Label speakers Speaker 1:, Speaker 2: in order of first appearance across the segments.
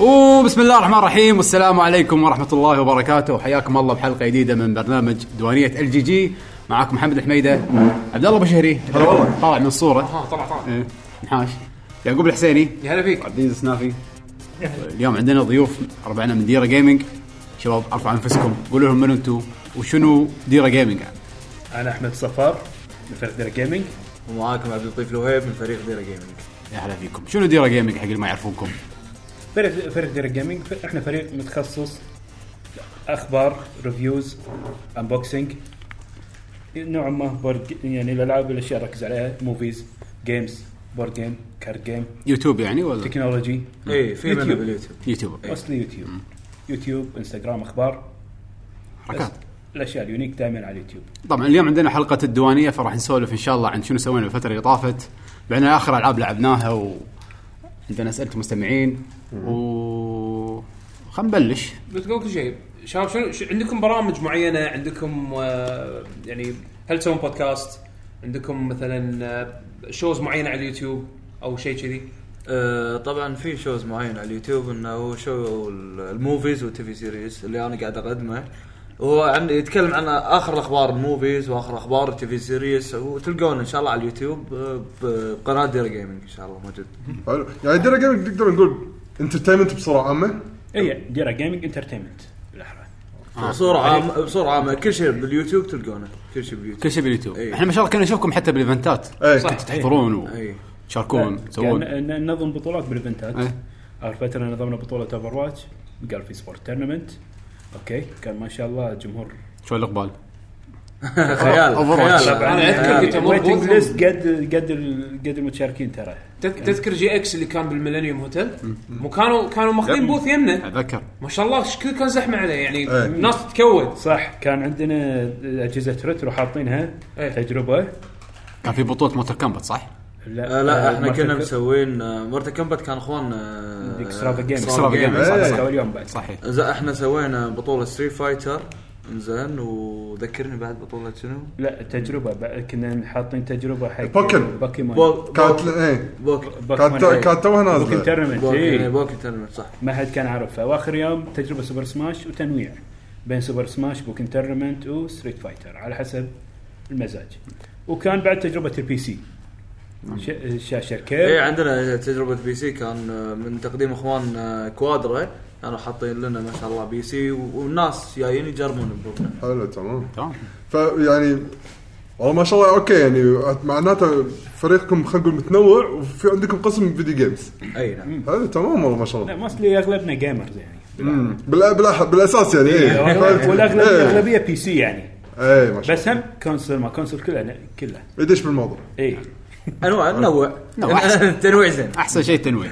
Speaker 1: وبسم الله الرحمن الرحيم والسلام عليكم ورحمه الله وبركاته حياكم الله بحلقه جديده من برنامج دوانيه ال جي جي معاكم محمد الحميده عبد الله بشهري هلا والله طالع من الصوره
Speaker 2: اه طلع طلع
Speaker 1: إيه، نحاش يعقوب الحسيني
Speaker 2: يا هلا فيك
Speaker 1: عبد العزيز السنافي اليوم عندنا ضيوف ربعنا من ديره جيمنج شباب ارفعوا انفسكم قولوا لهم من انتم وشنو ديره جيمنج
Speaker 3: انا احمد صفار من فريق دير جيمنج
Speaker 4: ومعاكم عبد اللطيف لهيب من فريق ديرا جيمنج
Speaker 1: يا هلا فيكم شنو ديره جيمنج حق اللي ما يعرفونكم
Speaker 3: فريق فريق دير جيمنج ف- احنا فريق متخصص اخبار ريفيوز انبوكسنج نوعا ما بورد ج- يعني الالعاب والاشياء نركز عليها موفيز جيمز بورد جيم كارد جيم
Speaker 1: يوتيوب يعني ولا
Speaker 3: تكنولوجي
Speaker 4: اي إيه، في
Speaker 3: يوتيوب.
Speaker 4: منه باليوتيوب
Speaker 1: يوتيوب
Speaker 3: اصلي يوتيوب يوتيوب انستغرام اخبار
Speaker 1: حركات
Speaker 3: الاشياء اليونيك دائما على اليوتيوب
Speaker 1: طبعا اليوم عندنا حلقه الديوانيه فراح نسولف ان شاء الله عن شنو سوينا الفتره اللي طافت بعدنا اخر العاب لعبناها و عندنا اسئله مستمعين و خلينا نبلش
Speaker 2: بس قبل كل شيء شباب شنو ش... عندكم برامج معينه عندكم آه يعني هل تسوون بودكاست عندكم مثلا آه شوز معينه على اليوتيوب او شيء كذي
Speaker 4: آه طبعا في شوز معين على اليوتيوب انه هو شو ال- الموفيز والتي في سيريز اللي انا قاعد اقدمه وهو عن يتكلم عن اخر الاخبار الموفيز واخر اخبار التي في سيريز وتلقونه ان شاء الله على اليوتيوب آه، ب- بقناه ديرا جيمنج ان شاء الله موجود
Speaker 5: حلو يعني ديرا جيمنج نقدر نقول انترتينمنت بصوره عامه
Speaker 3: اي دير جيمنج انترتينمنت بالاحرى
Speaker 4: بصوره عامه بصوره عامه كل شيء باليوتيوب تلقونه كل شيء باليوتيوب
Speaker 1: كل شيء باليوتيوب
Speaker 4: إيه.
Speaker 1: احنا ما شاء الله كنا نشوفكم حتى بالايفنتات
Speaker 5: اي
Speaker 2: صح.
Speaker 1: تحضرون
Speaker 4: اي
Speaker 1: وتشاركون تسوون
Speaker 3: قاعد ن- ننظم بطولات بالايفنتات
Speaker 1: إيه.
Speaker 3: اول فتره نظمنا بطوله اوفر واتش قال في سبورت تورنمنت اوكي كان ما شاء الله جمهور
Speaker 1: شو الاقبال
Speaker 4: خيال آه،
Speaker 1: Overwatch.
Speaker 4: خيال.
Speaker 2: أنا أذكر
Speaker 4: خيال.
Speaker 2: كنت- جمهور
Speaker 3: ويتنج
Speaker 2: بوثهم.
Speaker 3: ليست قد آه، قد ال- قد المتشاركين ترى
Speaker 2: تذ...
Speaker 5: إيه.
Speaker 2: تذكر جي اكس اللي كان بالميلينيوم هوتيل مو كانوا كانوا ماخذين بوث يمنا
Speaker 1: اتذكر
Speaker 2: ما شاء الله ايش كثر كان زحمه عليه يعني
Speaker 5: إيه.
Speaker 2: الناس تتكود
Speaker 3: صح كان عندنا اجهزه ريترو حاطينها
Speaker 2: إيه.
Speaker 3: تجربه
Speaker 1: كان في بطوله موتر كامبت صح؟
Speaker 4: آه لا احنا
Speaker 3: مرت-
Speaker 4: كنا مسوين مورتا كومبات كان آه، اخواننا
Speaker 3: إكسترافا جيمز.
Speaker 4: إكسترافا جيمز.
Speaker 5: إيه.
Speaker 3: صح بس قبل يوم بعد
Speaker 1: صحيح
Speaker 4: زين احنا سوينا بطولة ستريت فايتر انزين وذكرني بعد بطولة شنو؟
Speaker 3: لا تجربه بقى كنا حاطين تجربه حق
Speaker 5: بوكن.
Speaker 3: بوكيمون
Speaker 5: كانت اي
Speaker 4: بوك
Speaker 5: كانت كانت توها
Speaker 3: بوكن
Speaker 5: نازله
Speaker 3: تورنمنت
Speaker 4: بوك
Speaker 3: إيه.
Speaker 4: إيه، بوك تورنمنت صح
Speaker 3: ما حد كان عارف فاخر يوم تجربه سوبر سماش وتنويع بين سوبر سماش بوكن تورنمنت وستريت فايتر على حسب المزاج وكان بعد تجربه البي سي ش- الشاشه
Speaker 4: اي
Speaker 3: الكير
Speaker 4: إيه، عندنا تجربة بي سي كان آه، من تقديم اخواننا كوادرا كانوا يعني حاطين لنا ما شاء الله بي سي و- والناس جايين يجربون بروحنا
Speaker 5: حلو تمام
Speaker 1: تمام
Speaker 5: فيعني والله ما شاء الله اوكي يعني معناته فريقكم خلينا نقول متنوع وفي عندكم قسم فيديو جيمز
Speaker 4: اي نعم
Speaker 5: حلو تمام والله ما شاء
Speaker 3: لا
Speaker 5: الله
Speaker 3: ماستلي اغلبنا جيمرز يعني
Speaker 5: أمم. بالأ- بالأح- بالاساس يعني
Speaker 3: إيه،
Speaker 5: اي
Speaker 3: أيوة. والاغلبيه الاغلبيه بي سي يعني
Speaker 5: اي إيه، ما شاء
Speaker 3: بس هم كونسل ما كونسل كلها كلها إيه.
Speaker 5: الله يدش بالموضوع
Speaker 3: اي
Speaker 4: انواع ننوع
Speaker 1: نوع.
Speaker 4: تنويع زين
Speaker 1: احسن شيء التنويع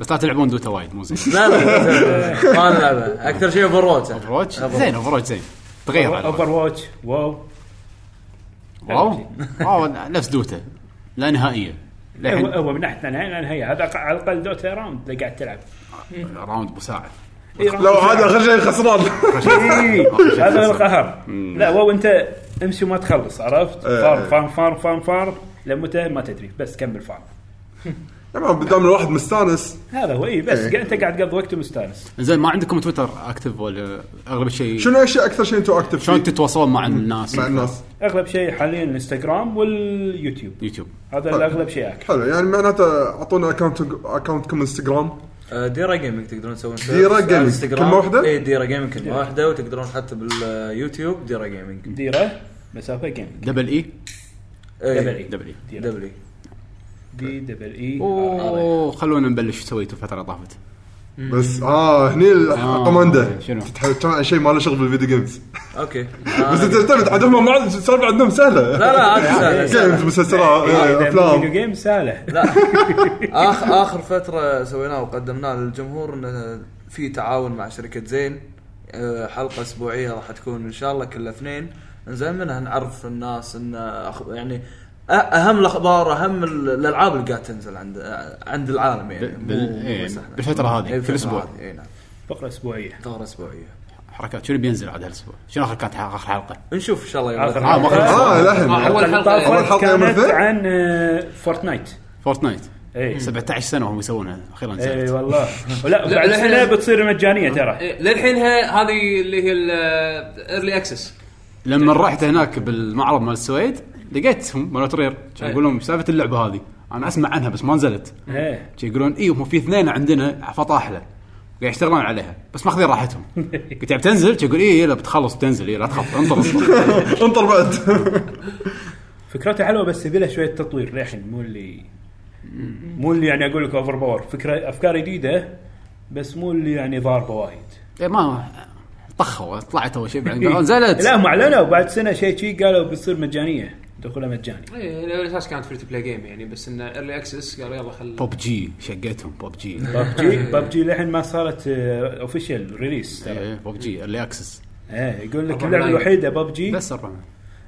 Speaker 1: بس لا تلعبون دوتا وايد مو زين
Speaker 4: لا لا ما نلعبها اكثر شيء اوفر واتش
Speaker 1: اوفر واتش زين اوفر واتش زين تغير على
Speaker 3: اوفر واتش واو
Speaker 1: واو واو نفس دوتا لا نهائيه
Speaker 3: لا، هو
Speaker 1: للحين
Speaker 3: هو من ناحيه النهايه النهايه هذا على الاقل دوتا راوند اللي قاعد تلعب
Speaker 1: راوند ابو ساعه
Speaker 3: إي،
Speaker 2: إيه.
Speaker 3: راوند
Speaker 5: إيه. لو هذا اخر شيء خسران
Speaker 3: إي، هذا القهر لا واو انت امشي وما تخلص عرفت
Speaker 5: إيه.
Speaker 3: فار فار فار فار فار لمتى ما تدري بس كمل فار
Speaker 5: تمام بدام الواحد مستانس
Speaker 3: هذا هو اي بس
Speaker 5: إيه.
Speaker 3: قا- انت قاعد تقضي وقت ومستانس
Speaker 1: زين ما عندكم تويتر اكتف ولا اغلب شيء
Speaker 5: شنو الاشياء اكثر شيء انتم اكتف
Speaker 1: شلون
Speaker 5: فيه
Speaker 1: تتواصلون مع الناس
Speaker 5: مع الناس
Speaker 3: اغلب شيء حاليا الانستغرام واليوتيوب
Speaker 1: يوتيوب
Speaker 3: هذا الاغلب شيء اكثر
Speaker 5: حلو يعني معناته اعطونا اكونت اكونتكم انستغرام
Speaker 4: آه، ديرا جيمنج تقدرون تسوون إيه،
Speaker 5: ديرا
Speaker 4: سيرش على
Speaker 5: جيمنج.
Speaker 4: الانستغرام.
Speaker 5: كلمة واحدة؟
Speaker 4: اي ديرا جيمنج كلمه واحده وتقدرون حتى باليوتيوب ديرا جيمنج
Speaker 3: ديره مسافه جيمنج
Speaker 1: دبل اي
Speaker 4: اي
Speaker 3: دبل إي. آه،
Speaker 1: دبل اي
Speaker 3: ديره
Speaker 4: دبلي
Speaker 3: دي دبل اي
Speaker 1: اوه خلونا نبلش شو سويتوا الفتره اللي طافت
Speaker 5: بس اه هني
Speaker 1: آه،
Speaker 5: القمانده
Speaker 1: شنو؟
Speaker 5: تتكلم عن شيء ما له شغل بالفيديو جيمز
Speaker 4: اوكي
Speaker 5: بس
Speaker 4: آه،
Speaker 5: انت تعتمد عندهم ما عاد- السالفه عندهم سهله
Speaker 4: لا لا هذه سهله
Speaker 5: جيمز
Speaker 4: سهلة.
Speaker 5: مسلسلات آه،
Speaker 3: إيه، فيديو
Speaker 5: افلام
Speaker 3: جيم سهله
Speaker 4: لا اخر اخر فتره سويناه وقدمناه للجمهور انه في تعاون مع شركه زين آه، حلقه اسبوعيه راح تكون ان شاء الله كل اثنين زين منها نعرف الناس ان أخ- يعني أ- اهم الاخبار اهم ال- الالعاب اللي قاعد تنزل عند آه، عند العالم يعني
Speaker 1: ب- بال-
Speaker 4: مو- مو
Speaker 1: إيه،
Speaker 4: بس إحنا.
Speaker 1: بالفترة هذه،
Speaker 4: إيه،
Speaker 1: كل
Speaker 4: بالفترة
Speaker 1: أسبوع.
Speaker 4: هذه، إيه، نعم.
Speaker 3: فقره اسبوعيه
Speaker 4: ثغره اسبوعيه
Speaker 1: حركات شنو بينزل عاد هالاسبوع؟ شنو اخر كانت اخر حلقه؟
Speaker 4: نشوف ان شاء الله يوم
Speaker 3: آخر
Speaker 4: الاثنين.
Speaker 3: حلقة.
Speaker 5: اه
Speaker 1: آه،
Speaker 5: لحن
Speaker 2: آه، أول
Speaker 3: اللي
Speaker 2: حلقة-
Speaker 3: طافت
Speaker 5: أول حلقة يوم
Speaker 3: كانت
Speaker 5: الثلاث؟
Speaker 3: عن آه، فورتنايت
Speaker 1: فورتنايت
Speaker 6: اي
Speaker 1: 17 سنه وهم يسوونها اخيرا
Speaker 6: اي
Speaker 3: إيه،
Speaker 1: نزلت
Speaker 6: والله ولا
Speaker 2: لا،
Speaker 6: بعد
Speaker 2: لا،
Speaker 6: سنه
Speaker 2: لا.
Speaker 6: بتصير مجانيه ترى
Speaker 2: إيه، للحين ها- هذه اللي هي آه، الايرلي اكسس
Speaker 1: لما رحت هناك بالمعرض مال السويد لقيتهم مال رير كانوا
Speaker 2: إيه.
Speaker 1: يقولون سالفه اللعبه هذه انا اسمع عنها بس ما نزلت
Speaker 6: إيه.
Speaker 1: شي يقولون اي هم في اثنين عندنا فطاحله قاعد يشتغلون عليها بس ماخذين راحتهم قلت يعني بتنزل شي يقول اي لا بتخلص بتنزل اي لا تخاف انطر اصبر
Speaker 5: انطر بعد
Speaker 6: فكرته حلوه بس يبي لها شويه تطوير للحين مو اللي مو اللي يعني اقول لك اوفر باور فكره افكار جديده بس مو اللي يعني ضاربه وايد
Speaker 1: إيه، ما طخوا طلعت اول شيء بعدين قالوا نزلت
Speaker 6: إيه. لا هم اعلنوا بعد سنه شيء شي قالوا بتصير مجانيه دخولها مجاني
Speaker 2: اي الاساس كانت فري تو بلاي جيم يعني بس انه ايرلي اكسس قالوا يلا خل
Speaker 1: بوب جي شقيتهم بوب جي
Speaker 6: ببجي ببجي للحين ما صارت اوفيشال ريليس ترى
Speaker 1: بوب جي إيه، اللي اكسس
Speaker 6: ايه يقول لك اللعبه
Speaker 2: أربعة ملايين.
Speaker 6: الوحيده ببجي
Speaker 1: بس أربعة.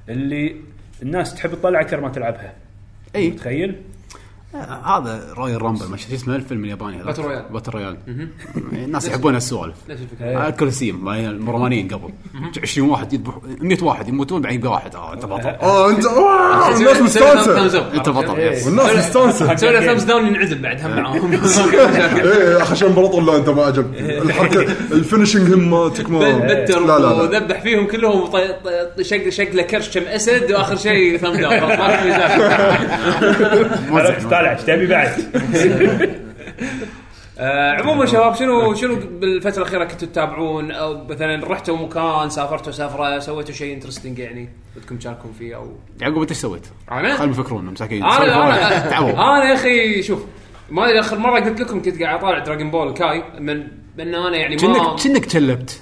Speaker 6: اللي الناس تحب تطلع اكثر ما تلعبها
Speaker 1: اي
Speaker 6: تخيل
Speaker 1: آه، إيه. هذا رويال رامبل ما شو اسمه الفيلم الياباني هذا
Speaker 2: باتل رويال.
Speaker 1: باتل رويال إيه، الناس يحبون هالسوالف
Speaker 2: نفس الفكره
Speaker 5: إيه.
Speaker 6: إيه.
Speaker 1: آه، الكولوسيوم مال الرومانيين قبل 20 واحد يذبح 100 واحد يموتون بعدين يبقى واحد اه انت بطل
Speaker 6: إيه.
Speaker 5: اه انت أوه، الناس مستانسه
Speaker 1: انت
Speaker 2: إيه.
Speaker 1: بطل يس
Speaker 5: والناس مستانسه
Speaker 2: سوي له ثامز داون ينعزل بعد هم معاهم
Speaker 5: ايه اخي عشان بلط لا انت ما عجبك الحركه الفينشنج هم مالتك ما
Speaker 2: بتر
Speaker 5: لا لا لا
Speaker 2: وذبح فيهم كلهم وطي- طي- شق شق له كرش كم اسد واخر شيء ثامز داون ما في مزاج.
Speaker 1: موزع،
Speaker 6: عرفت طالع ايش تبي بعد؟
Speaker 2: آه، عموما شباب شنو شنو بالفتره الاخيره كنتوا تتابعون او مثلا رحتوا مكان سافرتوا سفره سويتوا شيء انترستنج يعني بدكم تشاركون فيه او
Speaker 1: يعقوب انت ايش سويت؟
Speaker 2: انا
Speaker 1: خلهم يفكرون مساكين
Speaker 2: انا
Speaker 1: يسولفون،
Speaker 2: انا
Speaker 1: تعبوا
Speaker 2: انا يا اخي شوف ما ادري اخر مره قلت لكم كنت قاعد اطالع دراجون بول كاي من من انا يعني ما
Speaker 1: كأنك كأنك تشلبت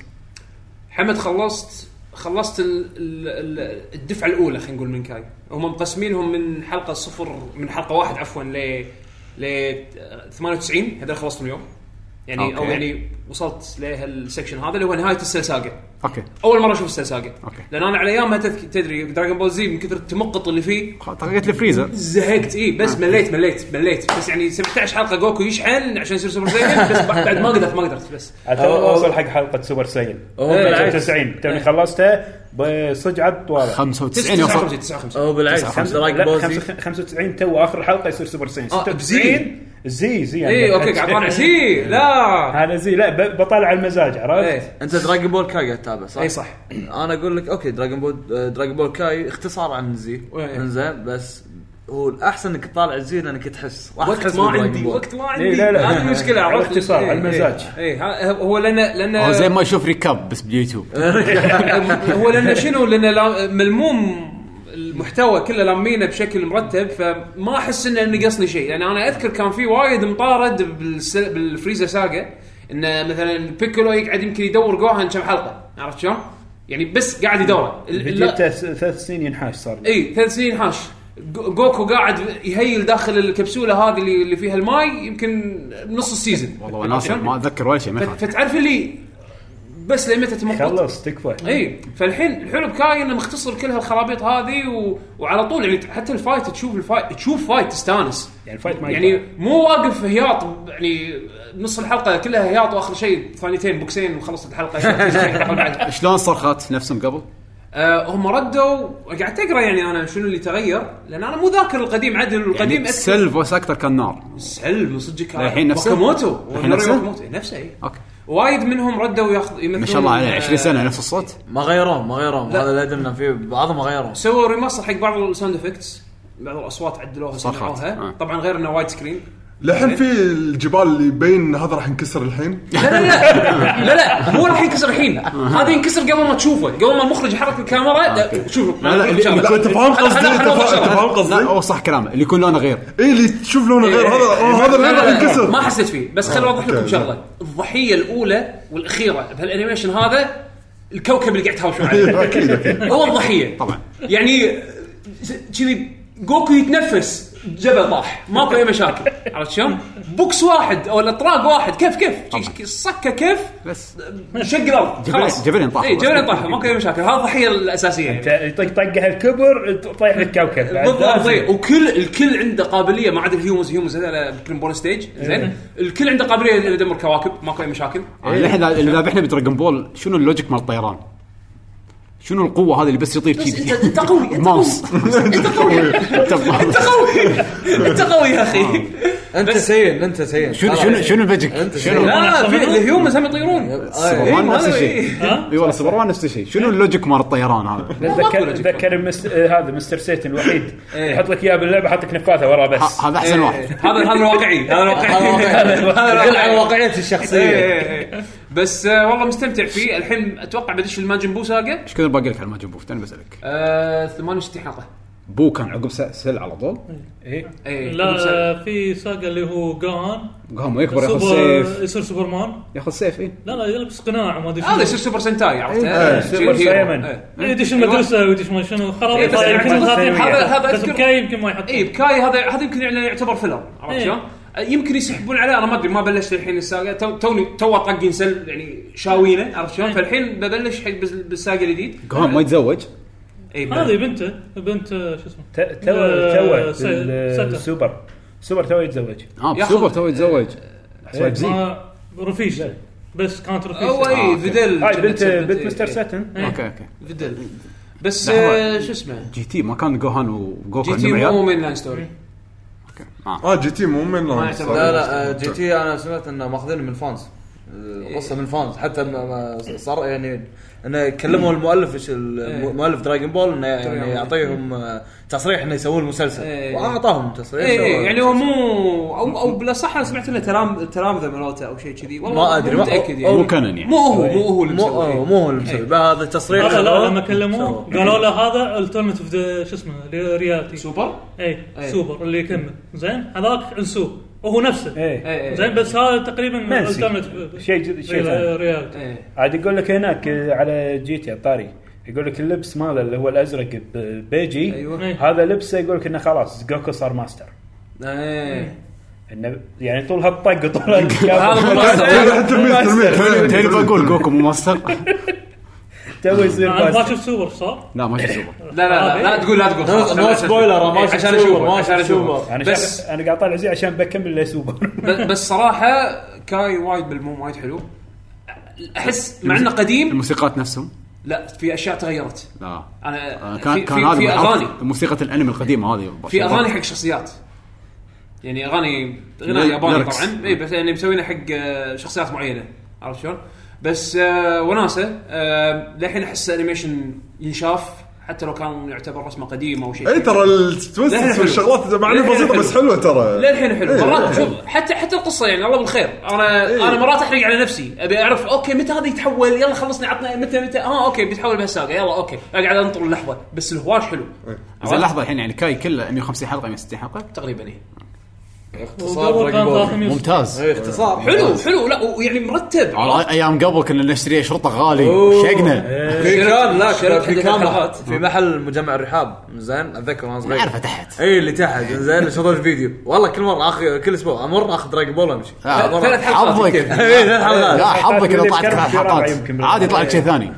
Speaker 2: حمد خلصت خلصت ال- ال- ال- الدفعه الاولى خلينا نقول من كاي هم مقسمينهم من حلقه صفر من حلقه واحد عفوا ل ل 98 هذول خلصتهم اليوم يعني أوكي. او
Speaker 1: أوكي.
Speaker 2: يعني وصلت لهالسكشن هذا اللي هو نهايه السلساقه
Speaker 1: اوكي
Speaker 2: اول مره اشوف السلساقه
Speaker 1: أوكي.
Speaker 2: لان انا على ايامها تذك- تدري دراجون بول زي من كثر التمقط اللي فيه
Speaker 1: خلاص، طقيت الفريزر
Speaker 2: زهقت اي
Speaker 1: آه.
Speaker 2: بس مليت مليت مليت بس يعني 17 حلقه جوكو يشحن عشان يصير سوبر سايكل بس بعد ما قدرت ما قدرت بس
Speaker 6: تو واصل حق حلقه سوبر سايل
Speaker 4: هو
Speaker 2: إيه،
Speaker 4: بالعكس
Speaker 6: 95 توني خلصتها بصج عد طوال
Speaker 1: 95 يوصل
Speaker 2: 59
Speaker 4: هو بالعكس دراج بول زي
Speaker 6: 95 تو اخر حلقه يصير سوبر ساين
Speaker 2: آه، بزي.
Speaker 6: 96 زي زي
Speaker 2: اي اوكي إيه، قاعد طالع زي لا
Speaker 6: هذا زي لا ب- بطالع على المزاج عرفت؟
Speaker 2: إيه.
Speaker 4: انت دراجون بول كاي قاعد تتابع صح؟
Speaker 2: اي إيه، صح
Speaker 4: انا اقول لك اوكي دراجون بول آه، دراجون بول كاي اختصار عن زي
Speaker 2: إيه.
Speaker 4: انزين بس هو الاحسن انك تطالع زي لانك تحس راح
Speaker 2: وقت
Speaker 4: تحس
Speaker 2: ما
Speaker 4: بدراجون
Speaker 2: عندي
Speaker 4: بول.
Speaker 2: وقت ما عندي
Speaker 6: إيه، لا، لا.
Speaker 2: هذه المشكله
Speaker 6: على
Speaker 2: عرفت
Speaker 6: الاختصار،
Speaker 2: إيه،
Speaker 6: على المزاج.
Speaker 2: إيه، إيه، ها- هو لان لان
Speaker 1: هو زي ما اشوف ريكاب بس بيوتيوب
Speaker 2: هو لان شنو لان لا- ملموم المحتوى كله لامينه بشكل مرتب فما احس انه نقصني شيء لان انا اذكر كان في وايد مطارد بالس- بالفريزا ساقه انه مثلا بيكولو يقعد يمكن يدور جوهن كم حلقه عرفت شلون؟ يعني بس قاعد يدوره ال- لا- إيه،
Speaker 6: فيجيتا س- ثلاث سنين ينحاش صار له.
Speaker 2: اي ثلاث سنين حاش جو- جوكو قاعد يهيل داخل الكبسوله هذه اللي اللي فيها الماي يمكن نص السيزون
Speaker 1: والله وناسه ما اتذكر ولا شيء ما
Speaker 2: فت-
Speaker 1: يخالف.
Speaker 2: فتعرف اللي بس لمتى تمقط
Speaker 6: خلص تكفى
Speaker 2: اي فالحين الحلو بكاي انه مختصر كل هالخرابيط هذه و... وعلى طول يعني حتى الفايت تشوف الفايت تشوف فايت تستانس
Speaker 6: يعني الفايت ما
Speaker 2: يعني
Speaker 6: يقطع.
Speaker 2: مو واقف هياط يعني نص الحلقه كلها هياط واخر شيء ثانيتين بوكسين وخلصت الحلقه الحلقة بعد.
Speaker 1: شلون صرخات نفسهم قبل؟
Speaker 2: آه، هم ردوا قاعد تقرا يعني انا شنو اللي تغير لان انا مو ذاكر القديم عدل القديم
Speaker 1: يعني سيلفوس اكثر كان نار
Speaker 2: سلم من صدق كان
Speaker 1: الحين نفسه؟
Speaker 2: واكاموتو
Speaker 1: الحين نفسه؟
Speaker 2: واكاموتو، إيه، نفسه اي
Speaker 1: اوكي
Speaker 2: وايد منهم ردوا ياخذ آه،
Speaker 1: ما شاء الله
Speaker 2: أه.
Speaker 1: عليه 20 سنه نفس الصوت
Speaker 4: ما غيروهم ما غيروهم
Speaker 2: لا.
Speaker 4: هذا اللي ادمنا فيه بعضهم ما غيروهم
Speaker 2: سووا ريماستر حق بعض الساوند افكتس بعض الاصوات عدلوها
Speaker 1: صخرت.
Speaker 2: صنعوها
Speaker 1: آه.
Speaker 2: طبعا غير انه وايد سكرين
Speaker 5: لحن في الجبال اللي يبين إن هذا راح ينكسر الحين
Speaker 2: لا لا لا لا لا مو راح ينكسر الحين
Speaker 1: آه.
Speaker 2: هذا ينكسر قبل ما تشوفه قبل ما المخرج يحرك الكاميرا لا، شوف
Speaker 1: لا، لا، اللي-
Speaker 5: لا انت فاهم
Speaker 2: خلنا-
Speaker 5: قصدي
Speaker 2: خلنا-
Speaker 5: انت
Speaker 2: خلنا
Speaker 5: فا-
Speaker 2: نوصل.
Speaker 5: أنت فاهم
Speaker 1: لا
Speaker 5: قصدي
Speaker 1: هو صح كلامه اللي يكون لونه غير
Speaker 5: اي اللي تشوف لونه غير هذا أوه،
Speaker 2: لا،
Speaker 5: هذا الحين
Speaker 2: لا،
Speaker 5: راح
Speaker 2: لا، إيه، ما
Speaker 5: ينكسر
Speaker 2: حسيت فيه بس خليني اوضح لكم
Speaker 5: أوكي.
Speaker 2: شغله الضحيه الاولى والاخيره بهالانيميشن هذا الكوكب اللي قاعد تهاوشون عليه
Speaker 5: اكيد اكيد
Speaker 2: هو الضحيه
Speaker 1: طبعاً.
Speaker 2: يعني س- كذي جوكو يتنفس جبل طاح ماكو اي مشاكل عرفت شلون؟ بوكس واحد او الاطراق واحد كيف كيف صكه كيف
Speaker 1: بس
Speaker 2: شق الارض
Speaker 1: جبلين-
Speaker 2: خلاص
Speaker 1: جبلين طاحوا.
Speaker 2: اي جبلين طاحوا ماكو اي مشاكل هذا الضحيه الاساسيه يعني.
Speaker 6: ت- يطق طقه الكبر طيح لك كوكب بعد
Speaker 2: بالضبط
Speaker 6: لازم.
Speaker 2: إيه. وكل الكل عنده قابليه ما عدا الهيومز هيومز هذول يمكن بون ستيج زين الكل عنده قابليه انه يدمر كواكب ماكو اي مشاكل
Speaker 1: احنا اللي ذابحنا بدراجون بول شنو اللوجيك مال الطيران؟ شنو القوه هذه اللي بس يطير
Speaker 2: بس انت
Speaker 1: شي
Speaker 2: انت قوي انت قوي
Speaker 1: ماوس انت قوي
Speaker 2: انت قوي انت قوي يا اخي
Speaker 4: انت
Speaker 2: بس-
Speaker 4: سيئ انت سيئ
Speaker 1: شنو
Speaker 4: خلاص.
Speaker 1: شنو شنو الماجيك؟
Speaker 4: أنت
Speaker 1: شنو؟
Speaker 4: سيء.
Speaker 2: لا في الهيومنز هم يطيرون
Speaker 4: آه،
Speaker 1: سوبرمان
Speaker 2: إيه،
Speaker 1: نفس
Speaker 2: هذا
Speaker 1: الشيء
Speaker 3: ها؟
Speaker 1: اي والله سوبرمان نفس الشيء شنو اللوجيك مال الطيران هذا؟
Speaker 3: ذكر ذكر المست... آه، هذا مستر سيتن الوحيد
Speaker 2: إيه.
Speaker 3: يحط لك اياه باللعبه حط لك نفاثه وراه بس
Speaker 1: ه- هذا احسن واحد
Speaker 2: هذا هذا الواقعي هذا الواقعي
Speaker 4: هذا
Speaker 2: هذا
Speaker 4: دل على
Speaker 2: الواقعي
Speaker 4: واقعيته الشخصيه
Speaker 2: إيه، إيه، إيه. بس آه، والله مستمتع فيه الحين اتوقع بدش الماجن بو ساقه
Speaker 1: ايش كثر باقي لك على ما جنبوه؟ تاني بسالك
Speaker 2: آه، 68 حلقه
Speaker 1: بو كان عقب س- سل على طول
Speaker 3: إيه.
Speaker 2: اي
Speaker 7: لا في ساقه اللي هو جان
Speaker 1: قام يكبر ياخذ
Speaker 7: سوبر
Speaker 1: سيف
Speaker 7: يصير سوبرمان
Speaker 1: ياخذ سيف اي
Speaker 7: لا لا يلبس قناع وما ادري
Speaker 2: هذا يصير
Speaker 7: شنو
Speaker 2: سوبر سنتاي عرفت
Speaker 1: إيه،
Speaker 2: آه،
Speaker 3: سوبر
Speaker 2: هيرو.
Speaker 3: سايمن.
Speaker 2: إيه.
Speaker 7: يدش
Speaker 2: أيوة.
Speaker 7: المدرسه ويدش ما شنو
Speaker 2: إيه،
Speaker 7: خرابيط
Speaker 2: بس
Speaker 7: هذا
Speaker 2: يعني إيه،
Speaker 7: يمكن خاطرين
Speaker 2: هذا-
Speaker 7: حاطين.
Speaker 2: هذا
Speaker 7: بس
Speaker 2: أذكر-
Speaker 7: بكاي يمكن ما يحط
Speaker 2: اي بكاي هذا هذا يمكن يعني يعتبر فيلر عرفت
Speaker 7: إيه.
Speaker 2: شلون؟ آه، يمكن يسحبون عليه انا ما ادري ما بلشت الحين الساقه تو- توني تو طقين سل يعني شاوينه عرفت شلون؟
Speaker 7: إيه.
Speaker 2: فالحين ببلش حق بس- بالساقه الجديد إيه،
Speaker 1: قام ما يتزوج
Speaker 2: اي
Speaker 7: هذه بنته بنت آه، شو اسمه
Speaker 3: ت- تو
Speaker 7: آه،
Speaker 3: تو
Speaker 7: س- ستر.
Speaker 3: السوبر سوبر تو يتزوج
Speaker 1: اه
Speaker 2: ياخذ-
Speaker 1: سوبر تو يتزوج
Speaker 3: إيه.
Speaker 1: حسب زي
Speaker 7: ما- رفيشه بس كانت
Speaker 2: هو
Speaker 7: رفيشه
Speaker 2: اي
Speaker 1: آه،
Speaker 2: فيدل
Speaker 3: هاي بنت
Speaker 2: إيه،
Speaker 3: بنت مستر
Speaker 2: إيه.
Speaker 3: ساتن
Speaker 7: إيه.
Speaker 1: اوكي اوكي
Speaker 2: فيدل بس
Speaker 1: لحظة.
Speaker 2: آه، شو اسمه؟
Speaker 1: جي تي ما كان جوهان وجوكو
Speaker 2: جي تي
Speaker 1: عندهم
Speaker 2: مو
Speaker 1: عيال
Speaker 2: مين لاين ستوري
Speaker 1: اوكي آه.
Speaker 5: اه جي تي مو من
Speaker 2: ما
Speaker 5: لاين
Speaker 2: يعتبر.
Speaker 4: لا لا آه، جي تي انا سمعت انه ماخذينه من فانز القصه من فانز حتى ما- ما صار يعني انه كلموا المؤلف ايش
Speaker 2: إيه.
Speaker 4: الم- مؤلف دراجون بول انه يعني يعطيهم آه، تصريح انه يسوون المسلسل
Speaker 2: إيه.
Speaker 4: واعطاهم تصريح
Speaker 2: اي
Speaker 4: سووا
Speaker 2: اي يعني هو مو او او بلا صح انا سمعت انه تلام تلامذه مالته او شيء كذي والله
Speaker 4: ما أدري،
Speaker 2: مو
Speaker 4: ما-
Speaker 2: متاكد
Speaker 4: أو-
Speaker 1: مو
Speaker 2: يعني
Speaker 1: كانن يعني
Speaker 2: مو هو مو هو اللي
Speaker 4: مو
Speaker 2: مسوي
Speaker 4: آه،
Speaker 2: إيه.
Speaker 4: مو هو اللي مسوي بقى هذا تصريح
Speaker 7: هذا لا
Speaker 4: سووه.
Speaker 7: لما كلموه
Speaker 4: سووه.
Speaker 7: قالوا له هذا الترنتيف شو اسمه ري- ريالتي
Speaker 2: سوبر
Speaker 7: اي
Speaker 2: إيه.
Speaker 7: سوبر اللي يكمل زين هذاك انسو وهو نفسه
Speaker 6: إيه.
Speaker 3: ايه
Speaker 2: اي
Speaker 7: زين بس هذا تقريبا
Speaker 3: منسي.
Speaker 7: alternative-
Speaker 3: شيء جد- شيء
Speaker 7: ري-
Speaker 3: ثاني.
Speaker 7: ريالتي
Speaker 2: إيه.
Speaker 3: عاد يقول لك هناك آه، على جي تي الطاري يقول لك اللبس ماله اللي هو الازرق ب- بيجي
Speaker 2: ايوه
Speaker 7: إيه.
Speaker 3: هذا لبسه يقول لك انه خلاص جوكو صار ماستر
Speaker 2: إيه.
Speaker 3: انه يعني طول هالطق وطول هالكاب
Speaker 2: هذا ماستر.
Speaker 5: ترميت
Speaker 1: توني-
Speaker 5: ترميت
Speaker 1: توني بقول جوكو مو مصدق
Speaker 3: تو يصير
Speaker 7: انا ما
Speaker 3: ماستر
Speaker 7: شفت سوبر صار
Speaker 1: لا ما شفت سوبر
Speaker 2: لا لا لا, لا تقول لا تقول خلاص،
Speaker 4: نو
Speaker 2: عشان- عشان-
Speaker 4: سبويلر ما
Speaker 2: إيه،
Speaker 4: شفت
Speaker 2: عشان
Speaker 4: سوبر،
Speaker 2: اشوفه
Speaker 4: ما
Speaker 2: عشان
Speaker 4: شفت
Speaker 2: اشوفه
Speaker 3: انا
Speaker 2: بس
Speaker 3: بس انا قاعد طالع زي عشان بكمل لي سوبر
Speaker 2: ب- بس صراحه كاي وايد بالموم وايد حلو احس مع انه قديم
Speaker 1: الموسيقات نفسهم
Speaker 2: لا في اشياء تغيرت
Speaker 1: لا
Speaker 2: انا
Speaker 1: آه،
Speaker 2: في,
Speaker 1: كان كان
Speaker 2: في,
Speaker 1: هذا
Speaker 2: في
Speaker 1: من
Speaker 2: اغاني
Speaker 1: أفضل- موسيقى الانمي القديمه هذه
Speaker 2: في اغاني حق شخصيات يعني اغاني غناء
Speaker 1: ليركس.
Speaker 2: ياباني طبعا اي بس يعني مسوينها حق آه، شخصيات معينه عرفت شلون؟ بس آه، وناسه آه، للحين احس انيميشن ينشاف حتى لو كان يعتبر رسمه قديمه او شيء
Speaker 5: اي إيه، ترى
Speaker 2: لا، لا،
Speaker 5: التويست
Speaker 2: حلو.
Speaker 5: والشغلات مع
Speaker 2: لا،
Speaker 5: انها
Speaker 2: لا،
Speaker 5: بسيطه
Speaker 2: حلو.
Speaker 5: بس حلوه ترى
Speaker 2: للحين حلو
Speaker 5: إيه،
Speaker 2: مرات
Speaker 5: حلو.
Speaker 2: شوف حتى حتى القصه يعني الله بالخير انا
Speaker 5: إيه.
Speaker 2: انا مرات احرق على نفسي ابي اعرف اوكي متى هذا يتحول يلا خلصني عطنا متى متى اه اوكي بيتحول بهالساقه يلا اوكي اقعد انطر اللحظه بس الهواش حلو
Speaker 1: زين لحظه الحين يعني كاي كله 150 حلقه 160 حلقه
Speaker 2: تقريبا إيه.
Speaker 4: اختصار دراجون
Speaker 7: وقبل كان
Speaker 4: بول
Speaker 7: 360.
Speaker 1: ممتاز
Speaker 4: إيه، اختصار
Speaker 2: حلو حلو لا ويعني مرتب
Speaker 1: على ايام قبل كنا نشتري شرطه غالي
Speaker 4: أوه. إيه.
Speaker 1: شقنا
Speaker 4: في كان لا
Speaker 2: شريت
Speaker 4: كان- في
Speaker 2: حق
Speaker 4: كان
Speaker 2: الحلقات.
Speaker 4: في محل مجمع الرحاب زين اتذكر وانا صغير
Speaker 1: عارفه تحت
Speaker 4: اي اللي تحت زين شغل الفيديو والله كل مره اخي كل اسبوع امر اخذ دراجون بول امشي
Speaker 1: آه.
Speaker 4: مرة.
Speaker 2: ثلاث حلقات
Speaker 1: حظك.
Speaker 2: يمكن.
Speaker 4: إيه، ثلاث
Speaker 1: لا
Speaker 4: حلقات
Speaker 1: حظك اذا طلعت
Speaker 3: كان
Speaker 1: ثلاث
Speaker 3: في رابع
Speaker 1: حلقات
Speaker 3: يمكن
Speaker 1: عادي يطلع لك شيء ثاني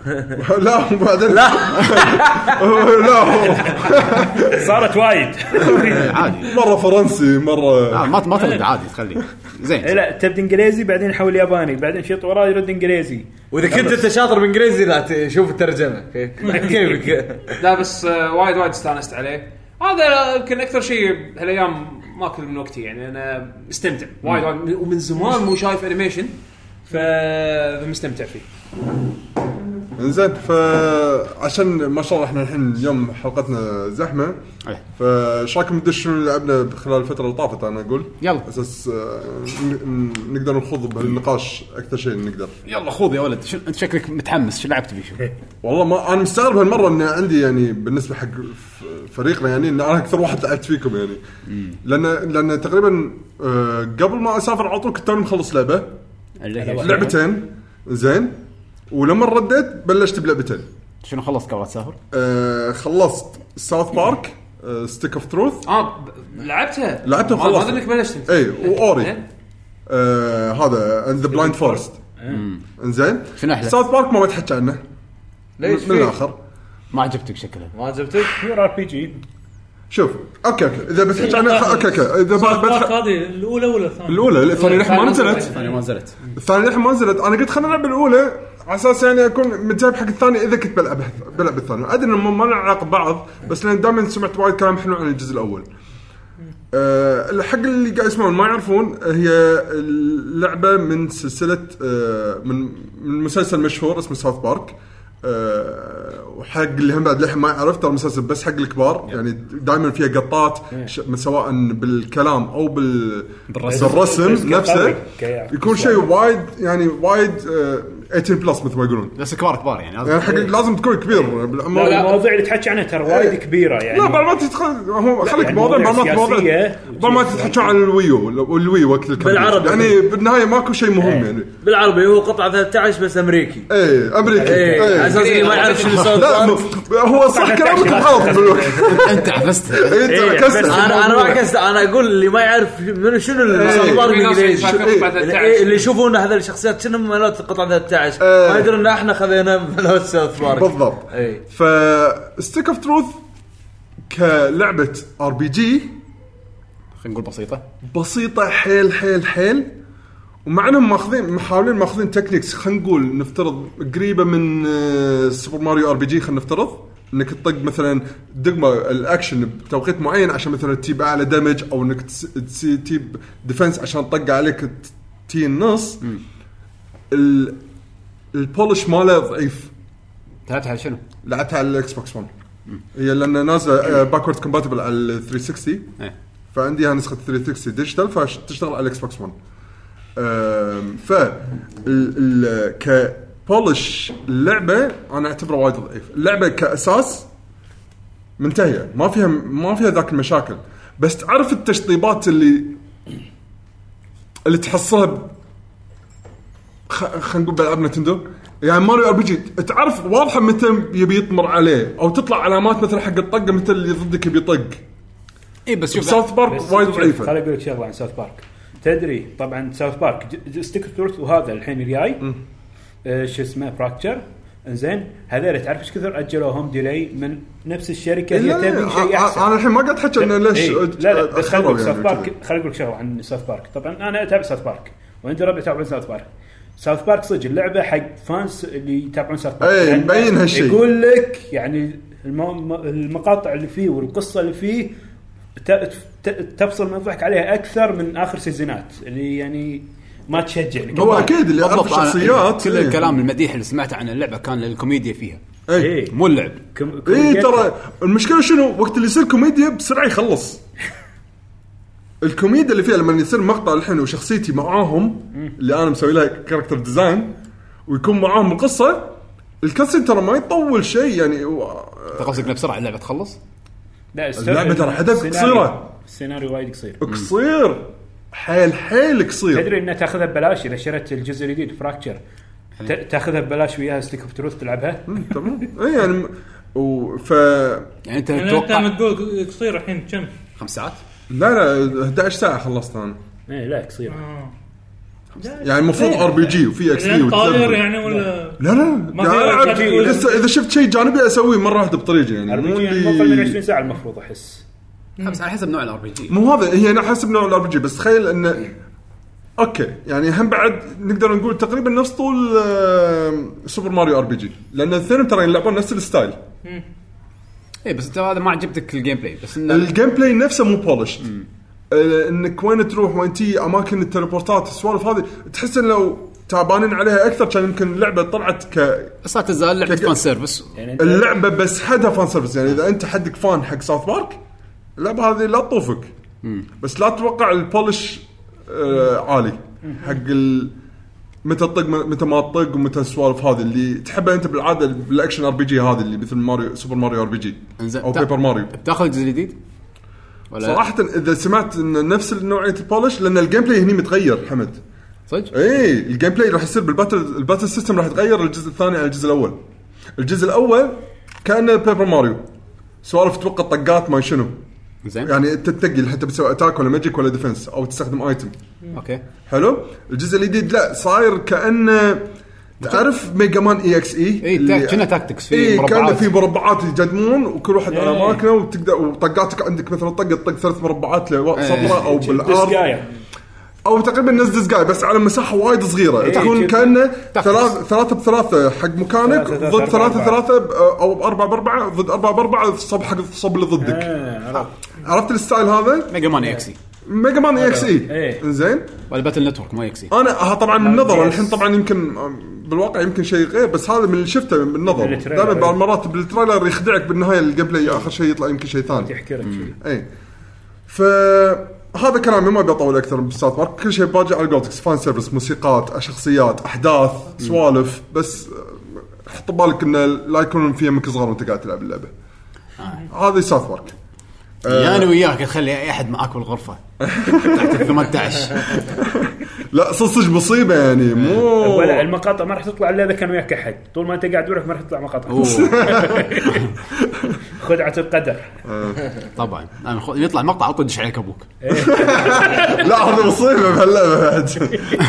Speaker 5: لا وبعدين لا لا
Speaker 3: صارت وايد
Speaker 1: عادي
Speaker 5: مره فرنسي
Speaker 1: لا
Speaker 5: مره
Speaker 1: ما ما ترد عادي تخليه
Speaker 3: إيه،
Speaker 1: زين
Speaker 3: لا تبدا انجليزي بعدين يحول ياباني بعدين شيط وراه يرد انجليزي
Speaker 4: واذا كنت انت شاطر بالانجليزي لا ت- شوف الترجمه كيف- كيفك
Speaker 2: لا بس آه، وايد وايد استانست عليه هذا يمكن اكثر شيء هالايام ماكل من وقتي يعني انا مستمتع وايد وايد ومن زمان مو شايف انيميشن ف- فمستمتع فيه
Speaker 5: زين فعشان ما شاء الله احنا الحين اليوم حلقتنا زحمه
Speaker 1: إيه.
Speaker 5: فايش رايكم ندش شنو لعبنا خلال الفتره اللي طافت انا اقول
Speaker 1: يلا.
Speaker 5: اساس آه، ن- ن- نقدر نخوض بهالنقاش اكثر شيء نقدر
Speaker 1: يلا خذ يا ولد شو انت شكلك متحمس شو لعبت فيه شو
Speaker 5: والله ما انا مستغرب هالمره ان عندي يعني بالنسبه حق ف- فريقنا يعني ان انا اكثر واحد لعبت فيكم يعني لان لان تقريبا آه، قبل ما اسافر على طول كنت توني مخلص لعبه لعبتين زين ولما رديت بلشت بلعبتين
Speaker 1: شنو خلصت قبل لا تسافر؟
Speaker 5: آه، خلصت آه، ساوث بارك ستيك اوف تروث
Speaker 2: اه ب- لعبتها
Speaker 5: لعبتها
Speaker 2: ما- ما
Speaker 5: وخلصت.
Speaker 2: ادري انك بلشت انت
Speaker 5: اي واوري
Speaker 2: إيه؟
Speaker 5: آه، هذا ذا بلايند فورست
Speaker 4: إيه.
Speaker 5: انزين
Speaker 1: شنو أحلى؟
Speaker 5: ساوث بارك ما بتحكي عنه
Speaker 4: ليش
Speaker 5: من من
Speaker 4: فيه؟
Speaker 5: الاخر
Speaker 1: ما عجبتك شكلها
Speaker 4: ما عجبتك؟
Speaker 3: يور ار بي جي
Speaker 5: شوف اوكي اوكي اذا بتحكي عنه خ- اوكي اوكي اذا ب-
Speaker 7: صارت
Speaker 5: بتح-
Speaker 7: هذه الاولى ولا الثانيه؟
Speaker 5: الاولى الثانيه للحين
Speaker 2: الثانية
Speaker 5: ما نزلت
Speaker 1: ثاني ما نزلت
Speaker 5: الثانيه للحين ما نزلت انا قلت خلينا نلعب الاولى على اساس يعني اكون متجايب حق الثانيه اذا كنت بلعب بلعب الثانيه ادري انه ما لنا علاقه ببعض بس لان دائما سمعت وايد كلام حلو عن الجزء الاول أه حق اللي قاعد يسمعون ما يعرفون هي اللعبه من سلسله أه من من مسلسل مشهور اسمه ساوث بارك أه وحق اللي هم بعد للحين ما يعرف ترى مسلسل بس حق الكبار يعني دائما فيها قطات ش- سواء بالكلام او بال
Speaker 1: بالرسم.
Speaker 5: بالرسم نفسه
Speaker 3: كيعرف.
Speaker 5: يكون شيء وايد يعني وايد أه 18 بلس مثل ما يقولون
Speaker 1: بس كبار كبار يعني
Speaker 5: يعني
Speaker 1: لازم
Speaker 5: حق لازم تكون كبير بالعمر
Speaker 3: لا، المواضيع اللي تحكي عنها ترى وايد كبيره يعني
Speaker 5: لا بعد ما تتخ- هو خليك
Speaker 3: يعني
Speaker 5: مواضيع
Speaker 3: مواضيع
Speaker 5: بعد ما مواضيع
Speaker 3: سياسية.
Speaker 5: بعد ما تتحكون عن الويو والوي وقت الكمبيوتر.
Speaker 4: بالعربي.
Speaker 5: يعني بالنهايه ماكو شيء
Speaker 3: إيه.
Speaker 5: مهم يعني
Speaker 4: بالعربي هو قطعه 13 بس امريكي
Speaker 5: ايه امريكي
Speaker 3: إيه،
Speaker 4: ايه على
Speaker 5: ايه
Speaker 4: اساس إني ما يعرف شنو يسوي
Speaker 5: لا م- هو صح كلامك غلط بالوقت
Speaker 1: انت عفست
Speaker 5: إيه،
Speaker 3: إيه،
Speaker 5: انت كسر
Speaker 3: بس
Speaker 4: انا انا ما قصدي انا اقول اللي ما يعرف منو شنو الاخبار
Speaker 2: في ناس
Speaker 4: الانجليزي
Speaker 2: يسافرون
Speaker 5: إيه.
Speaker 2: بعد
Speaker 4: اللي-
Speaker 2: 13.
Speaker 4: إيه، اللي يشوفون هذا الشخصيات شنو مالوت القطعه 13
Speaker 5: إيه.
Speaker 4: ما يدرون ان احنا خذينا مالوت إيه. ساوث بارك
Speaker 5: بالضبط
Speaker 4: اي
Speaker 5: فستيك اوف تروث كلعبه ار بي جي
Speaker 1: خلينا نقول بسيطه
Speaker 5: بسيطه حيل حيل حيل ومع انهم ماخذين محاولين ماخذين تكنيكس خلينا نقول نفترض قريبه من آه، سوبر ماريو ار بي جي خلينا نفترض انك تطق مثلا دقمه الاكشن بتوقيت معين عشان مثلا تجيب اعلى دمج او انك تس- تس- تجيب ديفنس عشان طق عليك ت- تي النص ال- البولش ماله ضعيف
Speaker 1: ثلاثة على شنو؟
Speaker 5: لعبتها على الاكس بوكس 1 هي لان نازله باكورد كومباتبل على ال 360
Speaker 1: إيه.
Speaker 5: فعنديها نسخه 360 ديجيتال فتشتغل على الاكس بوكس 1 أم، ف ال- ال- كبولش اللعبه انا اعتبره وايد ضعيف اللعبه كاساس منتهيه ما فيها ما فيها ذاك المشاكل بس تعرف التشطيبات اللي اللي تحصلها ب- خ- خلينا نقول بالعاب نتندو يعني ماريو ار بي جي تعرف واضحه متى يبي يطمر عليه او تطلع علامات مثلا حق الطقه متى اللي ضدك يبي يطق
Speaker 1: اي بس شوف
Speaker 5: ساوث بارك وايد
Speaker 3: ضعيفه
Speaker 5: ضعيفه
Speaker 3: خليني اقول لك شغله عن ساوث بارك تدري طبعا ساوث بارك ستيك ثورث وهذا الحين الجاي آه، شو اسمه فراكتشر انزين هذول تعرف ايش كثر اجلوهم ديلي من نفس الشركه
Speaker 5: إيه، لا،
Speaker 3: هي
Speaker 5: لا،
Speaker 3: تبي شيء
Speaker 5: أ- أ-
Speaker 3: احسن
Speaker 5: انا الحين ما قاعد احكي انه ليش
Speaker 3: إيه، لا لا بس خليني
Speaker 5: أخروا
Speaker 3: اقول ساوث
Speaker 5: يعني
Speaker 3: بارك
Speaker 5: وكذا.
Speaker 3: خليني اقول لك شغله عن ساوث بارك طبعا انا اتابع ساوث بارك وعندي ربع يتابعون ساوث بارك ساوث بارك صدق اللعبه حق فانس اللي يتابعون ساوث بارك
Speaker 5: إيه،
Speaker 3: لأن
Speaker 5: مبين هالشيء.
Speaker 3: يقول لك يعني الم- م- المقاطع اللي فيه والقصه اللي فيه ت- ت- تفصل من ضحك عليها اكثر من اخر سيزونات اللي يعني ما تشجع
Speaker 5: هو اكيد اللي يعرف
Speaker 1: بالضبط، أنا-
Speaker 5: الشخصيات
Speaker 1: كل
Speaker 5: إيه.
Speaker 1: الكلام المديح اللي سمعته عن اللعبه كان الكوميديا فيها
Speaker 5: اي
Speaker 3: اي
Speaker 1: مو اللعب
Speaker 5: إيه، ترى المشكله شنو وقت اللي يصير كوميديا بسرعه يخلص الكوميديا اللي فيها لما يصير مقطع الحين وشخصيتي معاهم اللي انا مسوي لها كاركتر ديزاين ويكون معاهم القصه الكاسين ترى ما يطول شيء يعني و-
Speaker 1: انت قصدك إنه بسرعه اللعبه تخلص؟
Speaker 5: اللعبة ترى حدث قصيرة.
Speaker 3: السيناريو وايد قصير
Speaker 5: قصير حيل حيل قصير
Speaker 3: تدري انها تاخذها ببلاش اذا شريت الجزء الجديد فراكتشر ت- تاخذها ببلاش وياها ستيك اوف تروث تلعبها
Speaker 5: مم، تمام اي يعني م- و ف
Speaker 1: يعني انت
Speaker 7: يعني انت
Speaker 1: تتوقع
Speaker 7: لما تقول قصير الحين كم؟
Speaker 1: خمس ساعات؟
Speaker 5: لا لا 11 ساعه خلصت انا
Speaker 6: إيه،
Speaker 3: اي لا قصيره
Speaker 7: آه.
Speaker 5: إيه. يعني المفروض ار بي جي وفي اكس بي
Speaker 7: طاير إيه. يعني ولا
Speaker 5: إيه. لا لا
Speaker 7: ما
Speaker 5: يعني
Speaker 7: في
Speaker 5: ألعب-
Speaker 7: RPG ولا-
Speaker 5: إذا- اذا شفت شيء جانبي اسويه مره واحده بطريقي يعني مو
Speaker 3: المفروض من 20
Speaker 5: اللي
Speaker 3: ساعه المفروض احس
Speaker 1: خمس على حسب نوع الار بي جي
Speaker 5: مو هذا هي انا حسب نوع الار بي جي بس تخيل انه اوكي يعني هم بعد نقدر نقول تقريبا نفس طول آه، سوبر ماريو ار بي جي لان الاثنين ترى يلعبون نفس الستايل
Speaker 1: اي إيه، بس انت هذا ما عجبتك الجيم بلاي بس انه
Speaker 5: الجيم بلاي نفسه مو بولشت انك وين تروح وين تي اماكن التليبورتات السوالف هذه تحس ان لو تعبانين عليها اكثر كان يمكن اللعبه طلعت ك
Speaker 1: بس لا تزال لعبه
Speaker 5: كج-
Speaker 1: فان سيرفس
Speaker 3: يعني انت
Speaker 5: اللعبه بس حدها فان سيرفيس يعني اذا انت حدك فان حق ساوث بارك اللعبه هذه لا تطوفك بس لا تتوقع البولش آه عالي حق ال متى تطق متى ما تطق ومتى السوالف هذه اللي تحبها انت بالعاده بالاكشن ار بي جي هذه اللي مثل ماريو سوبر ماريو ار بي جي
Speaker 1: إنزين،
Speaker 5: او
Speaker 1: تا-
Speaker 5: بيبر ماريو
Speaker 1: بتاخذ الجزء الجديد؟ ولا
Speaker 5: صراحه اذا سمعت ان نفس نوعيه البولش لان الجيم بلاي هني متغير حمد
Speaker 1: صدق؟
Speaker 5: اي الجيم بلاي إيه، راح يصير بالباتل الباتل سيستم راح يتغير الجزء الثاني عن الجزء الاول الجزء الاول كان بيبر ماريو سوالف توقع طقات ما شنو
Speaker 1: زين
Speaker 5: يعني انت تنقي حتى بتسوي اتاك ولا ماجيك ولا ديفنس او تستخدم ايتم
Speaker 1: اوكي
Speaker 5: حلو الجزء الجديد لا صاير كانه تعرف E ميجا مان اي اكس اي
Speaker 1: إي، تا- إيه، كنا تاكتكس، في
Speaker 5: اي كان
Speaker 1: مربعات.
Speaker 5: إيه،
Speaker 1: إيه.
Speaker 5: في مربعات يجدمون وكل واحد على اماكنه
Speaker 1: إيه.
Speaker 5: وتقدر وطقاتك عندك مثلا طقه تطق ثلاث مربعات لو- سطره او بالارض
Speaker 3: ديسكايا
Speaker 5: او تقريبا نزل سكاي بس على مساحه وايد صغيره تكون
Speaker 6: جدا.
Speaker 5: كانه ثلاث ثلاثه بثلاثه حق مكانك
Speaker 6: ثلاثة
Speaker 5: ضد
Speaker 6: ثلاثة
Speaker 5: ثلاثه
Speaker 6: أربعة.
Speaker 5: ثلاثه ب- آه، او باربعه باربعه ضد اربعه باربعه صب حق الصب اللي ضدك
Speaker 6: آه، عرفت.
Speaker 5: عرفت الستايل هذا؟
Speaker 1: ميجا مان اكسي
Speaker 5: ميجا مان اي اكس اي
Speaker 6: إيه.
Speaker 5: زين
Speaker 1: والباتل نتورك مو E. اكسي
Speaker 5: انا ها طبعا من نظر
Speaker 6: Yes.
Speaker 5: الحين طبعا يمكن أم، بالواقع يمكن شيء غير بس هذا من اللي شفته من نظر
Speaker 6: من التريلر.
Speaker 5: دائما بعض المرات بالتريلر يخدعك بالنهايه الجيم بلاي اخر شيء يطلع يمكن شيء ثاني
Speaker 6: يحكرك شي.
Speaker 5: اي ف هذا كلامي إيه. ما بطول اكثر بساوث بارك كل شيء باجي على قولتك فان سيرفيس موسيقات شخصيات احداث سوالف بس أه، حط ببالك انه لا يكون في يمك صغار وانت قاعد تلعب اللعبه هذا ساوث بارك
Speaker 1: يا انا يعني وياك تخلي اي احد معاك بالغرفه تحت ال 18
Speaker 5: لا صدق صدق مصيبه يعني مو
Speaker 6: ولا المقاطع ما راح تطلع الا اذا كان وياك احد طول ما انت قاعد وحدك ما راح تطلع مقاطع
Speaker 1: أوه،
Speaker 6: خدعه القدر
Speaker 1: طبعا أنا خو- يطلع مقطع على طول دش عليك ابوك
Speaker 5: لا هذا مصيبه بهاللعبه بعد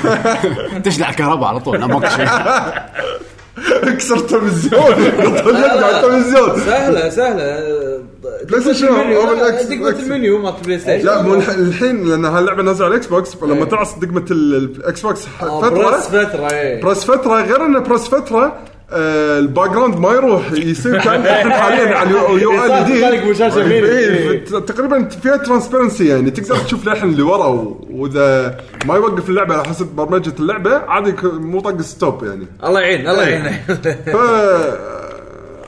Speaker 1: تشلع الكهرباء على طول لا ماكو شيء
Speaker 5: اكسر التلفزيون
Speaker 4: آه،
Speaker 5: طلعت على التلفزيون
Speaker 4: سهله سهله
Speaker 5: بلاي ستيشن أو بالعكس،
Speaker 4: دقمه
Speaker 5: بالعكس.
Speaker 4: المنيو مالت بلاي ستيشن
Speaker 6: Oh,
Speaker 5: لا مو الح- الحين لان هاللعبه نازله على الاكس بوكس فلما تعص دقمه ال- الاكس بوكس ح-
Speaker 4: آه، برس
Speaker 5: فتره
Speaker 4: فتره إيه.
Speaker 5: برس فتره غير انه برس فتره آه، الباك جراوند ما يروح يصير كان احنا حاليا على اليو- اليو
Speaker 4: صار
Speaker 5: ال دي
Speaker 4: طالق أبو شاشة غير.
Speaker 5: إيه، ف- تقريبا فيها ترانسبيرنسي يعني تقدر تشوف للحين اللي ورا و- واذا ما يوقف اللعبه على حسب برمجه اللعبه عادي ك- مو طق ستوب يعني
Speaker 4: الله يعين الله يعين
Speaker 5: ف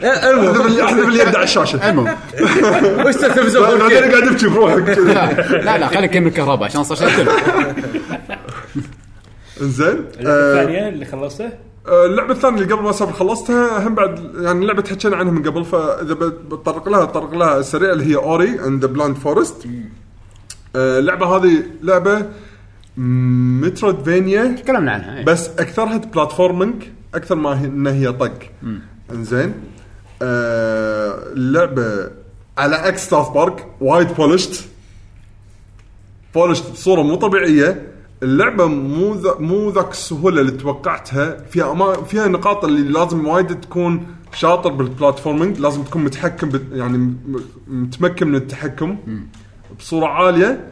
Speaker 5: احذف ال- احذف اليد على الشاشه
Speaker 1: المهم
Speaker 4: وش التلفزيون
Speaker 5: بعدين قاعد ابكي بروحك كذا.
Speaker 1: لا لا خليك كمل الكهرباء عشان صار شكل
Speaker 5: انزين آه،
Speaker 6: الثانيه اللي خلصته
Speaker 5: آه، اللعبه الثانيه اللي قبل ما اسافر خلصتها هم بعد يعني اللعبه حكينا عنها من قبل فاذا ب- بتطرق لها بتطرق لها سريع اللي هي اوري اند ذا بلاند فورست اللعبه آه، هذه لعبه مترودفينيا
Speaker 1: تكلمنا عنها إيه.
Speaker 5: بس اكثرها بلاتفورمينج اكثر ما هي انها هي طق انزين آه اللعبه على عكس ساوث بارك وايد بولشت بولشت بصوره مو طبيعيه اللعبه مو ذا مو ذاك السهوله اللي توقعتها فيها أما فيها نقاط اللي لازم وايد تكون شاطر بالبلاتفورمينج لازم تكون متحكم بت- يعني م- متمكن من التحكم بصوره عاليه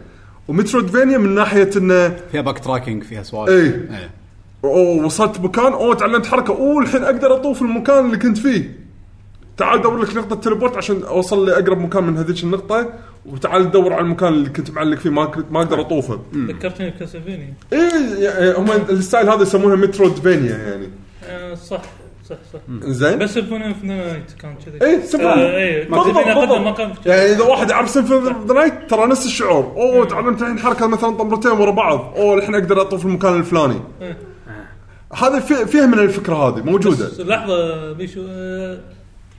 Speaker 5: ومترودفينيا من ناحيه انه
Speaker 1: فيها باك تراكنج فيها سوالف
Speaker 5: إيه. اوه وصلت مكان اوه تعلمت حركه اوه الحين اقدر اطوف المكان اللي كنت فيه تعال دور لك نقطه تليبورت عشان اوصل لاقرب مكان من هذيك النقطه وتعال دور على المكان اللي كنت معلق فيه ما كنت ما اقدر اطوفه
Speaker 3: ذكرتني بكاسلفينيا
Speaker 5: ايه هم الستايل هذا يسمونها مترودفينيا يعني
Speaker 3: آه، صح صح صح
Speaker 5: زين
Speaker 3: بس سيمفوني اوف نايت كان كذي
Speaker 5: ايه سمع
Speaker 3: آه، إيه. مترودفينيا قدم مقام كذي.
Speaker 5: يعني اذا واحد يعرف سيمفوني اوف ذا نايت ترى نفس الشعور اوه تعلمت الحين حركه مثلا طمرتين ورا بعض اوه الحين اقدر اطوف المكان الفلاني
Speaker 3: إيه.
Speaker 5: هذا في- فيها من الفكره هذه موجوده
Speaker 3: بس لحظه بيشو آه،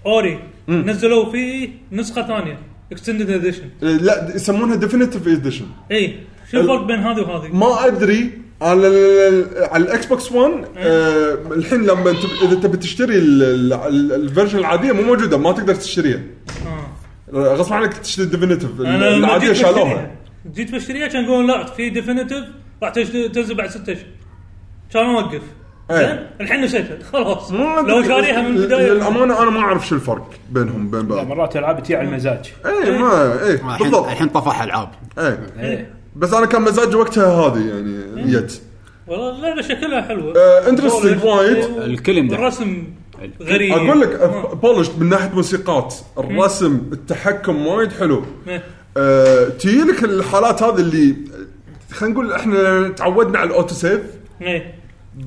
Speaker 3: اوري نزلوا فيه نسخه ثانيه اكستندد اديشن
Speaker 5: لا يسمونها ديفينيتيف اديشن
Speaker 3: اي شو الفرق بين هذه وهذه؟
Speaker 5: ما ادري على ال- على الاكس بوكس 1 آه، الحين لما تب- اذا تبي تشتري ال- ال- ال- الفيرجن العاديه مو موجوده ما تقدر تشتريها
Speaker 3: آه.
Speaker 5: آه، غصب عنك تشتري الديفينيتيف ال-
Speaker 3: انا لما
Speaker 5: العاديه
Speaker 3: جيت
Speaker 5: شالوها
Speaker 3: بشتريها جيت بشتريها كان يقولون لا في ديفينيتيف راح تش- تنزل بعد ست اشهر كان اوقف
Speaker 5: إيه.
Speaker 3: زين الحين نسيتها خلاص
Speaker 5: ما أدري.
Speaker 3: لو شاريها من البدايه
Speaker 5: للامانه انا ما اعرف شو الفرق بينهم بين بعض
Speaker 6: مرات العاب تجي على المزاج
Speaker 3: إيه.
Speaker 5: اي ما اي
Speaker 1: الحين
Speaker 5: بالضبط
Speaker 1: الحين طفح العاب
Speaker 5: اي
Speaker 6: إيه.
Speaker 5: بس انا كان مزاجي وقتها هذه يعني جت
Speaker 3: والله اللعبه
Speaker 7: e
Speaker 3: شكلها حلوه
Speaker 5: آه، interesting وايد.
Speaker 1: الكل يمدح.
Speaker 3: الرسم غريب
Speaker 5: اقول لك
Speaker 3: آه.
Speaker 5: بولشت من ناحيه موسيقات الرسم التحكم وايد حلو
Speaker 3: إيه.
Speaker 5: أه، تجي لك الحالات هذه اللي خلينا نقول احنا تعودنا على الاوتو سيف
Speaker 3: إيه.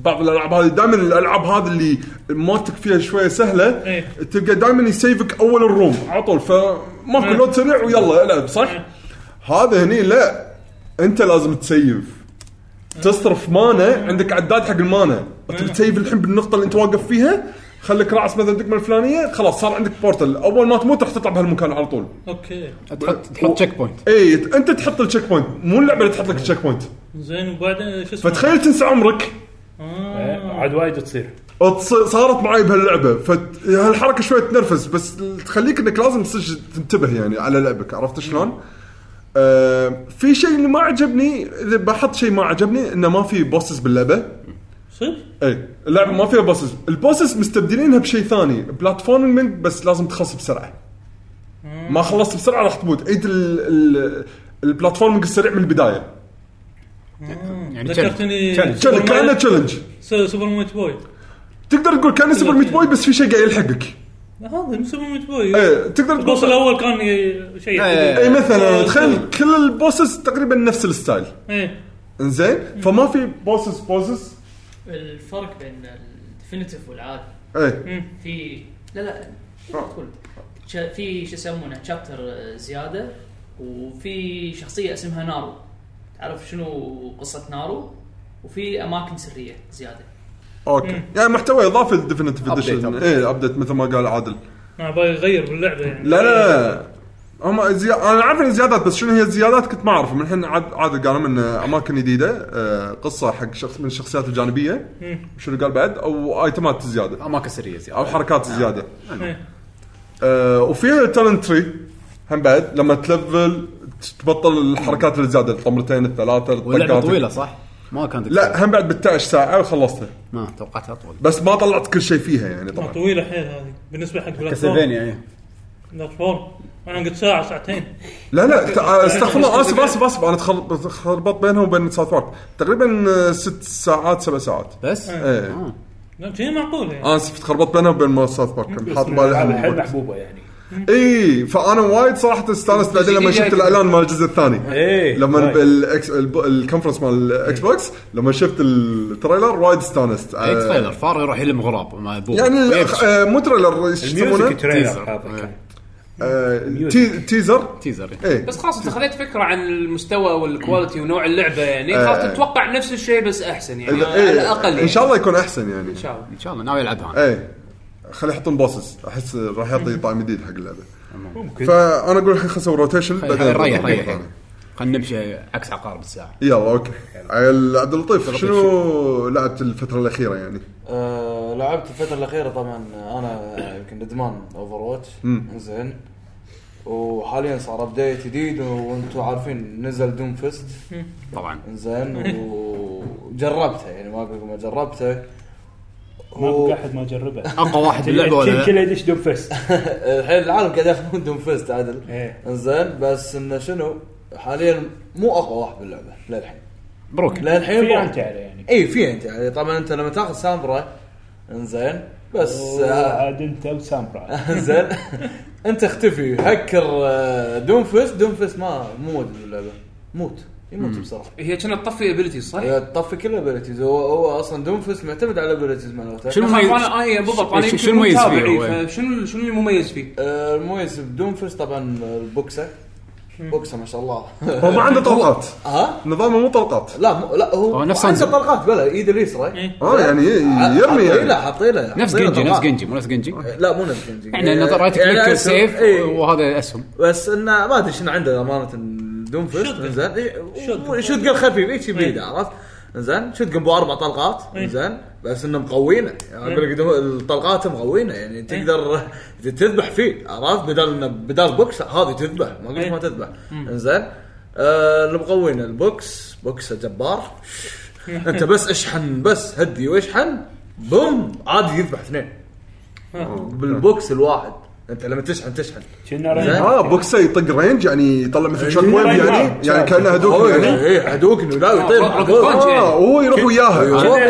Speaker 5: بعض الالعاب هذه دائما الالعاب هذه اللي مالتك فيها شويه سهله
Speaker 3: إيه.
Speaker 5: تلقى دائما يسيفك اول الروم على طول فماكو
Speaker 3: إيه.
Speaker 5: لود سريع ويلا العب صح؟
Speaker 3: إيه.
Speaker 5: هذا هني لا انت لازم تسيف تصرف مانا عندك عداد حق المانا
Speaker 3: إيه.
Speaker 5: تبي تسيف الحين بالنقطه اللي انت واقف فيها خليك راعس مثلا الدقمه الفلانيه خلاص صار عندك بورتل اول ما تموت راح تطلع بهالمكان على طول
Speaker 3: اوكي
Speaker 1: تحط تحط تشيك بوينت
Speaker 5: اي انت إيه، تحط التشيك بوينت مو اللعبه اللي تحط لك التشيك بوينت
Speaker 3: زين
Speaker 7: e,
Speaker 3: وبعدين شو اسمه
Speaker 5: فتخيل تنسى عمرك
Speaker 6: إيه، عاد وايد تصير
Speaker 5: وتص- صارت معي بهاللعبه فهالحركه شوي تنرفز بس تخليك انك لازم تصج تنتبه يعني على لعبك عرفت شلون؟ آه في شيء اللي ما عجبني اذا بحط شيء ما عجبني انه ما في بوسز باللعبه
Speaker 3: صدق؟
Speaker 5: اي اللعبه ما فيها بوسز البوسز مستبدلينها بشيء ثاني بلاتفورمينج بس لازم تخلص بسرعه ما خلصت بسرعه راح تموت عيد ال- ال- البلاتفورمينج السريع من البدايه
Speaker 1: يعني challenge.
Speaker 3: ذكرتني
Speaker 6: challenge.
Speaker 3: سوبر
Speaker 5: كانه
Speaker 3: ماي-
Speaker 5: تشالنج
Speaker 3: سو- سوبر ميت بوي
Speaker 5: تقدر تقول كانه سوبر ميت بوي بس في شيء قاعد يلحقك
Speaker 3: هذا سوبر ميت بوي
Speaker 5: ايه تقدر
Speaker 7: e
Speaker 3: البوس
Speaker 5: تقول
Speaker 3: الاول كان ي- شيء
Speaker 1: إيه.
Speaker 5: اي مثلا
Speaker 3: إيه.
Speaker 5: تخيل كل البوسس تقريبا نفس الستايل
Speaker 7: إيه،
Speaker 3: ايه
Speaker 5: انزين فما في بوسس بوسس
Speaker 8: الفرق بين الديفينيتيف والعادي
Speaker 5: ايه
Speaker 8: في لا لا تقول شا- في شو يسمونه شابتر زياده وفي شخصيه اسمها نارو تعرف شنو قصه نارو وفي اماكن سريه زياده
Speaker 5: اوكي يعني محتوى اضافي للديفينيتيف
Speaker 1: Update،
Speaker 5: اديشن
Speaker 1: update.
Speaker 5: ايه ابديت مثل ما قال عادل
Speaker 3: انا ابغى يغير باللعبه يعني
Speaker 5: لا لا هم زي... انا عارف ان زيادات بس شنو هي الزيادات كنت ما اعرف من الحين عاد عاد قالوا من اماكن جديده آه، قصه حق شخص من الشخصيات الجانبيه شنو قال بعد او ايتمات زياده
Speaker 1: اماكن سريه زياده
Speaker 5: او حركات زياده
Speaker 3: إيه.
Speaker 5: آه، وفيها تالنت تري هم بعد لما تلفل تبطل الحركات اللي زياده الطمرتين الثلاثه
Speaker 1: واللعبه
Speaker 5: الطقات.
Speaker 1: طويله صح؟ ما كانت
Speaker 5: لا هم بعد ب 12 ساعه وخلصتها
Speaker 1: ما توقعتها طول
Speaker 5: بس ما طلعت كل شيء فيها يعني
Speaker 3: آه،
Speaker 5: طبعا
Speaker 3: طويله حيل هذه بالنسبه حق بلاتفورم
Speaker 1: كاسلفينيا
Speaker 5: إيه.
Speaker 1: ايه
Speaker 3: بلاتفورم انا قلت ساعه ساعتين
Speaker 5: لا لا تع- استغفر الله اسف اسف اسف انا تخل- خربطت بينهم وبين ساوث بارك تقريبا آه، ست ساعات سبع ساعات
Speaker 1: بس
Speaker 5: ايه
Speaker 1: آه.
Speaker 3: لا شيء معقول يعني
Speaker 5: انا اسف تخربط بينهم وبين ساوث بارك كان حاط
Speaker 6: حيل
Speaker 5: بالي
Speaker 6: محبوبه يعني
Speaker 5: اي فانا وايد صراحه استانست بعدين لما شفت الاعلان مال الجزء الثاني
Speaker 6: إيه،
Speaker 5: لما
Speaker 6: وايد.
Speaker 5: بالإكس- الب- الكونفرنس مال الاكس بوكس لما شفت التريلر وايد استانست
Speaker 1: اي
Speaker 5: آه،
Speaker 1: تريلر فار يروح يلم غراب مع ابوه
Speaker 5: يعني
Speaker 1: ويبكي.
Speaker 5: آه، مو تريلر ايش يسمونه؟
Speaker 6: الميوزك تريلر
Speaker 1: تيزر.
Speaker 6: هذا كان.
Speaker 5: آه،
Speaker 6: الميوزك.
Speaker 5: تي- تيزر
Speaker 1: تيزر إيه.
Speaker 5: ايه
Speaker 2: بس خلاص انت خذيت فكره عن المستوى والكواليتي ونوع اللعبه يعني
Speaker 5: آه.
Speaker 2: خلاص تتوقع نفس الشيء بس احسن يعني
Speaker 5: إذا-
Speaker 2: على الاقل
Speaker 5: ان
Speaker 2: يعني.
Speaker 5: شاء الله يكون احسن يعني
Speaker 2: ان شاء الله
Speaker 1: ان شاء الله ناوي العبها أنا.
Speaker 5: ايه خليه يحطون بوسس احس راح يعطي طعم جديد حق اللعبه
Speaker 6: ممكن
Speaker 5: فانا اقول الحين خلينا نسوي روتيشن
Speaker 1: خلي- خلي- ريح
Speaker 5: نرجع
Speaker 1: ريح
Speaker 5: ثاني.
Speaker 1: خلينا نمشي عكس عقارب الساعه
Speaker 5: يلا اوكي عيل عبد اللطيف شنو لعبت الفتره الاخيره يعني؟
Speaker 4: آه، لعبت الفترة الأخيرة طبعا أنا يمكن ندمان أوفر واتش زين وحاليا صار أبديت جديد وأنتم عارفين نزل دوم فيست
Speaker 1: طبعا
Speaker 4: زين وجربته يعني ما أقول لكم ما جربته
Speaker 6: ما
Speaker 4: هو-
Speaker 6: بقى احد ما جربه
Speaker 1: اقوى واحد باللعبه ولا لا؟
Speaker 6: كله يدش دوب فيست
Speaker 4: الحين العالم قاعد ياخذون دوم فيست عادل
Speaker 6: إيه.
Speaker 4: زين بس انه شنو حاليا مو اقوى واحد باللعبه للحين
Speaker 1: مبروك
Speaker 4: للحين
Speaker 6: في
Speaker 4: مو-
Speaker 6: انت عليه يعني
Speaker 4: اي في انت يعني طبعا انت لما تاخذ سامبرا انزين بس
Speaker 6: أوه،
Speaker 4: آه،
Speaker 6: عاد انت وسامبرا
Speaker 4: انزين انت اختفي هكر آه، دوم فيست دوم فيست ما مو موجود باللعبه موت يموت بسرعه
Speaker 2: هي كانت تطفي ابيلتي صح؟
Speaker 5: إيه.
Speaker 4: هي تطفي كل الابيلتيز هو هو اصلا دوم فيست معتمد على الابيلتيز مالته
Speaker 1: شنو
Speaker 2: أنا-
Speaker 1: مميز؟
Speaker 2: انا اي بالضبط انا
Speaker 1: شو-
Speaker 2: يمكن
Speaker 1: شو المميز
Speaker 2: متابع،
Speaker 1: فيه هو؟
Speaker 2: إيه، فشنو شنو المميز فيه؟
Speaker 4: آه، المميز بدوم فيست طبعا البوكسه بوكسه ما شاء الله
Speaker 5: هو ما عنده طلقات
Speaker 4: ها
Speaker 5: نظامه مو طلقات
Speaker 4: لا مو لا هو
Speaker 1: هو نفس
Speaker 4: عنده
Speaker 1: أنزل.
Speaker 4: طلقات بلا ايده اليسرى
Speaker 3: إيه.
Speaker 5: اه يعني
Speaker 4: آه،
Speaker 5: يرمي
Speaker 4: حاطيله
Speaker 5: يعني
Speaker 4: حاطيله
Speaker 1: نفس
Speaker 4: حاطيله
Speaker 1: جنجي نفس
Speaker 4: طلقات.
Speaker 1: جنجي مو نفس جنجي
Speaker 5: آه.
Speaker 4: لا مو نفس جنجي
Speaker 1: احنا نظر رايت
Speaker 4: يعني
Speaker 1: كليك
Speaker 4: أسهم-
Speaker 1: سيف
Speaker 4: إيه.
Speaker 1: وهذا اسهم
Speaker 4: بس انه ما ادري شنو عنده امانه دوم فيست
Speaker 3: Shotgun.
Speaker 4: زين إيه،
Speaker 3: Shotgun.
Speaker 4: و- shotgun خفيف اي شي بيده
Speaker 3: إيه.
Speaker 4: عرفت زين شوت ابو اربع طلقات
Speaker 3: إيه.
Speaker 4: زين بس انه مقوينه يعني اقول لك دوم- الطلقات مقوينه
Speaker 3: إيه.
Speaker 4: يعني تقدر تذبح فيه عرفت بدل انه بدل بوكس هذه تذبح ما قلت
Speaker 3: إيه.
Speaker 4: ما تذبح زين آه، اللي مقوينه البوكس بوكسه جبار
Speaker 3: إيه.
Speaker 4: انت بس اشحن بس هدي واشحن بوم عادي يذبح اثنين
Speaker 3: آه.
Speaker 4: بالبوكس الواحد انت لما تشحن تشحن
Speaker 6: كنا رجل
Speaker 4: زين.
Speaker 5: اه بوكسه يطق رينج يعني يطلع مثل شوت ويف يعني يعني كانه هدوك يعني
Speaker 4: اي إيه، هدوك إنه لا طيب، يطير
Speaker 2: آه،
Speaker 4: بالبوكس.
Speaker 2: بوكس.
Speaker 5: اه وهو يروح وياها
Speaker 4: أوه. إيه.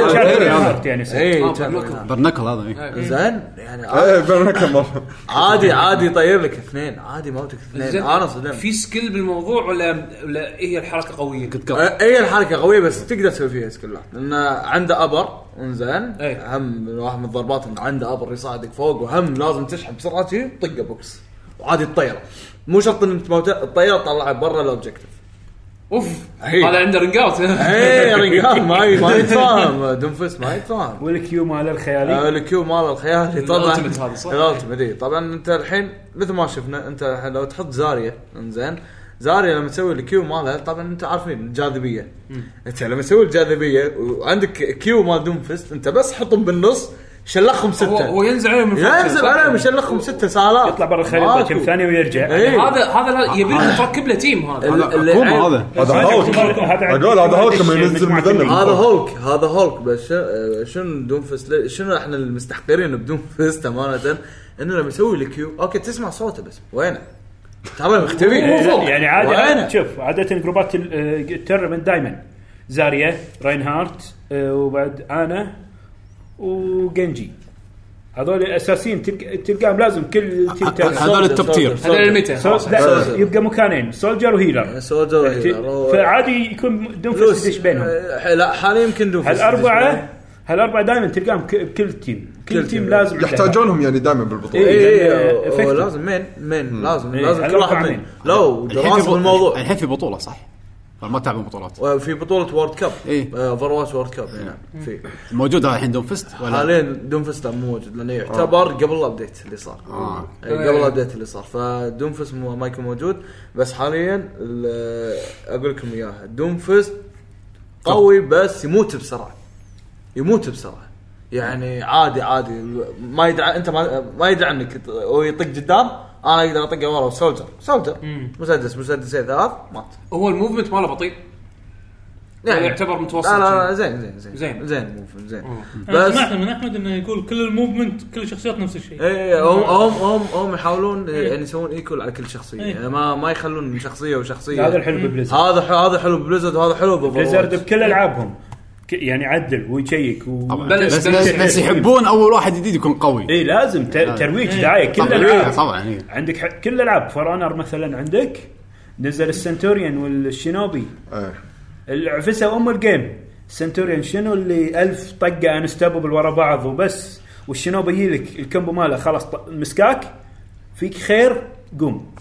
Speaker 6: يعني
Speaker 4: اي
Speaker 2: آه،
Speaker 4: كان-
Speaker 2: بالبوكس.
Speaker 1: برنكل
Speaker 5: إيه.
Speaker 1: هذا
Speaker 4: زين يعني
Speaker 5: ايه
Speaker 4: عادي-
Speaker 5: بيننا كم مرة. آه.
Speaker 4: عادي عادي يطير لك اثنين عادي موتك
Speaker 2: زين.
Speaker 5: إيه،
Speaker 4: اثنين انا صدمت
Speaker 2: في سكيل بالموضوع ولا ولا إيه هي الحركه قويه؟
Speaker 1: كنت
Speaker 5: إيه.
Speaker 1: قط-
Speaker 4: آه، هي الحركه قويه بس تقدر تسوي فيها سكلات لان عنده ابر انزين
Speaker 2: إي.
Speaker 4: هم واحد من الضربات انه عنده ابر يصعدك فوق وهم لازم تشحن بسرعه شي طقه بوكس وعادي تطيره مو شرط ان تموته الطياره تطلعه برا الاوبجيكتيف
Speaker 2: اوف
Speaker 4: هي.
Speaker 1: إيه.
Speaker 2: هذا عنده رينج اوت
Speaker 5: إيه.
Speaker 4: اي إيه، رجال ما ي- ما يتفاهم دنفس ما يتفاهم
Speaker 6: والكيو مال
Speaker 4: آه،
Speaker 6: الخيالي
Speaker 4: الكيو مال الخيالي طبعا
Speaker 2: الألتيميت هذا صح؟
Speaker 4: الالتيميت إيه. طبعا انت الحين مثل ما شفنا انت الحين لو تحط زاريا انزين زاريا لما تسوي الكيو مالها طبعا انت عارفين الجاذبيه انت لما تسوي الجاذبيه وعندك كيو مال دوم فيست انت بس حطهم بالنص شلخهم
Speaker 2: هو هو
Speaker 4: سته
Speaker 2: ينزل عليهم من فوق،
Speaker 4: ينزل
Speaker 2: صح؟
Speaker 4: عليهم شلخهم سته سالات
Speaker 6: يطلع برا الخريطه
Speaker 4: ماكو.
Speaker 6: كم ثانيه ويرجع
Speaker 4: إيه.
Speaker 2: هذا هذا لا- يبي
Speaker 5: إيه.
Speaker 2: لك تركب له تيم هذا
Speaker 4: ال-
Speaker 1: هذا
Speaker 4: اللي
Speaker 1: حكومه
Speaker 4: عند-
Speaker 1: هذا
Speaker 5: هذا هولك اقول هذا هولك لما ينزل مذنب
Speaker 4: هذا هولك هذا هولك بس ش- آه، شنو دوم فيست ليه- شنو احنا المستحقرين بدوم فيست امانه انه لما يسوي الكيو اوكي تسمع صوته بس وينه؟ تعبان مختفي
Speaker 3: إيه،
Speaker 6: يعني
Speaker 4: وينه؟
Speaker 3: آه،
Speaker 6: عادي شوف عاده جروبات التورنمنت دائما
Speaker 3: زاريا راينهارت آه، وبعد انا وجنجي هذول الاساسيين تلقى- تلقاهم لازم كل تيم تلعب.
Speaker 1: هذول التوب تير
Speaker 4: سولجر.
Speaker 2: هذول الميتا
Speaker 3: سول- لا
Speaker 4: سولجر.
Speaker 3: يبقى مكانين سولجر وهيلر
Speaker 4: سولجر وهيلر.
Speaker 3: فعادي يكون دنفس يدش بينهم
Speaker 4: آه، لا حاليا يمكن دوفس
Speaker 3: هالاربعه هالاربعه دائما تلقاهم ك- بكل تيم كل
Speaker 4: كل
Speaker 3: تيم
Speaker 4: تيم.
Speaker 3: لازم عنده
Speaker 5: يحتاجونهم يعني دائما بالبطوله
Speaker 3: إيه. لأن
Speaker 4: اي
Speaker 3: effective.
Speaker 4: لازم مين مين لازم
Speaker 3: إيه،
Speaker 4: لازم كل
Speaker 3: هالأربعة
Speaker 4: واحد
Speaker 3: مين.
Speaker 4: مين لو
Speaker 1: الحين في إيه.
Speaker 4: دراسه
Speaker 1: بط-
Speaker 4: الموضوع
Speaker 1: الحين في بطوله صح؟ ما تلعبون بطولات
Speaker 4: وفي بطوله وورد كاب
Speaker 1: إيه.
Speaker 4: اوفر واتش وورد كاب هنا نعم. في
Speaker 1: موجود هذا الحين دون فيست ولا
Speaker 4: حاليا دوم فيست مو موجود لانه يعتبر قبل الابديت اللي صار
Speaker 1: آه.
Speaker 4: إيه، قبل الابديت اللي صار فدوم فيست مو- ما يكون موجود بس حاليا ال- اقول لكم اياها دوم فيست قوي بس يموت بسرعه يموت بسرعه يعني عادي عادي ما يدري انت ما, ما يدري عنك هو يطق قدام انا اقدر اطقه ورا سولجر سولجر مسدس مسدسين ثلاث مات
Speaker 2: هو الموفمنت ماله بطيء يعني يعتبر متوسط
Speaker 4: لا لا لا زين زين زين زين
Speaker 2: زين.
Speaker 4: زين مو- زين
Speaker 7: انا
Speaker 4: بس
Speaker 7: آه، سمعت من احمد انه يقول كل الموفمنت كل الشخصيات نفس الشيء
Speaker 4: ايه هم هم هم هم يحاولون
Speaker 3: إيه.
Speaker 4: يعني يسوون ايكول على كل شخصيه
Speaker 7: إيه.
Speaker 4: يعني ما ما يخلون من شخصيه وشخصيه
Speaker 3: هذا الحلو ببليزرد
Speaker 4: هذا حلو هذا حلو بليزرد وهذا حلو
Speaker 3: بليزرد
Speaker 4: بوفر
Speaker 3: بكل العابهم ك- يعني عدل ويشيك و...
Speaker 1: طبعا
Speaker 2: بلش-
Speaker 1: بس
Speaker 2: بلش-
Speaker 1: بس, بس يحبون اول واحد جديد يكون قوي
Speaker 3: اي لازم ت- ترويج دعايه كل
Speaker 1: طبعا
Speaker 3: الالعاب
Speaker 1: طبعا إيه.
Speaker 3: عندك ح- كل الالعاب فرانر مثلا عندك نزل السنتوريان والشينوبي
Speaker 5: إيه.
Speaker 3: العفسه ام الجيم السنتوريان شنو اللي ألف طقه انستابل ورا بعض وبس والشينوبي يجيلك الكمبو ماله خلاص ط- مسكاك فيك خير قوم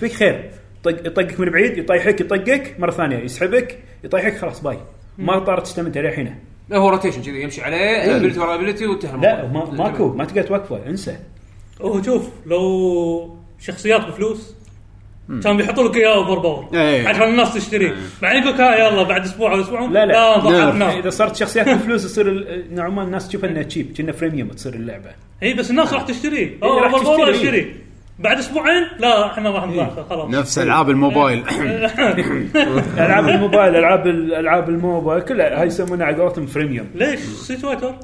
Speaker 3: فيك خير طق يطقك من بعيد يطيحك يطقك مره ثانيه يسحبك يطيحك خلاص باي ما طارت استمتع للحين
Speaker 2: لا هو روتيشن كذي يمشي عليه ابيلتي ورا ابيلتي وانتهى
Speaker 3: لا
Speaker 2: الموضوع.
Speaker 3: ما ماكو ما تقدر توقفه انسى
Speaker 7: هو شوف لو شخصيات بفلوس كان بيحطوا لك اياها اوفر باور
Speaker 1: إيه.
Speaker 7: عشان الناس تشتري بعدين يقول لك ها يلا بعد اسبوع او اسبوعين
Speaker 3: لا، لا.
Speaker 7: لا
Speaker 3: يعني
Speaker 7: ضحكنا
Speaker 3: اذا صارت شخصيات بفلوس يصير ال- نوعا ما الناس تشوف انها تشيب كنا فريميوم تصير اللعبه
Speaker 7: اي إيه، بس الناس راح تشتري
Speaker 3: إيه،
Speaker 7: اوفر
Speaker 3: راح
Speaker 7: باور
Speaker 3: تشتري.
Speaker 7: اشتري بعد اسبوعين لا احنا راح نضحك خلاص
Speaker 1: نفس العاب الموبايل
Speaker 3: العاب الموبايل العاب ال- العاب الموبا كلها هاي يسمونها على قولتهم فريميوم
Speaker 7: ليش سيت وايتر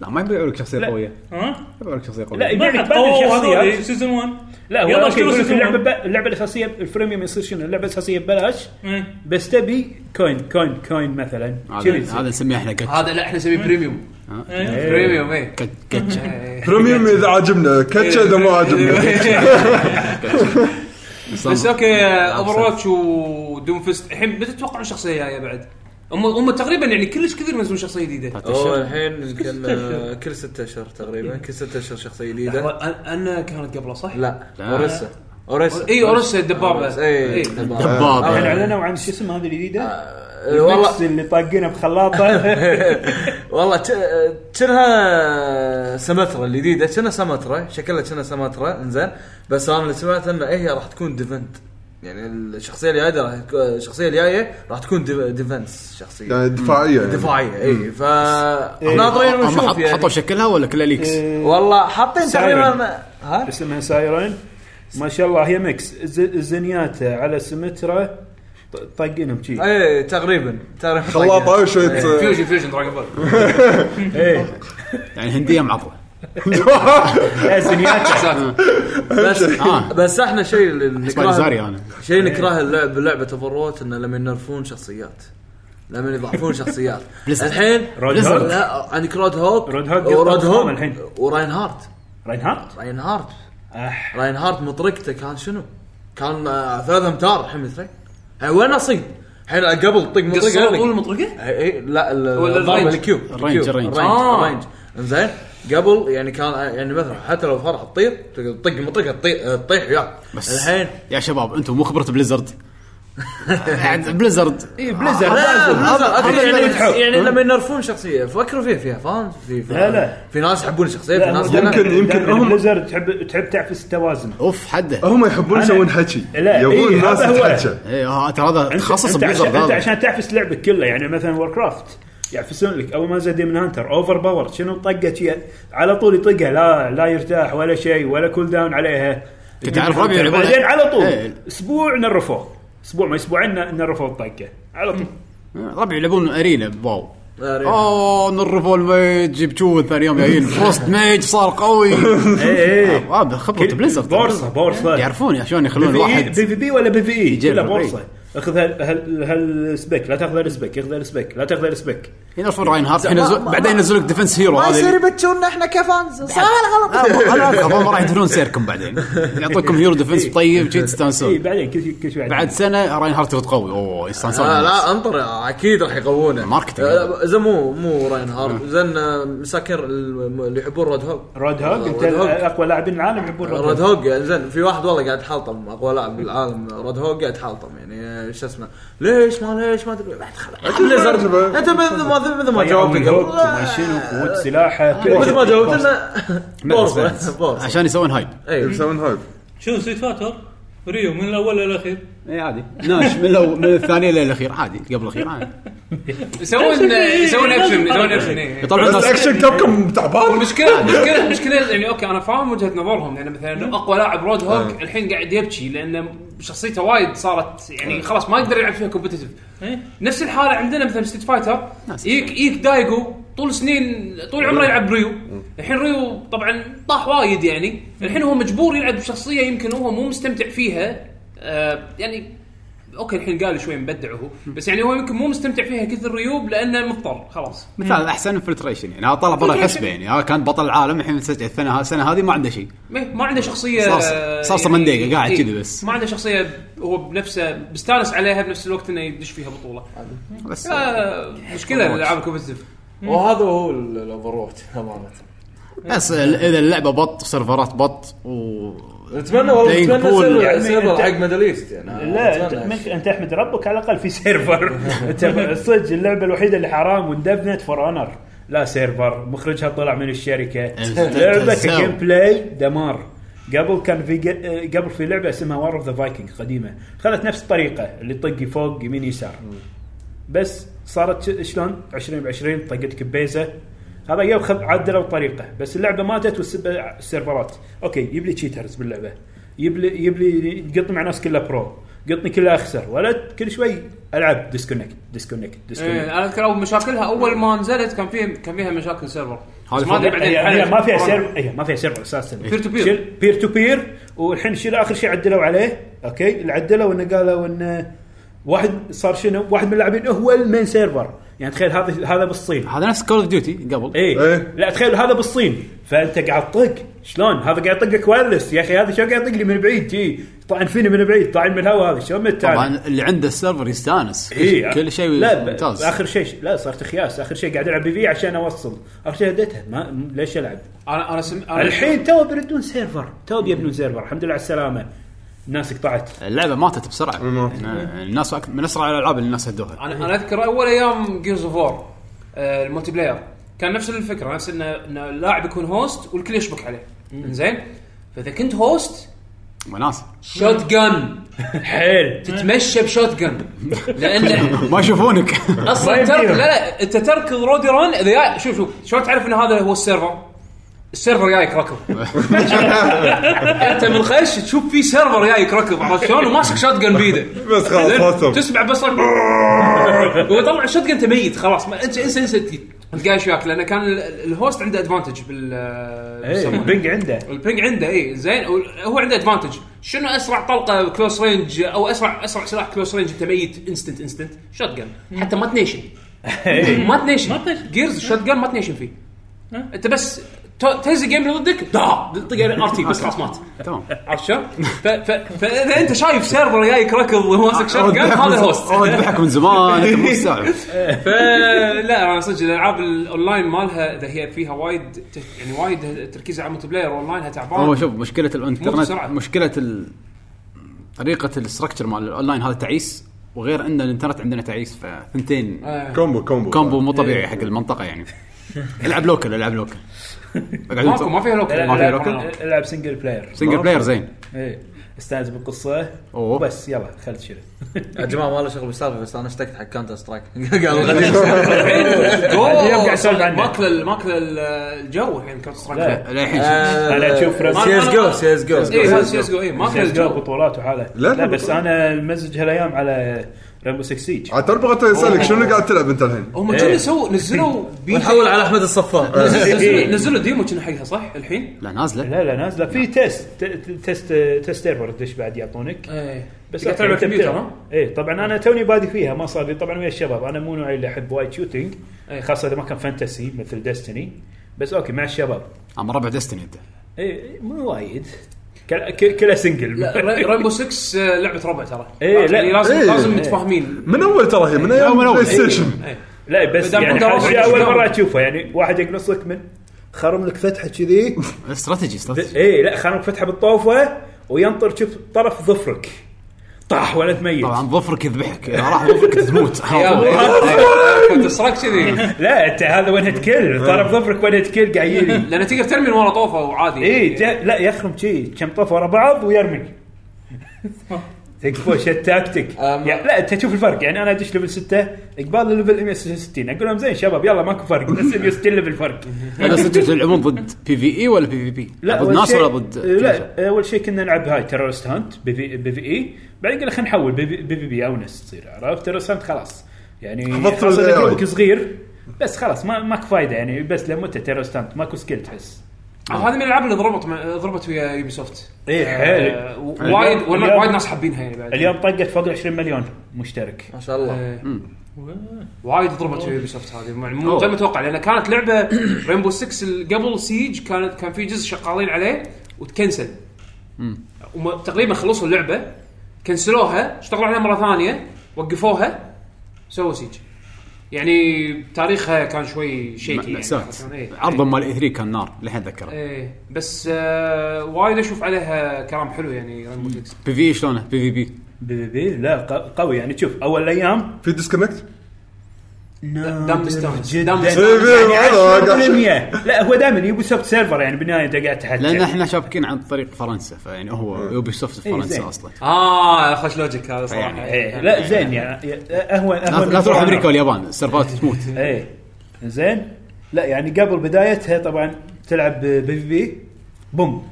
Speaker 1: لا ما يبيعوا لك شخصيه
Speaker 3: لا.
Speaker 1: قويه
Speaker 7: ها
Speaker 1: يبيعوا لك شخصيه قويه
Speaker 3: لا،
Speaker 7: ما
Speaker 3: يبيع لك
Speaker 7: حد
Speaker 3: بعد الشخصيات.
Speaker 7: اوه سيزون 1
Speaker 3: لا هو
Speaker 7: يلا
Speaker 3: يلا
Speaker 7: اشتروا سيزون
Speaker 3: اللعبه
Speaker 7: 1
Speaker 3: ب- اللعبه الاساسيه الفريميوم يصير شنو اللعبه الاساسيه ببلاش
Speaker 7: إيه.
Speaker 3: بس تبي كوين كوين كوين مثلا كذي
Speaker 1: هذا
Speaker 3: يصير.
Speaker 1: هذا نسميه احنا كت
Speaker 2: هذا لا احنا نسميه بريميوم
Speaker 7: إيه.
Speaker 2: بريميوم اي
Speaker 1: كت- كتشة
Speaker 5: بريميوم اذا عاجبنا كاتشا اذا ما عاجبنا
Speaker 2: إيه. بس اوكي اوفر واتش ودوم فيست الحين متى تتوقعون شخصيه جايه بعد؟ هم هم تقريبا يعني كلش كثير منزلون شخصيه جديده
Speaker 4: هو الحين يمكن آه، كل ستة اشهر
Speaker 3: إيه.
Speaker 4: تقريبا كل ستة اشهر شخصيه
Speaker 2: هو
Speaker 4: جديده
Speaker 2: أن- انا كانت قبله صح؟
Speaker 4: لا
Speaker 1: لا.
Speaker 4: اوريسا اوريسا
Speaker 3: إيه،
Speaker 2: اي اوريسا الدبابه
Speaker 4: اي
Speaker 2: إي.
Speaker 4: إيه، دبابة.
Speaker 3: الحين
Speaker 1: دبابه
Speaker 3: اعلنوا عن يعني شو اسمه هذه الجديده
Speaker 4: آه،
Speaker 3: والله
Speaker 4: والله
Speaker 3: اللي طاقينه بخلاطه
Speaker 4: والله ت- كأنها سمترة الجديدة كأنها سمترة شكلها كأنها سمترة انزين بس انا اللي سمعت ان هي راح تكون ديفنت يعني الشخصية اللي جاية راح تكون- الشخصية الجاية راح تكون ديف- ديفنس شخصية
Speaker 5: يعني دفاعيه يعني.
Speaker 4: دفاعية اي ف ناظرين
Speaker 1: هم
Speaker 4: ونشوف
Speaker 1: إيه. حط- حطوا
Speaker 4: يعني إيه.
Speaker 1: شكلها ولا كلها ليكس؟
Speaker 4: والله حاطين تقريبا ها
Speaker 3: اسمها سايرن ما شاء الله هي ميكس ز- زنياته على سمتره ط- طاقينهم شي
Speaker 4: اي تقريبا تقريبا
Speaker 5: خلاطه وشويه
Speaker 2: فيوجن فيوجن دراجون بول
Speaker 3: ايه
Speaker 1: يعني هنديه معطله
Speaker 3: لا زنياته
Speaker 4: بس
Speaker 1: آه.
Speaker 4: بس احنا شيء اللي
Speaker 1: اسمعني
Speaker 4: نكرهه
Speaker 1: زاري انا
Speaker 4: شيء نكرهه اللعب بلعبه اوفر انه لما ينرفون شخصيات لما يضعفون شخصيات
Speaker 1: بليزرد.
Speaker 4: الحين
Speaker 3: رود
Speaker 4: بليزرد.
Speaker 3: هوك.
Speaker 4: لا عندك رود هوك
Speaker 3: رود هوك
Speaker 4: ورود
Speaker 3: يطلع
Speaker 4: هوك
Speaker 3: الحين.
Speaker 4: وراين هارت
Speaker 3: راينهارت
Speaker 4: راين هارت
Speaker 3: اح
Speaker 4: راين هارت مطرقته كان شنو؟ كان آه، ثلاث امتار الحين مترين آه، وين اصيد؟ الحين قبل طق مطرقه
Speaker 2: قصروا طول
Speaker 4: لك.
Speaker 2: المطرقه؟
Speaker 4: اي اي لا
Speaker 2: ولا
Speaker 4: الضربه
Speaker 2: الرينج؟
Speaker 4: الكيوب
Speaker 1: الرينج،
Speaker 4: الكيوب.
Speaker 1: الرينج.
Speaker 2: آه.
Speaker 4: الرينج انزين قبل يعني كان يعني مثلا حتى لو فرح تطير تطق المطرقه تطيح آه، تطيح وياك
Speaker 1: بس
Speaker 4: الحين
Speaker 1: يا شباب انتم مو خبره بليزرد يعني بليزرد آه،
Speaker 3: اي
Speaker 4: لا،
Speaker 3: بليزر لازم.
Speaker 4: بليزر أكيد
Speaker 3: هذا اللي
Speaker 4: يعني
Speaker 3: تحب.
Speaker 4: يعني لما ينرفون شخصيه فكروا فيها فيها فاهم في في-
Speaker 3: لا، لا.
Speaker 4: في ناس يحبون الشخصيه في
Speaker 3: لا،
Speaker 4: ناس
Speaker 3: هو
Speaker 4: لا.
Speaker 5: يمكن- يمكن
Speaker 3: دائماً
Speaker 5: هم-
Speaker 3: بليزر تحب تحب تعفس التوازن
Speaker 1: اوف حده
Speaker 5: هم يحبون
Speaker 3: أنا-
Speaker 5: يسوون حكي
Speaker 3: لا،
Speaker 5: يبون
Speaker 3: إيه،
Speaker 5: الناس
Speaker 3: هذا هو.
Speaker 5: تحكي
Speaker 1: اي آه، ترى هذا
Speaker 3: انت
Speaker 1: تخصص
Speaker 3: انت عشان, انت
Speaker 1: بليزرد
Speaker 3: عشان تعفس لعبك كله يعني مثلا وور كرافت يعفسون لك اول ما زاد من هانتر اوفر باور شنو طقه شي على طول يطقها لا لا يرتاح ولا شيء ولا كول داون عليها
Speaker 1: كنت أعرف ربعي يلعبون-
Speaker 3: بعدين على طول
Speaker 1: إيه.
Speaker 3: اسبوع نرفوه اسبوع ما اسبوعين ن- نرفوه الطقه على طول
Speaker 1: ربع يلعبون آه، ارينا بواو
Speaker 4: أرينا.
Speaker 1: اوه نرفوا الميج يبجون ثاني يوم جايين فروست ميج صار قوي
Speaker 4: إيه،
Speaker 3: اي
Speaker 1: آه، خبره بليزرد
Speaker 3: بورصه بورصه
Speaker 1: يعرفون شلون يخلون
Speaker 3: بي
Speaker 1: واحد
Speaker 3: في بي ولا بي في اي
Speaker 1: يجرب،
Speaker 3: كلها بورصه
Speaker 1: إيه.
Speaker 3: اخذ هال هال هالسبيك لا تاخذ هالسبيك اخذ هالسبيك لا تاخذ هالسبيك
Speaker 1: ينرفون راين هارت الحين
Speaker 4: ما-
Speaker 1: ينزل-
Speaker 4: ما-
Speaker 1: بعدين ينزلوا لك ديفنس هيرو
Speaker 4: ما
Speaker 1: هذا
Speaker 4: يصير
Speaker 1: اللي-
Speaker 4: يبتشونا احنا كفانز صح ولا غلط؟
Speaker 1: لا، ما- لا، ما راح يدفنون سيركم بعدين يعطوكم هيرو ديفنس طيب شي
Speaker 4: إيه.
Speaker 3: اي
Speaker 1: تستانسون
Speaker 3: إيه، بعدين كل شيء كل شيء
Speaker 1: بعد سنه راين هارت يرد قوي اوه يستانسون
Speaker 4: آه
Speaker 1: الناس.
Speaker 4: لا انطر اكيد راح يقوونه
Speaker 1: ماركتينج.
Speaker 4: آه، زين مو مو راين هارت زين آه، مساكين الم- اللي يحبون آه، رود هوج
Speaker 3: رود هوج انت
Speaker 4: رود هوج.
Speaker 3: اقوى لاعبين العالم يحبون
Speaker 4: رود
Speaker 3: رود هوج
Speaker 4: هوج يعني زين في واحد والله قاعد حالطم اقوى لاعب بالعالم رود هوج قاعد حالطم يعني آه، شو اسمه ليش ما ليش ما تدري بعد خلاص
Speaker 5: أكيد ما
Speaker 4: بليزرد.
Speaker 5: عجبه.
Speaker 4: انت مثل ما مثل ما
Speaker 3: طيب،
Speaker 4: جاوبت
Speaker 3: من هوج
Speaker 4: قبل
Speaker 3: وما
Speaker 4: آه.
Speaker 3: شنو قوه سلاحه كل
Speaker 4: مثل
Speaker 3: شيء.
Speaker 4: ما جاوبت لنا بورصه بورصه
Speaker 1: عشان يسوون هايب
Speaker 4: اي
Speaker 5: يسوون هايب
Speaker 7: شنو ستريت فايتر ريو من الاول للاخير
Speaker 1: اي عادي ناش من الأول- من الثانيه للاخير عادي قبل الاخير عادي
Speaker 2: يسوون يسوون اكشن يسوون اكشن إيه.
Speaker 1: يطلعون
Speaker 5: بس
Speaker 1: ناس
Speaker 5: اكشن كاب كم تعبان
Speaker 2: المشكله المشكله المشكله يعني اوكي انا فاهم وجهه نظرهم يعني مثلا اقوى لاعب رود هوك الحين قاعد يبكي لان شخصيته وايد صارت يعني خلاص ما يقدر يلعب فيها كومبتتف
Speaker 7: إيه.
Speaker 2: نفس الحاله عندنا مثلا ستيت فايتر يك يك دايجو طول سنين طول عمره يلعب ريو الحين ريو طبعا طاح وايد يعني الحين هو مجبور يلعب بشخصيه يمكن هو مو مستمتع فيها آه يعني اوكي الحين قال شوي مبدع هو بس يعني هو يمكن مو مستمتع فيها كثر ريوب لانه مضطر خلاص
Speaker 1: مثال احسن فلتريشن يعني هذا طلع برا الحسبه يعني هذا كان بطل العالم الحين سجل السنه السنه هذه ما عنده شيء
Speaker 2: ما ما عنده شخصيه
Speaker 1: صار-
Speaker 2: آه،
Speaker 1: صار صمنديقة قاعد كذي بس.
Speaker 2: ما عنده شخصيه هو بنفسه بيستانس عليها بنفس الوقت انه يدش فيها بطوله
Speaker 1: بس
Speaker 2: لا مشكله الالعاب الكومبتتف
Speaker 4: وهذا هو الاوفر واتش امانه
Speaker 1: بس ال- اذا اللعبه بط سيرفرات بط و
Speaker 4: نتمنى والله
Speaker 1: Playing
Speaker 4: نتمنى
Speaker 1: pool.
Speaker 4: سيرفر-
Speaker 3: يعني
Speaker 4: سيرفر
Speaker 3: أنت-
Speaker 4: حق ميداليست يعني
Speaker 3: لا
Speaker 4: أتمنى
Speaker 3: أنت-
Speaker 4: هالشيء.
Speaker 3: من- انت احمد ربك على الاقل في سيرفر انت صدق اللعبه الوحيده اللي حرام واندفنت فور اونر لا سيرفر مخرجها طلع من الشركه لعبه كجيم بلاي دمار قبل كان في ج- قبل في لعبه اسمها وار اوف ذا فايكنج قديمه خذت نفس الطريقه اللي طقي فوق يمين يسار بس صارت ش- شلون 20 ب 20 طقتك ببيزه هذا يو خذ عدلوا الطريقه بس اللعبه ماتت والسب- السيرفرات اوكي يجيب لي تشيترز باللعبه يجيب لي يجيب لي قطني مع ناس كلها برو قطني كلها اخسر ولا كل شوي العب ديسكونكت ديسكونكت
Speaker 2: إيه،
Speaker 3: ديسكونكت
Speaker 2: انا اذكر اول مشاكلها اول ما نزلت كان فيها كان فيها مشاكل سيرفر بس
Speaker 1: هذه
Speaker 2: ما ادري
Speaker 1: فوق.
Speaker 2: بعدين
Speaker 3: هي هي
Speaker 2: حلت.
Speaker 3: إيه، يعني ما فيها سيرفر هي ما فيها سيرفر اساسا
Speaker 2: Peer to peer.
Speaker 3: بير تو بير والحين شيل اخر شيء عدلوا عليه اوكي اللي عدلوا انه قالوا انه واحد صار شنو واحد من اللاعبين هو المين سيرفر يعني تخيل هذا هذا بالصين
Speaker 1: هذا نفس كول اوف ديوتي قبل
Speaker 3: ايه
Speaker 5: إيه.
Speaker 3: لا تخيل هذا بالصين فانت قاعد تطق شلون هذا قاعد يطقك وايرلس يا اخي هذا شو قاعد يطق لي من بعيد جي طعن فيني من بعيد طعن من الهواء هذا شلون
Speaker 1: طبعا
Speaker 3: متعب
Speaker 1: اللي عنده السيرفر يستانس
Speaker 3: إيه.
Speaker 1: كل شيء
Speaker 3: لا ب-
Speaker 1: ممتاز
Speaker 3: اخر شيء لا صارت خياس اخر شيء قاعد العب بي في عشان اوصل اخر شيء هديتها ما م- ليش العب
Speaker 2: انا انا سم... أنا-
Speaker 3: الحين تو بيردون سيرفر تو بيبنون سيرفر الحمد لله على السلامه الناس قطعت
Speaker 1: اللعبه ماتت بسرعه
Speaker 5: مم.
Speaker 1: يعني الناس أك- من اسرع الالعاب اللي الناس هدوها
Speaker 2: انا انا اذكر اول ايام جيرز اوف وور آه، الملتي بلاير كان نفس الفكره نفس ان ان اللاعب يكون هوست والكل يشبك عليه زين فاذا كنت هوست
Speaker 1: وناس
Speaker 2: شوت جن
Speaker 3: حيل
Speaker 2: تتمشى بشوت جن لان
Speaker 1: ما يشوفونك
Speaker 2: اصلا
Speaker 3: ما
Speaker 2: ترك
Speaker 3: يمديهم.
Speaker 2: لا لا انت تركض رودي ران اذا جاي- شوف شوف شلون تعرف ان هذا هو السيرفر؟ السيرفر جايك ركض انت من خش تشوف في سيرفر جايك ركض عرفت شلون وماسك شوت جن بيده
Speaker 5: بس خلاص،
Speaker 2: زين؟
Speaker 5: خلاص.
Speaker 2: تسمع بس صوت- هو طلع الشوت جن انت ميت خلاص ما انت انسى انسى تجي. انت قايش وياك لان كان ال- ال- الهوست عنده ادفانتج بال
Speaker 3: إيه،
Speaker 2: بالسماء.
Speaker 3: البنج عنده
Speaker 2: البينج عنده اي زين وال- هو عنده ادفانتج شنو اسرع طلقه كلوس رينج او اسرع اسرع سلاح كلوس رينج انت ميت انستنت انستنت شوت جن حتى ما تنيشن ما تنيشن
Speaker 7: ما تنيشن.
Speaker 2: جيرز شوت جن ما تنيشن فيه انت بس ت- تهز الجيم اللي ضدك دا طق ار تي بس خلاص مات
Speaker 1: تمام
Speaker 2: عرفت شلون؟ ف- ف- فاذا انت شايف سيرفر جايك ركض وماسك شوت جن هذا الهوست
Speaker 1: هو ذبحك من زمان انت مو مستوعب
Speaker 2: فلا انا صدق الالعاب الاونلاين مالها اذا هي فيها وايد ت- يعني وايد تركيز على الملتي بلاير اونلاينها
Speaker 1: هو
Speaker 2: تعبان
Speaker 1: شوف مشكله
Speaker 2: آه. مو
Speaker 1: الانترنت
Speaker 2: بسرعة.
Speaker 1: مشكله ال... طريقه الاستراكشر مال الاونلاين هذا تعيس وغير ان الانترنت عندنا تعيس فثنتين
Speaker 2: آه. إيه.
Speaker 5: كومبو كومبو
Speaker 1: كومبو مو طبيعي حق المنطقه يعني العب لوكل العب لوكل
Speaker 2: ماكو ما فيها لوكل
Speaker 1: ما فيها
Speaker 3: العب
Speaker 1: لوكل؟
Speaker 3: العب سنجل بلاير
Speaker 1: سنجل بلاير زين
Speaker 3: ايه استانس بالقصه
Speaker 1: أوه.
Speaker 3: وبس يلا خل تشيله
Speaker 4: يا جماعه ما له شغل بالسالفه بس انا اشتقت حق كانتر سترايك قال غدير.
Speaker 3: اليوم قاعد أسولف عنه.
Speaker 2: ماكل ماكل الجو الحين كاونتر سترايك
Speaker 3: لا.
Speaker 1: للحين
Speaker 2: آه.
Speaker 3: أنا أشوف رسم.
Speaker 4: آه، سي اس جو سي اس
Speaker 2: اي
Speaker 4: جو
Speaker 2: إيه، هذا سي اس جو اي ماكل
Speaker 3: جو
Speaker 2: الجو
Speaker 3: بطولات وحاله
Speaker 5: لا،
Speaker 3: لا,
Speaker 5: لا،
Speaker 3: لا بس انا المزج هالايام على رامبو 6 سيج
Speaker 5: عاد ترى بغيت اسالك شنو قاعد تلعب انت الحين؟
Speaker 2: هم كنا سووا نزلوا بيتا
Speaker 4: ونحول على احمد الصفان
Speaker 2: نزلوا
Speaker 3: إيه.
Speaker 2: نزلوا ديمو كنا حقها صح الحين؟
Speaker 1: لا نازله
Speaker 3: لا لا نازله في تيست ت- ت- تيست تيست سيرفر تدش بعد يعطونك
Speaker 2: ايه
Speaker 3: بس
Speaker 2: قاعد
Speaker 3: أطلع
Speaker 2: تلعب كمبيوتر،
Speaker 3: بتبتل.
Speaker 2: ها؟
Speaker 3: اي طبعا انا توني بادي فيها ما صار لي طبعا ويا الشباب انا مو نوعي اللي احب وايد شوتنج
Speaker 2: إي.
Speaker 3: خاصه اذا ما كان فانتسي مثل ديستني بس اوكي مع الشباب
Speaker 1: اما ربع دستني انت
Speaker 3: اي إيه، مو وايد كل- كل- كلها سنجل
Speaker 2: ريمبو 6 آه، لعبه ربع ترى
Speaker 3: إيه، لا.
Speaker 2: يعني لازم
Speaker 5: إيه.
Speaker 2: لازم
Speaker 3: إيه.
Speaker 2: متفاهمين
Speaker 5: من اول ترى هي من
Speaker 1: من
Speaker 5: ايام
Speaker 1: أول.
Speaker 5: بلاي ستيشن
Speaker 2: إيه.
Speaker 3: لا بس
Speaker 2: بدل
Speaker 3: يعني
Speaker 2: مدرسة
Speaker 3: هذا شيء اول
Speaker 2: شلون؟
Speaker 3: مره اشوفه يعني واحد يقلصك من خرم لك فتحه كذي
Speaker 2: إيه.
Speaker 1: استراتيجي استراتيجي
Speaker 3: اي إيه، لا خرم لك فتحه بالطوفه وينطر شوف طرف ظفرك طاح ولا تميت
Speaker 1: طبعا ظفرك يذبحك اذا راح ظفرك تموت
Speaker 2: تسرق كذي
Speaker 3: لا انت هذا وين تكل طرف ظفرك وين تكل قاعد يجي
Speaker 2: لان تقدر ترمي من ورا طوفه وعادي
Speaker 3: اي لا يخرم شي كم طف ورا بعض ويرمي تكفوش التاكتيك
Speaker 4: أم-
Speaker 3: يعني لا انت تشوف الفرق يعني انا ادش ليفل 6 اقبال الليفل 166 اقول لهم زين شباب يلا ماكو فرق بس 160 ليفل فرق
Speaker 1: هذا سجل تلعبون ضد بي في اي ولا بي في بي؟ ضد
Speaker 3: أول
Speaker 1: ناس
Speaker 3: شيء-
Speaker 1: ولا ضد كلاشة؟
Speaker 3: لا اول شيء كنا نلعب هاي تيرورست هانت بي في بي في اي بعدين قلنا خلينا نحول بي في بي, في بي اونس تصير عرفت تيرورست هانت خلاص يعني
Speaker 5: حفظت
Speaker 3: خاصه
Speaker 5: ال AI.
Speaker 3: إذا جروبك صغير بس خلاص ما ماكو فايده يعني بس لمته تيرورست هانت ماكو سكيل تحس
Speaker 2: آه، هذه من الالعاب اللي ضربت مع- ضربت ويا يوبي سوفت
Speaker 3: اي
Speaker 5: إيه.
Speaker 2: آه، وايد والله وايد ناس حابينها يعني بعد
Speaker 3: اليوم طقت فوق ال 20 مليون مشترك
Speaker 4: ما شاء الله
Speaker 2: آه، وايد ضربت يوبي سوفت هذه مع- مو
Speaker 1: أوه.
Speaker 2: غير متوقع لان كانت لعبه ريمبو 6 ال- قبل سيج كانت كان في جزء شغالين عليه وتكنسل وما- تقريبا خلصوا اللعبه كنسلوها اشتغلوا عليها مره ثانيه وقفوها سووا سيج يعني تاريخها كان شوي شيكي يعني.
Speaker 1: مأساة
Speaker 2: إيه.
Speaker 1: عرضه مال اي 3 كان نار للحين اتذكره
Speaker 2: ايه بس آه وايد اشوف عليها كلام حلو يعني ريمبو 6
Speaker 1: بي في اي شلونه؟ بي في بي
Speaker 3: بي بي بي لا ق- قوي يعني شوف اول ايام
Speaker 5: في ديسكونكت
Speaker 2: دام ستونز دام
Speaker 5: إيه،
Speaker 2: ستونز
Speaker 3: يعني
Speaker 5: إيه، هذا قاعد-
Speaker 3: 20% لا هو دائما يوبي سوفت سيرفر يعني بالنهايه انت قاعد تحكي
Speaker 1: لان احنا شابكين عن طريق فرنسا فيعني هو يوبي سوفت في
Speaker 3: إيه،
Speaker 1: فرنسا
Speaker 3: زين.
Speaker 1: اصلا
Speaker 2: اه خش لوجيك هذا صراحه
Speaker 1: يعني
Speaker 3: إيه، لا زين يعني اهون
Speaker 1: لا
Speaker 3: اهون
Speaker 1: لا تروح امريكا واليابان السيرفرات تموت
Speaker 3: ايه زين لا يعني قبل بدايتها طبعا تلعب بي في بي بوم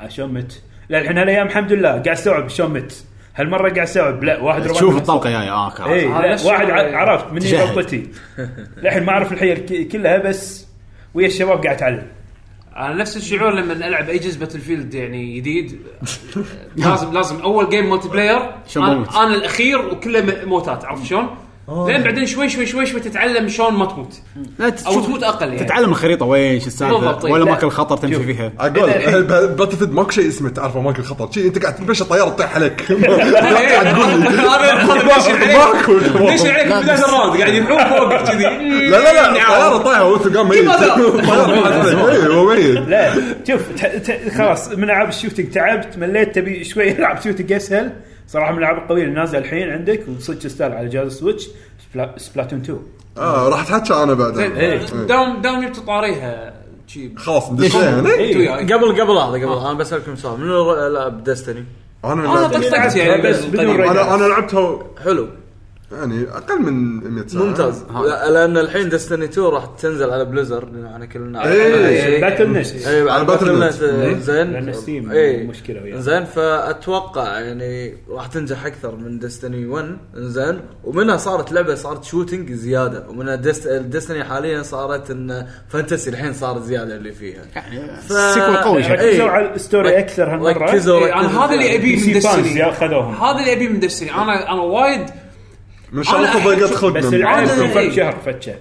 Speaker 3: آه، شلون مت لا الحين هالايام الحمد لله قاعد استوعب شلون مت هالمره قاعد استوعب لا واحد ربع
Speaker 1: تشوف
Speaker 3: مت.
Speaker 1: الطلقه جايه اه خلاص.
Speaker 3: اي
Speaker 2: آه،
Speaker 3: لا
Speaker 2: نفس
Speaker 3: واحد
Speaker 2: شعور-
Speaker 3: ع- عرفت مني
Speaker 1: تجاهل.
Speaker 3: غلطتي للحين ما اعرف الحيل ك- كلها بس ويا الشباب قاعد اتعلم
Speaker 2: انا نفس الشعور لما العب اي جزء باتل فيلد يعني جديد لازم لازم اول جيم مالتي بلاير
Speaker 1: شلون بموت؟
Speaker 2: انا أنا الاخير وكله م- موتات عرفت شلون؟ لين بعدين شوي شوي شوي شوي تتعلم شلون ما تموت
Speaker 1: لا
Speaker 2: او
Speaker 1: تشوف-
Speaker 2: تموت اقل يعني
Speaker 1: تتعلم الخريطه وين شو
Speaker 2: بالضبط،
Speaker 1: السالفه
Speaker 2: إيه.
Speaker 1: ولا
Speaker 2: لا.
Speaker 1: ماكل خطر تمشي فيها
Speaker 5: اقول باتل فيد ماكو شيء اسمه تعرفه ماكو خطر شيء انت قاعد تتمشى طياره تطيح عليك
Speaker 2: إيه،
Speaker 5: قاعد
Speaker 2: أنا-
Speaker 5: تقول لي.
Speaker 2: أنا- أنا ماشي عليك.
Speaker 5: ماكو.
Speaker 2: ليش عليك
Speaker 1: لا،
Speaker 2: بدايه
Speaker 1: بس-
Speaker 2: الراوند قاعد ينحون فوقك كذي
Speaker 5: لا لا لا الطياره طايحه وانت قام ميت الطياره اي إيه، هو ميت
Speaker 3: لا شوف ت- ت- خلاص من العاب الشوتنج تعبت مليت تبي شوي العب شوتنج اسهل صراحه من الالعاب القويه اللي نازله الحين عندك وصدق تستاهل على جهاز السويتش سبلا- سبلاتون 2
Speaker 5: اه راح اتحكى انا بعدين إيه.
Speaker 2: دام دام جبت طاريها شي
Speaker 5: خلاص ندش
Speaker 3: إيه.
Speaker 5: يعني
Speaker 2: انت وياي.
Speaker 4: قبل قبل هذا قبل انا بسالكم سؤال من لعب ديستني
Speaker 2: انا
Speaker 5: انا
Speaker 2: طقطقت يعني
Speaker 3: بس بدون
Speaker 2: قديم.
Speaker 3: رأي.
Speaker 5: انا انا لعبتها
Speaker 4: حلو
Speaker 5: يعني اقل من 100 ساعه
Speaker 4: ممتاز لا- لان الحين ديستني 2 راح تنزل على بليزرد لأن احنا كلنا
Speaker 5: إيه.
Speaker 3: باتل نت
Speaker 4: اي
Speaker 5: على
Speaker 4: على
Speaker 5: باتل
Speaker 4: باتل
Speaker 5: نت.
Speaker 4: نت آه، زين
Speaker 3: لأن ستيم
Speaker 4: إيه.
Speaker 3: مشكلة وياه.
Speaker 4: زين فاتوقع يعني راح تنجح اكثر من ديستني 1 زين ومنها صارت لعبه صارت شوتنج زياده ومنها ديستني حاليا صارت ان فانتسي الحين صار زياده اللي فيها
Speaker 1: يعني
Speaker 4: ف-
Speaker 1: سيكول قوي شكله.
Speaker 3: ركزوا
Speaker 4: إيه.
Speaker 3: على الستوري
Speaker 4: رك-
Speaker 3: اكثر هالمره
Speaker 4: ركزوا
Speaker 2: إيه، انا هذا اللي ابيه من
Speaker 3: سي فانز
Speaker 2: دستني
Speaker 3: يا خذوهم
Speaker 2: هذا اللي ابيه من دستني انا انا وايد
Speaker 5: من شرطه ضيقت
Speaker 3: بس
Speaker 5: خلقنا
Speaker 3: العاب
Speaker 2: هذا-
Speaker 3: فرق شهر فتشه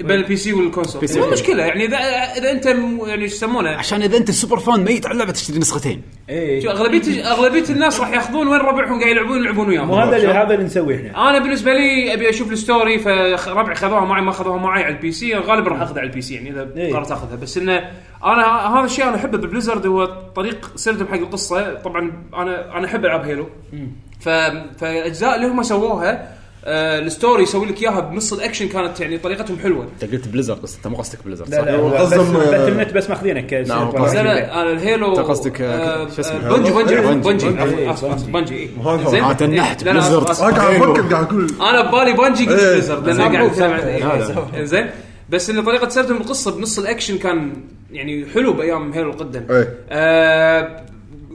Speaker 2: بين البي سي والكونسول
Speaker 1: إيه. PC.
Speaker 2: مو مشكله يعني اذا اذا انت م- يعني شو يسمونه
Speaker 1: عشان اذا انت سوبر فان ميت على اللعبه تشتري نسختين
Speaker 3: اي
Speaker 2: شو اغلبيه اغلبيه الناس راح ياخذون وين ربعهم قاعد يلعبون يلعبون
Speaker 3: مو هذا اللي
Speaker 2: وياهم
Speaker 3: هذا اللي نسويه احنا
Speaker 2: انا بالنسبه لي ابي اشوف الستوري فربعي خذوها معي ما خذوها معي على البي سي غالبا راح اخذها على البي سي يعني اذا
Speaker 3: إيه.
Speaker 2: قررت اخذها بس انه انا ه- هذا الشيء انا احبه بالبليزرد هو طريق سردهم حق القصه طبعا انا انا احب العاب هيلو ف... فالاجزاء اللي هم سووها آه الستوري يسوي لك اياها بنص الاكشن كانت يعني طريقتهم حلوه
Speaker 1: انت قلت بليزرد قصدك انت مو قصدك بليزرد
Speaker 3: لا
Speaker 1: صح؟
Speaker 3: لا هو بس
Speaker 5: قصدهم-
Speaker 3: باتل نت بس ماخذينه ك
Speaker 1: لا، هو قصدي-
Speaker 2: لا لا انا الهيلو
Speaker 1: أنت قصدك،
Speaker 2: آه،
Speaker 1: شو اسمه؟
Speaker 2: آه، بنجي بنجي عفوا،
Speaker 1: بنجي.
Speaker 2: بنجي
Speaker 3: بنجي.
Speaker 2: عفوا، عفوا، بنجي إيه.
Speaker 5: وهذا-
Speaker 2: زين؟
Speaker 1: آه، تنحت،
Speaker 2: لا، لا،
Speaker 1: بليزرد.
Speaker 2: أصلاً-
Speaker 5: انا قاعد
Speaker 1: أيوه.
Speaker 5: افكر قاعد اقول
Speaker 2: انا ببالي بانجي قلت
Speaker 5: إيه.
Speaker 2: بليزرد لان قاعد سامع
Speaker 1: هذا.
Speaker 2: إيه، زين بس ان طريقه سردهم القصه بنص الاكشن كان يعني حلو بايام هيلو القدم
Speaker 5: إيه.
Speaker 2: آه،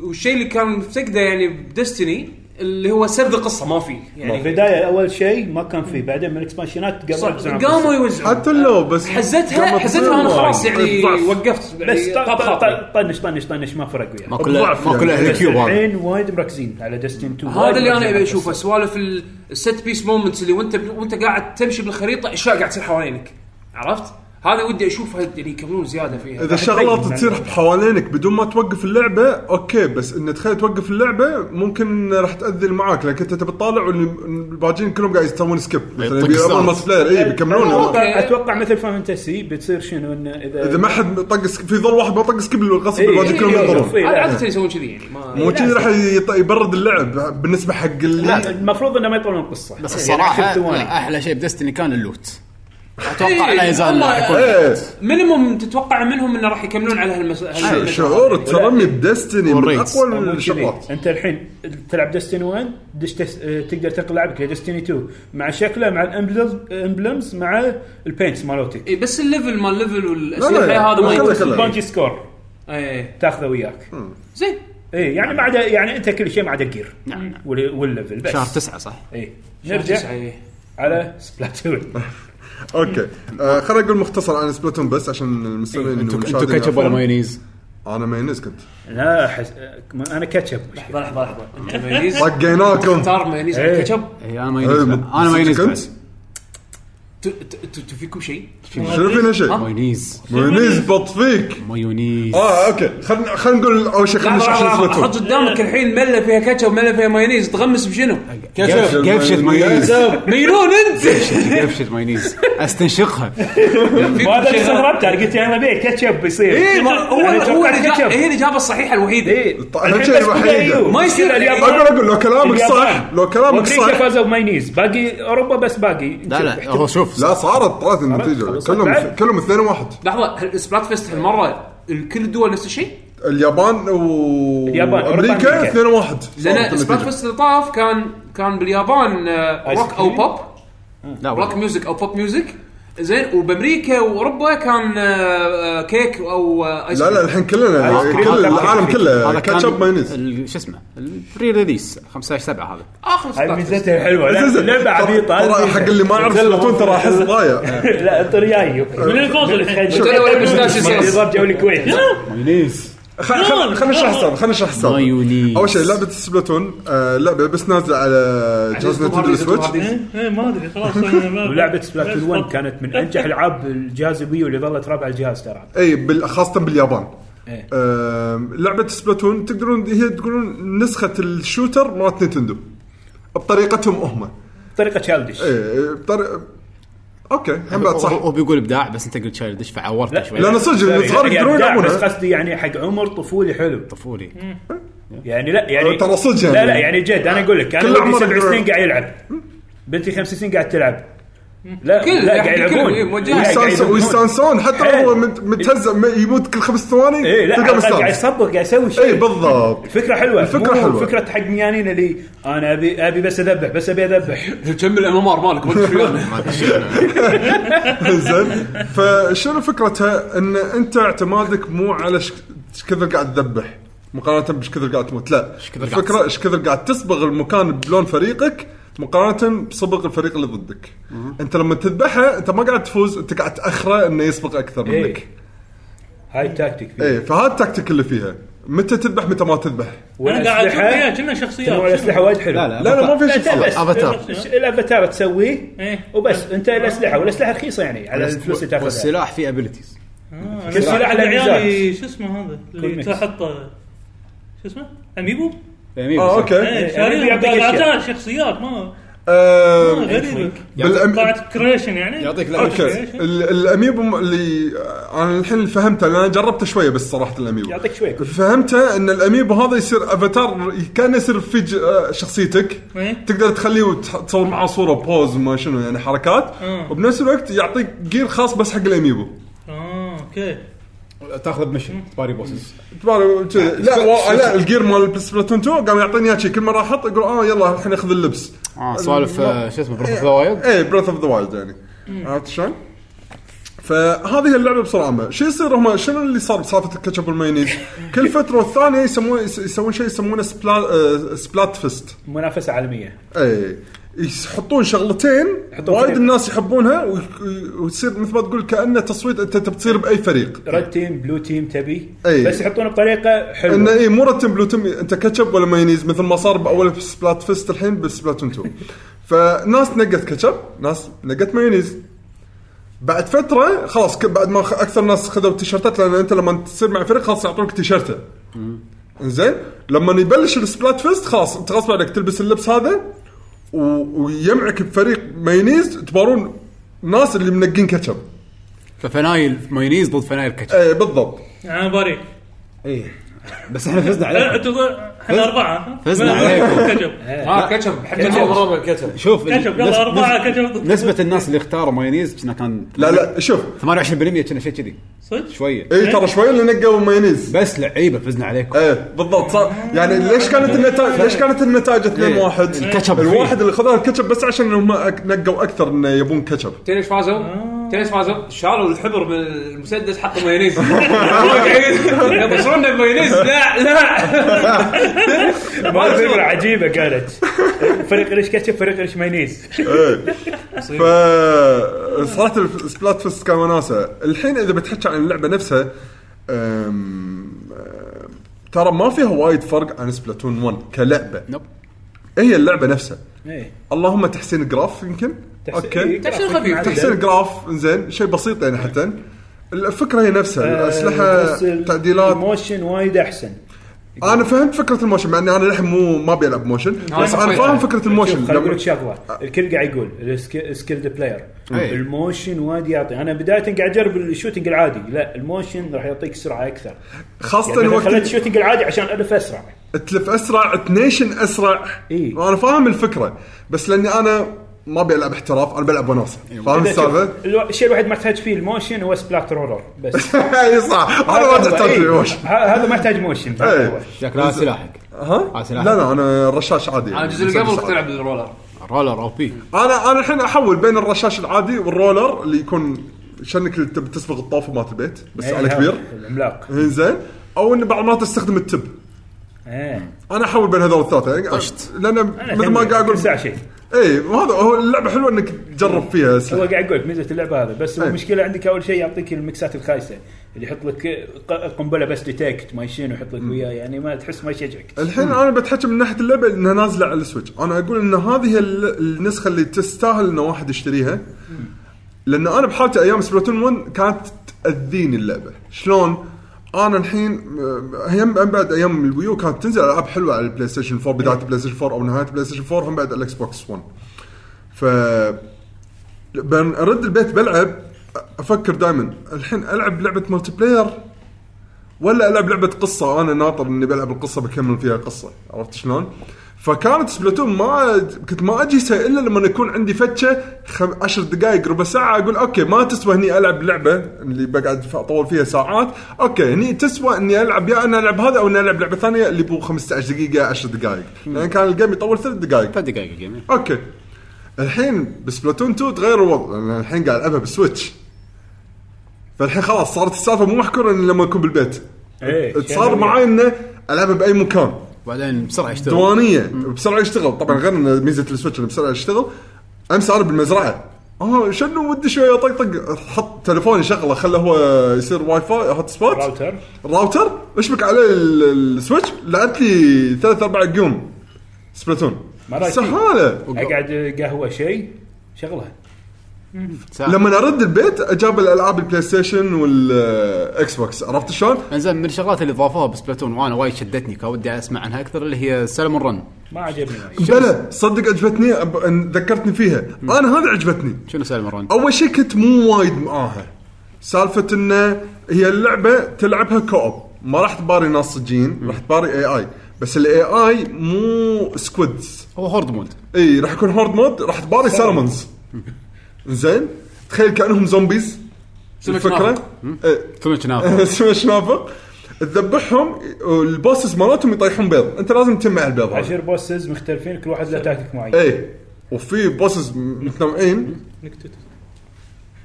Speaker 2: والشيء اللي كان مفتقده يعني بدستني اللي هو سرد قصه ما في
Speaker 3: يعني
Speaker 2: يعني
Speaker 3: البدايه اول شيء ما كان فيه بعدين من الاكسبانشنات
Speaker 2: صح،
Speaker 3: قاموا بسرعة.
Speaker 2: قاموا يوزعون
Speaker 5: حتى لو بس
Speaker 2: حزتها
Speaker 5: قامت
Speaker 2: حزتها انا
Speaker 5: تصير
Speaker 2: خلاص يعني
Speaker 5: ضعف.
Speaker 2: وقفت
Speaker 3: بس
Speaker 2: يعني
Speaker 3: ط-
Speaker 2: طاب
Speaker 3: ط-
Speaker 2: خاطري.
Speaker 3: ط- طنش طنش طنش ما فرق وياه
Speaker 1: ما كله
Speaker 5: الضعف
Speaker 1: ما
Speaker 5: يعني.
Speaker 1: كله
Speaker 3: بس إيه.
Speaker 1: الكيوب هذا
Speaker 3: الحين وايد مركزين على ديستين 2 وايد
Speaker 2: هذا اللي انا
Speaker 3: مركزين
Speaker 2: ابي
Speaker 3: على
Speaker 2: اشوفه
Speaker 3: القصة.
Speaker 2: سوالف ال- الست بيس مومنتس اللي وانت وانت قاعد تمشي بالخريطه اشياء قاعد تصير حوالينك عرفت؟ هذا ودي اشوفها يعني يكملون زياده فيها
Speaker 5: اذا الشغلات تصير حوالينك بدون ما توقف اللعبه اوكي بس ان تخيل توقف اللعبه ممكن راح تاذي اللي معاك لانك انت تبي تطالع والباجين كلهم قاعد يسوون سكيب مثلا
Speaker 1: يعطيك
Speaker 5: يبي
Speaker 1: ستارت.
Speaker 5: اول مالتي بلاير
Speaker 3: إيه.
Speaker 5: اي إيه، بيكملون
Speaker 2: أوكي.
Speaker 3: اتوقع اتوقع مثل فانتسي بتصير شنو انه اذا
Speaker 5: اذا ما حد طق سك- في ظل واحد ما طق سكيب الغصب
Speaker 3: إيه،
Speaker 5: الباجين
Speaker 3: إيه،
Speaker 5: كلهم
Speaker 3: إيه،
Speaker 5: ينطرون
Speaker 3: إيه.
Speaker 2: عادة عادة يسوون كذي يعني ما
Speaker 5: مو كذي راح يط- يبرد اللعب بالنسبه حق
Speaker 3: لا،
Speaker 5: اللي
Speaker 3: المفروض انه ما يطولون القصه
Speaker 1: بس
Speaker 3: يعني عشر
Speaker 1: الصراحه
Speaker 3: ثواني.
Speaker 1: لا، احلى شيء بدستني كان اللوت اتوقع
Speaker 2: إيه،
Speaker 1: لا يزال
Speaker 2: والله،
Speaker 1: يكون
Speaker 5: إيه.
Speaker 2: مينيموم تتوقع منهم انه راح يكملون على هالمسألة
Speaker 3: إيه.
Speaker 5: ش- شعور الترمي بدستني من
Speaker 1: والريتس.
Speaker 5: اقوى
Speaker 3: مو كذي.
Speaker 5: الشغلات
Speaker 3: انت الحين تلعب دستين 1 دش تس... اه، تقدر تقلع لعبك لدستين 2 مع شكله مع الامبلمز امبلمز مع البينتس مالوتك
Speaker 2: اي إيه، بس الليفل مال الليفل
Speaker 5: لا، لا،
Speaker 2: والاسلحه هذا ما
Speaker 5: لا، لا، لا.
Speaker 2: يكون
Speaker 3: البانجي سكور
Speaker 2: اي
Speaker 3: تاخذه وياك
Speaker 2: زين
Speaker 3: اي يعني ما عدا يعني انت كل شيء ما عدا جير
Speaker 1: نعم، نعم.
Speaker 3: وال- والليفل بس
Speaker 1: شهر تسعة صح
Speaker 3: اي
Speaker 2: تسعة،
Speaker 3: نرجع
Speaker 2: إيه.
Speaker 3: على سبلاتون
Speaker 5: اوكي آه خليني اقول مختصر عن سبلاتون بس عشان المستمعين
Speaker 1: انتو انتو
Speaker 5: والمشاهدين
Speaker 1: كاتشب ولا
Speaker 5: يعرفون.
Speaker 1: مايونيز
Speaker 5: انا مايونيز كنت
Speaker 3: لا حس... انا كاتشب
Speaker 2: لحظه لحظه لحظه انت مايونيز
Speaker 5: طقيناكم
Speaker 2: تختار مايونيز
Speaker 3: إيه.
Speaker 2: كاتشب
Speaker 1: اي انا مايونيز
Speaker 5: إيه،
Speaker 1: بعد. انا مايونيز
Speaker 5: كنت
Speaker 1: بعد.
Speaker 2: ت- ت- ت- ت- فيكم شيء؟
Speaker 5: شنو فينا شيء
Speaker 1: مايونيز
Speaker 5: مايونيز بط فيك
Speaker 1: مايونيز
Speaker 5: اه اوكي خلينا خلينا نقول اول شيء خلينا
Speaker 2: لحظه
Speaker 5: نشرح
Speaker 2: لحظه
Speaker 5: شنو
Speaker 2: لحظة. حط
Speaker 5: سبلاتون
Speaker 2: قدامك الحين مله فيها كاتشب مله فيها مايونيز تغمس بشنو؟
Speaker 1: قفشت قفشت مايونيز
Speaker 2: مجنون انت
Speaker 1: قفشت مايونيز استنشقها
Speaker 3: وهذا اللي استغربت انا قلت يلا بيه كاتشب بيصير
Speaker 2: اي إيه، هو
Speaker 5: يعني
Speaker 3: أنا
Speaker 2: هو
Speaker 3: توقعت
Speaker 2: الإجابة-
Speaker 3: كاتشب.
Speaker 2: هي الاجابه الصحيحه الوحيده
Speaker 3: ايه
Speaker 5: طيب، أهم شيء الوحيدة.
Speaker 2: ما يصير يعني
Speaker 5: اقول اقول لو كلامك صح لو كلامك
Speaker 3: امريكا
Speaker 5: صح
Speaker 3: فازوا بماينيز باقي اوروبا بس باقي
Speaker 1: لا لا هو شوف
Speaker 5: لا صارت طلعت النتيجه
Speaker 3: خلاص،
Speaker 5: كلهم
Speaker 3: بعد.
Speaker 5: كلهم اثنين واحد
Speaker 2: لحظه سبلات فيست هالمره كل الدول نفس الشيء
Speaker 5: اليابان و
Speaker 3: اليابان، أوروبا،
Speaker 5: امريكا
Speaker 3: أمريكا.
Speaker 5: اثنين واحد
Speaker 2: لان سبلات فيست اللي طاف كان كان باليابان آه،
Speaker 3: آيس
Speaker 2: روك او
Speaker 3: كريم؟
Speaker 2: بوب
Speaker 1: لا
Speaker 2: روك
Speaker 1: والله.
Speaker 2: ميوزك او بوب ميوزك زين وبامريكا واوروبا كان آه، آه، كيك او آه، آيس
Speaker 5: لا لا
Speaker 2: كريم.
Speaker 5: الحين كلنا
Speaker 3: آيس كريم.
Speaker 5: كل العالم كله
Speaker 1: هذا كان
Speaker 5: كاتشب مايونيز
Speaker 1: ال- شو اسمه البري ريليس 15 7 هذا
Speaker 2: اخر
Speaker 3: هاي
Speaker 2: سبلات فيست
Speaker 3: ميزتها حلوه لا، لعبه عبيطه هذه
Speaker 5: ترى
Speaker 3: ميزة.
Speaker 5: حق اللي ما يعرف سبلاتون ترى آه، احس ضايع
Speaker 3: لا انت رياي من
Speaker 7: الفوز الحين؟
Speaker 2: ولا ولا بيستاشيو صوص.
Speaker 3: نظام جولي كويت
Speaker 1: مايونيز
Speaker 5: خلينا نشرح السالفه خلينا نشرح السالفه
Speaker 1: مايونيز.
Speaker 5: اول شيء لعبه سبلاتون آه، لعبه بس نازله على جهاز نتندو سويتش
Speaker 7: إيه، ما ادري خلاص أنا-
Speaker 3: ولعبه سبلاتون 1 كانت من انجح العاب الجهاز الوي واللي ظلت رابع الجهاز ترى
Speaker 5: اي بال- خاصه باليابان
Speaker 3: إيه.
Speaker 5: آم، لعبه سبلاتون تقدرون هي تقولون نسخه الشوتر مالت نينتندو بطريقتهم هم
Speaker 3: طريقه تشالدش
Speaker 5: اي بطريقه اوكي هم بعد
Speaker 1: هو
Speaker 5: صح
Speaker 1: هو بيقول ابداع بس انت قلت شايلدش فعورته
Speaker 3: لا،
Speaker 1: شوي
Speaker 5: لان صدق الصغار
Speaker 3: يعني
Speaker 5: يقدرون
Speaker 3: إبداع، بس
Speaker 5: يلعبونها
Speaker 3: قصدي يعني حق عمر طفولي حلو
Speaker 1: طفولي
Speaker 3: يعني لا يعني
Speaker 5: ترى صدق يعني.
Speaker 3: لا لا يعني جد انا اقول لك
Speaker 5: كل
Speaker 3: انا ولدي
Speaker 5: عمره
Speaker 3: سبع
Speaker 5: يقدر-
Speaker 3: سنين قاعد يلعب بنتي خمس سنين قاعد تلعب لا
Speaker 2: كل-
Speaker 3: لا قاعد
Speaker 2: يعني كل-
Speaker 3: يلعبون
Speaker 2: إيه، موجهة.
Speaker 3: لا، قاعد
Speaker 5: ويستانسون-
Speaker 3: يلعبون.
Speaker 5: ويستانسون حتى لو هو مت- متهزأ ما يموت كل خمس ثواني
Speaker 3: ايه لا
Speaker 5: تلقى
Speaker 3: قاعد قاعد
Speaker 5: مستانس إيه،
Speaker 3: يصبر قاعد يسوي شيء
Speaker 5: اي بالضبط
Speaker 3: الفكره حلوه
Speaker 5: الفكرة
Speaker 3: مو
Speaker 5: حلوة.
Speaker 3: فكره حق ميانين اللي انا ابي ابي بس اذبح بس ابي اذبح
Speaker 2: كمل الام ام ار مالك ما يعني. تدري ويانا.
Speaker 5: زين فشنو فكرتها ان انت اعتمادك مو على ش- ايش كثر قاعد تذبح مقارنه بايش كثر قاعد تموت لا
Speaker 1: كثر قاعد
Speaker 5: الفكره ايش كثر قاعد تصبغ المكان بلون فريقك مقارنه بصبغ الفريق اللي ضدك انت لما تذبحه انت ما قاعد تفوز انت قاعد تاخره انه يسبق اكثر
Speaker 3: إيه.
Speaker 5: منك
Speaker 3: هاي التاكتيك فيه.
Speaker 5: ايه فهذا التكتيك اللي فيها متى تذبح متى ما تذبح
Speaker 7: انا قاعد اشوف
Speaker 3: والأسلحة-
Speaker 7: وياه كنا
Speaker 3: تنوع
Speaker 7: شخصيات
Speaker 3: الاسلحه
Speaker 7: شنو؟
Speaker 3: وايد حلو
Speaker 1: لا، لا،
Speaker 5: لا لا ما في شيء
Speaker 3: لا،
Speaker 5: صعب.
Speaker 3: لا،
Speaker 1: افاتار
Speaker 3: بس الافاتار تسويه
Speaker 7: ايه
Speaker 3: وبس انت الاسلحه والاسلحه رخيصه يعني على الفلوس اللي تاخذها
Speaker 1: والسلاح فيه ابيلتيز
Speaker 7: آه،
Speaker 3: كل سلاح له
Speaker 7: أنا عيالي
Speaker 3: ميزات.
Speaker 7: شو اسمه هذا
Speaker 3: كل
Speaker 7: اللي
Speaker 3: ميكس.
Speaker 7: تحطه شو اسمه اميبو
Speaker 5: اه اوكي
Speaker 7: إيه،
Speaker 3: أميبو
Speaker 7: شاريهم
Speaker 3: يعطيك
Speaker 7: دراجات شخصيات ما ما
Speaker 5: آم،
Speaker 7: غريبه
Speaker 5: آه،
Speaker 3: يعني
Speaker 5: بالأم-
Speaker 7: طلعت كريشن يعني
Speaker 1: يعطيك العافية.
Speaker 5: اوكي ال- الاميبو م- اللي انا الحين اللي فهمته لان انا جربته شويه بس صراحه الاميبو
Speaker 3: يعطيك شوي
Speaker 5: فهمته ان الاميبو هذا يصير افاتار كان يصير في ج- آه، شخصيتك
Speaker 7: إيه.
Speaker 5: تقدر تخليه وتصور معاه صوره بوز ما شنو يعني حركات
Speaker 7: آه.
Speaker 5: وبنفس الوقت يعطيك جير خاص بس حق الاميبو
Speaker 7: اه اوكي
Speaker 1: تاخذ مشن باري بوسز
Speaker 5: تبارك- كذا. لا و- لا الجير مال سبلاتون 2 قام يعطيني اياه شي، كل مره احط يقول اه يلا الحين اخذ اللبس
Speaker 1: آه،
Speaker 5: إيه،
Speaker 1: اه سوالف آه، شو اسمه بروث اوف ذا وايلد
Speaker 5: اي بريث اوف ذا وايلد يعني عرفت شلون؟ فهذه اللعبه بسرعه ما شو يصير هم شنو اللي صار بسالفه الكاتشب والمايونيز كل فتره والثانيه يسمون يس- يسوون شيء يسمونه سبلا آه، سبلات فيست
Speaker 3: منافسه عالميه
Speaker 5: اي يحطون شغلتين
Speaker 3: يحطون
Speaker 5: وايد
Speaker 3: فريق.
Speaker 5: الناس يحبونها وي- وتصير مثل ما تقول كانه تصويت انت تصير باي فريق
Speaker 3: ريد تيم بلو تيم تبي
Speaker 5: أي.
Speaker 3: بس يحطونه بطريقه
Speaker 5: انه
Speaker 3: حلوه
Speaker 5: اي إيه، مو رتب لو تم انت كاتشب ولا مايونيز مثل ما صار باول سبلات فيست الحين بسبلاتون 2 فناس نقت كاتشب ناس نقت مايونيز بعد فتره خلاص ك- بعد ما خ- اكثر ناس خذوا التيشيرتات لان انت لما تصير مع فريق خلاص يعطونك تيشيرته انزين لما يبلش السبلات فيست خلاص انت غصب عنك تلبس اللبس هذا و- ويجمعك بفريق مايونيز تبارون ناس اللي منقين كاتشب
Speaker 1: ففنايل مايونيز ضد فنايل كاتشب
Speaker 5: اي بالضبط
Speaker 7: انا باريك
Speaker 1: اي
Speaker 5: إيه.
Speaker 1: بس احنا فزنا
Speaker 7: لا،
Speaker 1: عليكم
Speaker 7: أنتوا احنا اربعه
Speaker 1: فزنا
Speaker 7: ما-
Speaker 1: عليكم.
Speaker 7: كتشب
Speaker 2: اه كاتشب حق
Speaker 9: مضروبه الكتب
Speaker 1: شوف
Speaker 7: كاتشب
Speaker 1: نس-
Speaker 7: يلا اربعه
Speaker 1: نس-
Speaker 7: كتشب
Speaker 1: نسبة الناس اللي اختاروا مايونيز كنا كان
Speaker 5: لا لا شوف
Speaker 1: 28% كنا شيء كذي
Speaker 7: صدق
Speaker 1: شويه
Speaker 5: اي ترى شوي اللي نقوا مايونيز
Speaker 1: بس لعيبه فزنا عليكم
Speaker 5: ايه بالضبط صار يعني ليش كانت النتائج ليش كانت النتائج 2 1
Speaker 1: الكاتشب
Speaker 5: الواحد اللي خذها الكاتشب بس عشان انهم أك- نقوا اكثر انه يبون كاتشب
Speaker 2: تدري ايش فازوا؟ تدري ايش فازوا؟ شالوا الحبر من المسدس حطوا مايونيز قاعدين يبصروننا بمايونيز لا لا
Speaker 3: ما فكره عجيبه كانت فريق ليش كاتشب فريق ليش مايونيز
Speaker 5: ف صراحه السبلات فيست كان وناسه الحين اذا بتحكي عن اللعبه نفسها أم، أم، ترى ما فيها وايد فرق عن سبلاتون 1 كلعبه
Speaker 1: نوب.
Speaker 5: هي اللعبه نفسها
Speaker 3: إيه.
Speaker 5: اللهم تحسين الجراف يمكن اوكي
Speaker 2: تحسين خفيف.
Speaker 5: تحسين الجراف زين شيء بسيط يعني حتى الفكره هي نفسها الاسلحه
Speaker 3: آه، بس ال-
Speaker 5: تعديلات
Speaker 3: الموشن آه، وايد احسن
Speaker 5: انا فهمت فكره الموشن مع اني انا للحين مو ما بيلعب موشن بس
Speaker 2: أنا
Speaker 5: انا فاهم
Speaker 2: فاهم.
Speaker 5: فكره
Speaker 3: شوف،
Speaker 5: الموشن
Speaker 3: خليني اقول لك
Speaker 5: لما-
Speaker 3: شغله الكل قاعد يقول السكيلد بلاير
Speaker 5: إيه.
Speaker 1: أي.
Speaker 3: الموشن وايد يعطي انا بدايه قاعد اجرب الشوتنج العادي لا الموشن راح يعطيك سرعه اكثر يعني
Speaker 5: خاصه
Speaker 3: أنا خليت
Speaker 5: وقت
Speaker 3: الشوتنج العادي عشان الف اسرع
Speaker 5: تلف اسرع تنيشن اسرع
Speaker 3: إي.
Speaker 5: وانا فاهم الفكره بس لاني انا ما بلعب احتراف انا بلعب وناسه فاهم
Speaker 3: إذا شوف،
Speaker 5: السالفه؟
Speaker 3: الو- الشيء الوحيد ما تحتاج فيه الموشن هو سبلات رولر بس
Speaker 5: اي صح انا ما تحتاج
Speaker 3: إيه،
Speaker 5: لي موشن
Speaker 3: ه- هذا ما يحتاج موشن
Speaker 5: إيه.
Speaker 3: هذا هو.
Speaker 1: شكلها هذا سلاحك
Speaker 5: ها؟
Speaker 1: آه،
Speaker 5: لا
Speaker 1: سلاحك.
Speaker 5: لا انا رشاش عادي
Speaker 2: انا
Speaker 5: يعني،
Speaker 2: الجزء اللي
Speaker 5: مسدس
Speaker 2: قبل
Speaker 5: عادي.
Speaker 2: كنت العب بالرولر
Speaker 1: رولر او بي
Speaker 5: انا انا الحين احول بين الرشاش العادي والرولر اللي يكون شنك اللي تب- تسبق الطوفه مالت البيت بس
Speaker 3: إيه،
Speaker 5: على
Speaker 3: هذا
Speaker 5: كبير
Speaker 3: العملاق
Speaker 5: زين او انه بعض المرات استخدم التب
Speaker 3: إيه.
Speaker 5: انا احول بين هذول الثلاثه
Speaker 1: طشت.
Speaker 5: لان
Speaker 3: أنا
Speaker 5: مثل ما
Speaker 3: أتمنى.
Speaker 5: قاعد اقول
Speaker 3: كل ساعه شيء
Speaker 5: اي وهذا هو اللعبه حلوه انك تجرب فيها
Speaker 3: هو
Speaker 5: اسلحه
Speaker 3: قاعد يقول لك ميزه اللعبه هذا بس
Speaker 5: أي.
Speaker 3: المشكله عندك اول شيء يعطيك المكسات الخايسه اللي يحط لك ق- قنبله بس ديتكت ما يشين ويحط لك وياه يعني ما تحس ما يشجعك
Speaker 5: الحين انا بتحكي من ناحيه اللعبه انها نازله على السويتش انا اقول ان هذه ال- النسخه اللي تستاهل ان واحد يشتريها لان انا بحالتي ايام سبلاتون 1 كانت تاذيني اللعبه شلون انا الحين آه، هي هم هم بعد ايام الويو كانت تنزل العاب حلوه على البلاي ستيشن 4 بدايه البلاي ستيشن 4 او نهايه البلاي ستيشن 4 هم بعد على الاكس بوكس 1 ف بن- ارد البيت بلعب افكر دائما الحين العب لعبه ملتي بلاير ولا العب لعبه قصه انا ناطر اني بلعب القصه بكمل فيها قصه عرفت شلون؟ فكانت سبلاتون ما كنت ما اجهزها الا لما يكون عندي فتشه خم... عشر دقائق ربع ساعه اقول اوكي ما تسوى هني العب لعبه اللي بقعد ف- اطول فيها ساعات اوكي هني تسوى اني العب يا انا العب هذا او اني العب لعبه ثانيه اللي بو 15 دقيقه 10 دقائق لان يعني كان الجيم يطول ثلاث دقائق
Speaker 1: ثلاث دقائق الجيم
Speaker 5: اوكي الحين بسبلاتون 2 تغير الوضع لان الحين قاعد العبها بالسويتش فالحين خلاص صارت السالفه مو محكوره إن لما اكون بالبيت
Speaker 3: إيه.
Speaker 5: صار معي انه العبها باي مكان
Speaker 1: وبعدين بسرعه اشتغل
Speaker 5: دوانيه بسرعه يشتغل طبعا غير إن ميزه السويتش انه بسرعه يشتغل امس انا بالمزرعه اه شنو ودي شويه طقطق حط تليفوني شغله خله هو يصير واي فاي هوت سبوت
Speaker 3: راوتر
Speaker 5: الراوتر اشبك عليه ال- ال- السويتش لعبت لي ثلاث اربع جيوم سبلاتون
Speaker 3: ما رأيك فيه؟
Speaker 5: سهاله
Speaker 3: اقعد قهوه شيء شغلها
Speaker 1: ساعة.
Speaker 5: لما ارد البيت اجاب الالعاب البلاي ستيشن والاكس بوكس عرفت شلون؟
Speaker 1: انزين من الشغلات اللي ضافوها بسبلاتون وانا وايد شدتني كان ودي اسمع عنها اكثر اللي هي سلمون رن
Speaker 3: ما عجبني وايد.
Speaker 5: بلى صدق عجبتني أب- أن- ذكرتني فيها انا هذا عجبتني
Speaker 1: شنو سلمون رن؟
Speaker 5: اول شيء كنت مو وايد معاها سالفه انه هي اللعبه تلعبها كوب ما راح تباري ناس صجين راح تباري اي اي بس الاي اي مو سكويدز
Speaker 1: هو هورد مود
Speaker 5: اي راح يكون هارد مود راح تباري سالمونز زين تخيل كانهم زومبيز
Speaker 2: سمك
Speaker 5: الفكره إيه.
Speaker 1: ثم كنا
Speaker 5: اسمه شنافق تذبحهم البوسس مالتهم يطيحون بيض انت لازم تجمع البيض هذا
Speaker 3: عشر بوسز مختلفين كل واحد له تاكتيك معين
Speaker 5: ايه وفي بوسس متنوعين
Speaker 7: نكتت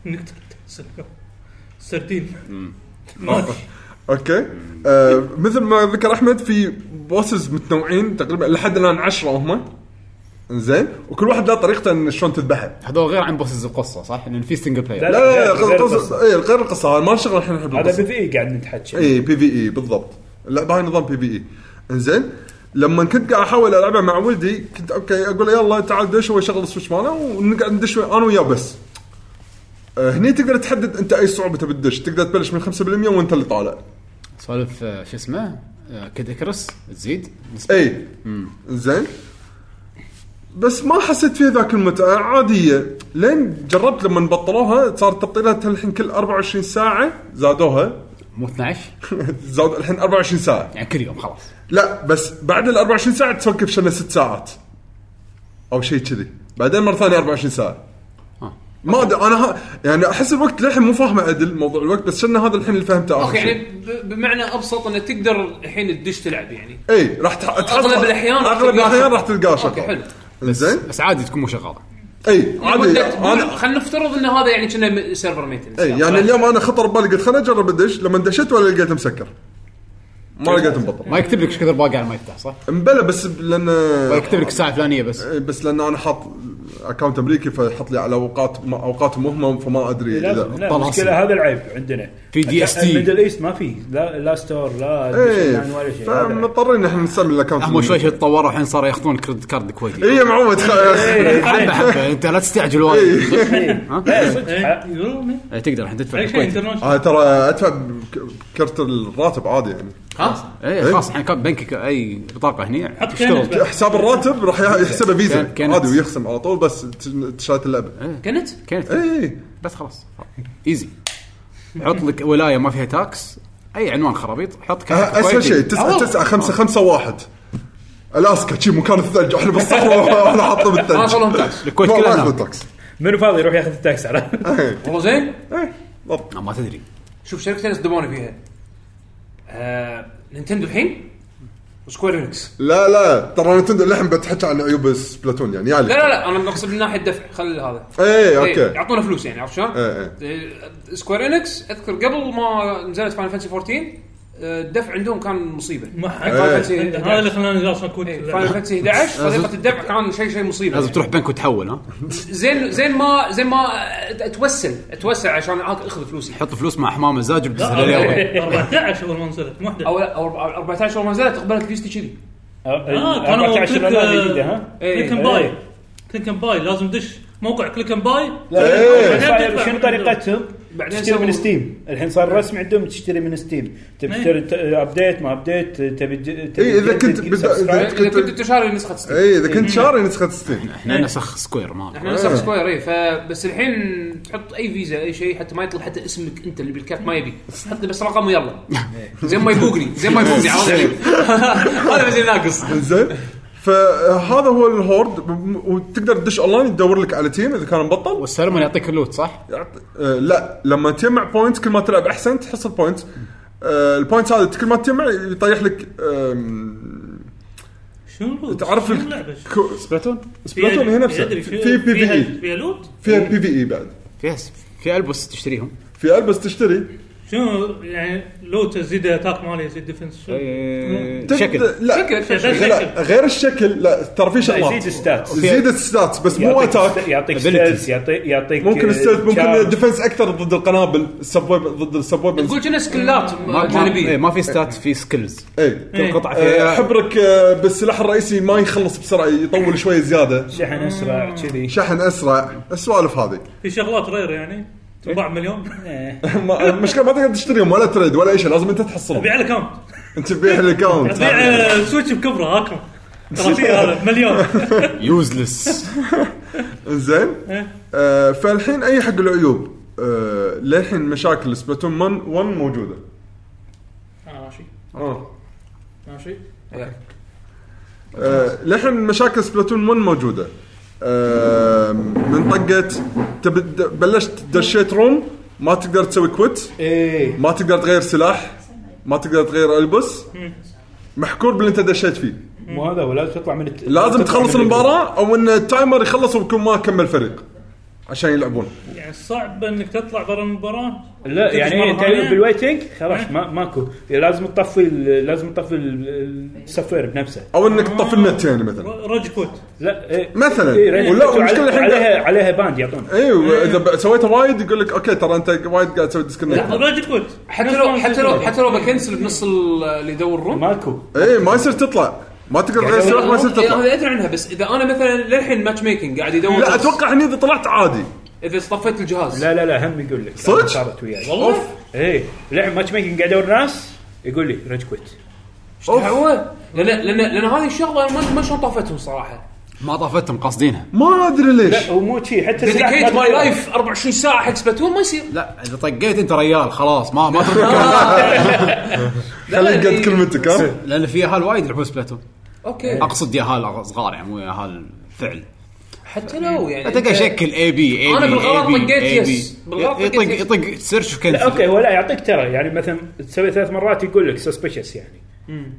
Speaker 7: نكتت
Speaker 3: سردين ماشي
Speaker 5: اوكي آه مثل ما ذكر احمد في بوسز متنوعين تقريبا لحد الان 10 هم زين وكل واحد له طريقته ان شلون تذبحه
Speaker 1: هذول غير عن بوسز القصه صح؟ لان في سنجل بلاير
Speaker 5: لا لا غير القصه اي غير القصه هاي ما نشغل احنا الحين
Speaker 6: هذا
Speaker 5: بالقصة.
Speaker 6: بي في اي قاعد نتحكي
Speaker 5: اي بي في اي E، بالضبط لا هاي نظام بي في اي انزين لما كنت قاعد احاول العبها مع ولدي كنت اوكي اقول له يلا تعال دش هو يشغل السويتش ماله ونقعد ندش انا وياه بس آه، هني تقدر تحدد انت اي صعوبه تبي تدش تقدر تبلش من 5% وانت اللي طالع
Speaker 1: سوالف آه، شو اسمه؟ آه، كيد اكرس تزيد نسبة.
Speaker 5: اي زين إيه. بس ما حسيت فيها ذاك المتعه عاديه لين جربت لما بطلوها صار تبطيلات الحين كل 24 ساعه زادوها
Speaker 1: مو 12
Speaker 5: زاد الحين 24 ساعه
Speaker 1: يعني كل يوم خلاص
Speaker 5: لا بس بعد ال 24 ساعه توقف شنه ست ساعات او شيء كذي بعدين مره ثانيه 24 ساعه
Speaker 1: آه.
Speaker 5: ما ادري انا ها يعني احس الوقت للحين مو فاهمه عدل موضوع الوقت بس شنه هذا الحين اللي فهمته
Speaker 2: اخي
Speaker 5: اخر
Speaker 2: يعني
Speaker 5: شيء
Speaker 2: ب- بمعنى ابسط انه تقدر الحين تدش تلعب يعني
Speaker 5: اي راح تح- تحصل
Speaker 2: أغلب الأحيان راح
Speaker 5: اغلب
Speaker 2: تلقاه
Speaker 5: الاحيان
Speaker 2: شغل.
Speaker 5: راح تلقاه
Speaker 2: اوكي
Speaker 5: شغل
Speaker 2: حلو
Speaker 1: بس
Speaker 5: زين
Speaker 1: بس عادي تكون مو شغاله
Speaker 5: اي عادي انا
Speaker 2: خلينا نفترض ان هذا يعني كنا م- سيرفر ميتنس
Speaker 5: اي يعني اليوم انا خطر ببالي قلت خليني اجرب ادش لما دشيت ولا لقيته مسكر ما لقيته مبطل
Speaker 1: ما يكتب لك ايش كثر باقي على ما يفتح صح؟
Speaker 5: مبلى بس لان
Speaker 1: ما يكتب لك الساعه الفلانيه بس
Speaker 5: إيه، بس لان انا حاط اكونت امريكي فيحط لي على اوقات ما- اوقات مهمه فما ادري
Speaker 6: لازم
Speaker 5: اذا
Speaker 6: لا
Speaker 1: طلع
Speaker 6: المشكله هذا العيب عندنا
Speaker 1: في دي اس تي.
Speaker 6: الميدل ايست ما في لا لا ستور لا
Speaker 5: ايه
Speaker 6: ديشن ولا شيء هذا العيب.
Speaker 5: فمضطرين احنا نستعمل الاكونت
Speaker 1: هم شوي شوي تطوروا الحين صاروا ياخذون كريدت كارد كويتي
Speaker 5: اي إيه، يا معود خ-
Speaker 6: إيه،
Speaker 1: حبه حبه انت لا تستعجل وايد
Speaker 6: لا، صدق،
Speaker 3: إيه،
Speaker 6: حق.
Speaker 3: يقولون إيه.
Speaker 1: إيه، تقدر الحين تدفع
Speaker 3: اي شيء
Speaker 1: بالكويتي
Speaker 3: انترناشونال
Speaker 5: آه، ترى ادفع بك- بكرت الراتب عادي يعني
Speaker 1: خلاص اي إيه، خلاص الحين كان بنكك اي بطاقه هنا
Speaker 3: حط
Speaker 1: تشتغل
Speaker 3: كنت
Speaker 5: حساب الراتب راح يحسبه فيزا
Speaker 1: كان- كانت- إيه.
Speaker 5: عادي ويخصم على طول بس ت- إيه، تشات اللعبه
Speaker 2: كنت
Speaker 1: كانت
Speaker 5: اي
Speaker 1: بس خلاص ايزي حط لك ولايه ما فيها تاكس اي عنوان خرابيط حط كريدت
Speaker 5: آه، اسهل
Speaker 1: كويتي.
Speaker 5: شيء
Speaker 1: آه،
Speaker 5: 9
Speaker 1: والله.
Speaker 5: 9 5 5 1 الاسكا شي مكان الثلج احنا بالصحراء واحنا حاطين بالثلج
Speaker 2: ما صار لهم تاكس.
Speaker 1: الكويت
Speaker 5: ما- ما
Speaker 1: كلها نعم.
Speaker 5: ياخذون
Speaker 1: هناك.
Speaker 5: تاكس
Speaker 6: منو فاضي يروح ياخذ التاكس على
Speaker 2: والله زين
Speaker 1: آه، ما تدري
Speaker 2: شوف شركتين صدموني فيها آه، نينتندو الحين وسكوير انكس
Speaker 5: لا لا ترى نتندو للحين بتحكي عن عيوب سبلاتون يعني يا
Speaker 2: لا لا لا انا مقصد من ناحيه الدفع خل هذا
Speaker 5: اي
Speaker 2: إيه،
Speaker 5: اوكي
Speaker 2: يعطونا فلوس يعني عرفت شلون؟
Speaker 5: إيه،
Speaker 2: آه، سكوير انكس اذكر قبل ما نزلت فاينل فانسي 14 آه، الدفع عندهم كان إيه، مصيبه
Speaker 3: ما حد
Speaker 2: فاينل
Speaker 5: إيه.
Speaker 2: فانسي
Speaker 3: هذا اللي خلاني اصلا كنت
Speaker 2: فاينل فانتسي 11 طريقه الدفع كان شيء شيء مصيبه
Speaker 1: لازم تروح بنك وتحول ها
Speaker 2: زين زين ما زين ما أت- اتوسل اتوسل عشان هاك اخذ فلوسي
Speaker 1: حط فلوس مع حمامه زاج وبتسهل
Speaker 3: لا،
Speaker 1: اليوم
Speaker 7: إيه.
Speaker 3: 14 اول ما نزلت مو 11
Speaker 2: او او 14 اول ما نزلت اقبلت فيستي كذي
Speaker 6: أه،
Speaker 3: اه كانوا كليك- آه،
Speaker 2: إيه،
Speaker 3: كليك ان باي كليك ان باي لازم دش موقع كليك إيه، ان باي
Speaker 5: إيه.
Speaker 2: إيه،
Speaker 6: لا شنو طريقتهم؟
Speaker 2: بعدين
Speaker 6: تشتري
Speaker 2: سووا-
Speaker 6: من ستيم الحين صار رسمي عندهم تشتري من ستيم تبي
Speaker 3: إيه.
Speaker 6: تشتري ت- ابديت ما ابديت تبي ج- تبي
Speaker 5: إيه، إذا
Speaker 6: جدد،
Speaker 5: كنت
Speaker 6: تجيب
Speaker 5: بدأ-
Speaker 6: سبسكرايب.
Speaker 5: إذا-
Speaker 2: اذا كنت انت شاري نسخه ستيم
Speaker 5: اي اذا إيه، كنت شاري نسخه ستيم
Speaker 1: احنا نسخ سكوير ما
Speaker 2: احنا نسخ سكوير اي فبس الحين تحط اي فيزا اي شيء حتى ما يطلع حتى اسمك انت اللي بالكارت ما يبي حط لي بس رقم ويلا زين ما يفوقني زين ما يفوقني عرفت علي؟ هذا بس اللي ناقص
Speaker 5: زين فهذا هو الهورد م- وتقدر تدش اونلاين تدور لك على تيم اذا كان مبطل
Speaker 1: والسلمون يعطيك اللوت صح؟
Speaker 5: يعط- آه، لا لما تجمع بوينتس كل ما تلعب احسن تحصل بوينتس البوينتس هذه كل ما تجمع يطيح لك آم،
Speaker 3: شنو
Speaker 5: تعرف
Speaker 3: شنو اللعبة؟
Speaker 5: لك كو-
Speaker 6: سبلاتون
Speaker 5: سبلاتون هي نفسها
Speaker 3: يدري شو-
Speaker 5: في بي في
Speaker 3: فيها-
Speaker 5: اي
Speaker 3: فيها لوت
Speaker 5: فيها بي في اي بعد
Speaker 1: في في البس تشتريهم
Speaker 5: في البس تشتري
Speaker 3: شنو يعني لوت يزيد اتاك مالي يزيد ديفنس شنو؟
Speaker 5: تبدأ-
Speaker 1: شكل
Speaker 5: لا
Speaker 2: إيه. شكل شكل
Speaker 5: لا غير الشكل لا ترى في شغلات
Speaker 6: يزيد ستات
Speaker 5: زيد الستاتس بس مو اتاك
Speaker 6: يعطيك
Speaker 1: Ability.
Speaker 6: ستيلز يعطيك يعطيك
Speaker 5: ممكن
Speaker 6: آه،
Speaker 5: الستيلز
Speaker 6: charm.
Speaker 5: ممكن ديفنس اكثر ضد القنابل السبوي ضد السبوي
Speaker 2: تقول كنا سكلات
Speaker 1: ما, ما, إيه،
Speaker 2: جانبيه
Speaker 1: ما في ستات في سكيلز
Speaker 5: اي
Speaker 1: كل قطعه
Speaker 5: إيه، آه،
Speaker 1: فيها
Speaker 5: حبرك آه، بالسلاح الرئيسي ما يخلص بسرعه يطول شويه زياده
Speaker 6: شحن اسرع كذي
Speaker 5: شحن اسرع السوالف هذه
Speaker 3: في شغلات رير يعني تباع
Speaker 2: إيه.
Speaker 3: مليون
Speaker 5: ما- المشكله ما تقدر تشتريهم ولا تريد ولا اي شيء لازم انت تحصلهم
Speaker 3: بيع الاكونت
Speaker 5: انت تبيع الاكونت
Speaker 3: بيع آه، سويتش بكبره هاكم ترى في هذا مليون
Speaker 1: يوزلس
Speaker 5: زين آه، فالحين اي حق العيوب آه، للحين مشاكل سبلاتون 1 موجوده
Speaker 8: انا ماشي
Speaker 5: آه.
Speaker 8: ماشي
Speaker 5: آه، للحين مشاكل سبلاتون 1 موجوده آه، من طقه تب- بلشت دشيت روم ما تقدر تسوي كويت
Speaker 3: إيه.
Speaker 6: ايه
Speaker 5: ما تقدر تغير سلاح ما تقدر تغير البس محكور باللي انت دشيت فيه
Speaker 6: مو هذا هو لازم تطلع من الت...
Speaker 5: لازم
Speaker 6: تطلع
Speaker 5: تخلص
Speaker 6: من ال-
Speaker 5: المباراه او ان التايمر يخلص ويكون ما كمل فريق عشان يلعبون
Speaker 7: يعني صعب انك تطلع برا المباراه
Speaker 3: لا يعني
Speaker 7: مرة
Speaker 3: انت
Speaker 7: ثانية؟
Speaker 3: بالويتنج
Speaker 6: إيه.
Speaker 3: خلاص ما ماكو لازم تطفي ال- لازم تطفي ال- السوفت وير بنفسه
Speaker 5: او انك تطفي النت يعني مثلا
Speaker 7: ر- رج كوت
Speaker 3: لا إيه.
Speaker 5: مثلا
Speaker 3: إيه، رينج
Speaker 5: ولا
Speaker 3: كوت وعلى-
Speaker 5: المشكله الحين
Speaker 3: عليها عليها باند يعطون
Speaker 5: ايوه اذا ب- سويت وايد يقول لك اوكي ترى انت وايد قاعد تسوي ديسكونكت
Speaker 7: رج كوت
Speaker 2: حتى لو حتى لو حتى لو بكنسل بنص ال- اللي يدورون
Speaker 3: ماكو
Speaker 5: اي إيه، ما يصير تطلع ما تقدر
Speaker 3: يعني
Speaker 5: تغير سلاح ما يصير تطلع
Speaker 2: انا ادري عنها بس اذا انا مثلا للحين ماتش ميكنج قاعد يدور
Speaker 5: لا
Speaker 2: بس.
Speaker 5: اتوقع هني اذا طلعت عادي
Speaker 2: اذا طفيت الجهاز
Speaker 3: لا لا لا هم يقول لك
Speaker 5: صدق؟
Speaker 3: صارت وياي
Speaker 2: والله
Speaker 3: ايه لعب ماتش ميكنج قاعد ادور ناس يقول لي ريج كويت
Speaker 2: ايش دعوه لان لان لان هذه الشغله أنا ما ما شلون طافتهم صراحه
Speaker 1: ما طافتهم قاصدينها
Speaker 5: ما ادري ليش
Speaker 3: لا ومو شي حتى سلاح
Speaker 2: ديديكيت
Speaker 3: ما
Speaker 2: ماي
Speaker 3: تقدر-
Speaker 2: لايف 24 ساعه حق سبلاتون ما يصير
Speaker 1: لا اذا طقيت انت ريال خلاص ما ما تركع.
Speaker 2: إيه.
Speaker 5: خليك
Speaker 3: إيه.
Speaker 5: قد كلمتك ها
Speaker 1: لان في اهال وايد يلعبون سبلاتون
Speaker 2: اوكي
Speaker 1: اقصد يا اهال صغار يعني مو يا اهل فعل
Speaker 2: حتى لو يعني
Speaker 1: تلقى شكل اي بي اي بي
Speaker 2: إيه، أنا بالغلط
Speaker 1: AB,
Speaker 2: طقيت
Speaker 1: AB.
Speaker 2: يس. بالغلط طقيت
Speaker 1: يطق
Speaker 2: يس.
Speaker 1: يطق سيرش
Speaker 3: لا
Speaker 1: وكنسل
Speaker 3: اوكي هو لا يعطيك ترى يعني مثلا تسوي ثلاث مرات يقول لك سسبشس يعني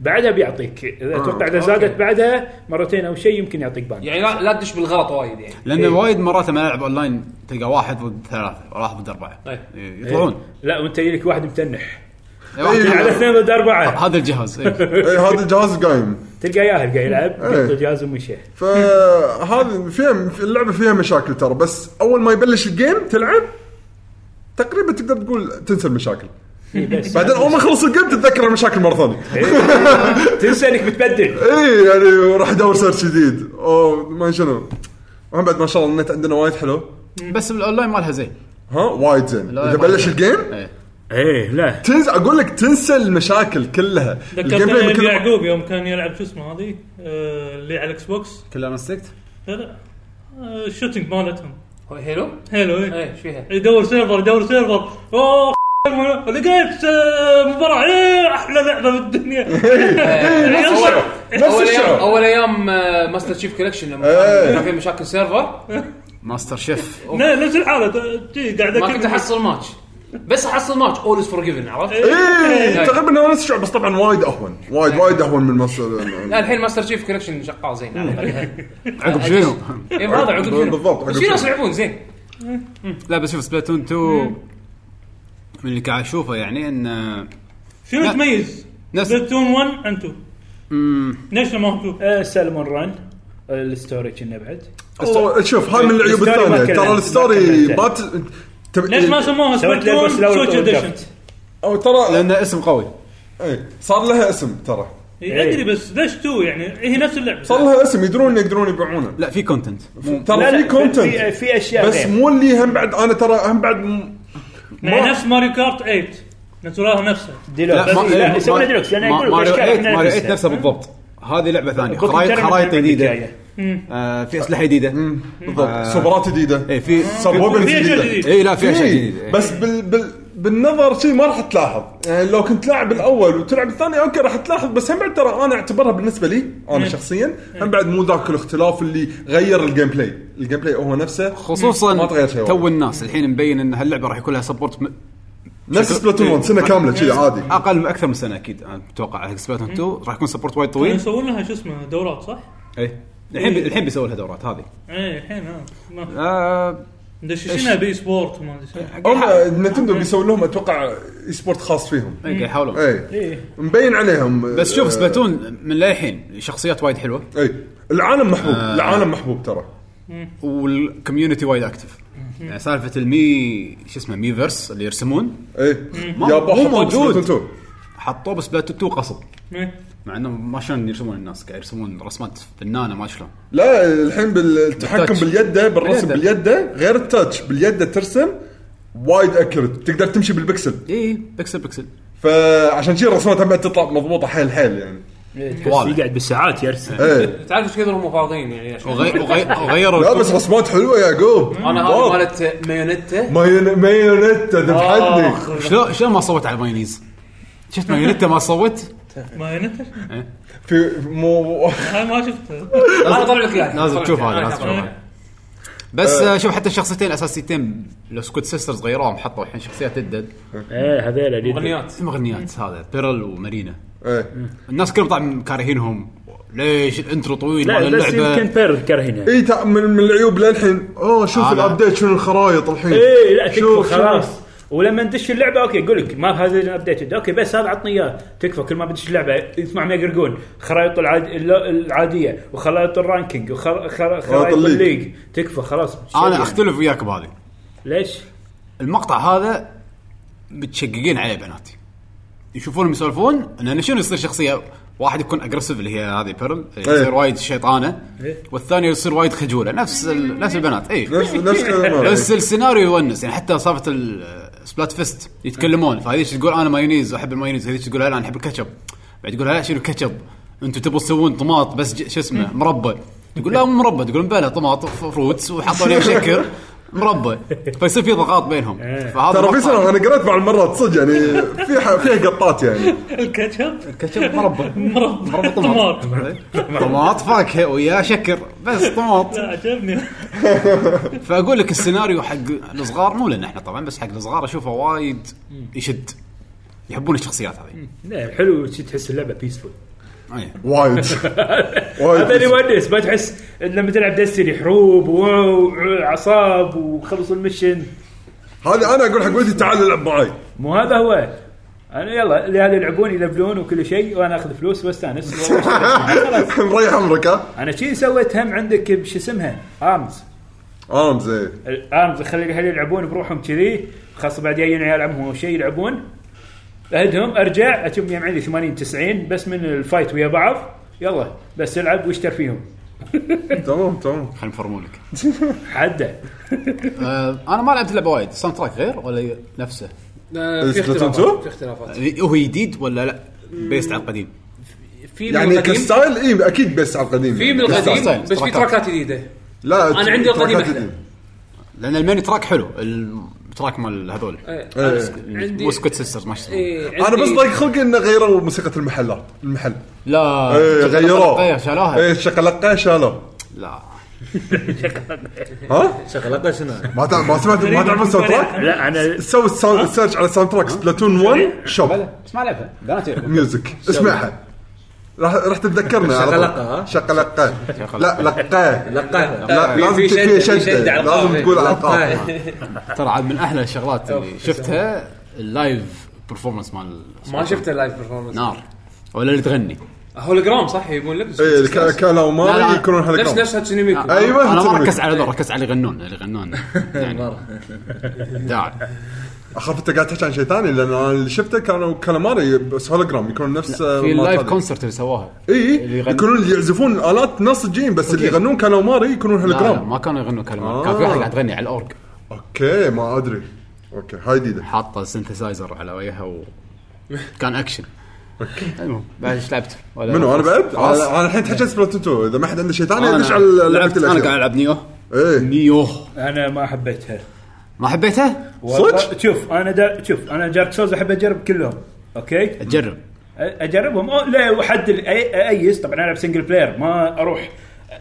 Speaker 3: بعدها بيعطيك اذا اتوقع اذا زادت بعدها مرتين او شيء يمكن يعطيك بان
Speaker 2: يعني لا لا تدش بالغلط وايد يعني
Speaker 1: لان وايد مرات لما العب اونلاين تلقى واحد ضد ثلاثه واحد ضد اربعه
Speaker 2: إيه. يعني
Speaker 1: إيه، يطلعون
Speaker 3: لا وانت يجيك واحد متنح
Speaker 1: إيه، واحد
Speaker 5: إيه.
Speaker 3: على
Speaker 1: يلعب.
Speaker 3: اثنين ضد اربعه
Speaker 1: هذا الجهاز إيه.
Speaker 5: اي هذا الجهاز قايم
Speaker 3: تلقى ياهل قاعد يلعب
Speaker 5: إيه.
Speaker 3: يقطع جهاز ومشي
Speaker 5: فهذه فيها في اللعبه فيها مشاكل ترى بس اول ما يبلش الجيم تلعب تقريبا تقدر تقول تنسى المشاكل
Speaker 3: إيه بس إيه.
Speaker 5: بعدين اول ما يخلص الجيم تتذكر المشاكل مره ثانيه
Speaker 3: تنسى انك متبدل
Speaker 5: اي يعني راح ادور سيرش جديد او ما شنو وهم بعد ما شاء الله النت عندنا وايد حلو
Speaker 1: بس الاونلاين مالها زين
Speaker 5: ها وايد زين
Speaker 1: لا،
Speaker 5: اذا
Speaker 1: ما
Speaker 5: بلش
Speaker 1: أدري.
Speaker 5: الجيم
Speaker 1: إيه.
Speaker 3: ايه لا
Speaker 5: تنسى اقول لك تنسى المشاكل كلها الجيم بلاي
Speaker 7: ذكرتني
Speaker 5: بكل-
Speaker 7: بيعقوب يوم كان يلعب شو اسمه هذه آه، اللي على الاكس بوكس
Speaker 1: كلها مسكت
Speaker 7: لا لا آه، الشوتنج مالتهم
Speaker 2: هو هيلو؟
Speaker 7: حلو إيه.
Speaker 2: ايه ايش فيها؟
Speaker 7: يدور سيرفر يدور سيرفر اوه لقيت آه، مباراة إيه، احلى لعبة بالدنيا
Speaker 1: إيه.
Speaker 7: إيه. يلا.
Speaker 5: إيه، نفس
Speaker 2: اول ايام
Speaker 5: الشعور
Speaker 2: اول ايام ماستر شيف كولكشن لما
Speaker 5: إيه.
Speaker 2: كان- كان في مشاكل سيرفر
Speaker 1: ماستر شيف
Speaker 7: لا، نفس الحالة ت- تي قاعد
Speaker 2: ما كنت
Speaker 7: أكلم.
Speaker 2: احصل ماتش بس احصل ماتش اولز فور جيفن عرفت؟
Speaker 5: اي تقريبا إيه، نفس الشعور بس طبعا وايد اهون وايد وايد اهون من مصر
Speaker 2: لا الحين ماستر شيف كولكشن شغال زين على الأقل.
Speaker 5: أه،
Speaker 1: عقب شنو؟
Speaker 2: إيه، هذا عقب شنو؟
Speaker 5: إيه. بالضبط، عقب
Speaker 2: بس في ناس
Speaker 5: شنو.
Speaker 2: يلعبون زين
Speaker 1: لا بس شوف سبلاتون 2 من اللي قاعد اشوفه يعني ان
Speaker 7: شنو
Speaker 1: لا.
Speaker 7: تميز؟
Speaker 1: نفس-
Speaker 7: سبلاتون 1 عن 2 ليش ما هو 2؟
Speaker 3: آه، سلمون ران الستوري كنا بعد
Speaker 5: الستوري- شوف هاي من العيوب
Speaker 3: الستوري ما
Speaker 5: الثانيه
Speaker 3: كلها-
Speaker 5: ترى
Speaker 3: ما
Speaker 5: الستوري
Speaker 3: كلها.
Speaker 5: ما ت- تب-
Speaker 7: ليش ما سموها
Speaker 3: سويت
Speaker 7: سبلاتون
Speaker 3: ليبل سلاول
Speaker 7: سويتش اديشن؟
Speaker 3: وقفت.
Speaker 5: او ترى
Speaker 1: لانه اسم قوي
Speaker 5: إيه، صار لها اسم ترى
Speaker 7: إيه، ادري بس ليش 2 يعني هي نفس اللعبة
Speaker 5: صار لها اسم يدرون يقدرون يبيعونه
Speaker 1: لا في كونتنت
Speaker 3: لا،
Speaker 5: ترى
Speaker 3: لا،
Speaker 5: في كونتنت
Speaker 3: في- في اشياء
Speaker 5: بس
Speaker 3: غير.
Speaker 5: مو اللي هم بعد انا ترى هم بعد م-
Speaker 7: يعني
Speaker 5: ما-
Speaker 7: نفس ماريو كارت 8 نتوراها نفسها
Speaker 3: ديلوكس
Speaker 1: ما- إيه،
Speaker 3: لا
Speaker 1: ما-
Speaker 3: يسوون ديلوكس
Speaker 5: يعني
Speaker 3: يعني لان
Speaker 1: ما-
Speaker 3: يقول لك
Speaker 1: ماريو
Speaker 3: اشكال
Speaker 1: 8
Speaker 3: إحنا
Speaker 1: ماريو 8
Speaker 3: نفسها.
Speaker 5: إيه؟
Speaker 1: نفسها بالضبط هذه لعبه ثانيه
Speaker 3: كنت
Speaker 1: خرايط
Speaker 3: مجرب
Speaker 1: خرايط
Speaker 3: من
Speaker 1: جديده
Speaker 3: البداية.
Speaker 1: آه، في اسلحه جديده
Speaker 5: بالضبط سوبرات جديده
Speaker 1: اي إيه، في
Speaker 5: صار ويبنز
Speaker 7: في أشياء
Speaker 5: جديده
Speaker 7: جديدة.
Speaker 1: اي لا في اشياء
Speaker 5: إيه،
Speaker 1: جديده إيه.
Speaker 5: بس بال بال بالنظر شيء ما راح تلاحظ يعني لو كنت لاعب الاول وتلعب الثاني اوكي راح تلاحظ بس هم بعد ترى انا اعتبرها بالنسبه لي انا شخصيا هم بعد مو ذاك الاختلاف اللي غير الجيم بلاي الجيم بلاي هو نفسه ما
Speaker 1: خصوصا
Speaker 5: تغير شيء
Speaker 1: تو
Speaker 5: والله.
Speaker 1: الناس الحين مبين ان هاللعبه راح يكون لها سبورت م-
Speaker 5: نفس سبلاتون 1 سنه كامله كذي عادي
Speaker 1: اقل من اكثر من سنه اكيد أنا اتوقع حق سبلاتون 2 راح يكون سبورت وايد
Speaker 7: كانوا
Speaker 1: طويل
Speaker 7: يعني يسوون لها شو اسمه دورات صح؟
Speaker 1: اي الحين بي- الحين بيسوي لها دورات هذه
Speaker 7: ايه الحين ها ما-
Speaker 1: آه،
Speaker 7: مدششينها بي سبورت وما ادري شنو.
Speaker 5: هم نتندو بيسوون لهم اتوقع اي سبورت خاص فيهم
Speaker 1: إيه، قاعد يحاولون
Speaker 5: اي مبين عليهم
Speaker 1: بس شوف
Speaker 5: آه،
Speaker 1: سبلاتون من للحين شخصيات وايد حلوه
Speaker 5: اي العالم محبوب
Speaker 1: آه.
Speaker 5: العالم محبوب ترى
Speaker 1: والكوميونتي وايد اكتف يعني سالفه المي شو اسمه ميفرس اللي يرسمون
Speaker 5: اي
Speaker 1: ما-
Speaker 5: يابا
Speaker 1: مو
Speaker 5: حطوا
Speaker 1: موجود.
Speaker 5: بسبلاتون 2.
Speaker 1: حطوه بس بلاتون 2 قصد
Speaker 7: إيه.
Speaker 1: مع انه ما شلون يرسمون الناس قاعد يرسمون رسمات فنانه ما شلون
Speaker 5: لا الحين بالتحكم
Speaker 1: بالتاتش.
Speaker 5: باليده بالرسم
Speaker 1: باليدة.
Speaker 5: باليده غير التاتش باليده ترسم وايد اكيوريت تقدر تمشي بالبكسل
Speaker 1: اي بكسل بكسل
Speaker 5: فعشان شي الرسمات هم تطلع مضبوطه حيل حيل يعني
Speaker 3: إيه، تحس
Speaker 1: طوال.
Speaker 3: يقعد بالساعات يرسم
Speaker 5: ايه
Speaker 2: تعرف ايش كثر هم فاضيين يعني عشان
Speaker 1: وغي- وغي- وغيروا
Speaker 5: لا بس رسمات حلوه يا يعقوب
Speaker 2: انا هذه مالت مايونيتا
Speaker 5: مايون- مايونيتا
Speaker 3: آه.
Speaker 5: ذبحتني
Speaker 1: شلون شلون ما صوت على مايونيز شفت مايونيتا ما صوت
Speaker 7: ما ينتج
Speaker 5: في مو
Speaker 7: هاي ما شفتها
Speaker 2: انا اطلع لك اياها
Speaker 1: لازم
Speaker 2: أطلع لك
Speaker 1: تشوفها
Speaker 2: إياها.
Speaker 1: لازم تشوفها بس آه، شوف حتى الشخصيتين الاساسيتين لو سكوت سيسترز غيروهم حطوا الحين شخصيات جدد
Speaker 3: ايه هذيلا اللي-
Speaker 5: إيه.
Speaker 2: اغنيات
Speaker 1: مغنيات هذا بيرل ومارينا
Speaker 5: ايه
Speaker 1: الناس كلهم طبعا كارهينهم ليش الانترو طويل مال
Speaker 3: لا بس يمكن
Speaker 1: اللعبه
Speaker 3: فير كرهينه
Speaker 5: اي تع- إيه، من من العيوب للحين اوه شوف
Speaker 1: أنا-
Speaker 5: الابديت شنو الخرايط الحين
Speaker 3: اي إيه، لا تكفى
Speaker 5: شوف- شوف.
Speaker 3: خلاص ولما ندش اللعبه اوكي يقول لك ما هذا الابديت اوكي بس هذا عطني اياه تكفى كل ما بدش اللعبه يسمعهم يقرقون خرائط العاد... الل- العاديه وخرائط الرانكينج وخرائط
Speaker 5: الليج.
Speaker 3: الليج تكفى خلاص
Speaker 1: انا اختلف وياك بهذه
Speaker 3: ليش؟
Speaker 1: المقطع هذا متشققين عليه بناتي يشوفونهم يسولفون لان شنو يصير شخصيه واحد يكون اجريسيف اللي هي هذه بيرل يصير وايد شيطانه
Speaker 3: إيه.
Speaker 1: والثاني يصير وايد خجوله نفس ال... نفس البنات إيه. اي
Speaker 5: نفس نفس كلام
Speaker 1: بس السيناريو يونس يعني حتى صارت السبلات فيست يتكلمون فهذيك تقول انا مايونيز احب المايونيز هذيك تقول لا انا احب الكاتشب بعد تقول لا شنو كاتشب انتم تبون تسوون طماط بس ج- شو اسمه مربى تقول لا مو مربى تقول بلا طماط ف- فروتس وحطوا عليه شكر مربى فيصير في ضغط بينهم فهذا
Speaker 5: ترى في
Speaker 1: المقطع-
Speaker 5: سنه انا قريت بعض المرات صدق يعني فيها فيها قطات يعني
Speaker 3: الكاتشب
Speaker 1: كاتشب مربى
Speaker 3: مربى
Speaker 1: طماط طماط فاكهه ويا شكر بس طماط
Speaker 3: عجبني
Speaker 1: فاقول لك السيناريو حق الصغار مو لنا احنا طبعا بس حق الصغار اشوفه وايد يشد يحبون الشخصيات هذه إيه،
Speaker 3: لا الحلو شي تحس اللعبه بيسفول
Speaker 1: أي.
Speaker 5: وايد
Speaker 3: هذا اللي
Speaker 5: وايد
Speaker 3: يونس ما تحس لما تلعب دستري حروب وعصاب وخلص المشن
Speaker 5: هذا انا اقول حق ولدي تعال العب معاي
Speaker 3: مو هذا هو انا يلا اللي هذا يلعبون يلفلون وكل شيء وانا اخذ فلوس واستانس خلاص.
Speaker 5: مريح عمرك ها
Speaker 3: انا شي سويت هم عندك بش اسمها ارمز
Speaker 5: ارمز ايه
Speaker 3: الارمز اخلي الاهل يلعبون بروحهم كذي خاصه بعد جايين عيال عمهم او شيء يلعبون اهدهم ارجع اشوف مجمعين لي 80 90 بس من الفايت ويا بعض يلا بس العب واشتر فيهم
Speaker 5: تمام تمام
Speaker 1: خلينا نفرمون لك
Speaker 3: حده
Speaker 1: آه، انا ما لعبت اللعبه وايد الساوند تراك غير ولا نفسه
Speaker 2: آه، في
Speaker 5: Splatoon
Speaker 2: اختلافات
Speaker 5: 2?
Speaker 2: في اختلافات
Speaker 1: هو جديد ولا لا بيست على القديم
Speaker 2: في من
Speaker 5: يعني
Speaker 2: القديم
Speaker 5: كستايل اي اكيد بس على القديم
Speaker 2: في من
Speaker 5: يعني.
Speaker 2: القديم بس في
Speaker 1: تراكات.
Speaker 2: تراكات جديده
Speaker 5: لا
Speaker 2: أنا عندي القديم
Speaker 5: تراكات
Speaker 2: أحلى.
Speaker 5: قديم.
Speaker 1: لان الميني تراك حلو التراك مال هذول
Speaker 2: إيه،
Speaker 5: إيه.
Speaker 2: عندي
Speaker 1: وسكوت سيسترز ما شو اسمه
Speaker 2: إيه،
Speaker 5: انا
Speaker 2: عندي-
Speaker 5: بس ضايق خلقي انه غيروا موسيقى المحلات المحل
Speaker 1: لا
Speaker 5: ايه غيروه
Speaker 1: إيه، شالوها
Speaker 5: ايه شقلقه شالوه
Speaker 1: لا
Speaker 5: ها
Speaker 4: شغلة شنو؟
Speaker 5: ما تع- ما سمعت ما تعرف الساوند تراك؟
Speaker 3: لا انا
Speaker 5: سوي الساوند سيرش على ساوند تراك سبلاتون 1 شوب
Speaker 1: بلا بس ما لعبها بنات يلعبون.
Speaker 5: ميوزك اسمعها راح راح تتذكرنا على طول.
Speaker 4: شقلقة، ها؟
Speaker 5: شقلقه لا لقاه
Speaker 4: لقاها
Speaker 5: لا
Speaker 2: في-
Speaker 5: لازم
Speaker 2: في شدة-
Speaker 5: تكون
Speaker 2: في
Speaker 5: شده
Speaker 2: شدة على
Speaker 5: لازم
Speaker 2: القافية.
Speaker 5: تقول
Speaker 4: لقاها.
Speaker 5: القاه
Speaker 1: ترى عاد من احلى الشغلات اللي شفتها اللايف برفورمانس مال
Speaker 2: ما شفت اللايف برفورمانس
Speaker 1: نار ولا اللي تغني
Speaker 2: هولوجرام صح يبون لبس
Speaker 5: ايه الك- كانوا
Speaker 1: لا، لا.
Speaker 5: ماري يكونون
Speaker 2: نفس
Speaker 5: هالكم
Speaker 2: نفس هاتسونيميكو
Speaker 5: أي. أيوة،
Speaker 1: انا ما
Speaker 5: تسلمي.
Speaker 1: ركزت على ذول ركزت على اللي يغنون اللي يغنون يعني داعي
Speaker 5: اخاف انت قاعد تحكي عن شيء ثاني لان انا اللي شفته كانوا كالاماري بس هولوجرام يكونون نفس
Speaker 1: في اللايف كونسرت اللي سووها اللي
Speaker 5: اي
Speaker 1: يغني.
Speaker 5: يكونون اللي يعزفون الالات ناس صجين بس اللي يغنون كالاماري يكونون
Speaker 1: لا، لا،
Speaker 5: هولوجرام
Speaker 1: ما كانوا يغنوا كلمات
Speaker 5: آه.
Speaker 1: كان في واحده قاعد تغني على الاورج
Speaker 5: اوكي ما ادري اوكي هاي جديده
Speaker 1: حاطه سنتسايزر على وجهها و... كان اكشن المهم بعد ايش لعبت؟ ولا
Speaker 5: منو انا بعد؟
Speaker 1: خلاص.
Speaker 5: انا أنا الحين تحكي سبلاتون 2 اذا ما حد عنده شيء ثاني ادش
Speaker 1: انا
Speaker 5: على
Speaker 1: لعبت
Speaker 5: لعبتي
Speaker 1: انا قاعد
Speaker 5: الاخيره
Speaker 1: العب نيو
Speaker 5: ايه
Speaker 1: نيو
Speaker 3: انا ما حبيتها
Speaker 1: ما حبيتها؟
Speaker 3: والله-
Speaker 5: صدق؟
Speaker 3: شوف انا دا شوف انا دارك سولز احب اجرب كلهم اوكي أ-
Speaker 1: تجرب
Speaker 3: اجربهم أو لا وحد ال- أي- ايس طبعا العب سنجل بلاير ما اروح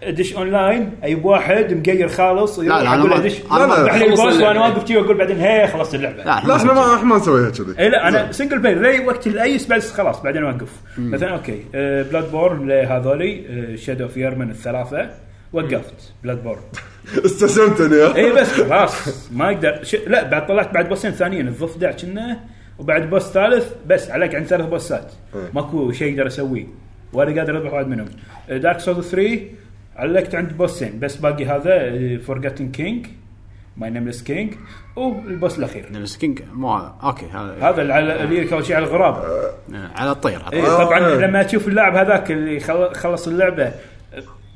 Speaker 3: ادش اون لاين اي واحد مقير خالص
Speaker 1: لا، أنا ما- أنا
Speaker 5: ما-
Speaker 3: انا
Speaker 2: خلص
Speaker 3: البوس
Speaker 2: اللعبة.
Speaker 3: وانا واقف تي واقول بعدين هي خلصت اللعبه
Speaker 1: لا
Speaker 5: لا احنا
Speaker 1: ما
Speaker 5: ما احنا ما نسويها كذي
Speaker 3: اي لا انا سنجل بلاير لي وقت الايس بس خلاص بعدين اوقف مثلا اوكي بلاد بورن آه، لهذولي آه، شادو اوف يرمن الثلاثه وقفت بلاد بورن
Speaker 1: إيه.
Speaker 5: استسلمت انا ها؟
Speaker 3: اي إيه، بس خلاص ما اقدر ش... لا بعد طلعت بعد بوسين ثانيين الضفدع كنا وبعد بوس ثالث بس عليك عن ثلاث بوسات ماكو شيء اقدر اسويه ولا قادر اذبح واحد منهم دارك سول 3 علقت عند بوسين بس باقي هذا فورجتن كينج ماي نيمليس كينج والبوس الاخير
Speaker 1: كينج مو هذا اوكي هذا يعني
Speaker 3: هذا اللي على اللي يركب شيء على الغراب
Speaker 1: على الطير هذا
Speaker 3: إيه
Speaker 5: آه،
Speaker 3: طبعا
Speaker 5: إيه.
Speaker 3: لما تشوف اللاعب هذاك اللي خل- خلص اللعبه آه،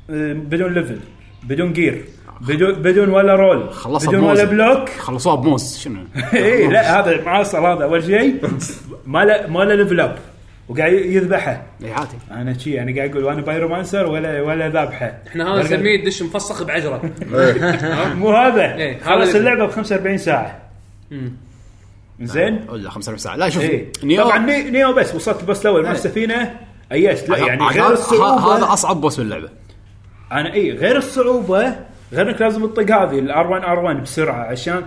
Speaker 3: آه، بدون ليفل بدون جير بدون بدون ولا رول
Speaker 1: خلصها
Speaker 3: بدون ولا
Speaker 1: بموزة.
Speaker 3: بلوك
Speaker 1: خلصوها بموز شنو؟
Speaker 3: اي إيه، لا هذا معاصر هذا اول شيء ما له ما له ليفل اب وقاعد يذبحه
Speaker 1: اي إيه، عادي
Speaker 3: انا شي انا قاعد اقول وانا بايرومانسر ولا ولا ذابحه
Speaker 2: احنا هذا نسميه دش مفسخ بعجره
Speaker 3: مو هذا
Speaker 2: إيه،
Speaker 3: خلص
Speaker 2: هذا-
Speaker 3: اللعبه ب 45 ساعه زين
Speaker 1: ولا 45 ساعه لا شوف
Speaker 3: اي
Speaker 1: نيو
Speaker 3: طبعا ني- نيو بس وصلت البوس الاول مع
Speaker 1: إيه.
Speaker 3: السفينه ايست لا يعني
Speaker 1: عقال-
Speaker 3: غير
Speaker 1: ه- هذا
Speaker 3: الصعوبه
Speaker 1: اصعب بوس باللعبه
Speaker 3: انا اي غير الصعوبه غير انك لازم تطق هذه الار 1 ار 1 بسرعه عشان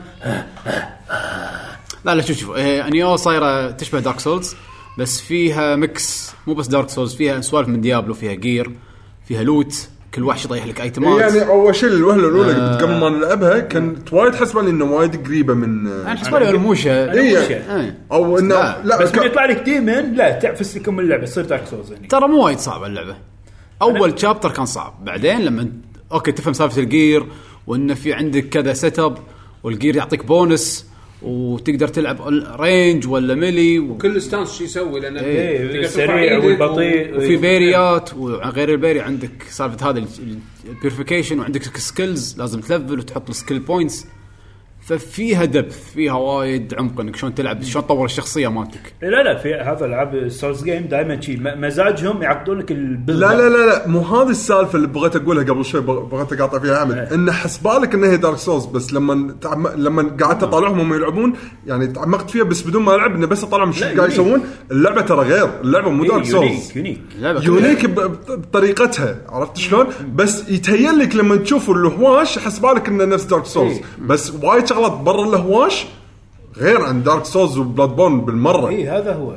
Speaker 1: لا لا شوف شوف إيه، نيو صايره تشبه دارك سولز بس فيها ميكس مو بس دارك سولز فيها سوالف من ديابلو فيها جير فيها لوت كل وحش يطيح لك ايتمات
Speaker 5: يعني اول شيء الوهله الاولى
Speaker 1: آه.
Speaker 5: قبل ما نلعبها كانت وايد حسب لي انه وايد قريبه من آه،
Speaker 1: انا حسبالي هالموشة
Speaker 5: إيه.
Speaker 3: ألموشة.
Speaker 1: إيه.
Speaker 5: او انه
Speaker 1: لا.
Speaker 5: لا
Speaker 3: بس
Speaker 5: ك-
Speaker 3: من يطلع لك ديمن لا تعفس لك ام اللعبه تصير دارك سولز هني
Speaker 1: ترى مو وايد صعبه اللعبه اول شابتر كان صعب بعدين لما أنت- اوكي تفهم سالفه الجير وانه في عندك كذا سيت اب والجير يعطيك بونس وتقدر تلعب رينج ولا ميلي و-
Speaker 2: كل ستانس شو يسوي لان
Speaker 1: إيه،
Speaker 3: السريع والبطيء
Speaker 1: وفي بيريات وغير البيري عندك سالفه هذا البيرفكيشن وعندك سكيلز لازم تلفل وتحط السكيل بوينتس ففيها دبث فيها وايد عمق انك شلون تلعب شلون تطور الشخصيه مالتك
Speaker 3: لا لا في هذا العاب السولز جيم دائما شي م- مزاجهم يعطون لك البيلد
Speaker 5: لا لا لا لا مو هذه السالفه اللي بغيت اقولها قبل شوي بغ- بغيت اقاطع فيها عمل
Speaker 3: إيه.
Speaker 5: انه حسبالك انها هي دارك سولز بس لما تعم... لما قعدت
Speaker 3: آه.
Speaker 5: اطالعهم وهم يلعبون يعني تعمقت فيها بس بدون ما العب انه بس اطالعهم شو
Speaker 3: لا،
Speaker 5: قاعد
Speaker 3: unique.
Speaker 5: يسوون اللعبه ترى غير اللعبه
Speaker 3: إيه،
Speaker 5: مو دارك سولز
Speaker 3: يونيك يونيك
Speaker 1: لعبة كلها.
Speaker 5: يونيك ب- ب- بطريقتها عرفت شلون؟ بس يتهيأ لك لما تشوف الهواش حسبالك انه نفس دارك سولز بس وايد شغلات برا الهواش غير عن دارك سولز وبلاد بون بالمره
Speaker 3: اي إيه، هذا هو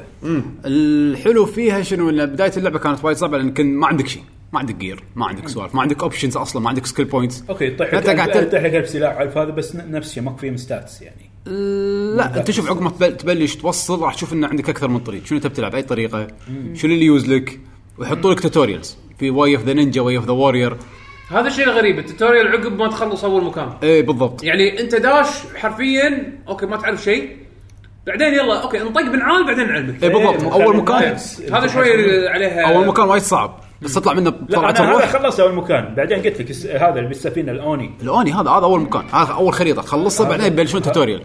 Speaker 1: الحلو فيها شنو ان بدايه اللعبه كانت وايد صعبه لان كان ما عندك شيء ما عندك جير ما عندك سوالف ما عندك اوبشنز اصلا ما عندك سكيل بوينتس
Speaker 3: اوكي يطيح لك
Speaker 1: انت قاعد
Speaker 3: يطيح
Speaker 1: تل...
Speaker 3: لك قلب سلاح عارف هذا بس ن- نفس الشيء ماكو فيهم ستاتس يعني
Speaker 1: لا انت شوف عقب ما تبل- تبلش توصل راح تشوف ان عندك اكثر من طريق شنو تبي تلعب اي طريقه شنو اللي يوز لك ويحطوا لك توتوريالز في واي اوف ذا نينجا واي اوف ذا وورير
Speaker 2: هذا الشيء الغريب التوتوريال عقب ما تخلص اول مكان
Speaker 1: اي إيه، بالضبط
Speaker 2: يعني انت داش حرفيا اوكي ما تعرف شيء بعدين يلا اوكي انطق بنعال بعدين نعلمك
Speaker 1: اي إيه، بالضبط اول مكان
Speaker 2: هذا شوي عليها
Speaker 1: اول مكان وايد صعب بس تطلع منه
Speaker 3: لا
Speaker 1: بسرعه
Speaker 3: انا هذا
Speaker 1: الروح
Speaker 3: خلص اول مكان بعدين قلت لك الس- هذا اللي بالسفينه الاوني
Speaker 1: الاوني هذا هذا اول مكان هذا اول خريطه تخلصها بعدين يبلشون توتوريال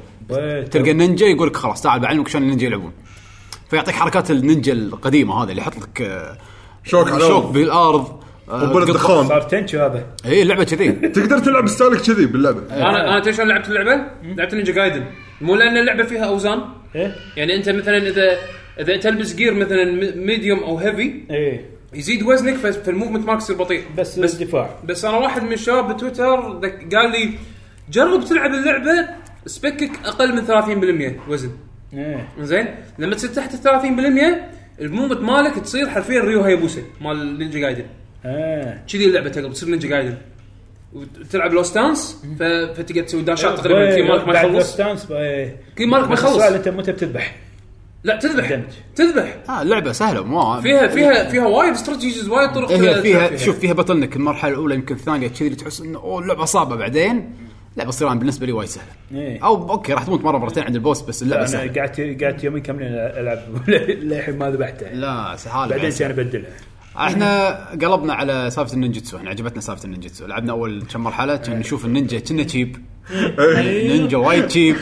Speaker 1: تلقى النينجا يقول لك خلاص تعال بعلمك شلون النينجا يلعبون فيعطيك حركات النينجا القديمه هذه اللي يحط لك آه،
Speaker 5: شوك على
Speaker 1: شوك
Speaker 5: الأرض.
Speaker 1: بالارض آه،
Speaker 5: وبولد
Speaker 1: قطع.
Speaker 5: دخان
Speaker 3: صار تنشو هذا
Speaker 1: هي اللعبه كذي
Speaker 5: تقدر تلعب ستايلك كذي باللعبه
Speaker 2: انا انا تدري شلون لعبت اللعبه؟ لعبت نينجا جايدن مو لان اللعبه فيها اوزان
Speaker 3: ايه
Speaker 2: يعني انت مثلا اذا اذا تلبس جير مثلا ميديوم او هيفي
Speaker 3: ايه
Speaker 2: يزيد وزنك ف- فالموفمنت مالك يصير بطيء
Speaker 3: بس
Speaker 2: بس,
Speaker 3: الدفاع
Speaker 2: بس انا واحد من الشباب بتويتر ذك- قال لي جرب تلعب اللعبه سبكك اقل من 30% وزن
Speaker 3: ايه
Speaker 2: زين لما تصير تحت ال 30% الموفمنت مالك تصير حرفيا ريو هايبوسا مال نينجا جايدن
Speaker 3: ايه
Speaker 2: كذي اللعبه تقدر تصير نينجا جايدن وتلعب لو ستانس ف- فتقدر تسوي داشات تقريبا
Speaker 7: إيه،
Speaker 2: كي مالك ما
Speaker 3: إيه، بعد
Speaker 2: يخلص
Speaker 3: ستانس، ايه
Speaker 2: كي مالك ما
Speaker 3: بس
Speaker 2: يخلص
Speaker 3: السؤال انت متى بتذبح
Speaker 2: لا تذبح
Speaker 3: دمج.
Speaker 2: تذبح
Speaker 1: آه اللعبه سهله ما إيه،
Speaker 2: فيها فيها فيها وايد استراتيجيز وايد طرق
Speaker 1: هي
Speaker 2: تلعب
Speaker 1: فيها شوف فيها بطنك المرحله الاولى يمكن الثانيه كذي اللي تحس انه اوه اللعبه صعبه بعدين لعبه صراحه بالنسبه لي وايد سهله
Speaker 3: ايه
Speaker 1: او اوكي راح تموت مره مرتين عند البوس بس اللعبه
Speaker 3: انا
Speaker 1: سهله
Speaker 3: قعدت قعدت يومين كاملين العب للحين ما ذبحته
Speaker 1: لا سهاله
Speaker 3: بعدين
Speaker 1: بعد.
Speaker 3: انا ابدلها
Speaker 1: احنا قلبنا على سالفه النينجutsu احنا عجبتنا سالفه النينجutsu لعبنا اول كم مرحله كان نشوف النينجا كنا تشيب
Speaker 5: إيه،
Speaker 1: النينجا وايد تشيب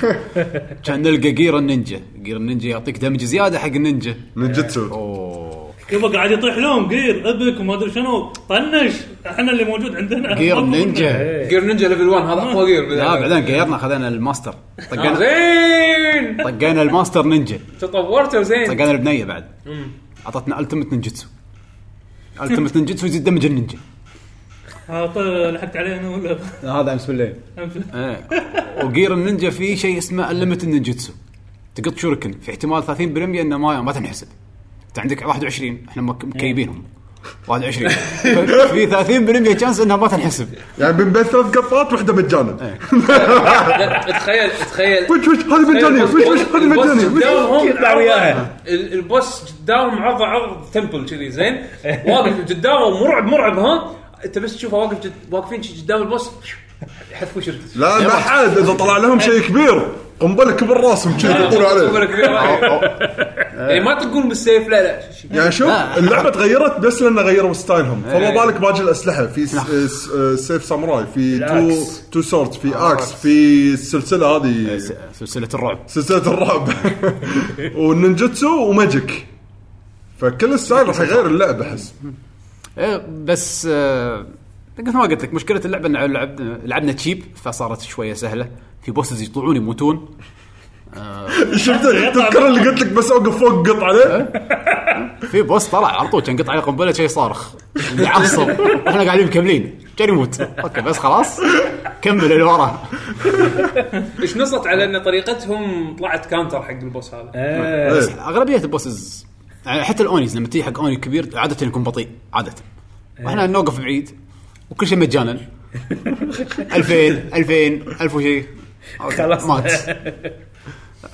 Speaker 1: كان نلقى جير النينجا جير النينجا يعطيك دمج زياده حق النينجا
Speaker 5: نجتسو
Speaker 1: اوه
Speaker 7: يبا قاعد يطيح لهم قير ابك وما ادري شنو طنش احنا اللي موجود عندنا
Speaker 1: جير
Speaker 7: طلبوا منه.
Speaker 1: النينجا
Speaker 2: جير نينجا ليفل 1 هذا اقوى جير
Speaker 1: لا بعدين غيرنا خذينا الماستر
Speaker 2: آه،
Speaker 1: طقينا
Speaker 2: زين
Speaker 1: طقينا الماستر نينجا
Speaker 2: تطورته زين
Speaker 1: طقينا البنيه بعد اعطتنا التمت نينجتسو التمت نينجتسو يزيد دمج النينجا
Speaker 7: آه، طيب، لحقت عليه انا ولا
Speaker 1: هذا امس بالليل ايه وجير النينجا في شيء اسمه الليمت النينجتسو تقط شوركن في احتمال 30% انه ما ما تنحسب انت عندك 21 احنا مك- مكيبينهم 21 في 30% تشانس انها ما تنحسب
Speaker 5: يعني بنبث ثلاث قطات واحده مجانا
Speaker 2: لا، تخيل تخيل
Speaker 5: وش وش هذه مجانيه
Speaker 2: البوس-
Speaker 5: وش وش هذه
Speaker 2: البوس
Speaker 5: مجانيه
Speaker 2: قدامهم
Speaker 3: يطلع
Speaker 2: عرضة-
Speaker 3: وياها.
Speaker 2: ال- البوس قدامهم عرض عرض تمبل كذي زين واقف قدامه مرعب مرعب ها انت بس تشوفه واقف جد- واقفين شي قدام البوس يحذفوا شرطه
Speaker 5: لا ما حد اذا طلع لهم شيء كبير قنبله كبر راسهم كذي يحطون عليه
Speaker 2: يعني ما تقول بالسيف لا لا شي- شي.
Speaker 5: يعني شوف اللعبه تغيرت بس لان غيروا ستايلهم فما
Speaker 2: إيه. نعم.
Speaker 5: بالك باقي الاسلحه في س- س- آه، سيف ساموراي في تو
Speaker 3: الأكس.
Speaker 5: تو سورد في
Speaker 2: آه،
Speaker 5: اكس في السلسله
Speaker 2: إيه،
Speaker 5: هذه
Speaker 1: س- سلسله الرعب
Speaker 5: سلسله الرعب والنينجutsu وماجيك فكل ستايل راح يغير اللعبه احس
Speaker 1: إيه، بس آه، مثل ما قلت لك مشكله اللعبه ان لعبنا لعبنا تشيب فصارت شويه سهله في بوسز يطلعون يموتون
Speaker 5: شفت تذكر اللي قلت لك بس اوقف فوق قط
Speaker 2: إيه.
Speaker 5: عليه
Speaker 1: في بوس طلع على طول كان قطع عليه قنبله شيء صارخ يعصب احنا قاعدين مكملين كان يموت اوكي بس خلاص كمل اللي وراه
Speaker 2: ايش نصت على ان طريقتهم طلعت كانتر حق البوس هذا
Speaker 1: إيه.
Speaker 5: إيه.
Speaker 3: ايه
Speaker 1: أه. بس اغلبيه البوسز يعني حتى الاونيز لما تيجي حق اوني كبير عاده يكون بطيء عاده
Speaker 2: أه.
Speaker 1: واحنا نوقف بعيد وكل شيء مجانا 2000 2000 1000 وشيء
Speaker 3: خلاص.
Speaker 1: مات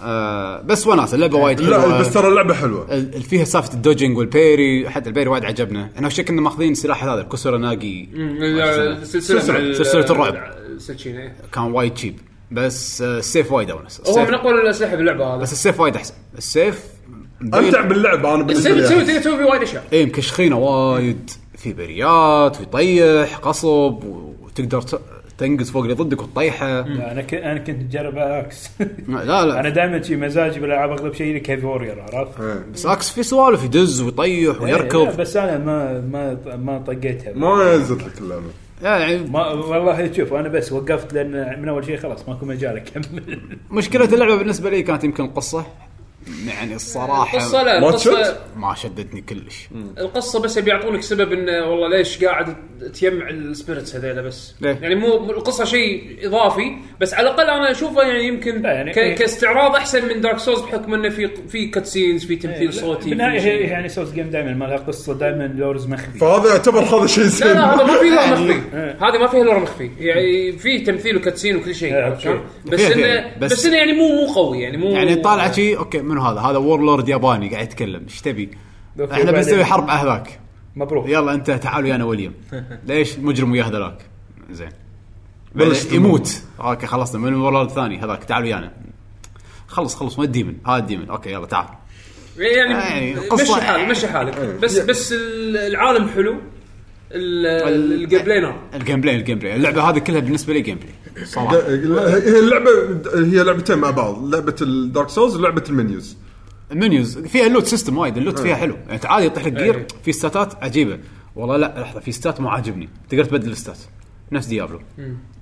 Speaker 1: آه بس وناسه اللعبه وايد
Speaker 5: لا
Speaker 1: حلوه
Speaker 5: بس ترى اللعبه حلوه
Speaker 1: ال- ال- فيها سافة الدوجنج والبيري حتى البيري وايد عجبنا انا وش كنا ماخذين سلاح هذا الكسر ناقي سلسلة- سلسلة الرعب
Speaker 2: سلسله
Speaker 1: كان وايد شيب بس آه، السيف وايد اونس
Speaker 2: إيه. هو
Speaker 1: السيف-
Speaker 2: من اقوى الاسلحه باللعبه هذا
Speaker 1: بس السيف وايد احسن السيف
Speaker 5: امتع باللعبه انا بالنسبه
Speaker 2: إيه. تسوي تسوي
Speaker 5: لي
Speaker 2: تسوي فيه وايد اشياء
Speaker 1: اي مكشخينه إيه، وايد في بريات ويطيح قصب وتقدر ت- تنقز فوق اللي ضدك وتطيحه
Speaker 3: انا كنت انا كنت مجرب اكس
Speaker 1: لا لا
Speaker 3: انا دائما شي مزاجي بالالعاب اغلب شيء لك هيفي وورير عرفت؟
Speaker 5: إيه.
Speaker 1: بس اكس في سوالف يدز ويطيح
Speaker 3: إيه، لا،
Speaker 1: ويركض
Speaker 3: بس انا ما ما ما طقيتها
Speaker 5: ما يزت لك اللعبه
Speaker 1: لا، يعني
Speaker 3: ما والله شوف انا بس وقفت لان من اول شيء خلاص ماكو مجال اكمل
Speaker 1: مشكله اللعبه بالنسبه لي كانت يمكن القصه يعني الصراحه
Speaker 2: القصه لا
Speaker 5: ما
Speaker 2: القصه
Speaker 5: تشوت؟
Speaker 1: ما شدتني كلش
Speaker 2: القصه بس يبي يعطونك سبب انه والله ليش قاعد تجمع السبيرتس هذيلا بس
Speaker 1: ليه؟
Speaker 2: يعني مو القصه شيء اضافي بس على الاقل انا اشوفه يعني يمكن
Speaker 3: لا يعني-
Speaker 2: ك... كاستعراض احسن من دارك سولز بحكم انه في في كاتسينز في تمثيل
Speaker 7: إيه،
Speaker 2: صوتي في
Speaker 3: بالنهايه هي-
Speaker 2: شيء.
Speaker 3: يعني سولز جيم دائما ما لها قصه دائما لورز مخفي
Speaker 5: فهذا يعتبر هذا شيء
Speaker 2: لا
Speaker 5: زين
Speaker 2: لا هذا ما فيه لور مخفي
Speaker 3: إيه.
Speaker 2: هذه ما فيها لور مخفي يعني في تمثيل وكاتسين وكل شيء
Speaker 3: إيه،
Speaker 2: عرفت
Speaker 3: أوكي.
Speaker 2: شلون؟ بس
Speaker 1: فيها-
Speaker 2: انه
Speaker 1: فيها.
Speaker 2: بس,
Speaker 1: بس-
Speaker 2: انه يعني مو مو قوي يعني مو
Speaker 3: إيه.
Speaker 1: يعني طالع شي اوكي منو هذا هذا وورلورد ياباني قاعد يتكلم ايش تبي
Speaker 3: أوكي،
Speaker 1: احنا
Speaker 3: بعدين.
Speaker 1: بنسوي حرب اهلاك
Speaker 3: مبروك
Speaker 1: يلا انت تعال ويانا وليم ليش المجرم وياه هذاك زين
Speaker 5: بلشت
Speaker 1: بعدين يموت اوكي خلصنا من الورلورد الثاني هذاك تعال ويانا خلص خلص وين الديمن هذا الديمن اوكي يلا تعال
Speaker 2: يعني
Speaker 1: يعني
Speaker 2: مشي
Speaker 1: قصة-
Speaker 2: حالك مشي حالك بس بس ال- العالم حلو ال-
Speaker 1: ال-
Speaker 2: الجيم بلاي نار
Speaker 1: الجيم بلاي الجيم بلاي اللعبه هذه كلها بالنسبه لي جيم بلاي صراحه
Speaker 5: هي اللعبه هي لعبتين مع بعض لعبه الدارك سولز ولعبه المنيوز
Speaker 1: المنيوز فيها اللوت سيستم وايد اللوت فيها حلو يعني أنت عادي يطيح لك جير في ستاتات عجيبه والله لا لحظه في ستات مو عاجبني تقدر تبدل الستات نفس ديابلو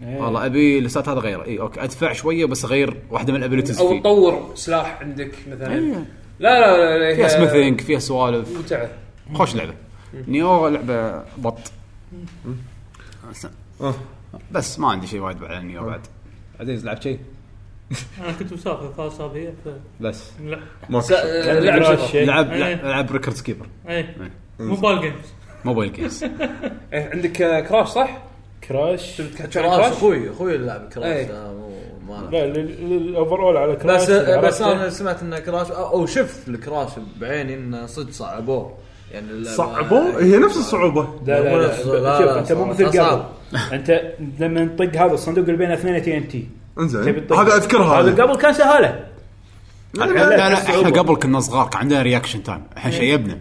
Speaker 1: والله ابي الستات هذا غيره إيه، اي اوكي ادفع شويه بس اغير واحده من الابيلتيز
Speaker 2: او
Speaker 1: فيه
Speaker 2: تطور سلاح عندك مثلا
Speaker 1: إيه.
Speaker 2: لا لا لا, إيه، لا
Speaker 1: فيها
Speaker 2: هي
Speaker 1: سميثينج فيها سوالف
Speaker 2: ممتعه
Speaker 1: خوش لعبه نيو لعبه بط أحسن.
Speaker 5: آه.
Speaker 1: بس ما عندي شيء وايد على نيو بعد أه. عزيز لعبت شيء
Speaker 7: انا كنت مسافر خلاص هي ف-
Speaker 1: بس
Speaker 7: لا
Speaker 2: س- آه، لعب شغل.
Speaker 1: لعب
Speaker 7: إيه.
Speaker 1: لعب- لعب ريكوردز كيبر
Speaker 7: اي
Speaker 5: إيه.
Speaker 7: موبايل جيمز
Speaker 1: موبايل جيمز
Speaker 2: إيه، عندك آه، كراش صح؟
Speaker 3: كراش
Speaker 4: كراش
Speaker 2: كراش
Speaker 4: اخوي اخوي اللي لعب
Speaker 2: إيه.
Speaker 4: كراش آه، مو- ما أنا.
Speaker 3: لا للاوفر اول على كراش
Speaker 4: بس بس انا
Speaker 3: عرفته؟
Speaker 4: سمعت ان كراش او أو شفت الكراش بعيني انه صدق صعبوه يعني اللعبة-
Speaker 5: صعبوا هي نفس الصعوبه
Speaker 3: لا لا لا
Speaker 4: لا، لا،
Speaker 3: شوف انت مو
Speaker 4: صعب.
Speaker 3: مثل قبل
Speaker 4: صعب.
Speaker 3: انت لما نطق هذا الصندوق اللي بينه اثنين تي ان تي تبي
Speaker 5: انزين
Speaker 3: تطق.
Speaker 5: هذا اذكرها
Speaker 3: هذا
Speaker 5: هذا
Speaker 3: قبل كان سهاله
Speaker 1: لا لا
Speaker 3: بس
Speaker 1: احنا
Speaker 3: صعوبة.
Speaker 1: قبل كنا صغار كان عندنا رياكشن تايم الحين شيبنا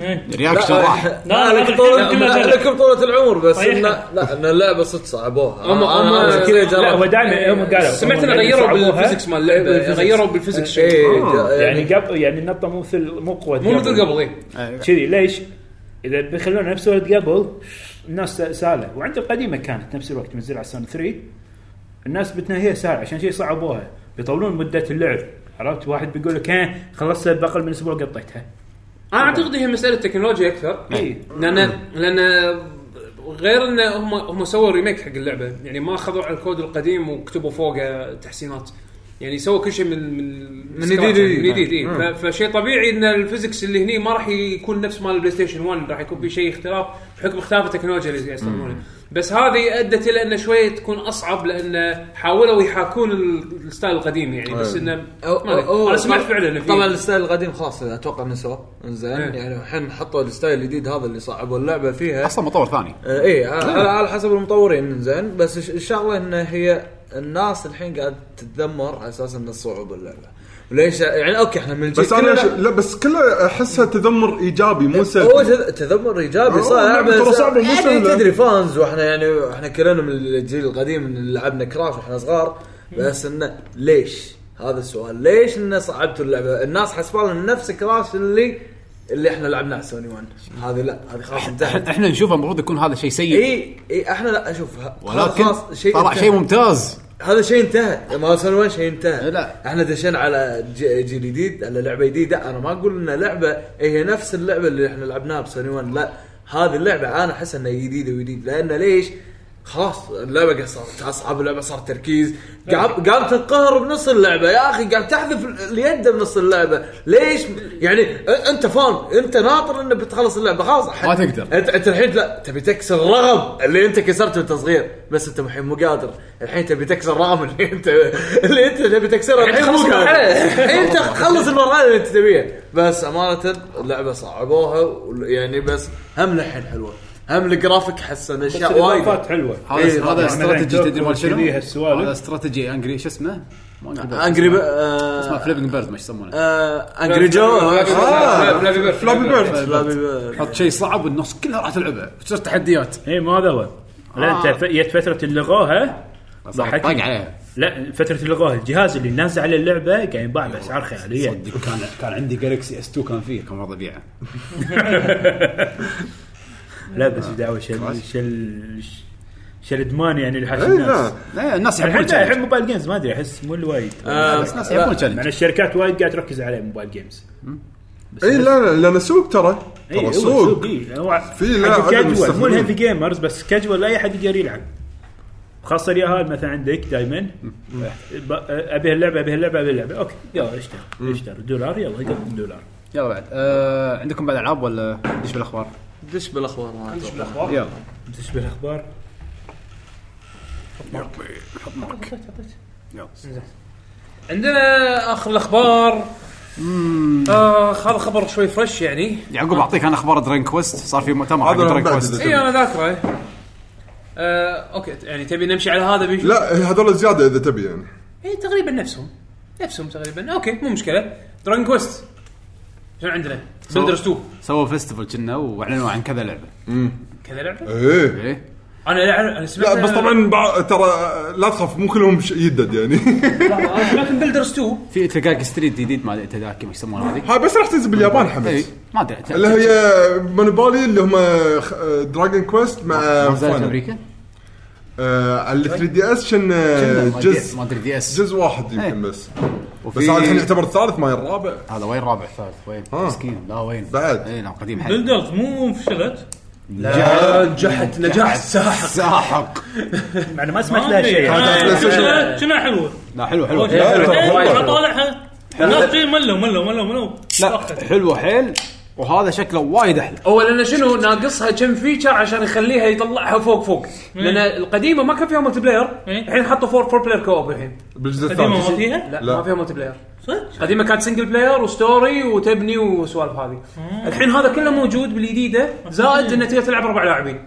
Speaker 7: إيه.
Speaker 1: رياكشن راح
Speaker 7: لا،
Speaker 4: لا لك
Speaker 7: لا،
Speaker 4: طولة
Speaker 7: لا،
Speaker 4: لا،
Speaker 7: لا.
Speaker 4: لكم طولة العمر بس
Speaker 7: طيحنا.
Speaker 4: إن لا ان اللعبه صدق صعبوها
Speaker 2: هم-
Speaker 4: أنا-
Speaker 2: هم-
Speaker 4: أنا عشان كذا
Speaker 3: لا هو
Speaker 4: جربت
Speaker 3: دائما إيه، هم قالوا
Speaker 2: إيه، سمعت
Speaker 3: هم
Speaker 2: انه
Speaker 3: دايماً
Speaker 2: غيروا
Speaker 3: صعبوها.
Speaker 2: بالفيزكس مال اللعبه
Speaker 4: بالفيزكس.
Speaker 2: غيروا بالفيزكس
Speaker 4: إيه،
Speaker 2: شيء
Speaker 4: جا-
Speaker 3: يعني قبل يعني النطه مو مثل مو قوه
Speaker 2: مو مثل قبل إيه.
Speaker 3: كذي ليش؟ اذا بيخلونا نفس ولد قبل الناس سهله وعند القديمه كانت نفس الوقت منزل على سنه 3 الناس بتنهيها سهله عشان شي صعبوها بيطولون مده اللعب عرفت واحد بيقول لك ها خلصتها باقل من اسبوع قطيتها إيه.
Speaker 2: انا اعتقد هي مساله تكنولوجيا اكثر
Speaker 1: إيه.
Speaker 3: اي
Speaker 2: لان لان غير ان هم هم سووا ريميك حق اللعبه يعني ما اخذوا على الكود القديم وكتبوا فوقه تحسينات يعني سووا كل شيء من من من
Speaker 4: جديد.
Speaker 2: من جديد إيه. ف- فشيء طبيعي ان الفيزكس اللي هني ما راح يكون نفس مال البلاي ستيشن 1 راح يكون في شيء اختلاف بحكم اختلاف التكنولوجيا اللي يستخدمونها بس هذه ادت الى انه شويه تكون اصعب لان حاولوا يحاكون ال- الستايل القديم يعني بس انه ما أدري. انا سمعت فعلا انه في
Speaker 4: طبعا الستايل القديم خلاص اتوقع نسوه زين
Speaker 2: إيه.
Speaker 4: يعني الحين حطوا الستايل الجديد هذا اللي صعبوا اللعبه فيها
Speaker 1: اصلا مطور ثاني
Speaker 4: آه، اي على على حسب المطورين زين بس الش- الشغله ان هي الناس الحين قاعد تتذمر على اساس ان الصعوبه اللعبه وليش يعني اوكي احنا من الجيل
Speaker 5: بس انا
Speaker 4: كلنا-
Speaker 5: ش... لا بس كله احسها تذمر ايجابي مو
Speaker 4: هو
Speaker 5: سلبي
Speaker 4: تذ- تذمر ايجابي
Speaker 5: آه،
Speaker 4: صعب
Speaker 5: اللعبة ترى
Speaker 4: بس
Speaker 5: صعبة، مو
Speaker 4: يعني
Speaker 5: سهلة.
Speaker 4: تدري فانز واحنا يعني احنا كلنا من الجيل القديم اللي لعبنا كراش واحنا صغار بس انه ليش؟ هذا السؤال ليش انه صعبتوا اللعبه؟ الناس حسبان إن نفس كراش اللي اللي احنا لعبناه سوني 1 هذه لا هذه خلاص انتهت
Speaker 1: احنا نشوفه المفروض يكون هذا شيء سيء
Speaker 4: اي اي احنا لا اشوف ه- هذا
Speaker 1: ولكن
Speaker 4: إيه، خلاص شيء
Speaker 1: طلع
Speaker 4: انتهى.
Speaker 1: شيء ممتاز
Speaker 4: هذا شيء انتهى ما سوني 1 شيء انتهى
Speaker 1: لا.
Speaker 4: احنا دشينا على ج- جيل جديد على لعبه جديده انا ما اقول ان لعبه هي نفس اللعبه اللي احنا لعبناها بسوني 1 لا هذه اللعبه انا احس انها جديده وجديد لان ليش؟ خلاص اللعبه قاعد صارت اصعب اللعبه صار تركيز قام قام تنقهر بنص اللعبه يا اخي قاعد تحذف اليد بنص اللعبه ليش يعني أ- انت فان انت ناطر انه بتخلص اللعبه خلاص
Speaker 1: ما تقدر.
Speaker 4: انت انت الحين لا تبي تكسر الرقم اللي انت كسرته وانت صغير بس انت الحين مو قادر الحين تبي تكسر الرقم اللي انت اللي انت تبي تكسره الحين مو
Speaker 8: تخلص
Speaker 4: قادر
Speaker 8: المرحلة.
Speaker 4: الحين انت خلص المرحله اللي انت تبيها بس امانه اللعبه صعبوها وال- يعني بس هم للحين حلوه هم الجرافيك حسن اشياء وايد
Speaker 3: الاضافات حلوه
Speaker 1: هذا هذا
Speaker 3: طبعاً.
Speaker 1: استراتيجي تدري مال شنو؟
Speaker 3: كذي هالسوالف.
Speaker 1: هذا استراتيجي انجري شو اسمه؟ ما أدري بس.
Speaker 4: انجري
Speaker 1: اسمه
Speaker 4: اسمه
Speaker 1: فليبنج بيرد ما يسمونه
Speaker 4: انجري جو
Speaker 5: آه. فلابي بيرد
Speaker 1: حط شيء صعب والناس كلها راح تلعبها تصير تحديات
Speaker 3: اي ما إيه، هذا هو لا
Speaker 1: آه.
Speaker 3: انت ف- جت فتره اللي لغوها
Speaker 1: صار
Speaker 3: ضحكت.
Speaker 1: طق عليها
Speaker 3: لا فتره اللي لغوها الجهاز اللي نازل عليه اللعبه قاعد ينباع باسعار خياليه
Speaker 1: صدق كان كان عندي جالكسي اس 2 كان فيه كان راضي ابيعه
Speaker 3: لا بس دعوه شل شل شل ادمان يعني اللي حاش
Speaker 5: اي لا
Speaker 3: الناس
Speaker 1: إيه، الناس
Speaker 3: الحين
Speaker 1: يحبون
Speaker 3: لا،
Speaker 1: challenge.
Speaker 3: الحين موبايل جيمز ما ادري احس مو اللي وايد
Speaker 1: بس الناس يحبون
Speaker 3: مع
Speaker 1: تشالنج
Speaker 3: ان الشركات وايد قاعد تركز عليه موبايل جيمز
Speaker 5: اي لا لا لان سوق ترى
Speaker 3: اي
Speaker 5: ترى
Speaker 3: هو
Speaker 5: سوق
Speaker 3: سوق اي هو
Speaker 5: في لا
Speaker 3: حق
Speaker 5: عدد
Speaker 3: كاجوال مو
Speaker 5: مستخدمين.
Speaker 3: الهيفي جيمرز بس كاجوال لا اي احد يقدر يلعب خاصه اليهال مثلا عندك دائما ب- ابي هاللعبه ابي هاللعبه ابي هاللعبه اوكي يلا اشتر اشتر دولار يلا يقدم دولار
Speaker 1: يلا بعد آه، عندكم بعد العاب ولا دش بالاخبار؟
Speaker 4: دش بالاخبار ما أتوقع.
Speaker 1: يلا
Speaker 3: تشبه الاخبار
Speaker 2: عندنا اخر الاخبار اخ هذا خبر شوي فريش يعني
Speaker 1: يعقوب اعطيك انا اخبار درين كويست صار في مؤتمر حق
Speaker 5: هذا
Speaker 1: درين
Speaker 5: بعد
Speaker 1: كويست
Speaker 5: اللي-
Speaker 2: اي انا ذاكره آه، اوكي يعني تبي نمشي على هذا بنشوف
Speaker 5: لا هذول زياده اذا تبي يعني
Speaker 2: اي تقريبا نفسهم نفسهم تقريبا اوكي مو مشكله دراجون كويست شنو عندنا؟ بلدرز 2
Speaker 1: سووا فيستيفال كنا واعلنوا عن كذا لعبه
Speaker 2: كذا لعبه
Speaker 5: ايه
Speaker 1: ايه
Speaker 2: انا لعب انا سمعت
Speaker 5: لا بس طبعا بع- ترى لا تخاف مو كلهم ش- يدد يعني
Speaker 2: أنا سمعت إن بلدرز 2
Speaker 1: في تلقاك ستريت جديد ما ادري تداكي ما يسمونه هذه
Speaker 5: ها بس راح تنزل باليابان
Speaker 1: إيه،
Speaker 5: حمد
Speaker 1: ما ادري
Speaker 5: اللي هي مونوبولي اللي هم دراجون كويست مع
Speaker 1: ما نزلت
Speaker 5: Final.
Speaker 1: امريكا؟
Speaker 5: آه، على 3 دي اس شن
Speaker 1: طيب. شنو؟ ما أدري-
Speaker 5: جزء
Speaker 1: ما ادري دي اس
Speaker 5: جزء واحد يمكن
Speaker 1: إيه.
Speaker 5: بس
Speaker 1: وفي-
Speaker 5: بس هذا الحين يعتبر الثالث ما هي الرابع
Speaker 1: هذا وين رابع ثالث وين؟
Speaker 5: آه.
Speaker 1: مسكين لا وين؟
Speaker 5: بعد.
Speaker 1: اي نعم قديم حق
Speaker 7: بلدرز مو فشلت
Speaker 1: لا
Speaker 2: نجحت نجاح ساحق
Speaker 1: ساحق
Speaker 3: مع انه ما
Speaker 7: آه،
Speaker 3: سمعت لها شيء
Speaker 5: على السوشيال.
Speaker 7: كنا حلوه
Speaker 1: لا حلو حلو
Speaker 5: آه، لا، لا،
Speaker 7: إيه،
Speaker 5: وايد
Speaker 7: أنا طالعها الناس شي ملوا ملوا ملوا ملوا
Speaker 1: لا حلوه حيل وهذا شكله وايد احلى
Speaker 2: هو لان شنو ناقصها كم فيتشر عشان يخليها يطلعها فوق فوق لان القديمه ما كان فيها ملتي بلاير
Speaker 7: إيه.
Speaker 2: الحين حطوا فور فور بلاير كوب الحين
Speaker 5: بالجزء
Speaker 7: قديمه ما
Speaker 5: الثالث
Speaker 7: فيها
Speaker 2: لا,
Speaker 5: لا.
Speaker 2: ما فيها ملتي بلاير
Speaker 5: آه.
Speaker 7: صدق
Speaker 2: قديمه كانت سنجل بلاير وستوري وتبني وسوالف هذه الحين هذا كله موجود بالجديده زائد انه تقدر تلعب اربع لاعبين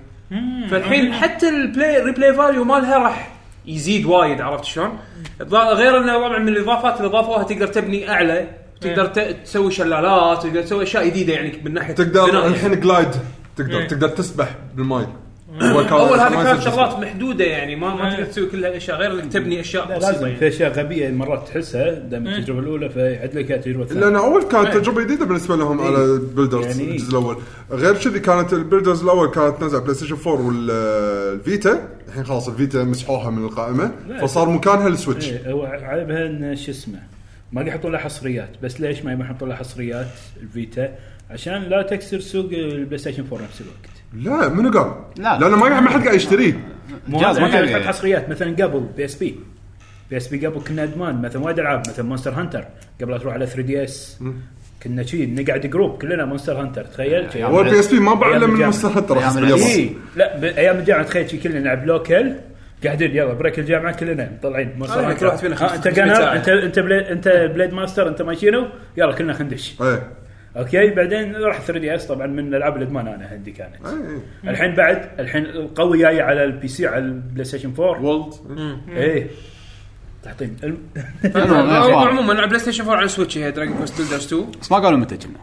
Speaker 2: فالحين حتى البلاي ريبلاي فاليو مالها راح يزيد وايد عرفت شلون؟ الض- غير انه طبعا من الاضافات اللي ضافوها تقدر تبني اعلى تقدر ت- تسوي شلالات تقدر تسوي اشياء جديده يعني من ناحيه
Speaker 5: تقدر
Speaker 2: بناء.
Speaker 5: الحين جلايد تقدر
Speaker 7: إيه.
Speaker 5: تقدر تسبح بالماي
Speaker 1: إيه.
Speaker 2: اول هذه كانت شغلات محدوده يعني ما ما تقدر تسوي كل هالاشياء غير انك تبني اشياء بسيطه
Speaker 3: لازم في
Speaker 2: يعني
Speaker 3: اشياء غبيه مرات تحسها دام التجربه الاولى فيعدلك إياها تجربه ثانيه
Speaker 5: لان اول
Speaker 1: إيه.
Speaker 5: كانت تجربه جديده بالنسبه لهم على البلدرز
Speaker 3: يعني إيه.
Speaker 5: الجزء الاول غير كذي كانت البلدرز الاول كانت نازله بلاي ستيشن 4 والفيتا آه، الحين خلاص الفيتا مسحوها من القائمه
Speaker 1: إيه.
Speaker 5: فصار مكانها السويتش
Speaker 3: إيه، هو عيبها ان شو اسمه ما يحطون لها حصريات بس ليش ما يحطون لها حصريات الفيتا عشان لا تكسر سوق البلاي ستيشن 4 نفس الوقت
Speaker 5: لا منو قال؟
Speaker 1: لا.
Speaker 5: لان ما ما حد قاعد يشتريه
Speaker 3: مو
Speaker 1: جاز
Speaker 3: هذا
Speaker 1: ما كان
Speaker 3: يعني تحط
Speaker 1: يعني.
Speaker 3: حصريات مثلا قبل بي اس بي بي اس بي قبل كنا ادمان مثلا وايد العاب مثلا مونستر هانتر قبل لا تروح على 3 دي اس كنا شي نقعد جروب كلنا مونستر هانتر تخيل شي.
Speaker 1: يا
Speaker 5: هو البي اس بي ما باع الا
Speaker 3: أيام
Speaker 5: من
Speaker 3: الجامعة.
Speaker 5: مونستر هانتر
Speaker 1: أيام
Speaker 5: أحس
Speaker 1: الجامعة.
Speaker 5: باليابان.
Speaker 3: اي إيه. لا بايام الجامعه تخيل شي كلنا نلعب لوكل قاعدين يلا بريك الجامعه كلنا مطلعين مونستر
Speaker 2: آه، كل واحد فينا
Speaker 3: ها، انت
Speaker 2: 500
Speaker 3: جانر
Speaker 2: ساعة.
Speaker 3: انت انت بلا- انت بليد ماستر انت ماشينو يلا كلنا خندش
Speaker 5: ايه
Speaker 3: اوكي بعدين راح 3 دي اس طبعا من العاب الادمان انا عندي كانت
Speaker 5: ايه
Speaker 3: الحين بعد الحين القوي جاي على البي سي على البلاي ستيشن 4
Speaker 5: وولد
Speaker 3: ايه تعطيم الم-
Speaker 2: عموما على بلاي ستيشن 4 على سويتش هي دراجون كويست بلدرز 2
Speaker 1: بس ما قالوا متى كنا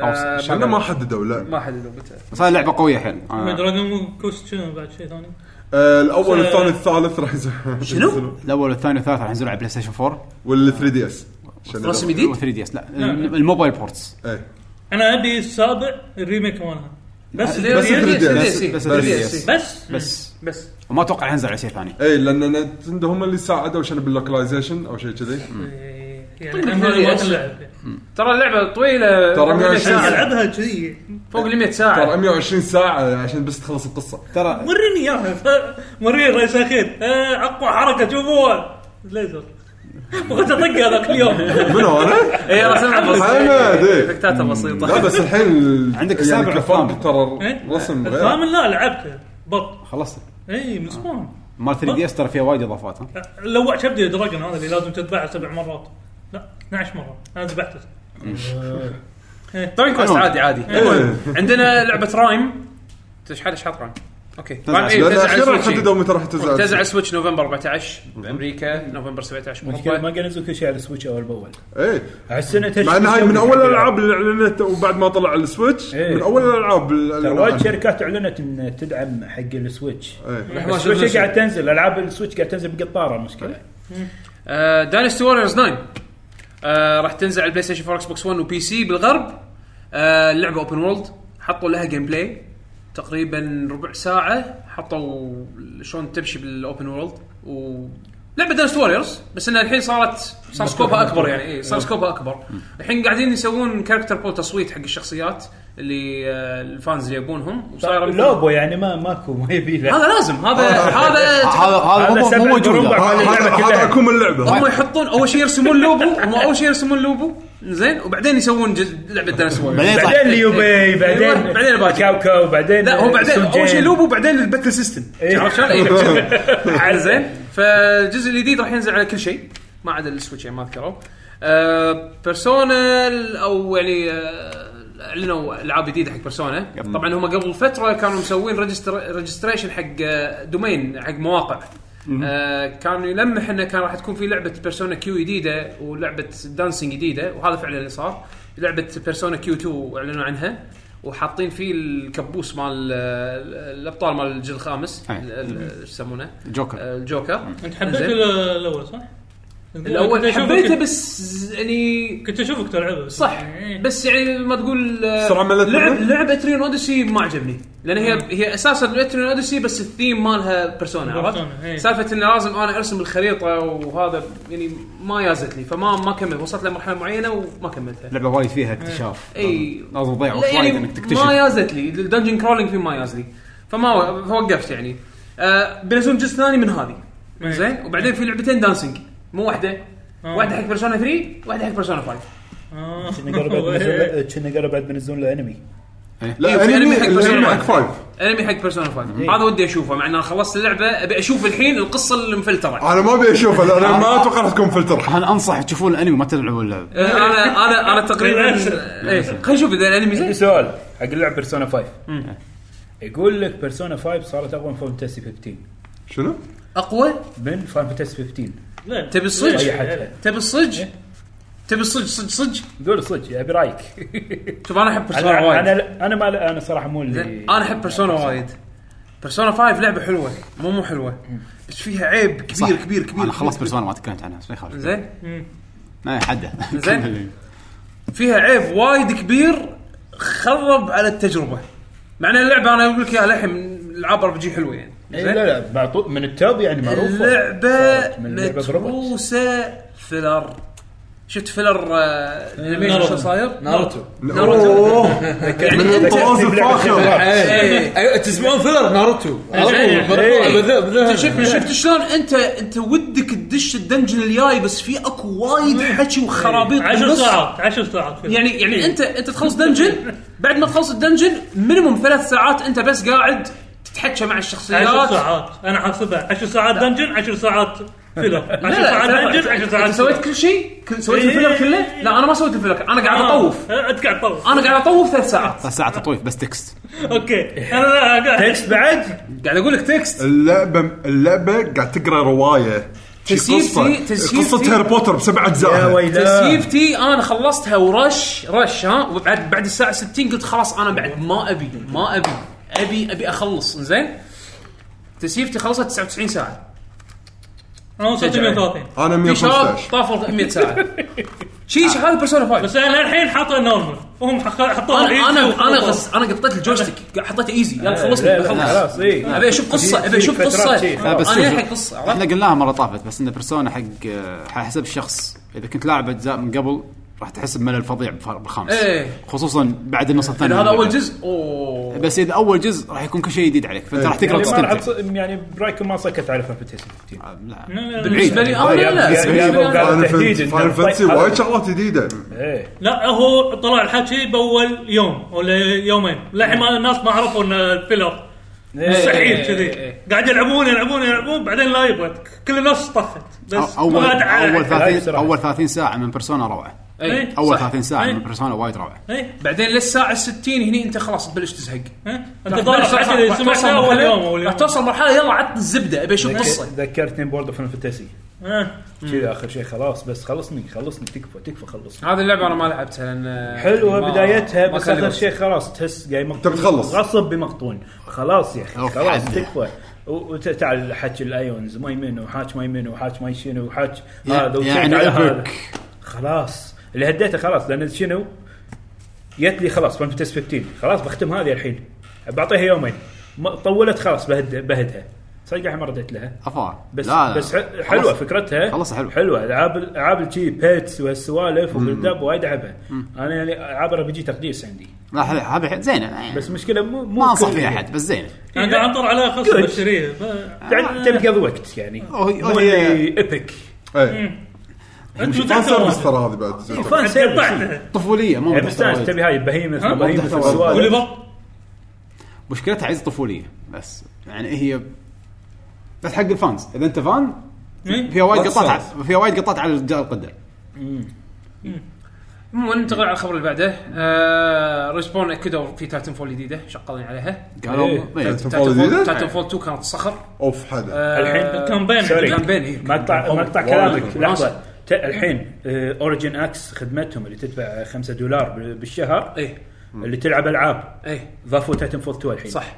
Speaker 2: آه،
Speaker 1: أوصل.
Speaker 5: انا ما حددوا لا
Speaker 2: ما حددوا متى
Speaker 1: بس هاي لعبه قويه حيل
Speaker 7: ما
Speaker 1: آه.
Speaker 7: دراجون كوست شنو بعد شيء ثاني
Speaker 5: آه، الاول
Speaker 7: آه.
Speaker 5: الثاني الثالث راح ينزل
Speaker 2: شنو؟
Speaker 1: الاول والثاني والثالث راح ينزلون على بلاي ستيشن 4
Speaker 5: وال 3 دي اس
Speaker 2: رسم جديد؟
Speaker 1: 3 دي اس لا الموبايل بورتس
Speaker 5: ايه
Speaker 7: انا ابي السابع الريميك مالها بس يعني
Speaker 2: ليه-
Speaker 5: بس
Speaker 2: ليه-
Speaker 5: ال 3DS.
Speaker 2: ليه- ليه-
Speaker 1: بس
Speaker 2: ليه-
Speaker 1: ال
Speaker 2: ليه-
Speaker 1: 3DS.
Speaker 7: بس
Speaker 2: طيب،
Speaker 1: بس
Speaker 2: بس
Speaker 1: وما اتوقع ينزل على شيء ثاني
Speaker 5: ايه لان نتندو هم اللي ساعدوا عشان باللوكلايزيشن او شيء كذي
Speaker 2: إيه،
Speaker 8: يعني أهمية اللعب
Speaker 2: ترى اللعبه طويله
Speaker 5: ترى 120
Speaker 2: ساعه
Speaker 7: العبها كذي
Speaker 2: فوق ال 100
Speaker 5: ترى
Speaker 2: ساعه
Speaker 5: 120 ساعه عشان بس تخلص القصه
Speaker 1: ترى
Speaker 7: وريني اياها ف- وريني الرئيس اخير آه، اقوى حركه شوفوها ليزر بغيت اطق هذاك اليوم
Speaker 5: منو انا؟
Speaker 2: اي رسمها بسيطه
Speaker 5: حمد، إيه.
Speaker 2: إفكتاتها بسيطه
Speaker 5: لا بس الحين ال-
Speaker 1: عندك
Speaker 5: يعني
Speaker 1: السابع
Speaker 5: كفاك
Speaker 1: والثامن.
Speaker 5: ترى
Speaker 7: إيه؟
Speaker 5: رسم غير
Speaker 7: الثامن لا لعبته بط
Speaker 1: خلصت
Speaker 7: اي من زمان
Speaker 1: مال 3 دي اس ترى فيها وايد اضافات ها
Speaker 7: لوع كبدي دراجون هذا اللي لازم تذبحه سبع مرات لا 12 مره انا ذبحته
Speaker 2: طبعا كويس عادي عادي
Speaker 5: إيه.
Speaker 2: عندنا لعبه رايم تشحال اشحاط رايم اوكي رايم إيه،
Speaker 5: لان
Speaker 2: تنزل على
Speaker 5: اخيرا
Speaker 2: السويتش، إيه.
Speaker 5: حددوا متى راح تنزل
Speaker 2: تنزل على سويتش نوفمبر 14 بامريكا نوفمبر 17
Speaker 3: مشكلة ما
Speaker 2: باوروبا
Speaker 3: قنزوا كل شيء على السويتش اول باول
Speaker 5: ايه
Speaker 3: هالسنه تشوف
Speaker 5: مع ان هاي
Speaker 3: يسوي
Speaker 5: من اول
Speaker 3: حق
Speaker 5: الالعاب اللي اعلنت وبعد ما طلع السويتش
Speaker 3: إيه.
Speaker 5: من اول الالعاب اللي
Speaker 3: ترى
Speaker 5: أعلنوا
Speaker 3: وايد
Speaker 5: عنها.
Speaker 3: شركات اعلنت ان تدعم حق السويتش
Speaker 5: إيه.
Speaker 2: إحنا ما شفنا
Speaker 3: السويتش
Speaker 2: شيء.
Speaker 3: قاعد تنزل العاب السويتش قاعد تنزل بقطاره المشكله
Speaker 2: داينستي ووريرز 9 آه، راح تنزل على البلاي ستيشن 4 اكس بوكس 1 وبي سي بالغرب آه، اللعبه اوبن وورلد حطوا لها جيم بلاي تقريبا ربع ساعه حطوا شلون تمشي بالاوبن وورلد و لعبه دانست ووريرز بس انها الحين صارت صار سكوبها اكبر يعني إيه صار سكوبها اكبر الحين قاعدين يسوون كاركتر بول تصويت حق الشخصيات اللي آه، الفانز اللي يبونهم وصايره
Speaker 3: لوبو يعني ما ماكو ما يبي له
Speaker 2: هذا لازم هذا
Speaker 1: هذا
Speaker 2: هذا
Speaker 1: هذا
Speaker 3: هذا
Speaker 1: مو- مو
Speaker 3: سبع
Speaker 1: موجود
Speaker 3: بربع.
Speaker 1: ها.
Speaker 5: ها- هذا
Speaker 3: اللعبة
Speaker 5: هذا
Speaker 3: كلها. طيب،
Speaker 5: اكون اللعبه
Speaker 2: هم يحطون اول شيء يرسمون لوبو هم اول شيء يرسمون لوبو زين وبعدين يسوون جز- لعبه دانس وورير
Speaker 1: بعدين
Speaker 3: بعدين
Speaker 1: طلع
Speaker 3: اليوبي بعدين
Speaker 2: أيوة، بعدين باجي.
Speaker 3: كاوكاو بعدين
Speaker 2: لا هو بعدين
Speaker 3: سوجين.
Speaker 2: اول شيء لوبو بعدين الباتل سيستم
Speaker 3: إيه.
Speaker 2: عرفت شلون؟ إيه. عاد زين فالجزء الجديد راح ينزل على كل شيء ما عدا السويتش يعني ما ذكروا آه، بيرسونا او يعني آه، اعلنوا العاب جديده حق بيرسونا طبعا هم قبل فتره كانوا مسوين ريجستر ريجستريشن حق آه، دومين حق مواقع آه كان يلمح انه كان راح تكون في لعبه بيرسونا كيو جديده ولعبه دانسينج جديده وهذا فعلا اللي صار لعبه بيرسونا كيو 2 اعلنوا عنها وحاطين فيه الكبوس مال آه، الابطال مال الجيل الخامس
Speaker 1: أي.
Speaker 2: ال- ال- ايش يسمونه؟
Speaker 1: جوكر
Speaker 2: آه، الجوكر
Speaker 7: انت حبيت
Speaker 2: زين.
Speaker 7: ال- الاول صح؟ كنت
Speaker 2: الاول
Speaker 7: أشوفك-
Speaker 2: حبيته بس يعني
Speaker 7: كنت اشوفك تلعبه بس
Speaker 2: صح
Speaker 7: إيه.
Speaker 2: بس يعني ما تقول آه،
Speaker 5: سرعة ملت
Speaker 2: لعب
Speaker 5: منه؟
Speaker 2: لعبه ترين اوديسي ما عجبني لان هي هي اساسا ترين اوديسي بس الثيم مالها بيرسونا عرفت؟
Speaker 7: بيرسونا، إيه.
Speaker 2: سالفه انه لازم انا ارسم الخريطه وهذا يعني ما يازت لي فما ما كملت وصلت لمرحله معينه وما كملتها
Speaker 1: لعبه وايد فيها اكتشاف
Speaker 2: اي
Speaker 1: لازم تضيع
Speaker 2: لا
Speaker 1: وقت
Speaker 2: يعني
Speaker 1: وايد انك
Speaker 2: ما
Speaker 1: تكتشف
Speaker 2: يازت لي الدنجن كرولينج فيه ما ياز لي فما و- فوقفت يعني آه بينزلون جزء ثاني من هذه
Speaker 7: إيه.
Speaker 2: زين وبعدين في لعبتين دانسينج مو واحده
Speaker 7: آه.
Speaker 2: واحده حق بيرسونا 3 واحده حق بيرسونا 5
Speaker 7: آه.
Speaker 3: كنا قرب بعد بنزل له- كنا قرب بعد بنزلون له انمي
Speaker 2: إيه،
Speaker 3: يعني
Speaker 2: في
Speaker 5: لا
Speaker 2: أنمي
Speaker 5: انمي
Speaker 2: حق
Speaker 5: الانمي
Speaker 2: Persona
Speaker 5: حق
Speaker 2: Five.
Speaker 5: فايف
Speaker 2: انمي حق بيرسونا 5 هذا ودي اشوفه مع ان أنا خلصت اللعبه ابي اشوف الحين القصه المفلتره
Speaker 5: انا ما ابي اشوفه لان أنا ما اتوقع راح تكون فلتر
Speaker 1: انا انصح تشوفون الانمي ما تلعبوا اللعبه
Speaker 2: آه، انا انا انا تقريبا
Speaker 7: للأسف.
Speaker 2: إيه، خلينا نشوف اذا الانمي
Speaker 3: عندي
Speaker 2: زين
Speaker 3: سؤال حق اللعب بيرسونا 5 يقول لك بيرسونا 5 صارت اقوى من فان فانتسي 15
Speaker 5: شنو؟
Speaker 2: اقوى
Speaker 3: من فان فانتسي 15
Speaker 7: لا
Speaker 2: تبي الصج
Speaker 3: ريحتها
Speaker 2: تبي الصج
Speaker 3: إيه.
Speaker 2: تبي الصج صج صج
Speaker 3: قول صدق ابي رايك
Speaker 2: شوف انا احب بيرسونا
Speaker 3: انا
Speaker 2: وايد
Speaker 3: انا انا ما انا صراحه مو اللي
Speaker 2: زين انا احب بيرسونا وايد بيرسونا 5 لعبه حلوه مو مو حلوه بس فيها عيب كبير كبير كبير
Speaker 1: انا خلصت بيرسونا ما تكلمت عنها بس ما يخالف
Speaker 2: زين
Speaker 1: ما حده
Speaker 2: زين. فيها عيب وايد كبير خرب على التجربه مع ان اللعبه انا اقول لك اياها للحين من العاب ار بي جي حلوه يعني
Speaker 3: إيه،
Speaker 2: زين؟
Speaker 3: لا لا معطو- من التوب يعني معروفه
Speaker 2: اللعبه
Speaker 3: صارت من اللعبة بروبوت.
Speaker 2: متروسه فيلر شفت فيلر آه، الانيميشن شو صاير؟
Speaker 4: ناروتو
Speaker 2: ناروتو
Speaker 5: من
Speaker 2: يعني انت
Speaker 5: الطراز الفاخر
Speaker 2: إيه.
Speaker 4: ايوه تسمعون فيلر ناروتو على طول. بذ- بذهن.
Speaker 2: شفت شفت شلون انت انت ودك تدش الدنجن الجاي بس في اكو وايد حكي وخرابيط
Speaker 7: 10
Speaker 2: بالنص.
Speaker 7: ساعات 10 ساعات
Speaker 2: يعني يعني انت انت تخلص دنجن بعد ما تخلص الدنجن مينيموم ثلاث ساعات انت بس قاعد تتحكى مع
Speaker 7: 10
Speaker 2: الشخصيات
Speaker 7: ساعات انا حاسبها 10 ساعات دنجن 10 ساعات فيلر 10
Speaker 2: لا لا
Speaker 7: ساعات دنجن 10 ساعات
Speaker 2: انت سويت كل شيء كل- سويت
Speaker 7: إيه.
Speaker 2: الفيلر كله لا انا ما سويت الفيلر انا قاعد اطوف
Speaker 7: آه، انت قاعد تطوف
Speaker 2: انا قاعد اطوف ثلاث ساعات
Speaker 1: بس ساعه تطويف بس تكست
Speaker 7: اوكي انا لا قاعد
Speaker 3: تكست بعد
Speaker 2: قاعد اقول لك تكست
Speaker 5: اللعبه اللعبه قاعد تقرا روايه شي
Speaker 2: تسيفتي-
Speaker 5: قصة.
Speaker 2: تسيفتي-
Speaker 5: قصه هاري بوتر بسبع
Speaker 3: يا
Speaker 5: اجزاء
Speaker 3: ويلاه
Speaker 2: تسيفتي انا خلصتها ورش رش ها وبعد بعد الساعه 60 قلت خلاص انا بعد ما ابي ما ابي ابي ابي اخلص زين تسيفتي خلصت 99 ساعه
Speaker 7: انا وصلت
Speaker 2: تجعل.
Speaker 7: 130
Speaker 5: انا
Speaker 2: في شباب
Speaker 5: 115
Speaker 2: طافوا 100 ساعه شي
Speaker 3: آه.
Speaker 2: شي هذا بيرسونا 5
Speaker 7: بس انا الحين حاطه نورمال وهم حق- حطوها
Speaker 2: انا
Speaker 7: easy
Speaker 2: انا انا
Speaker 7: وخلاص.
Speaker 2: غص انا قطيت الجويستيك حطيت ايزي يلا
Speaker 3: لا،
Speaker 2: خلصني
Speaker 3: آه، لا،
Speaker 2: بخلص
Speaker 3: خلاص إيه. اي
Speaker 2: ابي اشوف قصه ابي اشوف
Speaker 3: في فترات
Speaker 2: قصه
Speaker 3: شي.
Speaker 1: لا، آه، بس
Speaker 2: انا
Speaker 1: شوف-
Speaker 2: الحق قصه عرفت؟
Speaker 1: احنا قلناها مره طافت بس ان بيرسونا حق آه، على حسب الشخص اذا كنت لاعب اجزاء من قبل راح تحس بملل فظيع بفار- بالخامس
Speaker 2: إيه.
Speaker 1: خصوصا بعد النص الثاني
Speaker 2: يعني
Speaker 1: من
Speaker 2: هذا اول
Speaker 1: اللعبة.
Speaker 2: جزء اوه
Speaker 1: بس اذا اول جزء راح يكون كل شيء جديد عليك فانت راح تقرا
Speaker 3: يعني ما راح
Speaker 1: تستمتع
Speaker 3: تص- يعني برايكم ما سكت على فان فانتسي 15
Speaker 1: آه، لا.
Speaker 7: لا، لا،
Speaker 1: بعيد.
Speaker 7: لا.
Speaker 2: بالنسبه لي انا لا
Speaker 3: يا- يا- يا-
Speaker 2: بالنسبة لي أنا-
Speaker 3: قاعد تهديد إنه
Speaker 5: فاينل فانتسي
Speaker 3: طيب.
Speaker 5: وايد شغلات جديده
Speaker 3: ايه
Speaker 7: لا هو طلع الحكي باول يوم ولا يومين للحين ما- الناس ما عرفوا ان الفيلر مستحيل
Speaker 2: إيه، إيه،
Speaker 7: كذي
Speaker 2: إيه.
Speaker 7: قاعد يلعبون يلعبون يلعبون بعدين لا يبغى كل الناس طفت بس
Speaker 1: أو- اول
Speaker 7: ما دعا-
Speaker 1: اول
Speaker 3: هاي
Speaker 1: 30
Speaker 3: بصراحة.
Speaker 1: اول 30 ساعه من بيرسونا روعه
Speaker 7: إيه،
Speaker 2: إيه.
Speaker 1: اول
Speaker 7: صح.
Speaker 1: 30 ساعه
Speaker 7: إيه،
Speaker 1: من بيرسونا وايد روعه
Speaker 7: إيه،
Speaker 2: بعدين للساعه 60 هني انت خلاص تبلش تزهق
Speaker 7: إيه. انت
Speaker 2: راح
Speaker 7: طالع
Speaker 2: تبلش-
Speaker 7: حكي
Speaker 2: راح
Speaker 7: سمعت
Speaker 2: توصل
Speaker 7: اول
Speaker 2: مرحلة-
Speaker 7: يوم اول يوم
Speaker 2: راح توصل مرحله يلا عطني الزبده ابي اشوف قصه
Speaker 3: ذكرتني بورد اوف فانتسي
Speaker 7: إيه.
Speaker 3: كذا اخر شيء خلاص بس خلصني خلصني تكفى تكفى خلصني
Speaker 2: هذه اللعبه انا ما لعبتها لان
Speaker 3: حلوه
Speaker 2: آه. ما-
Speaker 3: بدايتها
Speaker 2: ما
Speaker 3: بس
Speaker 2: كان لي
Speaker 3: اخر
Speaker 2: وقت.
Speaker 3: شيء خلاص تحس قاعد مقطون
Speaker 5: تبي تخلص.
Speaker 3: غصب بمقطون خلاص يا اخي
Speaker 1: أوف،
Speaker 3: خلاص
Speaker 1: حد.
Speaker 3: تكفى و- وتعال حكي الايونز ما يمين وحاج ما يمين وحاج ما يشينو وحاج
Speaker 1: يا-
Speaker 3: هذا وشيك
Speaker 1: يعني
Speaker 3: على هذا.
Speaker 1: أبك.
Speaker 3: خلاص اللي هديته خلاص لان شنو جت لي خلاص فان 15 خلاص بختم هذه الحين بعطيها يومين ما- طولت خلاص بهد بهدها صدق الحين ما رديت لها
Speaker 1: افا
Speaker 3: بس
Speaker 1: لا لا.
Speaker 3: بس ح- حلوه
Speaker 1: خلاص.
Speaker 3: فكرتها
Speaker 1: خلصها حلوة.
Speaker 3: حلوه العاب العاب الجي بيتس وهالسوالف وبالدب وايد العبها انا يعني العاب ار بي جي تقديس عندي
Speaker 1: لا حلو- هذا حلو- زينه
Speaker 3: بس
Speaker 1: بس
Speaker 3: مشكله مو مو
Speaker 1: ما انصح
Speaker 3: كل-
Speaker 1: فيها احد بس زينه
Speaker 7: انا قاعد انطر على خصم
Speaker 3: Good.
Speaker 7: بشتريه
Speaker 1: آه.
Speaker 3: تع- تبي تقضي وقت يعني
Speaker 1: أو هي- أو
Speaker 3: مو
Speaker 1: هي-
Speaker 3: اللي ايبك
Speaker 5: اي
Speaker 7: انت
Speaker 5: فان سيرفس
Speaker 7: متعتبر
Speaker 5: ترى هذه
Speaker 7: إيه،
Speaker 5: بعد
Speaker 3: فان سيرفس
Speaker 7: قطعته
Speaker 1: طفوليه مو
Speaker 3: يعني مستانس
Speaker 1: محتوى.
Speaker 3: تبي هاي بهيمه
Speaker 7: ها؟
Speaker 3: وبهيمه
Speaker 1: محتوى.
Speaker 7: واللي
Speaker 3: والسوالف
Speaker 7: بط
Speaker 1: مشكلتها عز طفوليه بس يعني هي بس حق الفانز اذا انت فان
Speaker 7: إيه.
Speaker 1: فيها وايد
Speaker 5: That's
Speaker 1: قطات ع- فيها وايد قطات على الرجال القدر
Speaker 2: المهم ننتقل على الخبر اللي بعده آه ريسبون اكدوا في تايتن فول جديده شغالين عليها
Speaker 1: قالوا إيه.
Speaker 5: Titanfall جديده؟
Speaker 2: تايتن فول 2 كانت صخر
Speaker 5: اوف حدا
Speaker 2: آه،
Speaker 3: الحين
Speaker 7: كامبين
Speaker 3: سوري.
Speaker 2: كامبين إيه.
Speaker 3: مقطع مقطع
Speaker 5: والله.
Speaker 3: كلامك
Speaker 2: مناسب.
Speaker 3: لحظه ت- الحين اوريجن اكس خدمتهم اللي تدفع 5 دولار بال- بالشهر
Speaker 2: ايه
Speaker 3: اللي تلعب العاب
Speaker 2: ايه
Speaker 3: ضافوا تايتن فول 2 الحين
Speaker 2: صح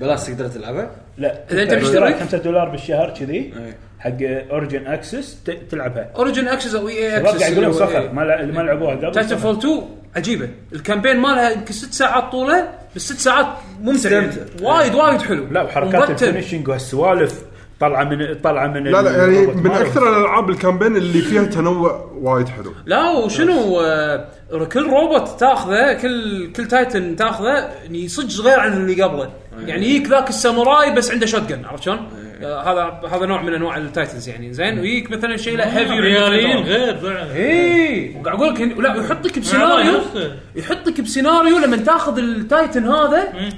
Speaker 4: بلاش تقدر تلعبها
Speaker 3: لا
Speaker 2: إذا أنت
Speaker 3: تدفع
Speaker 2: مشترك.
Speaker 3: 5 دولار بالشهر كذي
Speaker 4: إيه.
Speaker 3: حق اوريجن اكسس ت- تلعبها
Speaker 2: اوريجن اكسس او اي اي
Speaker 3: الربع يقولون صخر
Speaker 2: اكسس
Speaker 3: ما لع- ما لعبوها قبل
Speaker 2: تايتن فول 2 عجيبه الكامبين مالها يمكن ست ساعات طوله بس ست ساعات ممتع يعني.
Speaker 4: استمتع.
Speaker 2: وايد وايد حلو
Speaker 3: لا وحركات
Speaker 2: ومرتب.
Speaker 3: الفينشنج وهالسوالف طالعه من طالعه من
Speaker 5: لا لا يعني
Speaker 3: الروبوت
Speaker 5: من
Speaker 3: مالهم.
Speaker 5: اكثر الالعاب الكامبين اللي فيها تنوع وايد حلو
Speaker 2: لا وشنو آه، كل روبوت تاخذه كل كل تايتن تاخذه يعني صدق غير عن اللي قبله يعني يجيك ذاك الساموراي بس عنده شوت جن عرفت شلون؟ آه، هذا هذا نوع من انواع التايتنز يعني زين ويجيك مثلا شيء له هيفي
Speaker 7: ريالين آه، غير بعد
Speaker 2: اي وقاعد اقول لك هن- لا ويحطك بسيناريو
Speaker 7: نفسه.
Speaker 2: يحطك بسيناريو لما تاخذ التايتن هذا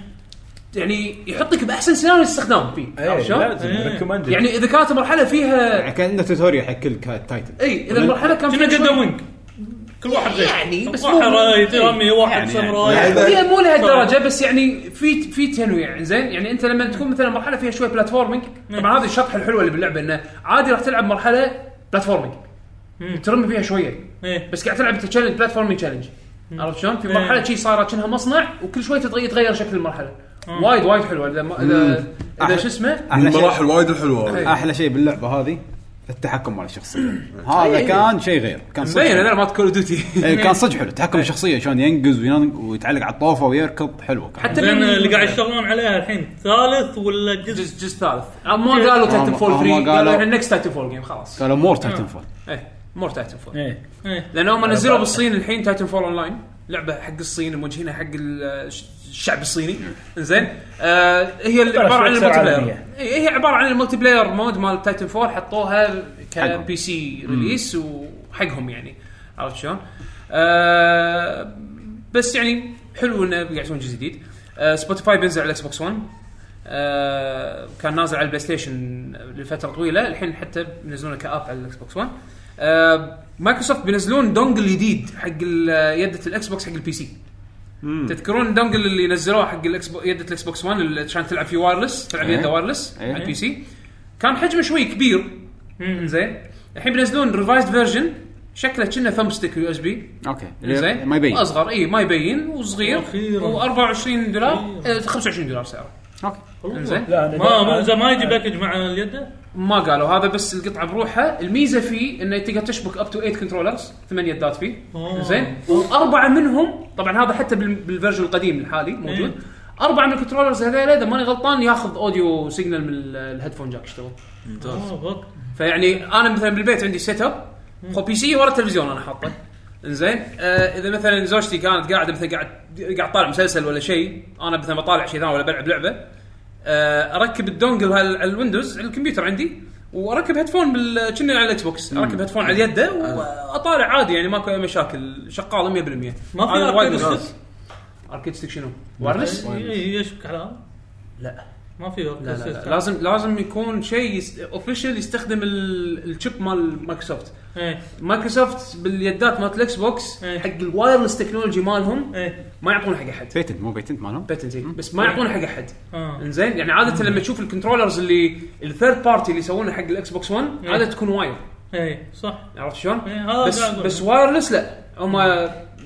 Speaker 2: يعني يحطك باحسن سيناريو استخدام فيه
Speaker 3: إيه،
Speaker 2: عرفت شلون؟
Speaker 3: لازم recommended.
Speaker 2: يعني اذا كانت المرحله فيها
Speaker 1: يعني كان عنده توتوريال حق كل كا- تايتن
Speaker 2: اي اذا المرحله كان
Speaker 7: كنا
Speaker 2: فيها شوي-
Speaker 7: قدام وينج كل واحد زي
Speaker 2: يعني بس مو-
Speaker 7: واحد
Speaker 2: إيه.
Speaker 7: رمي واحد
Speaker 1: يعني-
Speaker 7: ساموراي
Speaker 5: يعني-
Speaker 2: هي مو لهالدرجه بس يعني في في تنويع زين يعني انت لما تكون مثلا مرحله فيها شويه بلاتفورمينج طبعا هذه الشطحه الحلوه اللي باللعبه انه عادي راح تلعب مرحله بلاتفورمينج ترمي فيها شويه
Speaker 7: إيه.
Speaker 2: بس قاعد تلعب انت تشالنج بلاتفورمينج تشالنج عرفت شلون؟ في مرحله
Speaker 7: إيه.
Speaker 2: شي صارت كأنها مصنع وكل شوي تتغير يتغير شكل المرحله وايد وايد حلوه اذا ما- اذا اذا شو اسمه
Speaker 5: من
Speaker 1: احلى شيء
Speaker 5: المراحل وايد الحلوه هذه.
Speaker 1: احلى شيء باللعبه هذه التحكم مال الشخصيه هذا كان شيء غير كان صدق
Speaker 2: مبين
Speaker 1: حلو.
Speaker 2: انا مالت كول اوف ديوتي
Speaker 1: إيه، كان صدق حلو تحكم الشخصيه شلون ينقز وينن- ويتعلق على الطوفه ويركض حلوه كان
Speaker 2: حتى
Speaker 7: زين
Speaker 2: من-
Speaker 7: اللي قاعد يشتغلون عليها الحين ثالث ولا جزء
Speaker 2: يعني. جزء جزء ثالث ما قالوا تايتن فول
Speaker 1: هم
Speaker 2: 3 قالوا
Speaker 1: قالوا-
Speaker 2: احنا نكست تايتن فول جيم خلاص
Speaker 1: قالوا مور تايتن فول
Speaker 2: ايه مور تايتن فول
Speaker 3: إيه.
Speaker 7: إيه.
Speaker 2: لانهم نزلوا بالصين الحين تايتن فول اون لاين لعبه حق الصين موجهينها حق ال- الشعب الصيني زين آه هي
Speaker 3: ترى
Speaker 2: عباره عن
Speaker 3: شوي
Speaker 2: الملتي
Speaker 3: سرعة
Speaker 2: بلاير
Speaker 3: عالمية.
Speaker 2: إي، إيه، هي عباره عن الملتي بلاير مود مال تايتن فول حطوها
Speaker 1: حقهم.
Speaker 2: كبي سي ريليس وحقهم يعني عرفت شلون؟ آه بس يعني حلو انه قاعد يسوون جزء جديد آه سبوتيفاي بينزل على الاكس بوكس 1 آه كان نازل على البلاي ستيشن لفتره طويله الحين حتى بينزلونه كاب على الاكس بوكس 1 آه مايكروسوفت بينزلون دونجل جديد حق ال- يده الاكس بوكس حق البي سي تذكرون الدونجل اللي نزلوه حق الاكس بو- يده الاكس بوكس 1 اللي عشان تلعب فيه وايرلس تلعب
Speaker 1: إيه.
Speaker 2: يده وايرلس
Speaker 1: إيه.
Speaker 2: على البي سي كان حجمه شوي كبير زين الحين بينزلون ريفايزد فيرجن شكله كأنه ثمب ستيك يو اس بي
Speaker 1: اوكي
Speaker 2: إيه، زين
Speaker 1: إيه، ما يبين
Speaker 2: اصغر اي ما يبين وصغير
Speaker 7: أخيراً.
Speaker 2: و24 دولار آه، 25 دولار سعره
Speaker 1: اوكي
Speaker 2: زين
Speaker 3: لا أنا-
Speaker 7: ما ما- إذا ما يجي باكج مع اليد
Speaker 2: ما قالوا هذا بس القطعه بروحها الميزه فيه انه تقدر تشبك اب تو 8 كنترولرز ثمان يدات فيه
Speaker 7: أوه.
Speaker 2: زين واربعه منهم طبعا هذا حتى بال- بالفيرجن القديم الحالي موجود اربعه من الكنترولرز هذول اذا ماني غلطان ياخذ اوديو سيجنال من ال- الهيدفون جاك يشتغل
Speaker 7: آه، بط.
Speaker 2: فيعني انا مثلا بالبيت عندي سيت اب هو بي سي ورا التلفزيون انا حاطه انزين آه اذا مثلا زوجتي كانت قاعده مثلا قاعد قاعد طالع مسلسل ولا شيء انا مثلا بطالع شيء ثاني ولا بلعب لعبه آه اركب الدونجل هال- على الويندوز على الكمبيوتر عندي واركب هيدفون بال كنا على الاكس بوكس اركب هيدفون على يده واطالع عادي يعني ماكو اي مشاكل شغال 100%
Speaker 7: ما في
Speaker 2: أنا وايد
Speaker 7: أركيد
Speaker 2: مبسوط.
Speaker 7: ستيك؟
Speaker 2: اركيد ستيك شنو؟
Speaker 7: وايرلس إيه، يشبك على لا ما في
Speaker 2: لا لا لا لازم لازم يكون شيء يست... اوفيشال يستخدم ال- الشيب مال مايكروسوفت
Speaker 7: ايه
Speaker 2: مايكروسوفت باليدات مالت الاكس بوكس
Speaker 7: إيه.
Speaker 2: حق الوايرلس تكنولوجي مالهم
Speaker 7: ايه
Speaker 2: ما يعطون حق احد
Speaker 1: بيتنت مو بيتنت مالهم
Speaker 2: باتنت إيه. بس ما يعطون حق احد
Speaker 7: آه.
Speaker 2: انزين يعني عاده لما تشوف الكنترولرز اللي الثيرد بارتي اللي يسوونه حق الاكس بوكس 1
Speaker 7: إيه.
Speaker 2: عاده تكون واير
Speaker 7: ايه صح
Speaker 2: عرفت شلون؟
Speaker 7: إيه، هذا
Speaker 2: بس
Speaker 7: قاعد أقول.
Speaker 2: بس وايرلس لا هم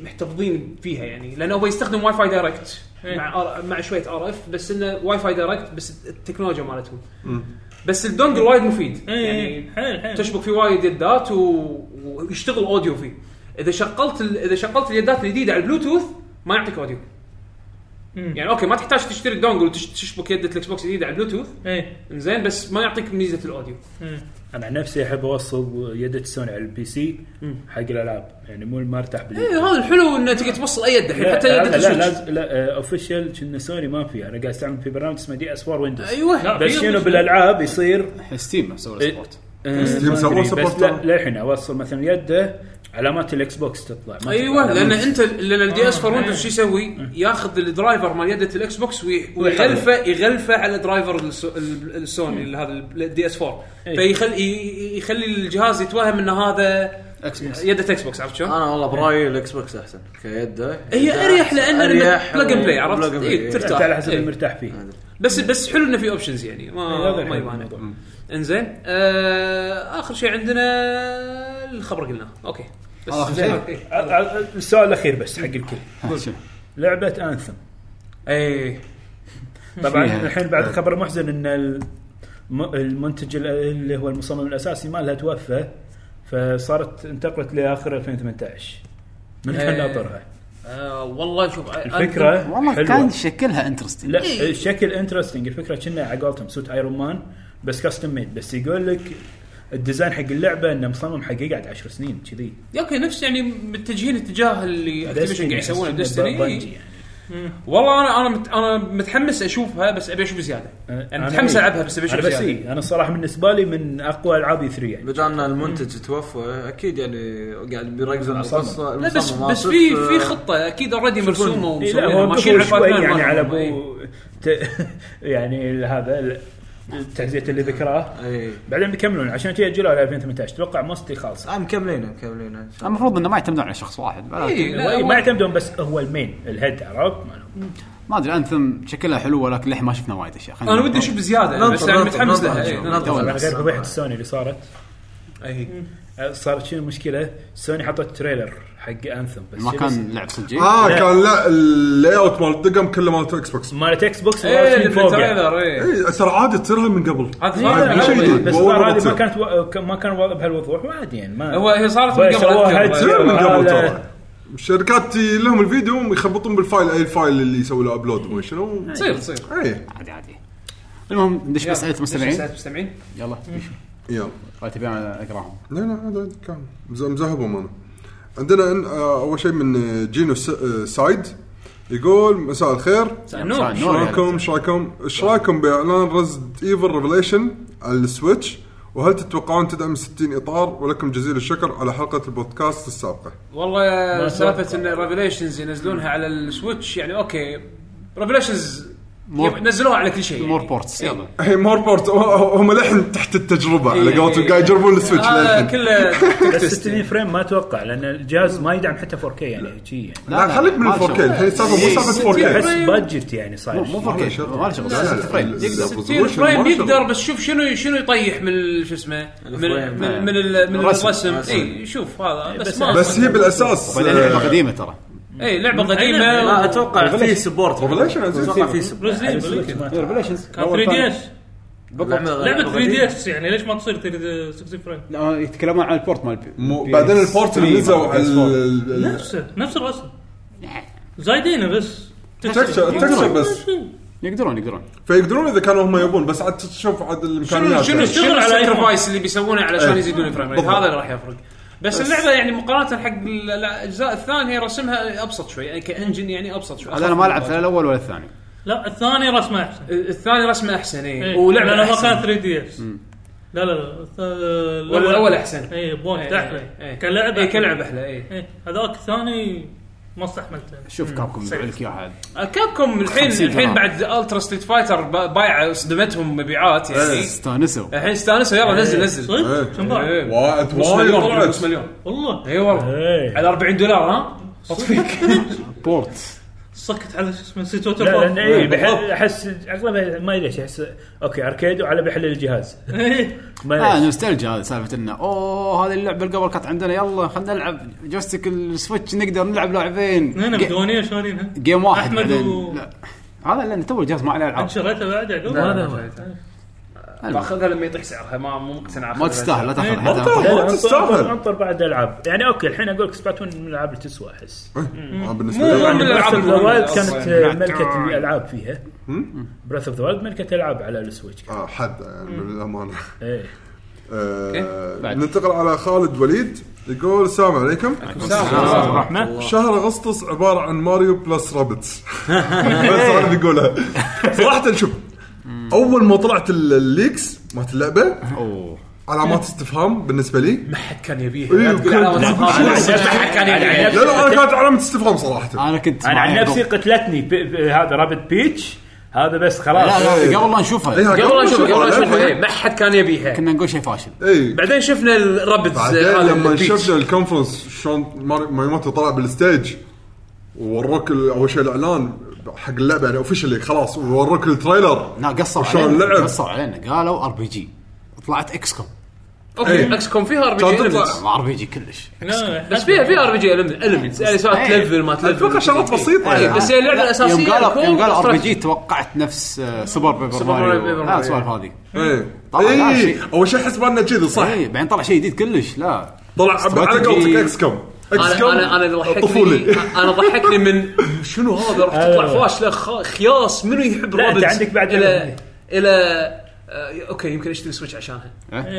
Speaker 2: محتفظين فيها يعني لانه هو يستخدم واي فاي دايركت
Speaker 7: إيه.
Speaker 2: مع R- مع شويه ار اف بس انه واي فاي دايركت بس التكنولوجيا مالتهم بس الدونجل وايد مفيد
Speaker 7: ايه
Speaker 2: يعني
Speaker 7: إيه، حيل حيل
Speaker 2: تشبك فيه وايد يدات و... ويشتغل اوديو فيه اذا شغلت ال... اذا شغلت اليدات الجديده على البلوتوث ما يعطيك اوديو
Speaker 7: مم.
Speaker 2: يعني اوكي ما تحتاج تشتري الدونجل وتشبك يده الاكس بوكس الجديده على البلوتوث
Speaker 7: ايه
Speaker 2: زين بس ما يعطيك ميزه الاوديو
Speaker 7: إيه.
Speaker 3: انا عن نفسي احب اوصل يدة سوني على البي سي حق الالعاب يعني مو ما ارتاح بال
Speaker 2: ايه هذا الحلو انه تقدر توصل اي يد الحين
Speaker 3: لا
Speaker 2: حتى يد
Speaker 3: لا لا
Speaker 2: السويتش
Speaker 3: لا, لا اوفيشال كنا سوني ما في انا قاعد استعمل في برنامج اسمه دي اس 4 ويندوز
Speaker 2: ايوه
Speaker 3: بس شنو بالالعاب يصير
Speaker 1: ستيم سوى له
Speaker 3: إيه.
Speaker 1: سبورت
Speaker 3: آه،
Speaker 5: ستيم
Speaker 3: ما
Speaker 5: سووا
Speaker 3: أدري، بس
Speaker 5: سبورت
Speaker 3: لا-
Speaker 5: ترى.
Speaker 3: للحين اوصل مثلا يده علامات الاكس بوكس تطلع ما
Speaker 2: ايوه
Speaker 3: تطلع.
Speaker 2: لان انت لان الدي اس
Speaker 7: آه،
Speaker 2: 4
Speaker 7: إيه.
Speaker 2: ويندوز شو يسوي؟ ياخذ الدرايفر مال يده الاكس بوكس وي- ويغلفه يغلفه على درايفر السو- ال- السوني اللي هذا الدي اس 4 فيخلي ي- يخلي الجهاز يتوهم ان هذا
Speaker 1: اكس بوكس
Speaker 2: يده اكس بوكس عرفت شلون؟
Speaker 4: انا والله برايي الاكس بوكس احسن كيده
Speaker 2: هي اريح لان
Speaker 4: أريح
Speaker 2: بلاج اند بلاي
Speaker 4: و-
Speaker 2: عرفت؟
Speaker 4: plug and play،
Speaker 2: إيه،
Speaker 4: إيه.
Speaker 3: انت
Speaker 2: ترتاح
Speaker 3: على حسب
Speaker 2: إيه.
Speaker 3: المرتاح فيه
Speaker 2: بس بس حلو انه في اوبشنز يعني
Speaker 3: هذا
Speaker 2: ما
Speaker 3: حلو
Speaker 2: ما يبان
Speaker 3: الموضوع.
Speaker 2: انزين آه، اخر شيء عندنا الخبر قلناه اوكي بس
Speaker 1: آخر
Speaker 2: زين.
Speaker 1: شيء.
Speaker 2: أوكي.
Speaker 3: أ- أ- آه، السؤال الاخير بس حق الكل لعبه انثم
Speaker 2: اي
Speaker 3: طبعا
Speaker 1: فيها.
Speaker 3: الحين بعد خبر محزن ان الم- المنتج ال- اللي هو المصمم الاساسي مالها توفى فصارت انتقلت لاخر 2018 من كان
Speaker 2: إيه.
Speaker 3: ناطرها
Speaker 2: آه، والله شوف آه،
Speaker 3: الفكره
Speaker 1: والله
Speaker 3: حلوة.
Speaker 1: كان شكلها انترستنج
Speaker 3: لا الشكل انترستنج الفكره كنا على قولتهم سوت ايرون مان بس كاستم ميد بس يقول لك الديزاين حق اللعبه انه مصمم حقه قاعد 10 سنين كذي
Speaker 2: اوكي نفس يعني متجهين اتجاه اللي اكتيفيشن قاعد يسوونه
Speaker 3: بانجي
Speaker 2: بدستني
Speaker 3: يعني.
Speaker 2: والله انا انا مت انا متحمس اشوفها بس ابي اشوف زياده انا يعني متحمس
Speaker 3: إيه.
Speaker 2: العبها بس ابي
Speaker 3: انا
Speaker 2: اشوف
Speaker 3: بس
Speaker 2: زياده
Speaker 3: إيه، انا الصراحه بالنسبه لي من اقوى العاب 3 يعني
Speaker 4: بدل ان المنتج توفى اكيد يعني قاعد بيركزون على
Speaker 3: المصمم.
Speaker 4: القصه
Speaker 2: لا بس
Speaker 4: المصمم
Speaker 2: بس
Speaker 4: ما
Speaker 2: في
Speaker 4: شوف،
Speaker 2: في
Speaker 4: آه،
Speaker 2: خطه اكيد اوريدي مرسومه
Speaker 3: إيه لا
Speaker 2: ومسوينها
Speaker 3: هو قبل
Speaker 2: ماشيين على
Speaker 3: شوي
Speaker 2: باتمان
Speaker 3: يعني على
Speaker 2: مالهم. إيه.
Speaker 3: ابو ت- يعني هذا ال- التعزية اللي ذكراه
Speaker 4: اي
Speaker 3: بعدين بيكملون عشان كذا اجلوها على 2018 اتوقع ماستي خالصه
Speaker 4: آه، مكملين مكملين إن شاء الله.
Speaker 1: المفروض انه ما يعتمدون على شخص واحد
Speaker 2: إيه،
Speaker 1: ولكن
Speaker 2: لا، هو-
Speaker 3: يعني ما يعتمدون بس هو المين الهيد عرفت مالهم.
Speaker 1: ما ادري انثم شكلها حلو ولكن للحين ما شفنا وايد اشياء خلينا
Speaker 2: انا
Speaker 1: ننتظر.
Speaker 2: ودي اشوف زياده بس
Speaker 4: ننطر-
Speaker 2: انا
Speaker 4: ننطر-
Speaker 2: متحمس
Speaker 4: ننطر-
Speaker 2: لها إيه،
Speaker 4: ننطر.
Speaker 2: ننطر.
Speaker 1: ننطر.
Speaker 3: طبعا غير فضيحه السوني اللي صارت
Speaker 2: إيه.
Speaker 3: آه، صارت شنو المشكله؟ سوني حطت تريلر حق انثم بس
Speaker 1: ما
Speaker 3: شنو
Speaker 1: كان لعب صجي
Speaker 5: اه
Speaker 3: لا.
Speaker 5: كان لا اللاي اوت مال الدقم كله مالت اكس بوكس
Speaker 3: مالت اكس بوكس
Speaker 2: ايه
Speaker 3: ومالت
Speaker 2: اللي
Speaker 3: من فوق يعني.
Speaker 2: بالتريلر ايه
Speaker 5: اي ترى عادي تصيرها من قبل
Speaker 2: هذا
Speaker 3: إيه،
Speaker 2: صار
Speaker 5: مو شيء
Speaker 2: بالأول.
Speaker 5: جديد.
Speaker 3: بس
Speaker 5: أول مرة
Speaker 3: هذه ما
Speaker 5: تصير.
Speaker 3: كانت و- ما كان وضع بهالوضوح وعادي يعني ما
Speaker 2: هو هي صارت من
Speaker 3: بس
Speaker 2: قبل
Speaker 3: هو
Speaker 2: أذكر.
Speaker 3: هيد-
Speaker 5: تصير من قبل
Speaker 3: لا.
Speaker 5: ترى الشركات لهم الفيديو يخربطون بالفايل اي الفايل اللي يسوي له ابلود وما شنو إيه،
Speaker 2: تصير تصير
Speaker 5: اي
Speaker 1: عادي عادي المهم ندش مساله
Speaker 2: مساله
Speaker 1: المستمعين
Speaker 2: المستمعين
Speaker 1: يلا
Speaker 5: يلا
Speaker 1: ولا تبي أنا اقراهم
Speaker 5: لا لا هذا كان مز- مزهبهم انا عندنا إن- آه، اول شيء من آه، جينو س- آه، سايد يقول مساء الخير
Speaker 2: النور
Speaker 1: مساء
Speaker 5: ايش
Speaker 1: النور يا
Speaker 5: رايكم
Speaker 1: هلا.
Speaker 5: ايش رايكم ايش رايكم باعلان ريزد ايفل ريفليشن على السويتش وهل تتوقعون تدعم 60 اطار ولكم جزيل الشكر على حلقه البودكاست السابقه
Speaker 2: والله
Speaker 3: ما
Speaker 2: سالفه
Speaker 3: أتوقع.
Speaker 2: ان ريفيليشنز ينزلونها على السويتش يعني اوكي ريفيليشنز
Speaker 1: مور-
Speaker 2: نزلوها على كل شيء يعني.
Speaker 1: مور بورتس يلا
Speaker 5: هي إيه، مور بورت هم للحين تحت التجربه على
Speaker 2: إيه.
Speaker 5: قولتهم قاعد يجربون السويتش
Speaker 2: هذا
Speaker 5: للحين
Speaker 2: كله
Speaker 3: بس 60 فريم ما اتوقع لان الجهاز ما يدعم حتى 4K يعني شي يعني
Speaker 5: لا إيه، خليك من
Speaker 1: ما
Speaker 5: ال 4K
Speaker 1: شغل.
Speaker 5: الحين السالفه مو سالفه 4K
Speaker 3: بس بادجت يعني صاير
Speaker 1: مو مو 4K ما له شغل
Speaker 5: لا، لا،
Speaker 1: 60 فريم
Speaker 5: لا،
Speaker 1: يقدر.
Speaker 2: 60 فريم يقدر بس شوف شنو شنو يطيح من ال- شو اسمه من
Speaker 4: الفريم.
Speaker 2: من من, ال- من
Speaker 1: الرسم.
Speaker 2: الرسم
Speaker 4: الرسم.
Speaker 2: اي شوف هذا بس
Speaker 3: بس-
Speaker 2: ما
Speaker 5: بس هي آه، بالاساس
Speaker 1: وبعدين لعبه قديمه ترى
Speaker 2: اي لعبه
Speaker 4: لا
Speaker 2: قديمه
Speaker 4: اتوقع في سبورت
Speaker 5: Revelation عزيز.
Speaker 2: إيه،
Speaker 4: اتوقع في سبورت
Speaker 2: يعني
Speaker 1: ريفليشنز
Speaker 7: كان 3
Speaker 1: طيب.
Speaker 7: دي اس لعبه 3
Speaker 4: غريبة.
Speaker 7: دي اس يعني ليش ما تصير 3 دي 60 فريم
Speaker 1: يتكلمون عن البورت مال بي-
Speaker 5: مو-
Speaker 1: بي-
Speaker 5: بعدين البورت اللي
Speaker 1: بي-
Speaker 5: نزلوا على
Speaker 1: بي- بي-
Speaker 5: ال- ال-
Speaker 7: نفسه نفس الرسم زايدينه بس
Speaker 5: التكشر التكشر بس
Speaker 1: يقدرون يقدرون
Speaker 5: فيقدرون اذا كانوا هم يبون بس عاد تشوف عاد
Speaker 2: شنو
Speaker 5: الامكانيات
Speaker 2: شنو
Speaker 5: يعني.
Speaker 2: شنو
Speaker 7: شغل على
Speaker 2: السكرفايس اللي بيسوونه علشان يزيدون الفريم ريت
Speaker 5: بالضبط.
Speaker 2: هذا اللي راح يفرق بس اللعبه يعني مقارنه حق ال- الاجزاء الثانيه رسمها ابسط شوي يعني كانجن يعني ابسط شوي
Speaker 1: هذا انا ما لعبت لا الاول ولا الثاني
Speaker 7: لا الثاني رسمه احسن
Speaker 2: الثاني رسمه احسن اي
Speaker 7: إيه،
Speaker 2: ولعبه
Speaker 7: لأنه ما
Speaker 2: احسن
Speaker 7: كان 3 دي اس لا لا لا الث- الاول
Speaker 2: الأول أحسن.
Speaker 7: اي بوينت
Speaker 2: إيه، إيه،
Speaker 7: احلى
Speaker 2: إيه.
Speaker 7: كلعبه
Speaker 2: اي كلعبه احلى اي
Speaker 7: إيه، هذاك الثاني ما استحملته
Speaker 1: شوف كابكم يبيع لك اياها
Speaker 2: كابكم الحين
Speaker 1: 50
Speaker 2: الحين
Speaker 1: دولار.
Speaker 2: بعد الترا ستريت فايتر ب- بايعه صدمتهم مبيعات يعني
Speaker 1: استانسوا
Speaker 2: الحين استانسوا يلا نزل نزل
Speaker 7: صدق
Speaker 5: إيه.
Speaker 7: كم باع؟
Speaker 2: إيه.
Speaker 5: وايد
Speaker 2: نص
Speaker 5: وايد
Speaker 2: مليون طلع نص
Speaker 5: طلعت
Speaker 2: مليون
Speaker 7: والله
Speaker 2: اي والله
Speaker 3: إيه.
Speaker 2: على 40 دولار ها اطفيك
Speaker 1: بورت
Speaker 7: صكت على شو اسمه سيت ووتر
Speaker 3: لا إيه، لان اي
Speaker 2: بالضبط.
Speaker 3: بحل- احس اغلبها ما ادري إيش، احس اوكي اركيد وعلى بحل الجهاز
Speaker 7: إيه.
Speaker 3: ما
Speaker 2: آه،
Speaker 1: اه
Speaker 3: أدري إيش.
Speaker 1: نوستالجيا هذا سالفه انه اوه هذه اللعبه اللي قبل كانت عندنا يلا خلينا نلعب جوستيك السويتش نقدر نلعب لاعبين
Speaker 7: هنا
Speaker 1: جي-
Speaker 7: بدونيه شارينها
Speaker 1: جيم واحد
Speaker 7: احمد
Speaker 1: بعدين.
Speaker 7: نعم، و-
Speaker 1: لا. هذا لان تو الجهاز ما عليه العاب
Speaker 7: انت شريتها بعد يعقوب؟
Speaker 4: لا،
Speaker 7: هذا
Speaker 4: لا،
Speaker 7: هو
Speaker 2: باخذها لما يطيح سعرها ما مو مقتنع
Speaker 1: ما
Speaker 2: أخذها.
Speaker 1: تستاهل لا تاخذ
Speaker 7: إيه،
Speaker 1: حتى لا
Speaker 5: ممتاز.
Speaker 1: تاخذ.
Speaker 5: ما
Speaker 3: أنطر-
Speaker 5: تستاهل.
Speaker 3: أنطر- انطر بعد العاب يعني اوكي الحين اقول لك سبلاتون من الالعاب اللي تسوى احس
Speaker 5: آه، بالنسبه
Speaker 2: مو
Speaker 5: لي
Speaker 2: من الألعاب
Speaker 3: براث اوف ذا
Speaker 2: المهمة
Speaker 3: وايلد
Speaker 2: أصلاً.
Speaker 3: كانت
Speaker 1: Black
Speaker 3: ملكه
Speaker 1: Time.
Speaker 3: الالعاب فيها
Speaker 2: Hmm?
Speaker 3: براث اوف ذا وايلد ملكه العاب على السويتش
Speaker 5: آه، حد يعني بالامانه
Speaker 3: ايه
Speaker 5: آه،
Speaker 1: بعد.
Speaker 5: ننتقل على خالد وليد يقول السلام عليكم
Speaker 3: رحمه
Speaker 5: شهر اغسطس عباره عن ماريو بلس رابتس بس انا بقولها صراحه شوف اول ما طلعت ال- الليكس مالت اللعبه
Speaker 1: اوه
Speaker 5: علامات استفهام بالنسبه لي
Speaker 2: ما حد كان يبيها
Speaker 5: إيه،
Speaker 2: لا تقول علامة
Speaker 5: كان-
Speaker 2: استفهام.
Speaker 5: لا،
Speaker 2: ما حد كان يبيها
Speaker 5: لا لا انا كانت علامه استفهام
Speaker 2: آه.
Speaker 5: صراحه
Speaker 1: انا كنت
Speaker 3: انا عن
Speaker 1: معايا
Speaker 3: نفسي
Speaker 1: قبل-
Speaker 3: قتلتني بي- بي- هذا رابد بيتش هذا بس
Speaker 1: لا
Speaker 3: خلاص
Speaker 1: لا قبل لا نشوفها
Speaker 5: إيه،
Speaker 2: قبل لا نشوف
Speaker 5: شوف، إيه.
Speaker 2: قبل لا
Speaker 5: على
Speaker 2: نشوف
Speaker 5: الحين.
Speaker 2: إيه، ما حد كان يبيها
Speaker 1: كنا نقول شيء فاشل
Speaker 5: اي
Speaker 2: بعدين شفنا آه، الربت
Speaker 5: بعدين
Speaker 2: هذا
Speaker 5: لما
Speaker 2: البيتش.
Speaker 5: شفنا الكونفرنس شلون ماري- مايموتو طلع بالستيج ووروك ال- اول شيء الاعلان حق اللعبه يعني اوفشلي خلاص ووروك التريلر
Speaker 1: لا قصوا
Speaker 5: وشلون
Speaker 1: علينا
Speaker 5: لعب؟
Speaker 1: قصوا علينا قالوا ار بي جي طلعت اكس كوم
Speaker 5: إيه.
Speaker 2: اوكي اكس كوم فيها ار بي
Speaker 5: كان
Speaker 2: جي
Speaker 5: تطلع.
Speaker 1: ما ار بي جي كلش
Speaker 2: بس فيها فيها ار بي جي المنتس يعني سواء
Speaker 1: إيه.
Speaker 2: تلفل ما تلفل
Speaker 5: اتوقع شغلات بسيطه
Speaker 2: إيه،
Speaker 5: يعني
Speaker 2: بس هي اللعبه
Speaker 1: لا،
Speaker 2: الاساسيه
Speaker 1: يوم قالوا
Speaker 2: الكور
Speaker 1: يوم قالوا ار بي
Speaker 2: والاستراتيجي.
Speaker 1: جي توقعت نفس آه، سوبر بيبر
Speaker 2: سوبر بيبر
Speaker 1: ماريو لا
Speaker 2: ماريو.
Speaker 1: السوالف هذه
Speaker 5: ايه
Speaker 1: طلع لا
Speaker 5: إيه.
Speaker 1: شيء.
Speaker 5: اول شيء احس بانه كذي صح
Speaker 3: إيه.
Speaker 1: اي بعدين طلع شيء جديد كلش لا
Speaker 5: طلع على قولتك اكس كوم اكس
Speaker 2: انا
Speaker 5: كوم
Speaker 2: انا انا اللي ضحكني
Speaker 5: الطفولة.
Speaker 2: انا ضحكني من شنو هذا راح تطلع
Speaker 3: أيوة.
Speaker 2: فاشله خ- خياس منو يحب
Speaker 3: لا، أنت
Speaker 2: رابط
Speaker 3: عندك بعد
Speaker 2: الى
Speaker 3: لعبة.
Speaker 2: الى آه، اوكي يمكن اشتري سويتش عشانها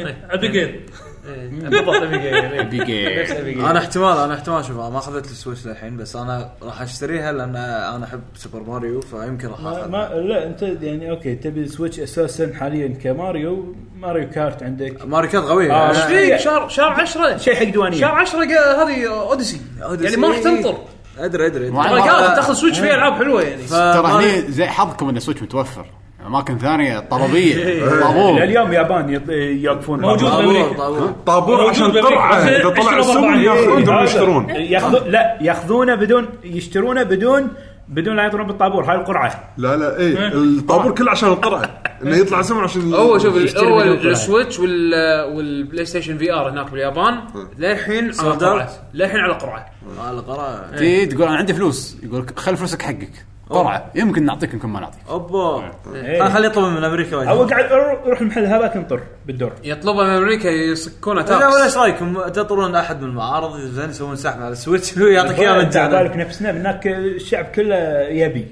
Speaker 7: ابيجيل
Speaker 2: إيه، بالضبط أبي جيم، إيه.
Speaker 1: بيجي
Speaker 2: أبي جيم.
Speaker 4: انا احتمال انا احتمال شوف أنا ما اخذت السويتش للحين بس انا راح اشتريها لان انا احب سوبر ماريو فيمكن راح
Speaker 3: ما
Speaker 4: اخذها
Speaker 3: ما لا انت يعني اوكي تبي سويتش اساسا حاليا كماريو ماريو كارت عندك
Speaker 4: ماريو كانت قويه
Speaker 3: آه،
Speaker 2: ايش
Speaker 4: يعني.
Speaker 2: فيك شهر شهر 10
Speaker 3: شيء حق
Speaker 2: شهر
Speaker 3: ديوانيه
Speaker 2: 10 قا- هذه اوديسي
Speaker 4: أوديسي.
Speaker 2: يعني ما راح تنطر
Speaker 4: ادري ادري
Speaker 1: ما
Speaker 2: ترى
Speaker 1: أنا-
Speaker 2: قاعد تاخذ سويتش فيها العاب حلوه يعني
Speaker 1: ترى هني زي حظكم ان السويتش متوفر اماكن ثانيه طلبيه طابور
Speaker 3: لليوم يابان يط- يوقفون
Speaker 7: موجود
Speaker 3: بعض.
Speaker 4: طابور
Speaker 7: بأمريكا.
Speaker 4: طابور
Speaker 5: طابور
Speaker 7: موجود
Speaker 5: عشان
Speaker 7: بأمريكا.
Speaker 5: قرعه
Speaker 7: بس
Speaker 5: اذا طلع
Speaker 7: اشتروا
Speaker 5: السوق
Speaker 7: بأربعة.
Speaker 5: ياخذون
Speaker 3: إيه، هذا.
Speaker 5: ولا يشترون
Speaker 3: ياخذون لا ياخذونه بدون يشترونه بدون بدون لا يضربون بالطابور هاي القرعه
Speaker 5: لا لا
Speaker 3: إيه.
Speaker 5: اي الطابور كله عشان القرعه انه يطلع سمع عشان
Speaker 2: هو شوف ال-
Speaker 3: يشتري
Speaker 2: هو
Speaker 3: بدون طلعة.
Speaker 2: السويتش وال والبلاي ستيشن في ار هناك باليابان للحين على
Speaker 4: Sold out.
Speaker 2: قرعه للحين على قرعه
Speaker 4: آه، القراءة
Speaker 1: تي تقول انا عندي فلوس يقول لك خل فلوسك حقك قرعه يمكن نعطيك يمكن ما نعطيك
Speaker 4: اوبا
Speaker 3: إيه.
Speaker 4: انا خليه يطلب من امريكا واجد.
Speaker 3: او قاعد رو- روح المحل هذاك انطر بالدور
Speaker 2: يطلبها من امريكا يسكونها
Speaker 4: لا ولا
Speaker 2: تاكس
Speaker 4: ايش رايكم تطرون احد من المعارض زين يسوون سحب على السويتش ويعطيك اياه
Speaker 3: انت على
Speaker 4: مجانا
Speaker 3: بالك نفسنا هناك الشعب كله يبي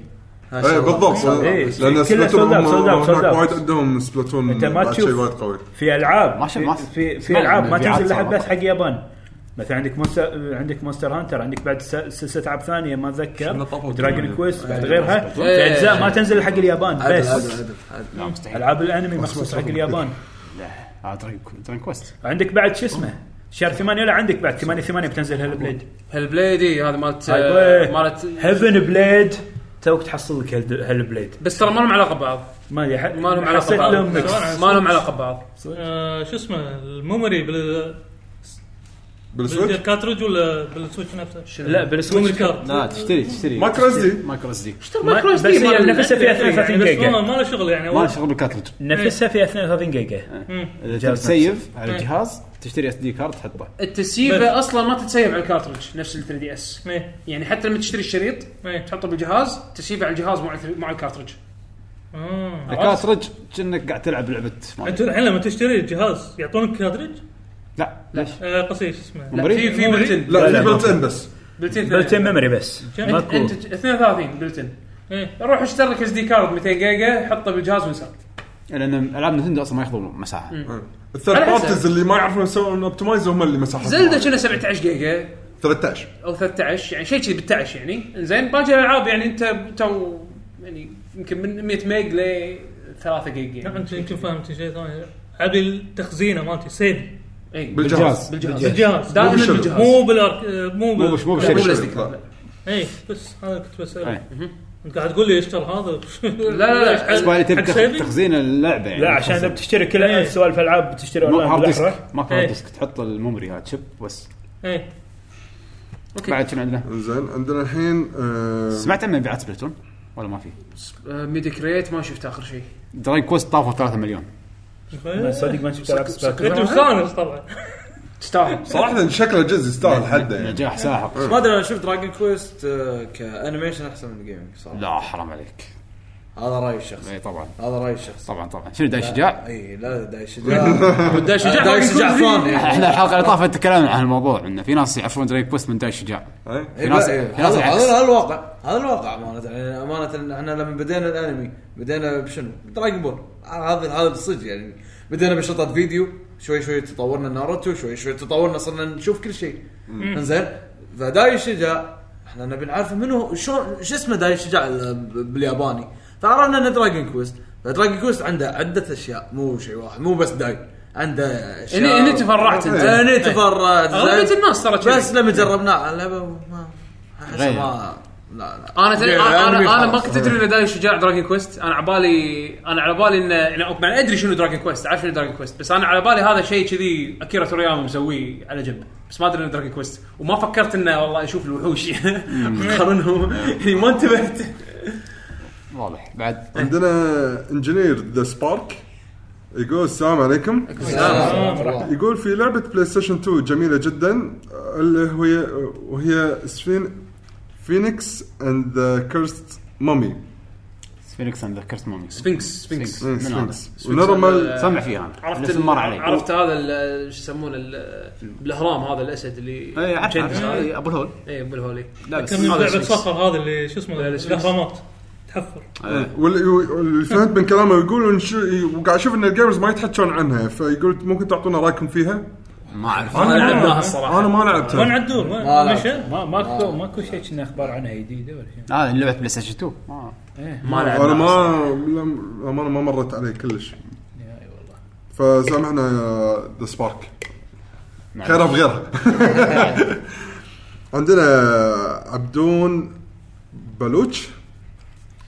Speaker 4: ما شاء
Speaker 5: اي
Speaker 4: الله.
Speaker 5: بالضبط
Speaker 3: إيه،
Speaker 5: لان
Speaker 3: كله
Speaker 5: سبلاتون
Speaker 3: sold out، sold out،
Speaker 5: هناك
Speaker 3: sold out.
Speaker 5: وايد عندهم سبلاتون
Speaker 3: انت ما
Speaker 5: بعد
Speaker 3: تشوف.
Speaker 5: شيء وايد قوي
Speaker 3: في العاب
Speaker 1: ما شف-
Speaker 3: في-
Speaker 1: ما-
Speaker 3: في, في
Speaker 1: سمعنا
Speaker 3: العاب ما
Speaker 1: المبيعات
Speaker 3: تنزل لها
Speaker 1: صراحة.
Speaker 3: بس حق يابان مثلا عندك مونستر عندك مونستر هانتر عندك بعد س- سلسله العاب ثانيه ما اتذكر دراجون كويست بعد غيرها في اجزاء ما تنزل حق اليابان
Speaker 4: عدل إيه. عدل
Speaker 3: بس
Speaker 4: عدل عدل.
Speaker 1: لا مستحيل
Speaker 3: العاب الانمي مخصوص حق اليابان
Speaker 1: لا درين كويست
Speaker 3: عندك بعد شو اسمه شهر 8 ولا عندك بعد 8 8 بتنزل هالبليد
Speaker 2: هالبليدي هذا مالت آه،
Speaker 3: هاي
Speaker 2: مالت
Speaker 3: هيفن بليد توك تحصل لك هال- هالبليد
Speaker 2: بس ترى ما لهم علاقه ببعض
Speaker 3: ما ادري ح-
Speaker 2: ما لهم علاقه
Speaker 3: حسيت
Speaker 2: ببعض
Speaker 3: لهم ميكس.
Speaker 2: ما لهم علاقه ببعض
Speaker 7: آه، شو اسمه الميموري بال
Speaker 5: بالسويتش
Speaker 7: بالكاترج ولا بالسويتش نفسه؟
Speaker 3: لا
Speaker 7: ميموري
Speaker 3: بالسويتش
Speaker 7: كارد
Speaker 1: لا تشتري تشتري
Speaker 5: ما كراش دي
Speaker 1: ما كراش دي
Speaker 3: ما- بس هي نفسها فيها 32
Speaker 7: يعني بس ما
Speaker 3: جيجا
Speaker 7: ما له شغل يعني
Speaker 1: ما
Speaker 7: هو-
Speaker 1: شغل بالكاترج
Speaker 3: نفسها فيها 32 جيجا
Speaker 1: اذا تبي
Speaker 3: جهاز
Speaker 1: تسيف على الجهاز تشتري اس دي كارد تحطه
Speaker 2: التسييفه اصلا ما تتسيف على الكارترج نفس ال 3 دي اس
Speaker 7: إيه.
Speaker 2: يعني حتى لما تشتري الشريط
Speaker 7: إيه.
Speaker 2: تحطه بالجهاز تسيفه على الجهاز مع الثري- مع الكارترج
Speaker 7: آه.
Speaker 1: الكاترج كأنك قاعد تلعب لعبه
Speaker 7: انت
Speaker 1: ماريو.
Speaker 7: الحين لما تشتري الجهاز يعطونك كادرج
Speaker 1: لا ليش
Speaker 7: آه، قصدي شو اسمه
Speaker 2: لا
Speaker 1: مريض.
Speaker 2: في في
Speaker 7: مريض.
Speaker 2: بلتن
Speaker 5: لا
Speaker 3: لا،
Speaker 5: في
Speaker 3: لا،
Speaker 5: بلت ان بس
Speaker 2: بلتن
Speaker 3: بلتين ميموري بس
Speaker 2: انت
Speaker 3: ماكو
Speaker 2: انت 32 بلتن
Speaker 7: إيه.
Speaker 2: روح اشتري لك اس دي كارد 200 جيجا حطه بالجهاز وانسى
Speaker 1: لان العاب نتندو اصلا ما ياخذون مساحه
Speaker 5: إيه. الثيرد
Speaker 2: على حسب.
Speaker 5: بارتيز آه. اللي ما يعرفون يسوون اوبتمايز هم اللي مساحتهم
Speaker 2: زلده
Speaker 5: عالية.
Speaker 2: كنا 17 جيجا
Speaker 5: 13
Speaker 2: او 13 يعني شيء كذي 13 يعني زين باقي الالعاب يعني انت تو يعني يمكن من 100 ميج ل 3 جيجا
Speaker 7: لا،
Speaker 2: يعني
Speaker 7: انت يمكن فهمت شيء ثاني عبي التخزينه مالتي سيف
Speaker 2: اي
Speaker 5: بالجهاز
Speaker 2: بالجهاز
Speaker 7: بالجهاز
Speaker 2: دائما
Speaker 5: مو بالشغل.
Speaker 2: بالجهاز
Speaker 7: مو بالارك مو
Speaker 1: مو بش- مو
Speaker 7: بال-
Speaker 1: بالشيء.
Speaker 5: بالشريط،
Speaker 1: لا.
Speaker 5: لا.
Speaker 7: اي بس هذا كنت بساله
Speaker 1: إيه.
Speaker 7: انت قاعد تقول لي اشتر هذا
Speaker 2: لا، لا،
Speaker 1: بس بعد
Speaker 7: حق
Speaker 1: تبي
Speaker 7: سيفي؟
Speaker 1: تخزين اللعبه يعني
Speaker 3: لا عشان اذا بتشتري كل
Speaker 7: إيه.
Speaker 3: سوالف العاب بتشتري
Speaker 1: ماكو
Speaker 3: اونلاين
Speaker 1: هارد
Speaker 3: بالأحرى.
Speaker 1: ديسك ماكو
Speaker 7: إيه.
Speaker 1: هارد ديسك تحط الميموري هذا شيب بس
Speaker 7: إيه.
Speaker 1: بعد شنو عندنا؟
Speaker 5: زين عندنا الحين آه،
Speaker 1: سمعت عن مبيعات سبلاتون ولا ما في؟
Speaker 2: آه، ميدي كريت ما شفت اخر شيء
Speaker 1: دراي كوست طافوا 3 مليون
Speaker 3: ما يعني صدق ما شفت العاب سباق
Speaker 7: انت مستانس طبعا
Speaker 2: تستاهل
Speaker 5: صراحه شكله جزء يستاهل حده يعني
Speaker 1: نجاح ساحق
Speaker 5: إيه.
Speaker 4: ما ادري انا اشوف دراجون كويست آه، كانيميشن احسن من الجيمنج صراحه
Speaker 1: لا حرام عليك إيه،
Speaker 4: هذا رايي الشخصي
Speaker 1: اي طبعا
Speaker 4: هذا رايي الشخصي
Speaker 1: طبعا طبعا شنو داي شجاع؟
Speaker 4: اي لا داي شجاع
Speaker 2: والداي
Speaker 4: داي
Speaker 2: شجاع ما يكون
Speaker 4: شجاع
Speaker 2: فيه.
Speaker 4: ثاني يعني.
Speaker 1: احنا الحلقه اللي طافت تكلمنا عن الموضوع انه في ناس يعرفون دراي كويست من داي شجاع
Speaker 5: إيه؟
Speaker 4: إيه،
Speaker 1: ناس-
Speaker 4: لا، إيه.
Speaker 1: في ناس
Speaker 4: هذا
Speaker 1: العكس.
Speaker 4: هذا الواقع هذا الواقع امانه يعني امانه إن احنا لما بدينا الانمي بدينا بشنو؟ دراجون بول هذا هذا الصدق يعني بدينا بشطط فيديو شوي شوي تطورنا ناروتو شوي شوي تطورنا صرنا نشوف كل شيء انزين فداي الشجاع احنا نبي نعرف منو شلون شو اسمه داي الشجاع ال- بالياباني فعرفنا انه دراجون كويست فدراجون كويست عنده عده اشياء مو شيء واحد مو بس داي عنده اشياء
Speaker 2: هني هني تفرعت انت
Speaker 4: انا تفرد
Speaker 2: أغلبية الناس ترى كذي.
Speaker 4: بس لما جربناه على اللعبه ما أحس
Speaker 1: غير.
Speaker 4: ما لا لا
Speaker 2: انا تدري
Speaker 4: غير،
Speaker 2: انا
Speaker 4: أنمي
Speaker 2: انا, أنا ما
Speaker 4: خلاص.
Speaker 2: كنت ادري ان داي شجاع دراجون كويست انا على بالي انا على بالي انه يعني مع ادري شنو دراجون كويست اعرف شنو دراجون كويست بس انا على بالي هذا شيء كذي اكيرا تورياما مسويه على جنب بس ما ادري انه دراجون كويست وما فكرت انه والله اشوف الوحوش قارنهم يعني ما انتبهت
Speaker 1: واضح بعد
Speaker 5: عندنا انجينير ذا سبارك يقول السلام عليكم يقول في لعبه بلاي ستيشن 2 جميله جدا آه، اللي هي وهي سفين فينيكس اند ذا كيرست مامي
Speaker 1: سفينكس اند ذكرت مامي
Speaker 2: سفنكس سفنكس
Speaker 1: من هذا؟
Speaker 5: ونورمال
Speaker 1: سامع فيها انا
Speaker 2: عرفت
Speaker 1: نفس
Speaker 2: ال-
Speaker 1: مر علي
Speaker 2: عرفت هذا ال- شو يسمونه ال- الاهرام هذا الاسد اللي إيه،
Speaker 1: اي عرفت
Speaker 2: مجندس
Speaker 1: عرفت.
Speaker 2: هذا.
Speaker 1: إي، ابو الهول
Speaker 2: اي ابو الهولي
Speaker 1: إيه. لا بس
Speaker 7: كم من
Speaker 1: هذا
Speaker 7: لعبه
Speaker 1: سفينكس.
Speaker 7: صخر هذا اللي شو اسمه
Speaker 2: لا، لا،
Speaker 7: الاهرامات تحفر
Speaker 1: إيه.
Speaker 5: وال- واللي فهمت من كلامه يقول إن- إيه، وقاعد اشوف ان الجيمرز ما يتحكون عنها فيقول ممكن تعطونا رايكم فيها؟
Speaker 1: ما اعرف
Speaker 2: انا لعبناها
Speaker 5: انا
Speaker 2: الصراحه
Speaker 5: ما
Speaker 7: وين
Speaker 5: لعبتها
Speaker 7: عدول وين
Speaker 4: ما لا.
Speaker 7: مشى
Speaker 3: ما ماكو ماكو شيء كنا اخبار عنها جديده ولا شيء
Speaker 1: هذا لعبه بلاي ستيشن 2 ما-
Speaker 2: ما
Speaker 5: انا
Speaker 2: لعبناها
Speaker 5: ما لم- أنا ما مرت علي كلش آه، فسامحنا يا ذا سبارك خيرها بغيرها عندنا آه، عبدون بلوتش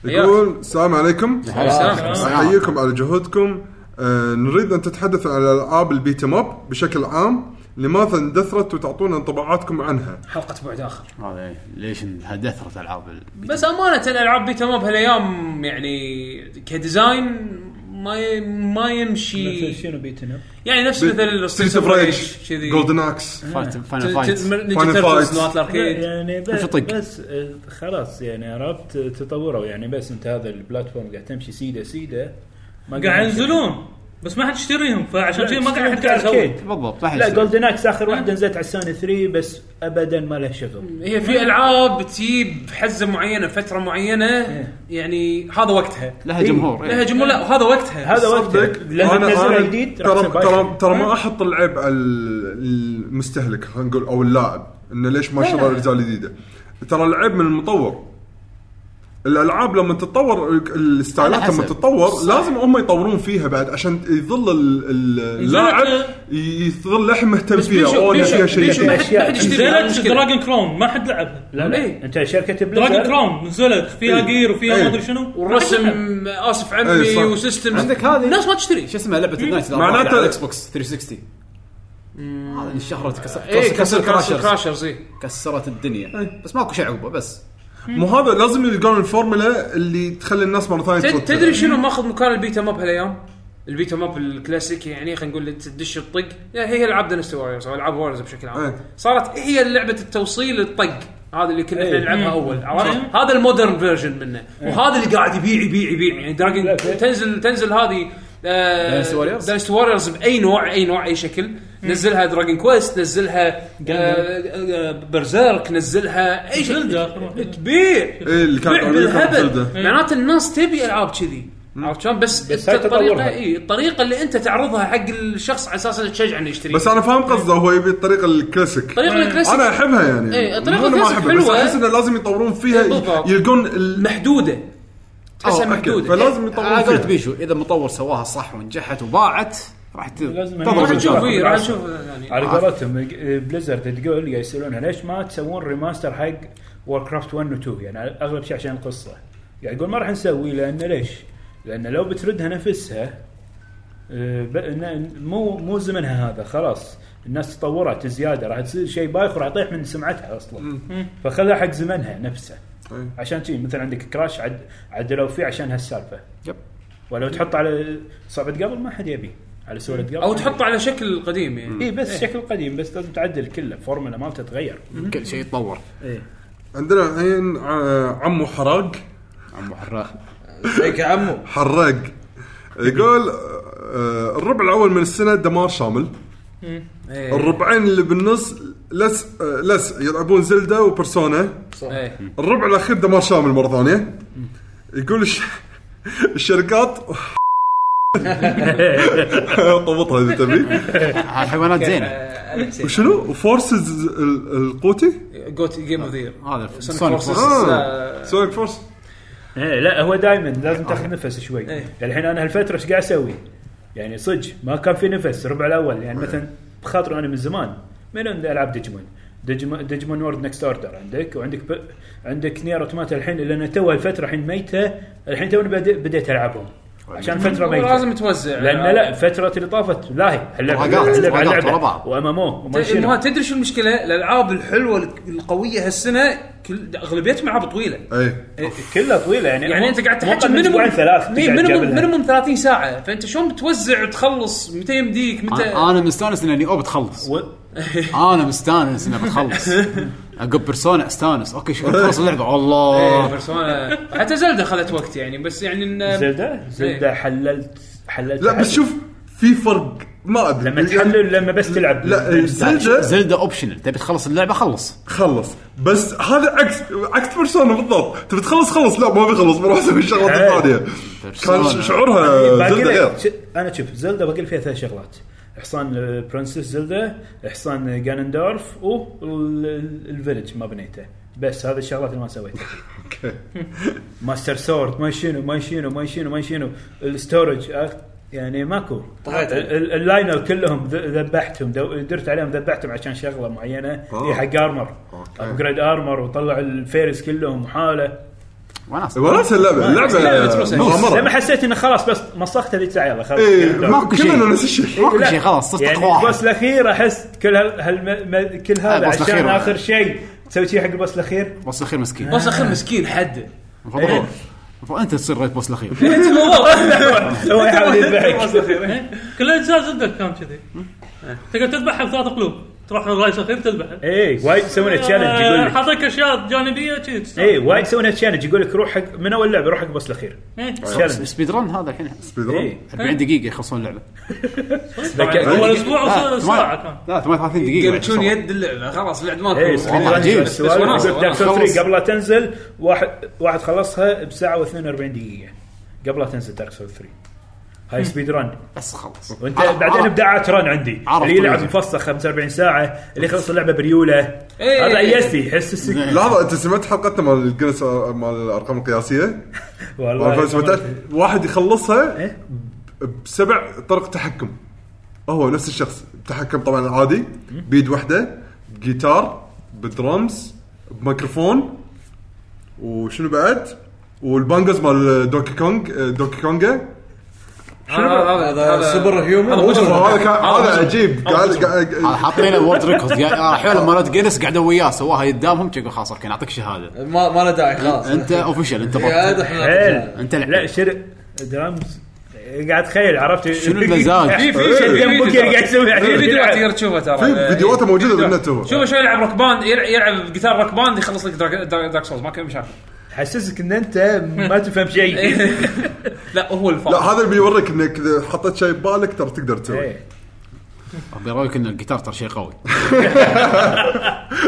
Speaker 5: يقول السلام عليكم احييكم على جهودكم آه، نريد ان تتحدث عن الالعاب البيت اب بشكل عام لماذا اندثرت وتعطونا انطباعاتكم عنها
Speaker 2: حلقه بعد اخر
Speaker 1: هذا إيه. ليش إن هدثره العاب ال-
Speaker 2: بس امانه الالعاب بيت اب هالايام يعني كديزاين ما ي- ما يمشي
Speaker 3: مثل شنو بيتن اب
Speaker 2: يعني نفس مثل
Speaker 5: ستريت اوف ريج
Speaker 2: كذي
Speaker 5: جولدن اكس
Speaker 1: فايت فاينل فايت
Speaker 5: Final Fight.
Speaker 2: فايت الاركيد
Speaker 3: يعني
Speaker 1: وش
Speaker 3: بس,
Speaker 5: طيب؟
Speaker 1: يطق؟
Speaker 3: بس آه، خلاص يعني عرفت تطوروا يعني بس انت هذا البلاتفورم قاعد تمشي سيده سيده ما
Speaker 7: قاعد ينزلون بس ما حد يشتريهم فعشان كذي ما قاعد حد قاعد يسوي
Speaker 3: اركيد
Speaker 1: بالضبط صح
Speaker 3: لا جولدن اكس اخر واحده نزلت على السوني 3 بس ابدا ما له شغل
Speaker 2: هي في العاب تجيب حزه معينه فتره معينه يعني هذا وقتها
Speaker 1: لها جمهور إيه.
Speaker 2: لها جمهور لا وهذا وقتها
Speaker 3: هذا وقت
Speaker 5: صدق
Speaker 3: لما
Speaker 5: أنا-
Speaker 3: تنزلها
Speaker 5: أنا
Speaker 3: جديد راح
Speaker 5: ترى
Speaker 3: تصير
Speaker 5: ترى
Speaker 3: بايخة.
Speaker 5: ترى ما احط العيب على ال- المستهلك خلينا نقول او اللاعب انه ليش ما شرى الاجزاء الجديده ترى العيب من المطور الالعاب لما تتطور ال- الستايلات
Speaker 1: على
Speaker 5: لما
Speaker 1: حسب.
Speaker 5: تتطور لازم هم يطورون فيها بعد عشان يظل ال- ال- اللاعب ي- يظل لحم مهتم فيها
Speaker 2: بيشو-
Speaker 5: او أنا
Speaker 2: بيشو-
Speaker 5: فيها شيء
Speaker 2: بيشو
Speaker 5: جديد.
Speaker 2: ما حد- ما حد يشتري
Speaker 7: نزلت
Speaker 2: مشكلة.
Speaker 7: دراجون كراون ما حد لعبها
Speaker 3: لا
Speaker 2: ليه؟
Speaker 3: لا انت شركه
Speaker 7: دراجون
Speaker 3: بليزر
Speaker 7: كراون نزلت فيها جير وفيها
Speaker 5: إيه.
Speaker 7: ما ادري شنو
Speaker 2: والرسم اسف
Speaker 5: إيه،
Speaker 2: عمي
Speaker 5: صح.
Speaker 2: وسيستم
Speaker 1: عندك هذه
Speaker 2: الناس ما تشتري
Speaker 1: شو اسمها لعبه النايت
Speaker 5: معناته-
Speaker 1: معناته اكس بوكس 360 هذا اللي شهرت كسر
Speaker 2: اي إيه، كسر كراشر
Speaker 1: كراشرز.
Speaker 2: كراشرز اي
Speaker 1: كسرت الدنيا بس ماكو شيء عقبه بس
Speaker 5: مو هذا لازم يلقون الفورمولا اللي تخلي الناس مره ثانيه
Speaker 2: تد-
Speaker 5: ترد.
Speaker 2: تدري شنو ماخذ مكان البيتا ماب هالايام؟ البيتا ماب الكلاسيكي يعني خلينا نقول انت تدش الطق يعني هي العاب دنستي واريورز او العاب واريورز بشكل عام
Speaker 5: إيه.
Speaker 2: صارت هي لعبه التوصيل الطق هذا اللي كنا احنا نلعبها اول عرفت؟
Speaker 7: إيه.
Speaker 2: هذا المودرن فيرجن منه وهذا اللي قاعد يبيع يبيع يبيع يعني دراجون تنزل تنزل هذه آه،
Speaker 1: Dynasty Warriors؟
Speaker 2: داينستي واريورز باي نوع اي نوع اي شكل نزلها دراجون كويست نزلها آه، برزيرك نزلها اي شيء
Speaker 7: زلدة آخر واحدة.
Speaker 2: تبيع
Speaker 5: إيه، اللي كان
Speaker 2: بيع
Speaker 5: عليكم
Speaker 2: بالهبل
Speaker 5: زلدة.
Speaker 2: معناته الناس تبي العاب كذي عرفت شلون بس,
Speaker 3: بس
Speaker 2: أنت
Speaker 3: هاي تطورها.
Speaker 2: الطريقه اي الطريقه اللي انت تعرضها حق الشخص على اساس انه تشجعه انه يشتري
Speaker 5: بس انا فاهم قصده هو يبي الطريقه الكلاسيك
Speaker 2: الطريقه الكلاسيك
Speaker 5: انا احبها يعني
Speaker 2: إيه، الطريقة
Speaker 5: مو إنه ما
Speaker 2: الكلاسيك
Speaker 5: أحبها، بس
Speaker 2: حلوة. إيه،
Speaker 5: احس انه لازم يطورون فيها
Speaker 2: بالضبط.
Speaker 5: يلقون ال-
Speaker 2: محدوده تحسها
Speaker 5: أوه، أكيد.
Speaker 2: محدوده
Speaker 5: فلازم
Speaker 1: على
Speaker 5: يطورون
Speaker 1: قولة
Speaker 5: فيها
Speaker 1: بيشو اذا مطور سواها صح ونجحت وباعت راح ت-
Speaker 3: لازم
Speaker 2: راح
Speaker 3: يعني-
Speaker 1: تضرب
Speaker 2: نشوف
Speaker 1: الجو
Speaker 2: إيه، راح نشوف يعني
Speaker 3: على قولتهم بليزرد تقول قاعد يسالونها ليش ما تسوون ريماستر حق وور كرافت 1 و 2 يعني اغلب شيء عشان القصه قاعد يقول ما راح نسوي لان ليش؟ لان لو بتردها نفسها آه، ب- ن- مو مو زمنها هذا خلاص الناس تطورت زياده راح تصير شيء بايخ وراح تطيح من سمعتها اصلا فخلها حق زمنها نفسه
Speaker 5: أي.
Speaker 3: عشان شيء مثل عندك كراش عد عدلوا فيه عشان هالسالفه
Speaker 1: يب.
Speaker 3: ولو تحط على صعبه قبل ما حد يبي على سوره قبل
Speaker 2: او تحطه على شكل قديم يعني
Speaker 3: اي إيه، بس شكل قديم بس لازم تعدل كله فورمولا مالته تتغير
Speaker 1: كل شيء يتطور
Speaker 5: عندنا الحين آه، عمو حراق
Speaker 1: عمو حراق
Speaker 4: هيك يا عمو
Speaker 5: حراق يقول آه، الربع الاول من السنه دمار شامل
Speaker 2: إيه.
Speaker 5: الربعين اللي بالنص لس آه، لس يلعبون زلدا وبرسونا
Speaker 2: إيه.
Speaker 5: الربع الاخير دمار شامل مره ثانيه يقول الش... الشركات طبطها اذا تبي
Speaker 1: الحيوانات زينه
Speaker 5: وشنو فورسز ال- القوتي
Speaker 2: جوت جيم اوف ذا
Speaker 1: هذا
Speaker 2: سونيك
Speaker 1: سونيك
Speaker 2: فورسز.
Speaker 1: فورسز.
Speaker 5: آه. سونيك فورس
Speaker 3: إيه لا هو دائما لازم تاخذ نفس شوي
Speaker 2: إيه.
Speaker 3: الحين انا هالفتره ايش قاعد اسوي؟ يعني صدق ما كان في نفس الربع الاول يعني مثلا بخاطر انا من زمان من عند العاب ديجمون ديجمون ديجمون وورد نكست اوردر عندك وعندك ب... عندك نير اوتوماتا الحين لان تو الفتره الحين ميته الحين توني بدي- بديت العبهم
Speaker 1: طيب.
Speaker 3: عشان فتره ميته
Speaker 2: لازم توزع
Speaker 3: لان لا فتره اللي طافت لاهي هاللعبة-
Speaker 1: طاقات-
Speaker 3: هاللعبة-
Speaker 1: طاقات
Speaker 3: هاللعبة.
Speaker 1: ورا بعض.
Speaker 3: وامامو وما
Speaker 2: ت-
Speaker 3: شنو.
Speaker 2: ما تدري شو المشكله الالعاب الحلوه القويه هالسنه كل اغلبيتهم العاب طويله
Speaker 5: اي
Speaker 3: كلها طويله يعني
Speaker 2: يعني انت قاعد تحكي
Speaker 3: مينيموم
Speaker 2: مينيموم
Speaker 3: ثلاث
Speaker 2: مي- مينيموم مينيموم 30 ساعه فانت شلون بتوزع وتخلص متى يمديك متى
Speaker 1: انا أنا مستانس انني او بتخلص انا مستانس اني بتخلص عقب بيرسونا استانس اوكي شو خلص اللعبه
Speaker 2: إيه،
Speaker 1: الله
Speaker 2: بيرسونا حتى زلده خذت وقت يعني بس يعني إن
Speaker 3: زلدة
Speaker 2: إيه.
Speaker 3: زلدة حللت حللت
Speaker 5: لا بس شوف في فرق ما ادري
Speaker 3: لما تحلل لما بس تلعب
Speaker 5: لا زلدا
Speaker 1: زلدة اوبشنال تبي تخلص اللعبه خلص
Speaker 5: خلص بس هذا عكس عكس بيرسونا بالضبط تبي تخلص خلص لا ما بيخلص بروح اسوي الشغلات
Speaker 3: إيه.
Speaker 5: الثانيه كان
Speaker 1: بيرسونا.
Speaker 5: شعورها
Speaker 3: باقي
Speaker 5: زلدا آه، غير
Speaker 3: لك- ش- انا شوف زلدة باقي لي فيها ثلاث شغلات حصان آه، برنسس زلدة حصان آه، جانندورف والفيلج ما بنيته بس هذه الشغلات اللي ما سويتها ماستر سورد ما شنو ما شنو ما شنو ما شنو الستورج أخ- يعني ماكو
Speaker 4: طهيت.
Speaker 3: ال- ال- اللاينر كلهم ذ- ذبحتهم دو- درت عليهم ذبحتهم عشان شغله معينه
Speaker 5: آه.
Speaker 3: هي حق ارمر
Speaker 5: أوكي.
Speaker 3: ابجريد ارمر وطلع الفيرس كلهم وحاله
Speaker 1: وناس
Speaker 5: وناسه اللعبه
Speaker 2: اللعبة تروس.
Speaker 5: اللعبه
Speaker 3: لما
Speaker 5: مغامره
Speaker 3: حسيت انه خلاص بس مسخت هذيك ساعه يلا خلاص
Speaker 5: ايه
Speaker 3: كمل.
Speaker 1: ماكو شيء.
Speaker 5: كلنا نفس الشيء
Speaker 1: ماكو
Speaker 3: لا.
Speaker 1: شيء خلاص صدق
Speaker 3: يعني
Speaker 1: تقوى واحد
Speaker 3: البوس الاخير احس كل هال هال ما- كل
Speaker 1: آه،
Speaker 3: هذا
Speaker 1: البوس
Speaker 3: عشان
Speaker 1: الأخير.
Speaker 3: اخر شيء تسوي شيء حق البوس الاخير
Speaker 1: بوس الاخير مسكين
Speaker 2: بس اخر مسكين حد
Speaker 1: المفروض هو. المفروض انت تصير ريت بوس الاخير
Speaker 3: هو يحاول يذبحك
Speaker 7: كل اجزاء زلدة كان كذي تقدر تذبحها بثلاث قلوب تروح للرايس الاخير تذبحه
Speaker 3: اي وايد يسوون تشالنج إيه، يقول
Speaker 7: آه،
Speaker 3: لك
Speaker 7: حاطك اشياء جانبيه كذي
Speaker 3: اي وايد يسوون تشالنج يقول لك روح حق من اول لعبه روح حق البوس الاخير
Speaker 7: إيه.
Speaker 3: تشالنج
Speaker 1: سبيد رن هذا الحين
Speaker 5: سبيد رن
Speaker 3: إيه.
Speaker 1: 40 دقيقه يخلصون اللعبه
Speaker 5: إيه.
Speaker 7: اول اسبوع
Speaker 1: لا،
Speaker 7: وص- ساعه كان
Speaker 1: ثمان- لا 38 دقيقه بعد
Speaker 2: يقرشون
Speaker 1: يخلصون.
Speaker 2: يد اللعبه خلاص اللعبه ماكو
Speaker 3: اي سبيد
Speaker 1: والله
Speaker 3: رن
Speaker 1: آه، عجيب.
Speaker 3: بس وناس.
Speaker 1: بس آه،
Speaker 3: يقول Dark Souls
Speaker 1: خلص.
Speaker 3: 3 قبل لا تنزل واحد واحد خلصها بساعه و42 دقيقه قبل لا تنزل دارك سول 3 هاي سبيد رن
Speaker 1: بس خلص
Speaker 3: وانت
Speaker 1: عرف-
Speaker 3: بعدين
Speaker 1: عرف.
Speaker 3: ابداعات رن عندي
Speaker 1: عرف
Speaker 3: اللي يلعب
Speaker 1: كل شيء.
Speaker 3: مفصل 45 ساعه اللي يخلص اللعبه بريوله
Speaker 2: إيه.
Speaker 3: هذا ايستي يحس السك
Speaker 5: لحظه انت سمعت حلقتنا مال الجنس مال الارقام القياسيه
Speaker 3: والله
Speaker 5: مال 2017 واحد يخلصها
Speaker 3: إيه.
Speaker 5: ب- بسبع طرق تحكم هو نفس الشخص تحكم طبعا العادي بيد واحده بجيتار بدرمز بميكروفون وشنو بعد والبانجز مال دوكي كونج دوكي كونجا
Speaker 4: هذا سوبر هيومن
Speaker 5: هذا كان-
Speaker 3: آه،
Speaker 5: هذا عجيب قاعد قاعد-
Speaker 1: حاطين وورد ريكورد الحين مالت جينيس قعدوا وياه سواها قدامهم يقول خلاص اوكي نعطيك شهاده
Speaker 4: ما ما له داعي خلاص إيه،
Speaker 1: انت اوفيشال انت
Speaker 4: يا عاد
Speaker 1: بطل
Speaker 4: احنا
Speaker 3: حيل
Speaker 1: انت لعب.
Speaker 3: لا شر درامز قاعد تخيل عرفت
Speaker 1: شنو المزاج؟
Speaker 2: في في
Speaker 5: إيه.
Speaker 2: في
Speaker 3: جنبك
Speaker 2: فيديو
Speaker 3: قاعد يسوي
Speaker 2: ترى.
Speaker 3: عشان
Speaker 2: في فيديوهات
Speaker 3: يلعب.
Speaker 2: تقدر تشوفها ترى
Speaker 3: آه،
Speaker 5: في فيديوهاته
Speaker 3: إيه،
Speaker 5: موجوده بالنت هو
Speaker 2: شوفه شو يلعب روك باند يلع- يلعب جيتار روك باند يخلص لك دراك- دراك دارك سولز ماكو مشاكل
Speaker 3: حسسك ان انت ما تفهم شيء
Speaker 2: لا هو
Speaker 5: لا
Speaker 2: الفاضي
Speaker 5: هذا اللي بيوريك انك اذا حطيت شيء ببالك ترى تقدر تسوي
Speaker 3: إيه.
Speaker 1: ابي رايك ان الجيتار ترى شيء قوي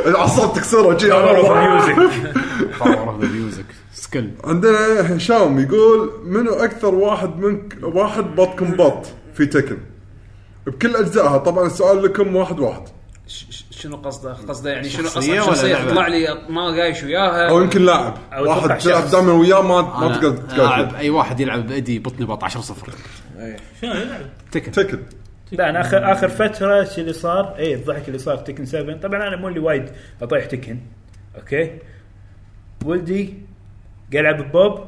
Speaker 5: الاعصاب تكسره شي.
Speaker 1: باور اوف ميوزك سكيل
Speaker 5: عندنا هشام يقول منو اكثر واحد منك واحد بطكم بط في تكن بكل اجزائها طبعا السؤال لكم واحد واحد
Speaker 2: ش- ش- شنو قصده؟ قصده يعني شنو
Speaker 1: شخصية
Speaker 2: اصلا
Speaker 1: ولا
Speaker 2: شخصية
Speaker 1: لعبة؟
Speaker 2: تطلع لي ما قايش وياها
Speaker 5: او يمكن لاعب
Speaker 3: أو
Speaker 5: واحد
Speaker 3: أتوقع
Speaker 5: تلعب
Speaker 3: شخص. آه.
Speaker 5: دائما وياه ما ما تقدر
Speaker 1: انا لاعب
Speaker 5: تقاتل
Speaker 1: اي واحد يلعب بايدي بطني بط 10 0
Speaker 7: شنو يلعب؟
Speaker 1: تكن
Speaker 5: تكن
Speaker 3: لا انا اخر اخر فتره شو اللي صار اي الضحك اللي صار تكن 7 طبعا انا مو اللي وايد اطيح تكن اوكي ولدي قاعد يلعب ببوب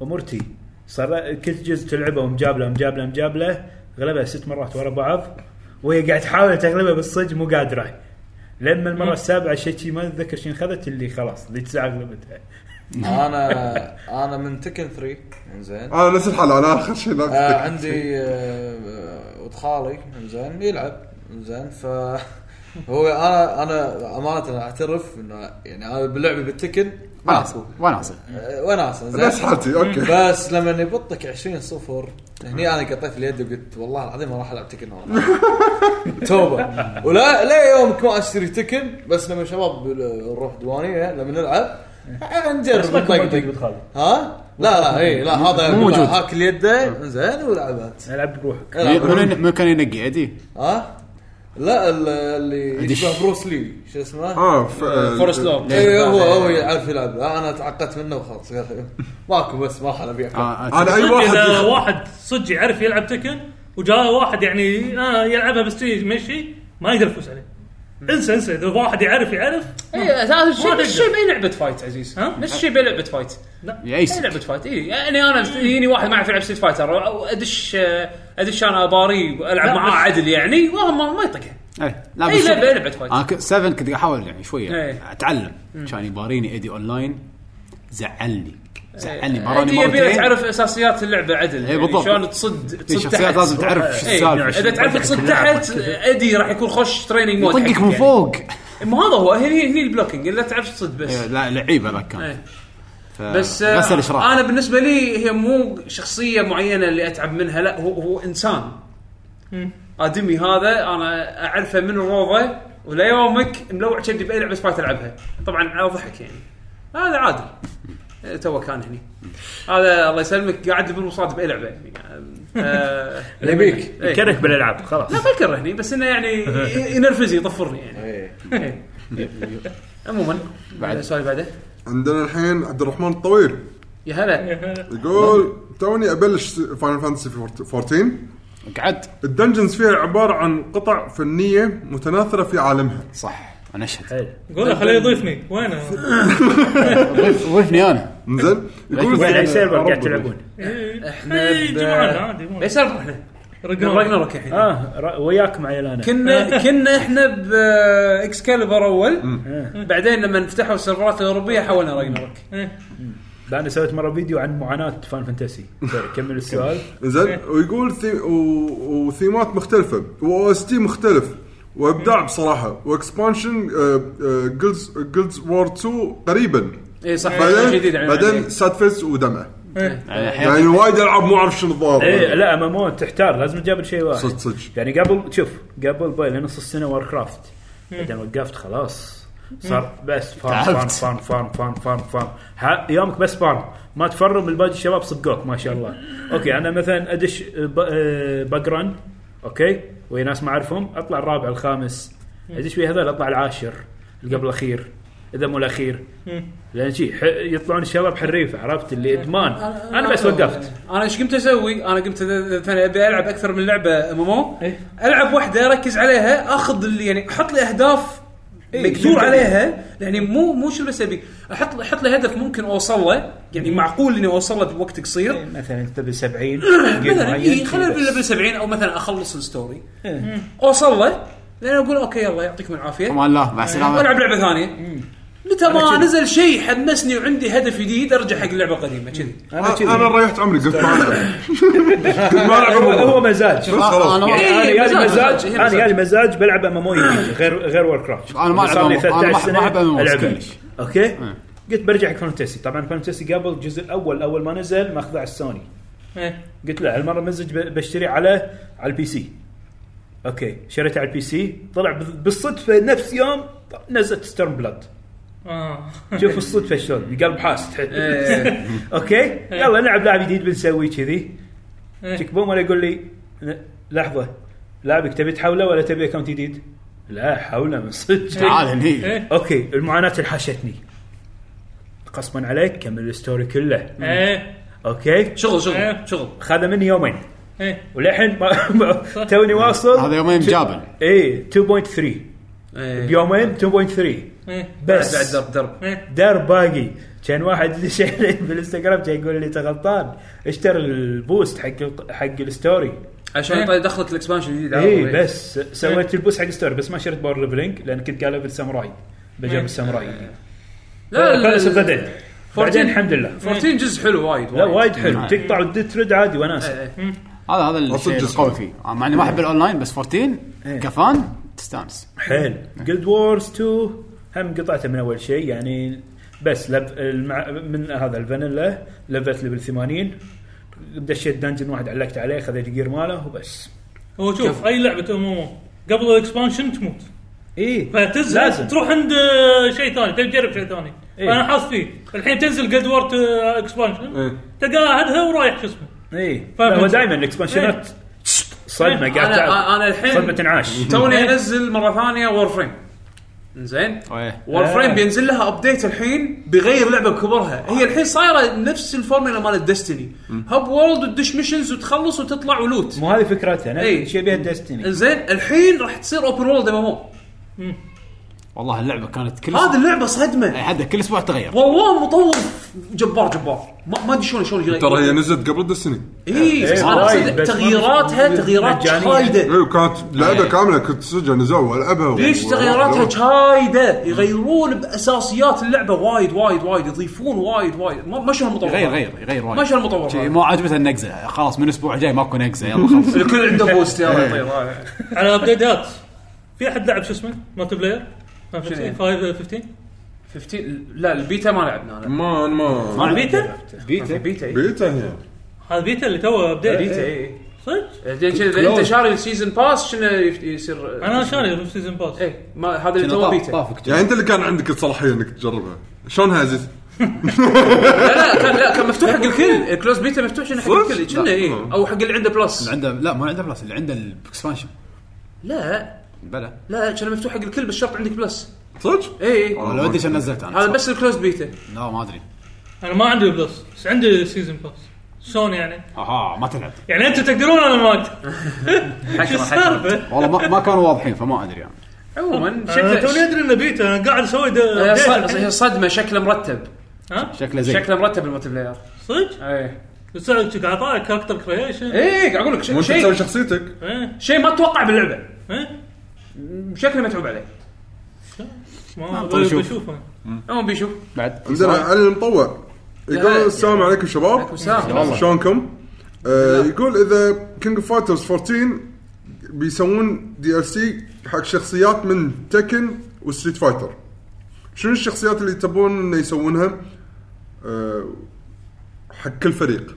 Speaker 3: ومرتي صار لها- كل جزء تلعبه ومجابله مجابله مجابله غلبها ست مرات ورا بعض وهي قاعد تحاول تغلبها بالصج مو قادره لما المره السابعه شيء شي ما اتذكر شنو خذت اللي خلاص اللي تسعه غلبتها
Speaker 4: انا انا من تكن 3 انزين
Speaker 5: انا نفس الحاله انا اخر شيء لعبت
Speaker 4: آه
Speaker 5: تكن.
Speaker 4: عندي آه، آه، ولد خالي زين يلعب زين ف هو انا انا امانه اعترف انه يعني انا بلعبي بالتكن
Speaker 1: وناس
Speaker 4: ما-
Speaker 1: وناس
Speaker 4: آه، وناس
Speaker 5: نفس
Speaker 4: زين
Speaker 5: حالتي اوكي
Speaker 4: بس لما يبطك 20 صفر هني انا قطيت اليد وقلت والله العظيم ما راح العب تكن والله. توبه ولا لا يومك ما اشتري تكن بس لما شباب بال- نروح ديوانيه لما نلعب آه، نجرب نطقطق ها؟ لا لا اي لا هذا
Speaker 1: مو موجود.
Speaker 4: هاك اليده زين والعبها
Speaker 3: العب بروحك
Speaker 1: من كان ينقي ايدي
Speaker 4: ها؟ لا ال- اللي
Speaker 1: أدش.
Speaker 4: يشبه بروس لي شو
Speaker 1: آه،
Speaker 4: اسمه؟
Speaker 5: اه ف-
Speaker 2: فورست لوب
Speaker 4: اي هو هو يعرف يلعب انا تعقدت منه وخلاص ماكو بس ما حل ابيع
Speaker 1: آه،
Speaker 5: انا اي
Speaker 7: صدق
Speaker 5: واحد
Speaker 7: اذا
Speaker 5: يخ-
Speaker 7: واحد صدق يعرف يلعب تكن وجاء واحد يعني آه يلعبها بس شي يمشي ما يقدر يفوز عليه انسى انسى اذا واحد يعرف يعرف
Speaker 2: اي إيه، هذا الشيء
Speaker 7: ما
Speaker 2: نفس
Speaker 7: تقدر.
Speaker 2: الشيء باي لعبه فايت عزيز
Speaker 7: ها؟
Speaker 2: نفس الشيء باي لعبه فايت اي
Speaker 1: يعيس
Speaker 2: لعبه فايت اي يعني انا يجيني واحد ما يعرف يلعب ستريت فايتر أو ادش ادش انا اباري والعب
Speaker 7: لا،
Speaker 2: معاه
Speaker 7: بس-
Speaker 2: عدل يعني وهو ما ما يطقها
Speaker 1: إيه،
Speaker 2: اي
Speaker 1: بس-
Speaker 2: لعبه لعبه فايت
Speaker 1: انا 7 كنت قاعد احاول يعني شويه
Speaker 2: إيه.
Speaker 1: اتعلم كان يباريني ايدي اون لاين زعلني زعلني
Speaker 2: عندي
Speaker 1: مراني
Speaker 2: يبي
Speaker 1: مرتين
Speaker 2: إيه. تعرف اساسيات اللعبه عدل
Speaker 1: إيه،
Speaker 2: يعني
Speaker 1: بالضبط.
Speaker 2: شلون تصد
Speaker 1: في
Speaker 2: تصد
Speaker 1: شخصيات
Speaker 2: تحت
Speaker 1: لازم تعرف شو
Speaker 2: إيه،
Speaker 1: السالفه
Speaker 2: اذا تعرف تصد تحت ادي راح يكون خوش تريننج مود
Speaker 1: يطقك
Speaker 2: حقك
Speaker 1: من
Speaker 2: يعني.
Speaker 1: فوق
Speaker 2: مو هذا هو هني هني البلوكينج الا تعرف تصد بس
Speaker 1: إيه، لا لعيب هذاك كان
Speaker 2: إيه.
Speaker 1: ف-
Speaker 2: بس
Speaker 1: غسل
Speaker 2: آه
Speaker 1: اشراف
Speaker 2: انا بالنسبه لي هي مو شخصيه معينه اللي اتعب منها لا هو, هو انسان ادمي هذا انا اعرفه من الروضه ولا يومك ملوع كبدي باي لعبه فايت العبها طبعا على ضحك يعني هذا عادل آه، تو كان هني هذا الله يسلمك قاعد بالمصاد باي لعبه يعني آه،
Speaker 4: يبيك
Speaker 2: إيه.
Speaker 3: كرك بالالعاب خلاص
Speaker 2: لا ما يكرهني بس انه يعني ي- ينرفزني يطفرني يعني إيه. عموما بعد السؤال بعده
Speaker 5: عندنا الحين عبد الرحمن الطويل
Speaker 2: يا هلا
Speaker 5: يقول توني ابلش فاينل فانتسي 14
Speaker 1: قعدت
Speaker 5: الدنجنز فيها عباره عن قطع فنيه متناثره في عالمها
Speaker 1: صح انا اشهد
Speaker 3: حلو
Speaker 7: قول له خليه يضيفني وينه؟
Speaker 1: ضيف- ضيفني انا
Speaker 5: انزين يقول
Speaker 3: وين السيرفر قاعد تلعبون
Speaker 2: احنا
Speaker 7: إيه، جمعنا عادي ما-
Speaker 2: بيسال احنا
Speaker 7: رقم
Speaker 2: راجنروك الحين
Speaker 3: اه را- وياكم عيل انا
Speaker 2: كنا كنا احنا باكسكاليبر اول بعدين لما فتحوا السيرفرات الاوروبيه حولنا راجنروك
Speaker 3: انا سويت مره فيديو عن معاناه فان فانتسي سوري، كمل السؤال
Speaker 5: زين ويقول ثي... و... وثيمات مختلفه واو اس تي مختلف وابداع بصراحه واكسبانشن جلدز جلدز وور 2 قريبا
Speaker 2: اي صح
Speaker 5: بعدين
Speaker 2: إيه، جديد يعني. علينا.
Speaker 5: بعدين ساد فيس ودمعه
Speaker 1: يعني
Speaker 2: إيه.
Speaker 1: الحين
Speaker 5: يعني وايد العاب مو اعرف شنو الظاهر
Speaker 3: ايه لا مو تحتار لازم تجابل شيء واحد
Speaker 5: إيه، صدق صدق
Speaker 3: يعني قبل شوف قبل باي لنص السنه وار كرافت بعدين وقفت خلاص صار بس فان فان
Speaker 1: تعبت.
Speaker 3: فان فان فان فان فان ها- يومك بس فان ما تفرم الباقي الشباب صدقوك ما شاء الله اوكي انا مثلا ادش آه، باجران اوكي ويا ناس ما اعرفهم اطلع الرابع الخامس ادش ويا هذول اطلع العاشر اللي قبل الاخير اذا مو الاخير لان شي ح- يطلعون الشباب حريف عرفت اللي ادمان انا بس وقفت
Speaker 2: انا ايش قمت اسوي؟ انا قمت أ- مثلا ابي العب اكثر من لعبه ام ام
Speaker 7: إيه.
Speaker 2: العب واحده اركز عليها اخذ اللي يعني احط لي اهداف
Speaker 7: إيه،
Speaker 2: مكتوب عليها يعني مو مو شو بس ابي احط احط لي هدف ممكن اوصل له
Speaker 7: إيه.
Speaker 2: يعني معقول اني اوصل له بوقت قصير
Speaker 3: مثلا انت ب 70
Speaker 2: مثلا
Speaker 7: إيه،
Speaker 2: اي خلينا في ليفل 70 او مثلا اخلص الستوري اوصل له لان اقول اوكي يلا يعطيكم العافيه
Speaker 1: امان الله مع السلامه
Speaker 2: والعب لعبه ثانيه
Speaker 7: إيه.
Speaker 2: متى ما نزل شيء حمسني وعندي هدف جديد ارجع حق اللعبه القديمه كذي
Speaker 5: انا أنا ريحت عمري قلت ما العب قلت ما العب
Speaker 3: هو هو
Speaker 5: والله.
Speaker 1: آه،
Speaker 3: مزاج
Speaker 5: بس خلاص
Speaker 1: انا
Speaker 3: يعني
Speaker 2: إيه،
Speaker 3: انا يالي
Speaker 2: مزاج،
Speaker 3: مزاج
Speaker 2: هي
Speaker 3: انا
Speaker 2: مزاج. أمم.
Speaker 3: يالي مزاج بلعب ام ام غير غير وور كرافت
Speaker 1: أنا ما ألعب
Speaker 3: صار لي
Speaker 1: MMO. أنا ما أحب-
Speaker 3: 13
Speaker 1: ما
Speaker 3: سنة
Speaker 1: أحب MMOs
Speaker 3: ألعبها.
Speaker 1: كلش.
Speaker 3: اوكي
Speaker 1: أمم.
Speaker 3: قلت برجع حق فانتسي طبعا فانتسي قبل الجزء الاول اول ما نزل ماخذه على السوني
Speaker 7: إيه.
Speaker 3: قلت لا هالمره مزج ب- بشتري على على البي سي اوكي شريته على البي سي طلع بال- بالصدفه نفس يوم نزلت ستورم بلاد
Speaker 7: اه
Speaker 3: شوف الصدفه شلون القلب حاس تحس.
Speaker 2: إيه.
Speaker 3: اوكي يلا نلعب لاعب جديد بنسوي كذي
Speaker 7: إيه.
Speaker 3: تشيك بومر يقول لي "ل- لحظه لاعبك تبي تحوله ولا تبي اكونت جديد؟ لا حوله من صدق
Speaker 1: تعال هني
Speaker 7: إيه.
Speaker 3: اوكي المعاناه اللي حاشتني قسما عليك كمل الستوري كله
Speaker 7: ايه
Speaker 3: اوكي
Speaker 2: شغل
Speaker 7: إيه.
Speaker 2: شغل شغل
Speaker 3: خذ مني يومين
Speaker 7: ايه
Speaker 3: وللحين ما- ما- توني واصل
Speaker 1: هذا يومين جابل
Speaker 3: اي 2.3
Speaker 2: إيه.
Speaker 3: بيومين 2.3
Speaker 7: ايه
Speaker 3: بس
Speaker 2: بعد درب درب
Speaker 7: ايه
Speaker 3: دار باقي كان واحد شايل بالانستغرام كان يقول لي انت غلطان اشتري البوست حق ال- حق الستوري
Speaker 2: عشان
Speaker 7: إيه.
Speaker 2: يدخلك الاكسبانشن الجديد على طول.
Speaker 3: اي إيه، بس سويت
Speaker 2: إيه.
Speaker 3: البوست حق الستوري بس ما شريت باور ليفلينج لان كنت قالب الساموراي بجيب
Speaker 7: إيه.
Speaker 3: الساموراي
Speaker 2: آه. لا لا،
Speaker 3: خلاص
Speaker 2: لا
Speaker 3: بديت بعدين الحمد لله
Speaker 2: 14 جزء حلو وايد
Speaker 3: لا وايد حلو تقطع الديت ريد عادي وناس
Speaker 2: إيه.
Speaker 1: هذا هذا الشيء
Speaker 5: أصدق
Speaker 1: القوي فيه آه، مع اني ما احب الاونلاين بس 14
Speaker 2: إيه.
Speaker 1: كفان تستانس
Speaker 3: حيل جلد وورز 2 هم قطعته من اول شيء يعني بس لب المع... من هذا الفانيلا لفلت ليفل 80 دشيت دنجن واحد علقت عليه خذيت الجير ماله وبس
Speaker 7: هو شوف اي لعبه تمو قبل الاكسبانشن تموت
Speaker 3: اي إيه. لازم.
Speaker 7: فتزهق تروح عند آه، شيء ثاني تبي تجرب شيء ثاني
Speaker 3: إيه.
Speaker 7: انا حاط فيه الحين تنزل آه، جلد وورد اكسبانشن تلقاها عدها ورايح شو اسمه
Speaker 3: اي
Speaker 7: فاهم
Speaker 3: إيه. هو
Speaker 7: أنت؟
Speaker 3: دائما الاكسبانشنات
Speaker 2: إيه.
Speaker 3: صدمه قاعد
Speaker 2: انا
Speaker 3: تعب
Speaker 2: انا الحين
Speaker 3: صدمه انعاش
Speaker 2: توني انزل مره ثانيه وور فريم زين
Speaker 1: إيه.
Speaker 2: وور فريم
Speaker 3: آه.
Speaker 2: بينزل لها ابديت الحين بيغير لعبه بكبرها هي الحين صايره نفس الفورمولا مال ديستني هب وورلد وتدش ميشنز وتخلص وتطلع ولوت
Speaker 3: مو هذه فكرتها انا
Speaker 2: إي.
Speaker 3: شيء بيها ديستني
Speaker 2: زين الحين راح تصير اوبن وورلد ام
Speaker 1: والله اللعبه كانت كل
Speaker 2: هذه
Speaker 1: اسبوع
Speaker 2: اللعبه صدمه
Speaker 1: حد كل اسبوع تغير
Speaker 2: والله مطور جبار جبار ما, ما ادري شلون شلون يغير
Speaker 5: ترى هي نزلت قبل ديستني
Speaker 2: اي
Speaker 3: إيه،
Speaker 2: أنا
Speaker 3: وايد،
Speaker 2: أقصد
Speaker 3: بس ما-
Speaker 2: تغييراتها تغييرات
Speaker 3: مجانية.
Speaker 2: حايده
Speaker 5: اي إيه، وكانت لعبه كامله كنت سجل نزوها والعبها
Speaker 2: إيه. ليش تغييراتها جايده يغيرون باساسيات اللعبه وايد وايد وايد يضيفون وايد وايد ما ما شلون المطور
Speaker 1: غير
Speaker 2: هذا.
Speaker 1: غير غير وايد
Speaker 2: ما شاء المطور
Speaker 1: شي
Speaker 2: هذا.
Speaker 1: مو عاجبته النقزه خلاص من الاسبوع الجاي ماكو نقزه يلا خلاص
Speaker 2: الكل عنده بوست يا الله يطير. آه.
Speaker 7: على ابديتات في احد لعب شو اسمه مالتي بلاير
Speaker 2: شنو؟
Speaker 7: 515
Speaker 2: 15 لا البيتا ما لعبنا انا
Speaker 5: ما ما
Speaker 7: بيتا
Speaker 2: في بيتا إيه.
Speaker 5: بيتا هي
Speaker 7: هذا بيتا اللي تو ابديت
Speaker 2: بيتا اي
Speaker 7: صدق
Speaker 2: بعدين كذا اذا انت شاري السيزون باس شنو يف- يصير
Speaker 7: انا شاري سيزون باس
Speaker 2: اي ما هذا اللي تو بيتا
Speaker 5: يعني انت اللي كان عندك الصلاحيه انك تجربها شلون عزيز؟
Speaker 2: لا لا كان لا كان مفتوح حق الكل الكلوز بيتا مفتوح شنو حق
Speaker 5: صدق؟
Speaker 2: الكل إيه، كنا
Speaker 5: لا.
Speaker 2: اي او حق اللي عنده بلس
Speaker 1: اللي عنده لا مو عنده بلس اللي عنده الاكسبانشن
Speaker 2: لا
Speaker 1: بلا
Speaker 2: لا كان مفتوح حق الكل بس شرط عندك بلس
Speaker 5: صدق؟
Speaker 2: اي إي.
Speaker 1: لو ادري كان نزلت انا
Speaker 2: هذا بس الكلوز بيتا
Speaker 1: لا ما ادري
Speaker 7: انا ما عندي بلس بس عندي سيزون باس شلون يعني؟
Speaker 1: اها ما تلعب
Speaker 7: يعني انتم تقدرون انا ما اقدر شو
Speaker 2: حكرة حكرة
Speaker 7: السالفه؟
Speaker 1: والله ما, ما كانوا واضحين فما ادري يعني
Speaker 2: عموما
Speaker 7: انا توني
Speaker 2: شكله
Speaker 7: ادري انه بيتا انا قاعد اسوي
Speaker 2: هي
Speaker 7: دا-
Speaker 2: صد- هي
Speaker 7: ديتا.
Speaker 2: صدمه شكله مرتب
Speaker 7: ها
Speaker 1: شكله زين
Speaker 2: شكله مرتب الملتي بلاير
Speaker 7: صدق؟
Speaker 2: اي
Speaker 7: بس قاعد اعطاك كاركتر كريشن
Speaker 2: اي إيه، قاعد اقول لك
Speaker 5: وانت
Speaker 2: شيء
Speaker 5: تسوي شخصيتك
Speaker 7: ايه
Speaker 2: شيء ما تتوقع باللعبه
Speaker 7: ايه
Speaker 2: شكله متعوب عليه
Speaker 7: ما
Speaker 1: طيب شوف.
Speaker 7: بشوفه
Speaker 2: هم بيشوف
Speaker 1: بعد
Speaker 5: زين على المطوع يقول
Speaker 2: لا.
Speaker 5: السلام عليكم شباب
Speaker 2: عليكم السلام.
Speaker 5: والله. شلونكم؟ آه يقول اذا كينج اوف فايترز 14 بيسوون دي ال سي حق شخصيات من تكن وستريت فايتر شنو الشخصيات اللي تبون انه يسوونها؟ آه حق كل فريق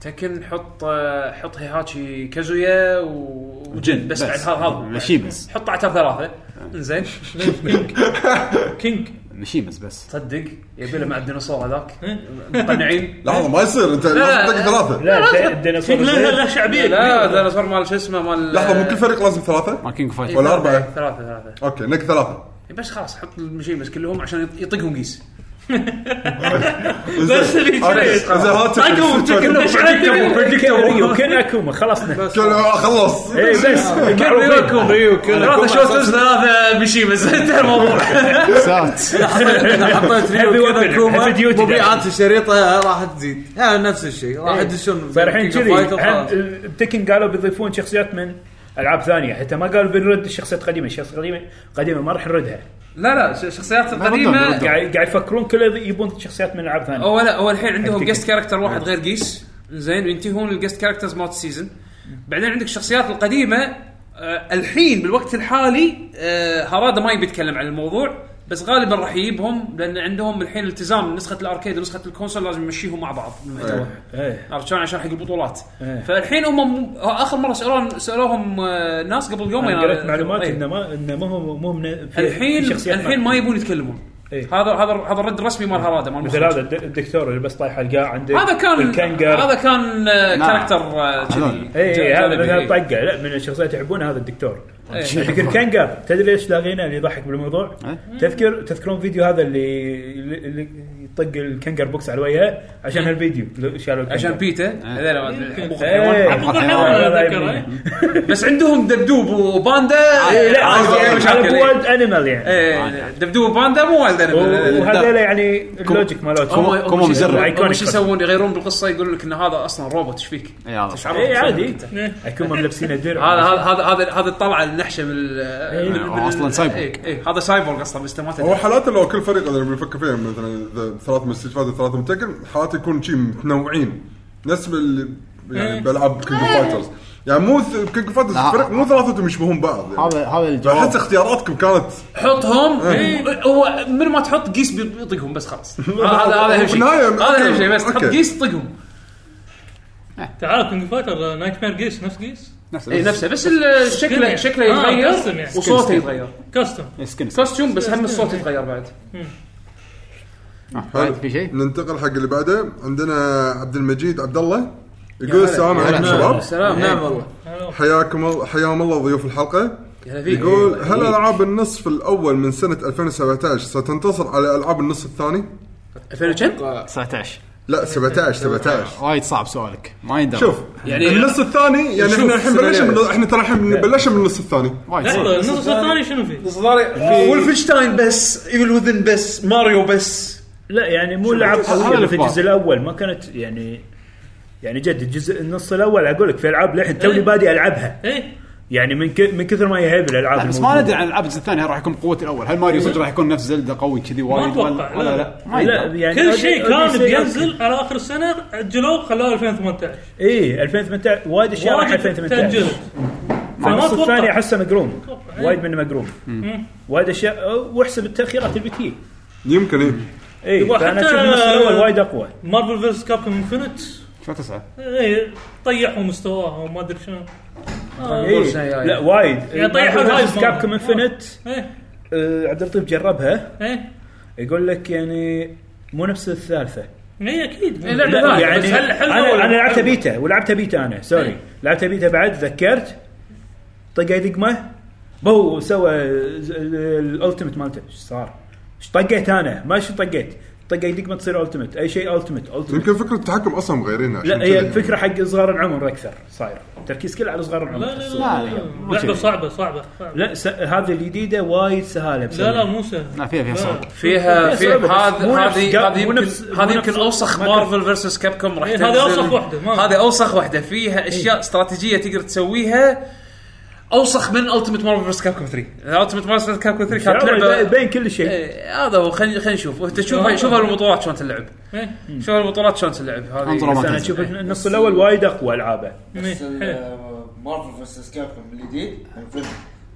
Speaker 2: تكن حط آه، حط هيهاتشي كازويا و- وجن بس آه.
Speaker 1: بس.
Speaker 2: بعد هذا هذا
Speaker 1: مشيمس.
Speaker 2: حط عتر ثلاثه زين
Speaker 7: كينج
Speaker 1: مشيمس بس
Speaker 2: تصدق يبي له مع الديناصور هذاك مقنعين
Speaker 5: لحظه ما يصير انت
Speaker 2: لا،
Speaker 5: لازم تطق
Speaker 2: لا.
Speaker 5: ثلاثه
Speaker 3: لا
Speaker 2: لا،
Speaker 3: الد- الديناصور
Speaker 7: كينج له
Speaker 3: زين.
Speaker 7: له
Speaker 2: لا
Speaker 7: شعبيه كبيرة.
Speaker 2: الديناصور مال شو اسمه مال
Speaker 5: لحظه مو كل فريق لازم ثلاثه؟
Speaker 1: ما كينج فايتر
Speaker 5: ولا أربعة؟
Speaker 2: ثلاثه ثلاثه
Speaker 5: اوكي نك ثلاثه
Speaker 2: إيه، بس خلاص حط المشيمس كلهم عشان يط- يطقهم قيس
Speaker 7: بس اللي
Speaker 5: اوكي
Speaker 7: يتفرج.
Speaker 5: زين هات
Speaker 7: طقهم تكن
Speaker 5: كل-
Speaker 7: بس عندي.
Speaker 3: ريو كان اكوما خلصنا
Speaker 5: خلص
Speaker 1: إيه.
Speaker 3: اي بس
Speaker 2: ريوكم ريوكم ثلاثه شوترز ثلاثه مشيمس انتهى الموضوع إيه.
Speaker 1: سات
Speaker 4: حطيت ريو
Speaker 3: Heavy weapon,
Speaker 4: كذا كوما
Speaker 3: heavy duty
Speaker 4: مبيعات الشريطه راح تزيد يعني نفس الشيء راح يدشون
Speaker 3: فالحين
Speaker 4: King of Fighter خلاص.
Speaker 3: كذي تكن قالوا بيضيفون شخصيات من العاب ثانيه حتى ما قالوا بنرد الشخصيات القديمه الشخصيات القديمه قديمه ما راح نردها
Speaker 2: لا لا ش- الشخصيات القديمه
Speaker 1: ردوا.
Speaker 3: قاعد قاعد يفكرون كله يبون شخصيات من العاب ثانيه
Speaker 2: هو لا هو الحين عندهم
Speaker 3: حق تكن.
Speaker 2: جست كاركتر واحد غير قيس زين وينتهون الجست كاركترز مالت السيزون بعدين عندك الشخصيات القديمه آه الحين بالوقت الحالي آه هارادا ما يبي يتكلم عن الموضوع بس غالبا راح يجيبهم لان عندهم الحين التزام نسخه الاركيد ونسخه الكونسول لازم يمشيهم مع بعض المحتوى
Speaker 3: ايه
Speaker 2: عرفت شلون عشان حق البطولات
Speaker 3: إيه.
Speaker 2: فالحين هم م- اخر مره سالوهم سالوهم آه، ناس قبل يومين
Speaker 3: انا قريت
Speaker 2: أنا-
Speaker 3: معلومات
Speaker 2: إيه.
Speaker 3: انه ما انه ما هو مو من في-
Speaker 2: الحين
Speaker 3: في شخصيات
Speaker 2: الحين ما يبون يتكلمون
Speaker 3: إيه.
Speaker 2: هذا هذا هذا الرد الرسمي مال هراده مال
Speaker 3: مثل
Speaker 2: المخرج.
Speaker 3: هذا الد- الدكتور اللي بس طايح القاع عندك
Speaker 2: هذا كان
Speaker 3: الكنجر
Speaker 2: هذا كان آه،
Speaker 1: نعم.
Speaker 2: كاركتر آه،
Speaker 1: هذول.
Speaker 2: كذي
Speaker 3: اي هذا من
Speaker 2: جانبي، إيه.
Speaker 3: الطقه لا من الشخصيات اللي يحبونها هذا الدكتور
Speaker 2: إيه.
Speaker 3: عندك الكنجر تدري ليش لاغينا اللي يضحك بالموضوع؟
Speaker 1: إيه.
Speaker 3: تذكر تذكرون فيديو هذا اللي اللي- اللي يطق الكنجر بوكس على وجهه عشان هالفيديو اللي شالوا الكنجر.
Speaker 2: عشان آه، بيتا
Speaker 1: إيه.
Speaker 2: هذول ما أدري، حبوك حيوان.
Speaker 3: إيه.
Speaker 7: عبد الرحمن
Speaker 1: حيوان.
Speaker 7: أنا
Speaker 3: هذا
Speaker 7: أتذكره،
Speaker 3: يبني.
Speaker 7: إيه.
Speaker 2: بس عندهم دبدوب وباندا
Speaker 3: إيه،
Speaker 2: آه،
Speaker 3: لا يعني
Speaker 2: عادي،
Speaker 3: على-
Speaker 2: مشاكل،
Speaker 3: على
Speaker 2: إيه.
Speaker 3: بولد انيمال يعني
Speaker 2: ايه دبدوب وباندا مو وايلد
Speaker 3: و- وهذول
Speaker 1: لا.
Speaker 3: يعني اللوجيك مالتهم
Speaker 1: كومو-
Speaker 2: هم- هم
Speaker 1: كومو
Speaker 2: شو-
Speaker 1: مزرع.
Speaker 2: هم شو يسوون يغيرون بالقصه يقولون لك ان هذا اصلا روبوت ايش فيك؟
Speaker 1: إي هذا.
Speaker 2: تشعر-
Speaker 3: اي عادي
Speaker 2: هذا
Speaker 7: إيه.
Speaker 3: يكون ملبسين الدرع
Speaker 2: هذا هذا هذا هذا الطلعه النحشه بال
Speaker 3: إيه.
Speaker 2: بال-
Speaker 1: هو أصلاً
Speaker 2: بال-
Speaker 1: سايبورغ.
Speaker 2: إيه، إيه، هذا سايبورغ اصلا بس أنت ما
Speaker 5: هو
Speaker 2: تدري
Speaker 5: حالات لو كل فريق اذا بنفكر فيها مثلا اذا ثلاث من ستريت فايتر ثلاث من تكن حالات يكون شيء متنوعين نفس بال يعني بالعاب كينج فايترز يعني مو كينج فايترز
Speaker 1: لا.
Speaker 5: الفريق مو ثلاثتهم يشبهون بعض يعني
Speaker 1: هذا هذا
Speaker 5: فحتى
Speaker 1: الجواب
Speaker 5: اختياراتكم كانت
Speaker 2: حطهم إيه، هو من ما تحط قيس بيط- بيطقهم بس خلاص هذا هذا اهم شيء
Speaker 5: بالنهاية،
Speaker 2: هذا اهم
Speaker 5: أوكي،
Speaker 2: شيء بس تحط
Speaker 5: أوكي.
Speaker 2: قيس طقهم
Speaker 7: تعال كونج فايتر نايت مير جيس uh, نفس جيس
Speaker 2: اي إيه، نفسه بس ال- شكله
Speaker 7: يعني.
Speaker 2: شكله
Speaker 7: آه،
Speaker 2: يتغير
Speaker 7: كاستم يعني.
Speaker 2: وصوته يتغير
Speaker 7: كاستم
Speaker 1: إيه، سكن سكن.
Speaker 2: كوستيوم بس هم الصوت يتغير بعد
Speaker 1: آه،
Speaker 5: حلو.
Speaker 1: بعد في شيء؟
Speaker 5: ننتقل حق اللي بعده عندنا عبد المجيد عبد الله يقول السلام
Speaker 1: هلا.
Speaker 5: عليكم
Speaker 1: هلا.
Speaker 5: شباب
Speaker 2: سلام
Speaker 4: نعم والله
Speaker 5: حياكم الله حياهم الله ضيوف الحلقه
Speaker 2: هلا فيك
Speaker 5: يقول
Speaker 1: إيه.
Speaker 2: إيه.
Speaker 5: هل العاب النصف الاول من سنه 2017 ستنتصر على العاب النصف الثاني؟
Speaker 2: 2000 كم؟
Speaker 1: 19
Speaker 5: لا 17 17
Speaker 1: وايد صعب سؤالك ما يندرى
Speaker 5: شوف يعني
Speaker 2: يعني-
Speaker 5: النص الثاني يعني
Speaker 2: شوف
Speaker 5: احنا الحين بلشنا من- احنا ترى الحين بلشنا من النص الثاني
Speaker 1: وايد صعب
Speaker 7: لحظه النص الثاني شنو فيه؟
Speaker 10: ولفنشتاين بس ايفل وذن بس ماريو بس
Speaker 3: لا يعني مو لعب
Speaker 1: هذا
Speaker 3: قويه اللي في
Speaker 1: الإخبار.
Speaker 3: الجزء الاول ما كانت يعني يعني جد الجزء النص الاول اقول لك في العاب للحين توني
Speaker 7: إيه.
Speaker 3: بادي العبها
Speaker 7: ايه
Speaker 3: يعني من ك- من كثر ما هي هيبه الالعاب
Speaker 1: بس ما
Speaker 3: الموجودة.
Speaker 1: ندري عن العاب الجزء الثاني هل راح يكون بقوه الاول هل ماريو صدق راح يكون نفس زلدا قوي كذي وايد
Speaker 7: أتوقع،
Speaker 1: ولا-
Speaker 7: لا.
Speaker 1: ولا لا ما
Speaker 3: لا
Speaker 1: يندرى
Speaker 3: يعني
Speaker 7: كل
Speaker 3: أودي-
Speaker 7: شيء
Speaker 3: أوديسي
Speaker 7: كان
Speaker 3: أوكي.
Speaker 7: بينزل على اخر السنه عجلوه خلوه 2018
Speaker 3: اي 2018 إيه، وايد اشياء راح
Speaker 7: واجد
Speaker 3: 2018
Speaker 7: تأجلت. فما
Speaker 3: النص الثاني
Speaker 7: اتوقع
Speaker 3: احسه مقروم
Speaker 7: أتوقع. إيه.
Speaker 3: وايد منه مقروم وايد اشياء واحسب التاخيرات البتيه
Speaker 5: يمكن ايه
Speaker 3: اي
Speaker 7: وحتى-
Speaker 3: فانا اشوف النص الاول وايد اقوى
Speaker 7: مارفل فيرس كابتن انفنت
Speaker 1: شو تسعه؟
Speaker 7: ايه طيحوا مستواه وما ادري شنو آه.
Speaker 3: إيه. لا وايد
Speaker 7: يعني طيحوا الهايب مالهم.
Speaker 3: كاب كم انفنت
Speaker 7: ايه
Speaker 3: آه، عبد اللطيف جربها
Speaker 7: ايه
Speaker 3: يقول لك يعني مو نفس الثالثه
Speaker 7: اي اكيد
Speaker 2: إيه، لعبة لا،
Speaker 3: يعني
Speaker 7: بس هل- حلوة
Speaker 3: انا
Speaker 7: ولا-
Speaker 3: انا لعبتها بيتا ولعبتها بيتا انا سوري
Speaker 7: إيه.
Speaker 3: لعبتها بيتا بعد ذكرت طقه دقمه بو سوى ز- الالتيمت مالته ايش صار؟ ايش طقيت انا؟ ما شو طقيت؟ طقه دقمه تصير التيمت اي شيء التيمت التيمت
Speaker 5: يمكن فكره التحكم اصلا مغيرينها عشان
Speaker 3: لا هي
Speaker 5: كذا.
Speaker 3: الفكره حق صغار العمر اكثر صاير تركيز كله على صغار العمر
Speaker 7: لا لا
Speaker 1: لا،
Speaker 7: لا
Speaker 1: لا، مو
Speaker 7: لعبه
Speaker 1: كذي.
Speaker 7: صعبه صعبه صعبة.
Speaker 3: لا س- هذه الجديده وايد سهاله
Speaker 7: لا لا
Speaker 3: بسبب-
Speaker 7: مو
Speaker 1: لا
Speaker 7: سهل
Speaker 1: فيها فيها صعب
Speaker 2: فيها
Speaker 3: بس
Speaker 2: فيها
Speaker 3: بس مو
Speaker 2: هذه
Speaker 3: نفس
Speaker 2: هذه
Speaker 3: جاب-
Speaker 2: هذه
Speaker 3: مو
Speaker 2: يمكن
Speaker 3: نفس- مو
Speaker 2: هذه يمكن
Speaker 3: نفس-
Speaker 2: اوسخ
Speaker 3: ما كان-
Speaker 2: مارفل فيرسس كاب كوم راح
Speaker 7: إيه،
Speaker 2: تنزل
Speaker 7: هذه أوسخ وحدة، ما-
Speaker 2: هذه اوسخ واحده فيها اشياء استراتيجيه تقدر تسويها اوسخ من التيمت مارفل فيرس كاب كوم 3 التيمت مارفل فيرس كاب كوم 3 كانت
Speaker 3: ب-
Speaker 2: لعبه
Speaker 3: بين كل شيء
Speaker 2: إيه، هذا هو خلينا خلينا نشوف وأنت شوف شوف البطولات شلون تلعب
Speaker 7: إيه،
Speaker 2: شوف البطولات شلون تلعب
Speaker 1: انظروا
Speaker 2: هذه
Speaker 1: ما
Speaker 3: بس انا
Speaker 1: تنزل.
Speaker 3: اشوف النص الاول وايد اقوى العابه
Speaker 11: بس آه،
Speaker 7: إيه، حلو.
Speaker 11: مارفل فيرسس كابكوم الجديد الفيلم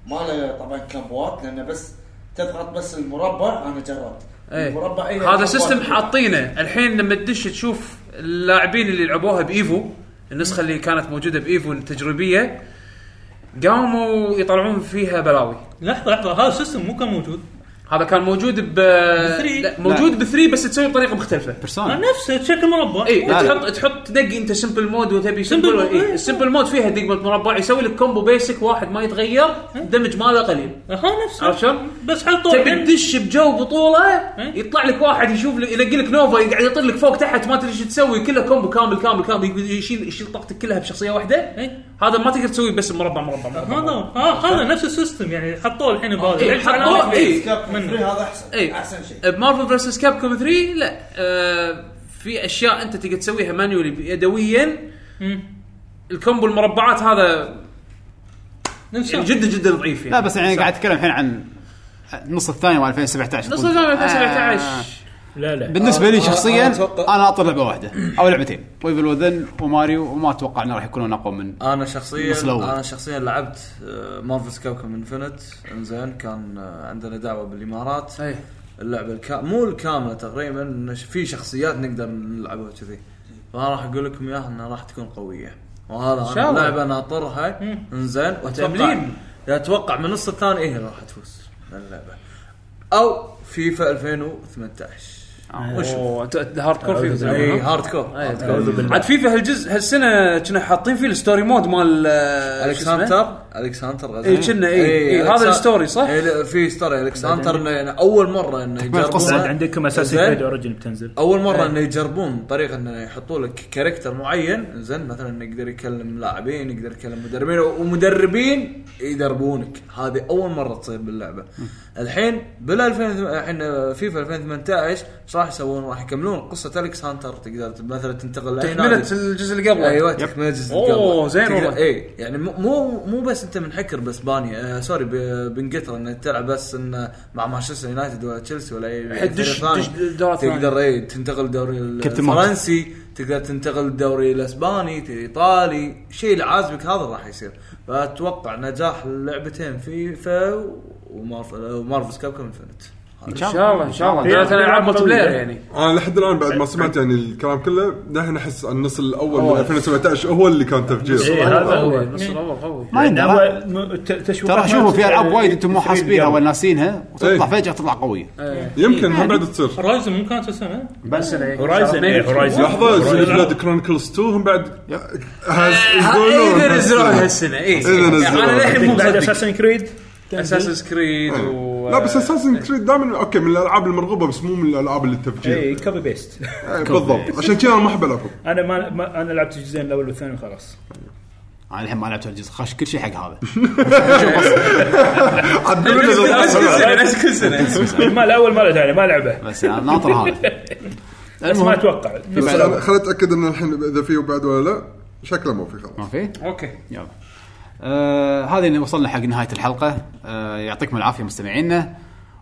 Speaker 11: ما له طبعا كمبوات لانه بس تضغط بس المربع انا جربت
Speaker 2: إيه.
Speaker 11: المربع أي
Speaker 2: هذا
Speaker 11: كمبوات.
Speaker 2: سيستم حاطينه الحين لما تدش تشوف اللاعبين اللي لعبوها بايفو النسخه اللي كانت موجوده بايفو التجريبيه قاموا يطلعون فيها بلاوي
Speaker 7: لحظه لحظه هذا السيستم مو كان موجود
Speaker 2: هذا كان موجود ب
Speaker 7: بثري.
Speaker 2: لا موجود بثري بس تسوي بطريقه مختلفه
Speaker 1: بيرسونا
Speaker 7: نفسه شكل مربع
Speaker 2: اي
Speaker 1: لا، لا.
Speaker 2: تحط تحط دق انت سمبل مود وتبي
Speaker 7: Simple
Speaker 2: سمبل
Speaker 7: mode، إيه.
Speaker 2: السمبل مود فيها دق مربع يسوي لك كومبو بيسك واحد ما يتغير الدمج ماله قليل
Speaker 7: ها
Speaker 2: عرفت
Speaker 7: نفسه
Speaker 2: شلون؟
Speaker 7: بس حطوا
Speaker 2: تبي
Speaker 7: الحين
Speaker 2: تدش بجو بطوله
Speaker 7: إيه؟
Speaker 2: يطلع لك واحد يشوف لك ينقي لك نوفا يقعد يطير لك فوق تحت ما تدري ايش تسوي كله كومبو كامل كامل كامل يشيل يشيل طاقتك كلها بشخصيه واحده
Speaker 7: إيه.
Speaker 2: هذا ما تقدر تسوي بس مربع مربع
Speaker 7: هذا
Speaker 2: مربع
Speaker 7: آه، هذا نفس السيستم يعني حطوه الحين بهذا
Speaker 2: إيه،
Speaker 7: لعبت على
Speaker 2: حطوه،
Speaker 7: واحد.
Speaker 2: إيه.
Speaker 11: كابكوم 3 هذا احسن
Speaker 2: إيه.
Speaker 11: احسن شيء
Speaker 2: مارفل فيرسس كاب كوم 3 لا آه في اشياء انت تقدر تسويها مانيولي يدويا
Speaker 7: مم.
Speaker 2: الكومبو المربعات هذا
Speaker 7: نفسه
Speaker 2: يعني جدا جدا ضعيف يعني
Speaker 1: لا
Speaker 2: آه.
Speaker 1: بس يعني قاعد اتكلم الحين عن النص الثاني مال 2017
Speaker 2: نص الجامعة 2017
Speaker 3: لا لا
Speaker 1: بالنسبه لي
Speaker 10: أنا-
Speaker 1: شخصيا
Speaker 10: أنا أتوقع-
Speaker 1: انا اعطي لعبه واحده او لعبتين ويفل وذن وماريو وما اتوقع انه راح يكونون اقوى من
Speaker 4: انا شخصيا
Speaker 1: النص الأول.
Speaker 4: انا شخصيا لعبت آه، مارفلز كابكوم انفنت انزين كان آه، عندنا دعوه بالامارات اللعبه الكا... مو الكامله تقريبا إن ش- في شخصيات نقدر نلعبها كذي فانا راح اقول لكم اياها انها راح تكون قويه وهذا
Speaker 2: شاء
Speaker 4: انا
Speaker 2: الله.
Speaker 4: لعبه ناطرها انزين واتوقع
Speaker 2: تملين.
Speaker 4: اتوقع من النص الثاني هي اللي راح تفوز اللعبه او فيفا 2018
Speaker 2: اوه انت هارد كور فيفا
Speaker 4: اي
Speaker 2: ها؟
Speaker 4: هارد كور هارد كور.
Speaker 2: عاد فيفا هالجزء هالسنه كنا حاطين فيه الستوري مود مال آه، شو اسمه؟
Speaker 4: الكساندر الكساندر غزال
Speaker 2: إيه، كنا إيه، إيه، هذا الستوري صح؟
Speaker 4: في ستوري الكساندر إنه يعني اول مره انه
Speaker 3: بعد
Speaker 4: يجربون
Speaker 3: عندكم اساسي
Speaker 4: زين.
Speaker 3: كريد اوريجن بتنزل
Speaker 4: اول مره
Speaker 2: إيه.
Speaker 4: انه يجربون طريقه انه يحطوا لك كاركتر معين زين مثلا إنه يقدر يكلم لاعبين يقدر يكلم مدربين ومدربين يدربونك هذه اول مره تصير باللعبه الحين بال 2000 الحين فيفا 2018 ايش راح يسوون؟ راح يكملون قصه الكس هانتر تقدر مثلا تنتقل لاي
Speaker 2: تكمله
Speaker 4: نادي.
Speaker 2: الجزء اللي قبله
Speaker 4: ايوه تكمله جزء
Speaker 2: أوه، زين والله.
Speaker 4: اي يعني مو- مو مو بس انت منحكر باسبانيا آه سوري ب- بانجلترا انك تلعب بس إن مع مانشستر يونايتد ولا تشيلسي ولا اي فريق
Speaker 2: دش-
Speaker 4: ثاني.
Speaker 2: دش دورات
Speaker 4: تقدر اي تنتقل الدوري الفرنسي تقدر تنتقل الدوري الاسباني ت- الايطالي شيء اللي عازبك هذا راح يصير فاتوقع نجاح اللعبتين فيفا ومارف- ومارفلز كاب كوم انفنت
Speaker 2: ان شاء الله ان شاء الله
Speaker 3: هي-
Speaker 2: دورات العاب مالتي بلاير
Speaker 3: هي-
Speaker 2: يعني
Speaker 5: انا لحد الان بعد ما سمعت يعني الكلام كله دحين احس النص الاول من 2017 هو اللي كان تفجير
Speaker 3: إيه، هذا هو
Speaker 2: النص الاول قوي
Speaker 1: ما
Speaker 3: لأن
Speaker 1: يندرى.
Speaker 3: هو م- الت- تشويق
Speaker 1: ترى
Speaker 3: ما
Speaker 1: شوفوا في
Speaker 3: تصير
Speaker 1: العاب
Speaker 3: إلا
Speaker 1: وايد انتم مو
Speaker 3: يصير
Speaker 1: حاسبينها
Speaker 3: قبل.
Speaker 1: ولا ناسينها وتطلع
Speaker 5: إيه.
Speaker 1: فجاه تطلع قويه
Speaker 5: يمكن هم بعد تصير
Speaker 7: رايزن مو كانت السنه
Speaker 2: بس
Speaker 3: هورايزن إيه، إيه. هورايزن
Speaker 5: لحظه
Speaker 3: هورايزن.
Speaker 5: زلاد كرونيكلز 2 هم بعد هز- يقولون
Speaker 10: اذا
Speaker 5: بس-
Speaker 10: نزلوها هالسنه اي
Speaker 5: إذا نزلوها.
Speaker 2: انا للحين مو
Speaker 3: بعد
Speaker 2: مصدق
Speaker 3: اساسن كريد
Speaker 2: اساس كريد و
Speaker 5: لا بس اساسن كريد دائما اوكي من الالعاب المرغوبه بس مو من الالعاب اللي التفجير
Speaker 3: اي كوبي بيست
Speaker 5: إيه، بالضبط عشان كذا انا ما احب العبهم
Speaker 3: انا ما, ما انا لعبت الجزئين الاول والثاني وخلاص
Speaker 1: انا الحين ما لعبت الجزء خش كل شيء حق هذا
Speaker 5: عدلوا لي الألعاب.
Speaker 10: نفس كل سنه
Speaker 3: ما الاول ما له داعي ما لعبه
Speaker 1: بس انا ناطر هذا
Speaker 3: بس ما
Speaker 1: المهم
Speaker 3: اتوقع
Speaker 5: بس
Speaker 1: بعد.
Speaker 5: أنا خليني اتاكد ان الحين اذا في وبعد ولا لا شكله ما في
Speaker 1: ما
Speaker 5: خلاص
Speaker 1: في
Speaker 2: اوكي
Speaker 1: يلا آه هذه اللي وصلنا حق نهايه الحلقه آه يعطيكم العافيه مستمعينا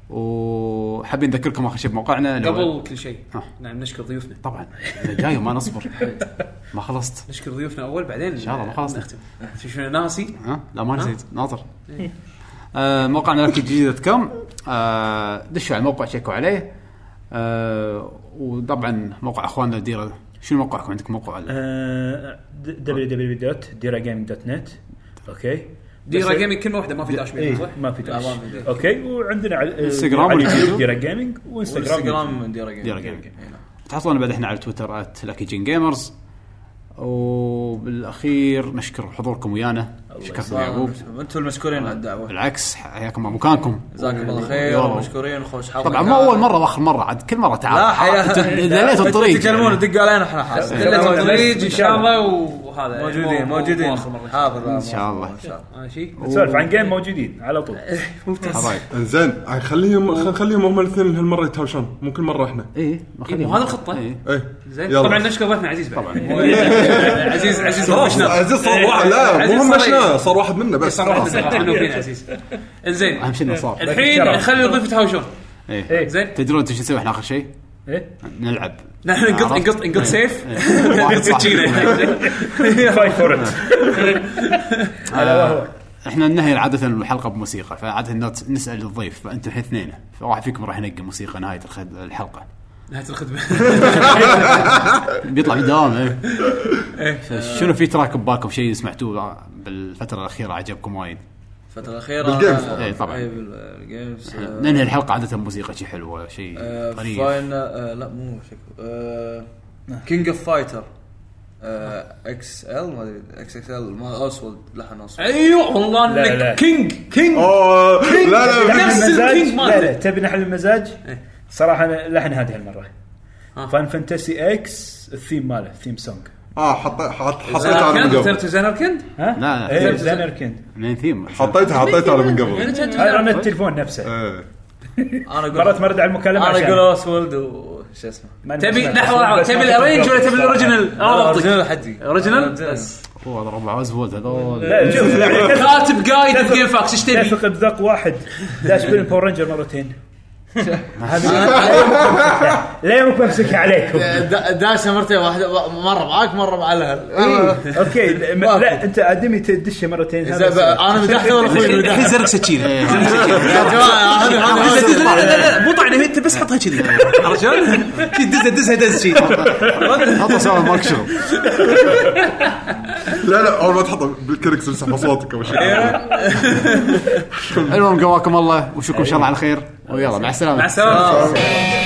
Speaker 1: وحابين نذكركم اخر شيء بموقعنا لو-
Speaker 2: قبل كل شيء
Speaker 1: آه.
Speaker 2: نعم نشكر ضيوفنا
Speaker 1: طبعا أنا جاي وما نصبر ما خلصت
Speaker 2: نشكر ضيوفنا اول بعدين ان
Speaker 1: شاء الله ما خلصنا.
Speaker 2: نختم شو- شو ناسي
Speaker 1: ها لا ما نسيت ناطر آه موقعنا لك جديد كم آه دشوا على الموقع شيكوا عليه آه وطبعا موقع اخواننا الديره شنو موقعكم عندكم موقع ولا؟
Speaker 3: آه، www.diragames.net اوكي
Speaker 2: ديرا
Speaker 3: بس-
Speaker 2: جيمنج كل واحده ما في داش
Speaker 3: إيه،
Speaker 2: بيها صح؟
Speaker 3: ما في داش
Speaker 4: لا، ما في داش.
Speaker 3: اوكي وعندنا على
Speaker 1: إنستغرام
Speaker 3: على
Speaker 1: واليوتيوب.
Speaker 3: اليوتيوب ديرا جيمنج وانستغرام
Speaker 4: انستغرام ديرا جيم إيه، نعم.
Speaker 1: ديرا جيم. تحصلون بعد احنا على تويتر @لاكي جين جيمرز وبالاخير نشكر حضوركم ويانا شكركم يعقوب
Speaker 4: انتم المشكورين على الدعوه
Speaker 1: بالعكس حياكم مكانكم
Speaker 4: جزاكم الله خير
Speaker 1: يلا.
Speaker 4: ومشكورين خوش حظ
Speaker 1: طبعا مو اول مره واخر مره عاد كل مره تعال
Speaker 4: لا
Speaker 1: أنت-
Speaker 4: حياة
Speaker 1: ليت الطريق
Speaker 4: تكلمون
Speaker 1: يعني.
Speaker 4: دقوا علينا احنا حاضر.
Speaker 2: كلها تطريج ان شاء الله وهذا
Speaker 4: إيه. موجودين موجودين حاضر
Speaker 1: إن شاء الله.
Speaker 2: ماشي
Speaker 3: نسولف عن جيم موجودين على طول
Speaker 1: حبايب
Speaker 5: زين خليهم خل- خليهم هم الاثنين هالمره يتهاوشون مو كل مره احنا
Speaker 1: ايه ما خليهم.
Speaker 2: وهذا الخطة.
Speaker 1: إيه.
Speaker 5: ايه
Speaker 2: زين
Speaker 5: يلا.
Speaker 2: طبعا نشكر ضيفنا عزيز بعد عزيز عزيز
Speaker 5: خلاص
Speaker 2: مشنا.
Speaker 5: عزيز صار واحد لا
Speaker 2: إيه، عزيز
Speaker 5: مو هم
Speaker 2: صار
Speaker 5: مشنا صار واحد منا بس
Speaker 2: صار واحد صراحه انه فينا عزيز انزين
Speaker 1: اهم شيء انه صار
Speaker 2: إيه. الحين إيه. نخلي الضيف يتهاوشون
Speaker 1: ايه
Speaker 2: زين
Speaker 1: تدرون انتم شو نسوي احنا اخر شيء؟
Speaker 3: ايه
Speaker 1: نلعب إيه.
Speaker 2: نحن نقط نقط نقط سيف
Speaker 1: واحد صاحبنا.
Speaker 2: إيه.
Speaker 3: فايت فور ات
Speaker 1: آه، احنا ننهي عاده الحلقه بموسيقى فعاده نت- نسال الضيف فانتم الحين اثنين فواحد فيكم راح ينقي موسيقى نهايه الخد- الحلقه
Speaker 2: نهايه الخدمه
Speaker 1: بيطلع بدوام ايه شنو في تراك ببالكم شيء سمعتوه بالفتره الاخيره عجبكم وايد
Speaker 4: الفتره الاخيره
Speaker 5: بالجيمز.
Speaker 1: إيه، طبعاً.
Speaker 4: إيه، بالجيمز آه،
Speaker 1: ننهي الحلقه عاده موسيقى شيء حلوه شيء
Speaker 4: آه،
Speaker 1: طريف
Speaker 4: فاين آه، لا مو آه، شكله كينج اوف فايتر اكس ال آه، ما ادري اكس اكس ال ما اسود لحن اسود
Speaker 2: ايوه والله
Speaker 3: لا، لا.
Speaker 2: انك كينج كينج
Speaker 5: اوه آه.
Speaker 2: إيه.
Speaker 5: لا لا
Speaker 2: نفس
Speaker 3: المزاج
Speaker 2: الكينج
Speaker 3: لا
Speaker 2: مالته.
Speaker 3: لا تبي نحل المزاج صراحه أنا لحن هذه هالمره
Speaker 2: آه.
Speaker 3: فان فانتسي اكس الثيم ماله الثيم سونج
Speaker 5: اه حطيت
Speaker 2: إيه. آه،
Speaker 5: حطيتها انا من قبل
Speaker 2: ترى زنركند
Speaker 3: ها
Speaker 1: لا،
Speaker 3: ايه
Speaker 1: لا.
Speaker 3: زانر كند
Speaker 1: منين ثيم
Speaker 5: حطيتها حطيتها انا من
Speaker 2: يعني
Speaker 5: قبل
Speaker 2: ترى-
Speaker 3: انا التليفون نفسه
Speaker 1: آه.
Speaker 5: إيه.
Speaker 4: انا اقول
Speaker 3: مرات مرد على المكالمه
Speaker 4: انا
Speaker 3: عشان
Speaker 4: اقول اسود وش اسمه
Speaker 3: ما أنا
Speaker 2: تبي
Speaker 3: بسمع-
Speaker 2: لحظه لحظة،
Speaker 3: بسمع
Speaker 2: تبي
Speaker 3: صوت
Speaker 2: الارينج ولا
Speaker 3: الرابط
Speaker 2: تبي آه،
Speaker 3: صراحة.
Speaker 2: الاوريجنال؟
Speaker 4: أنا
Speaker 2: انا ضبطك
Speaker 4: اوريجنال حدي
Speaker 2: أوريجنال؟
Speaker 1: هو هذا ربع ازود
Speaker 3: لا،
Speaker 1: هذول
Speaker 3: شوف،
Speaker 2: كاتب قايد بجيم فاكس ايش تبي؟
Speaker 3: يثق بذوق واحد داش فيلم باور رينجر مرتين ليه مو بمسكها عليكم
Speaker 4: دا- داشه مرتين واحده وا- مره معاك مره مع الاهل
Speaker 3: إيه، اوكي لا، م- لا انت ادمي تدشه مرتين هذا
Speaker 4: زين، بقى، انا مدحته ولا اخوي مدحته؟
Speaker 10: الحين زرق سكينه
Speaker 4: يا جماعه هذه
Speaker 10: لا،
Speaker 4: هذه
Speaker 10: لا، لا، لا، مو طعنه هي، انت بس حطها كذي عرفت شلون؟ شي دزها دزها دز شي
Speaker 1: حطه سوا مالك شغل
Speaker 5: لا لا اول ما تحطه بالكركس يسحب صوتك او شيء
Speaker 2: إيه.
Speaker 1: المهم قواكم الله وشكرا ان شاء الله على خير ويلا مع السلامه
Speaker 10: مع السلامه
Speaker 5: آه.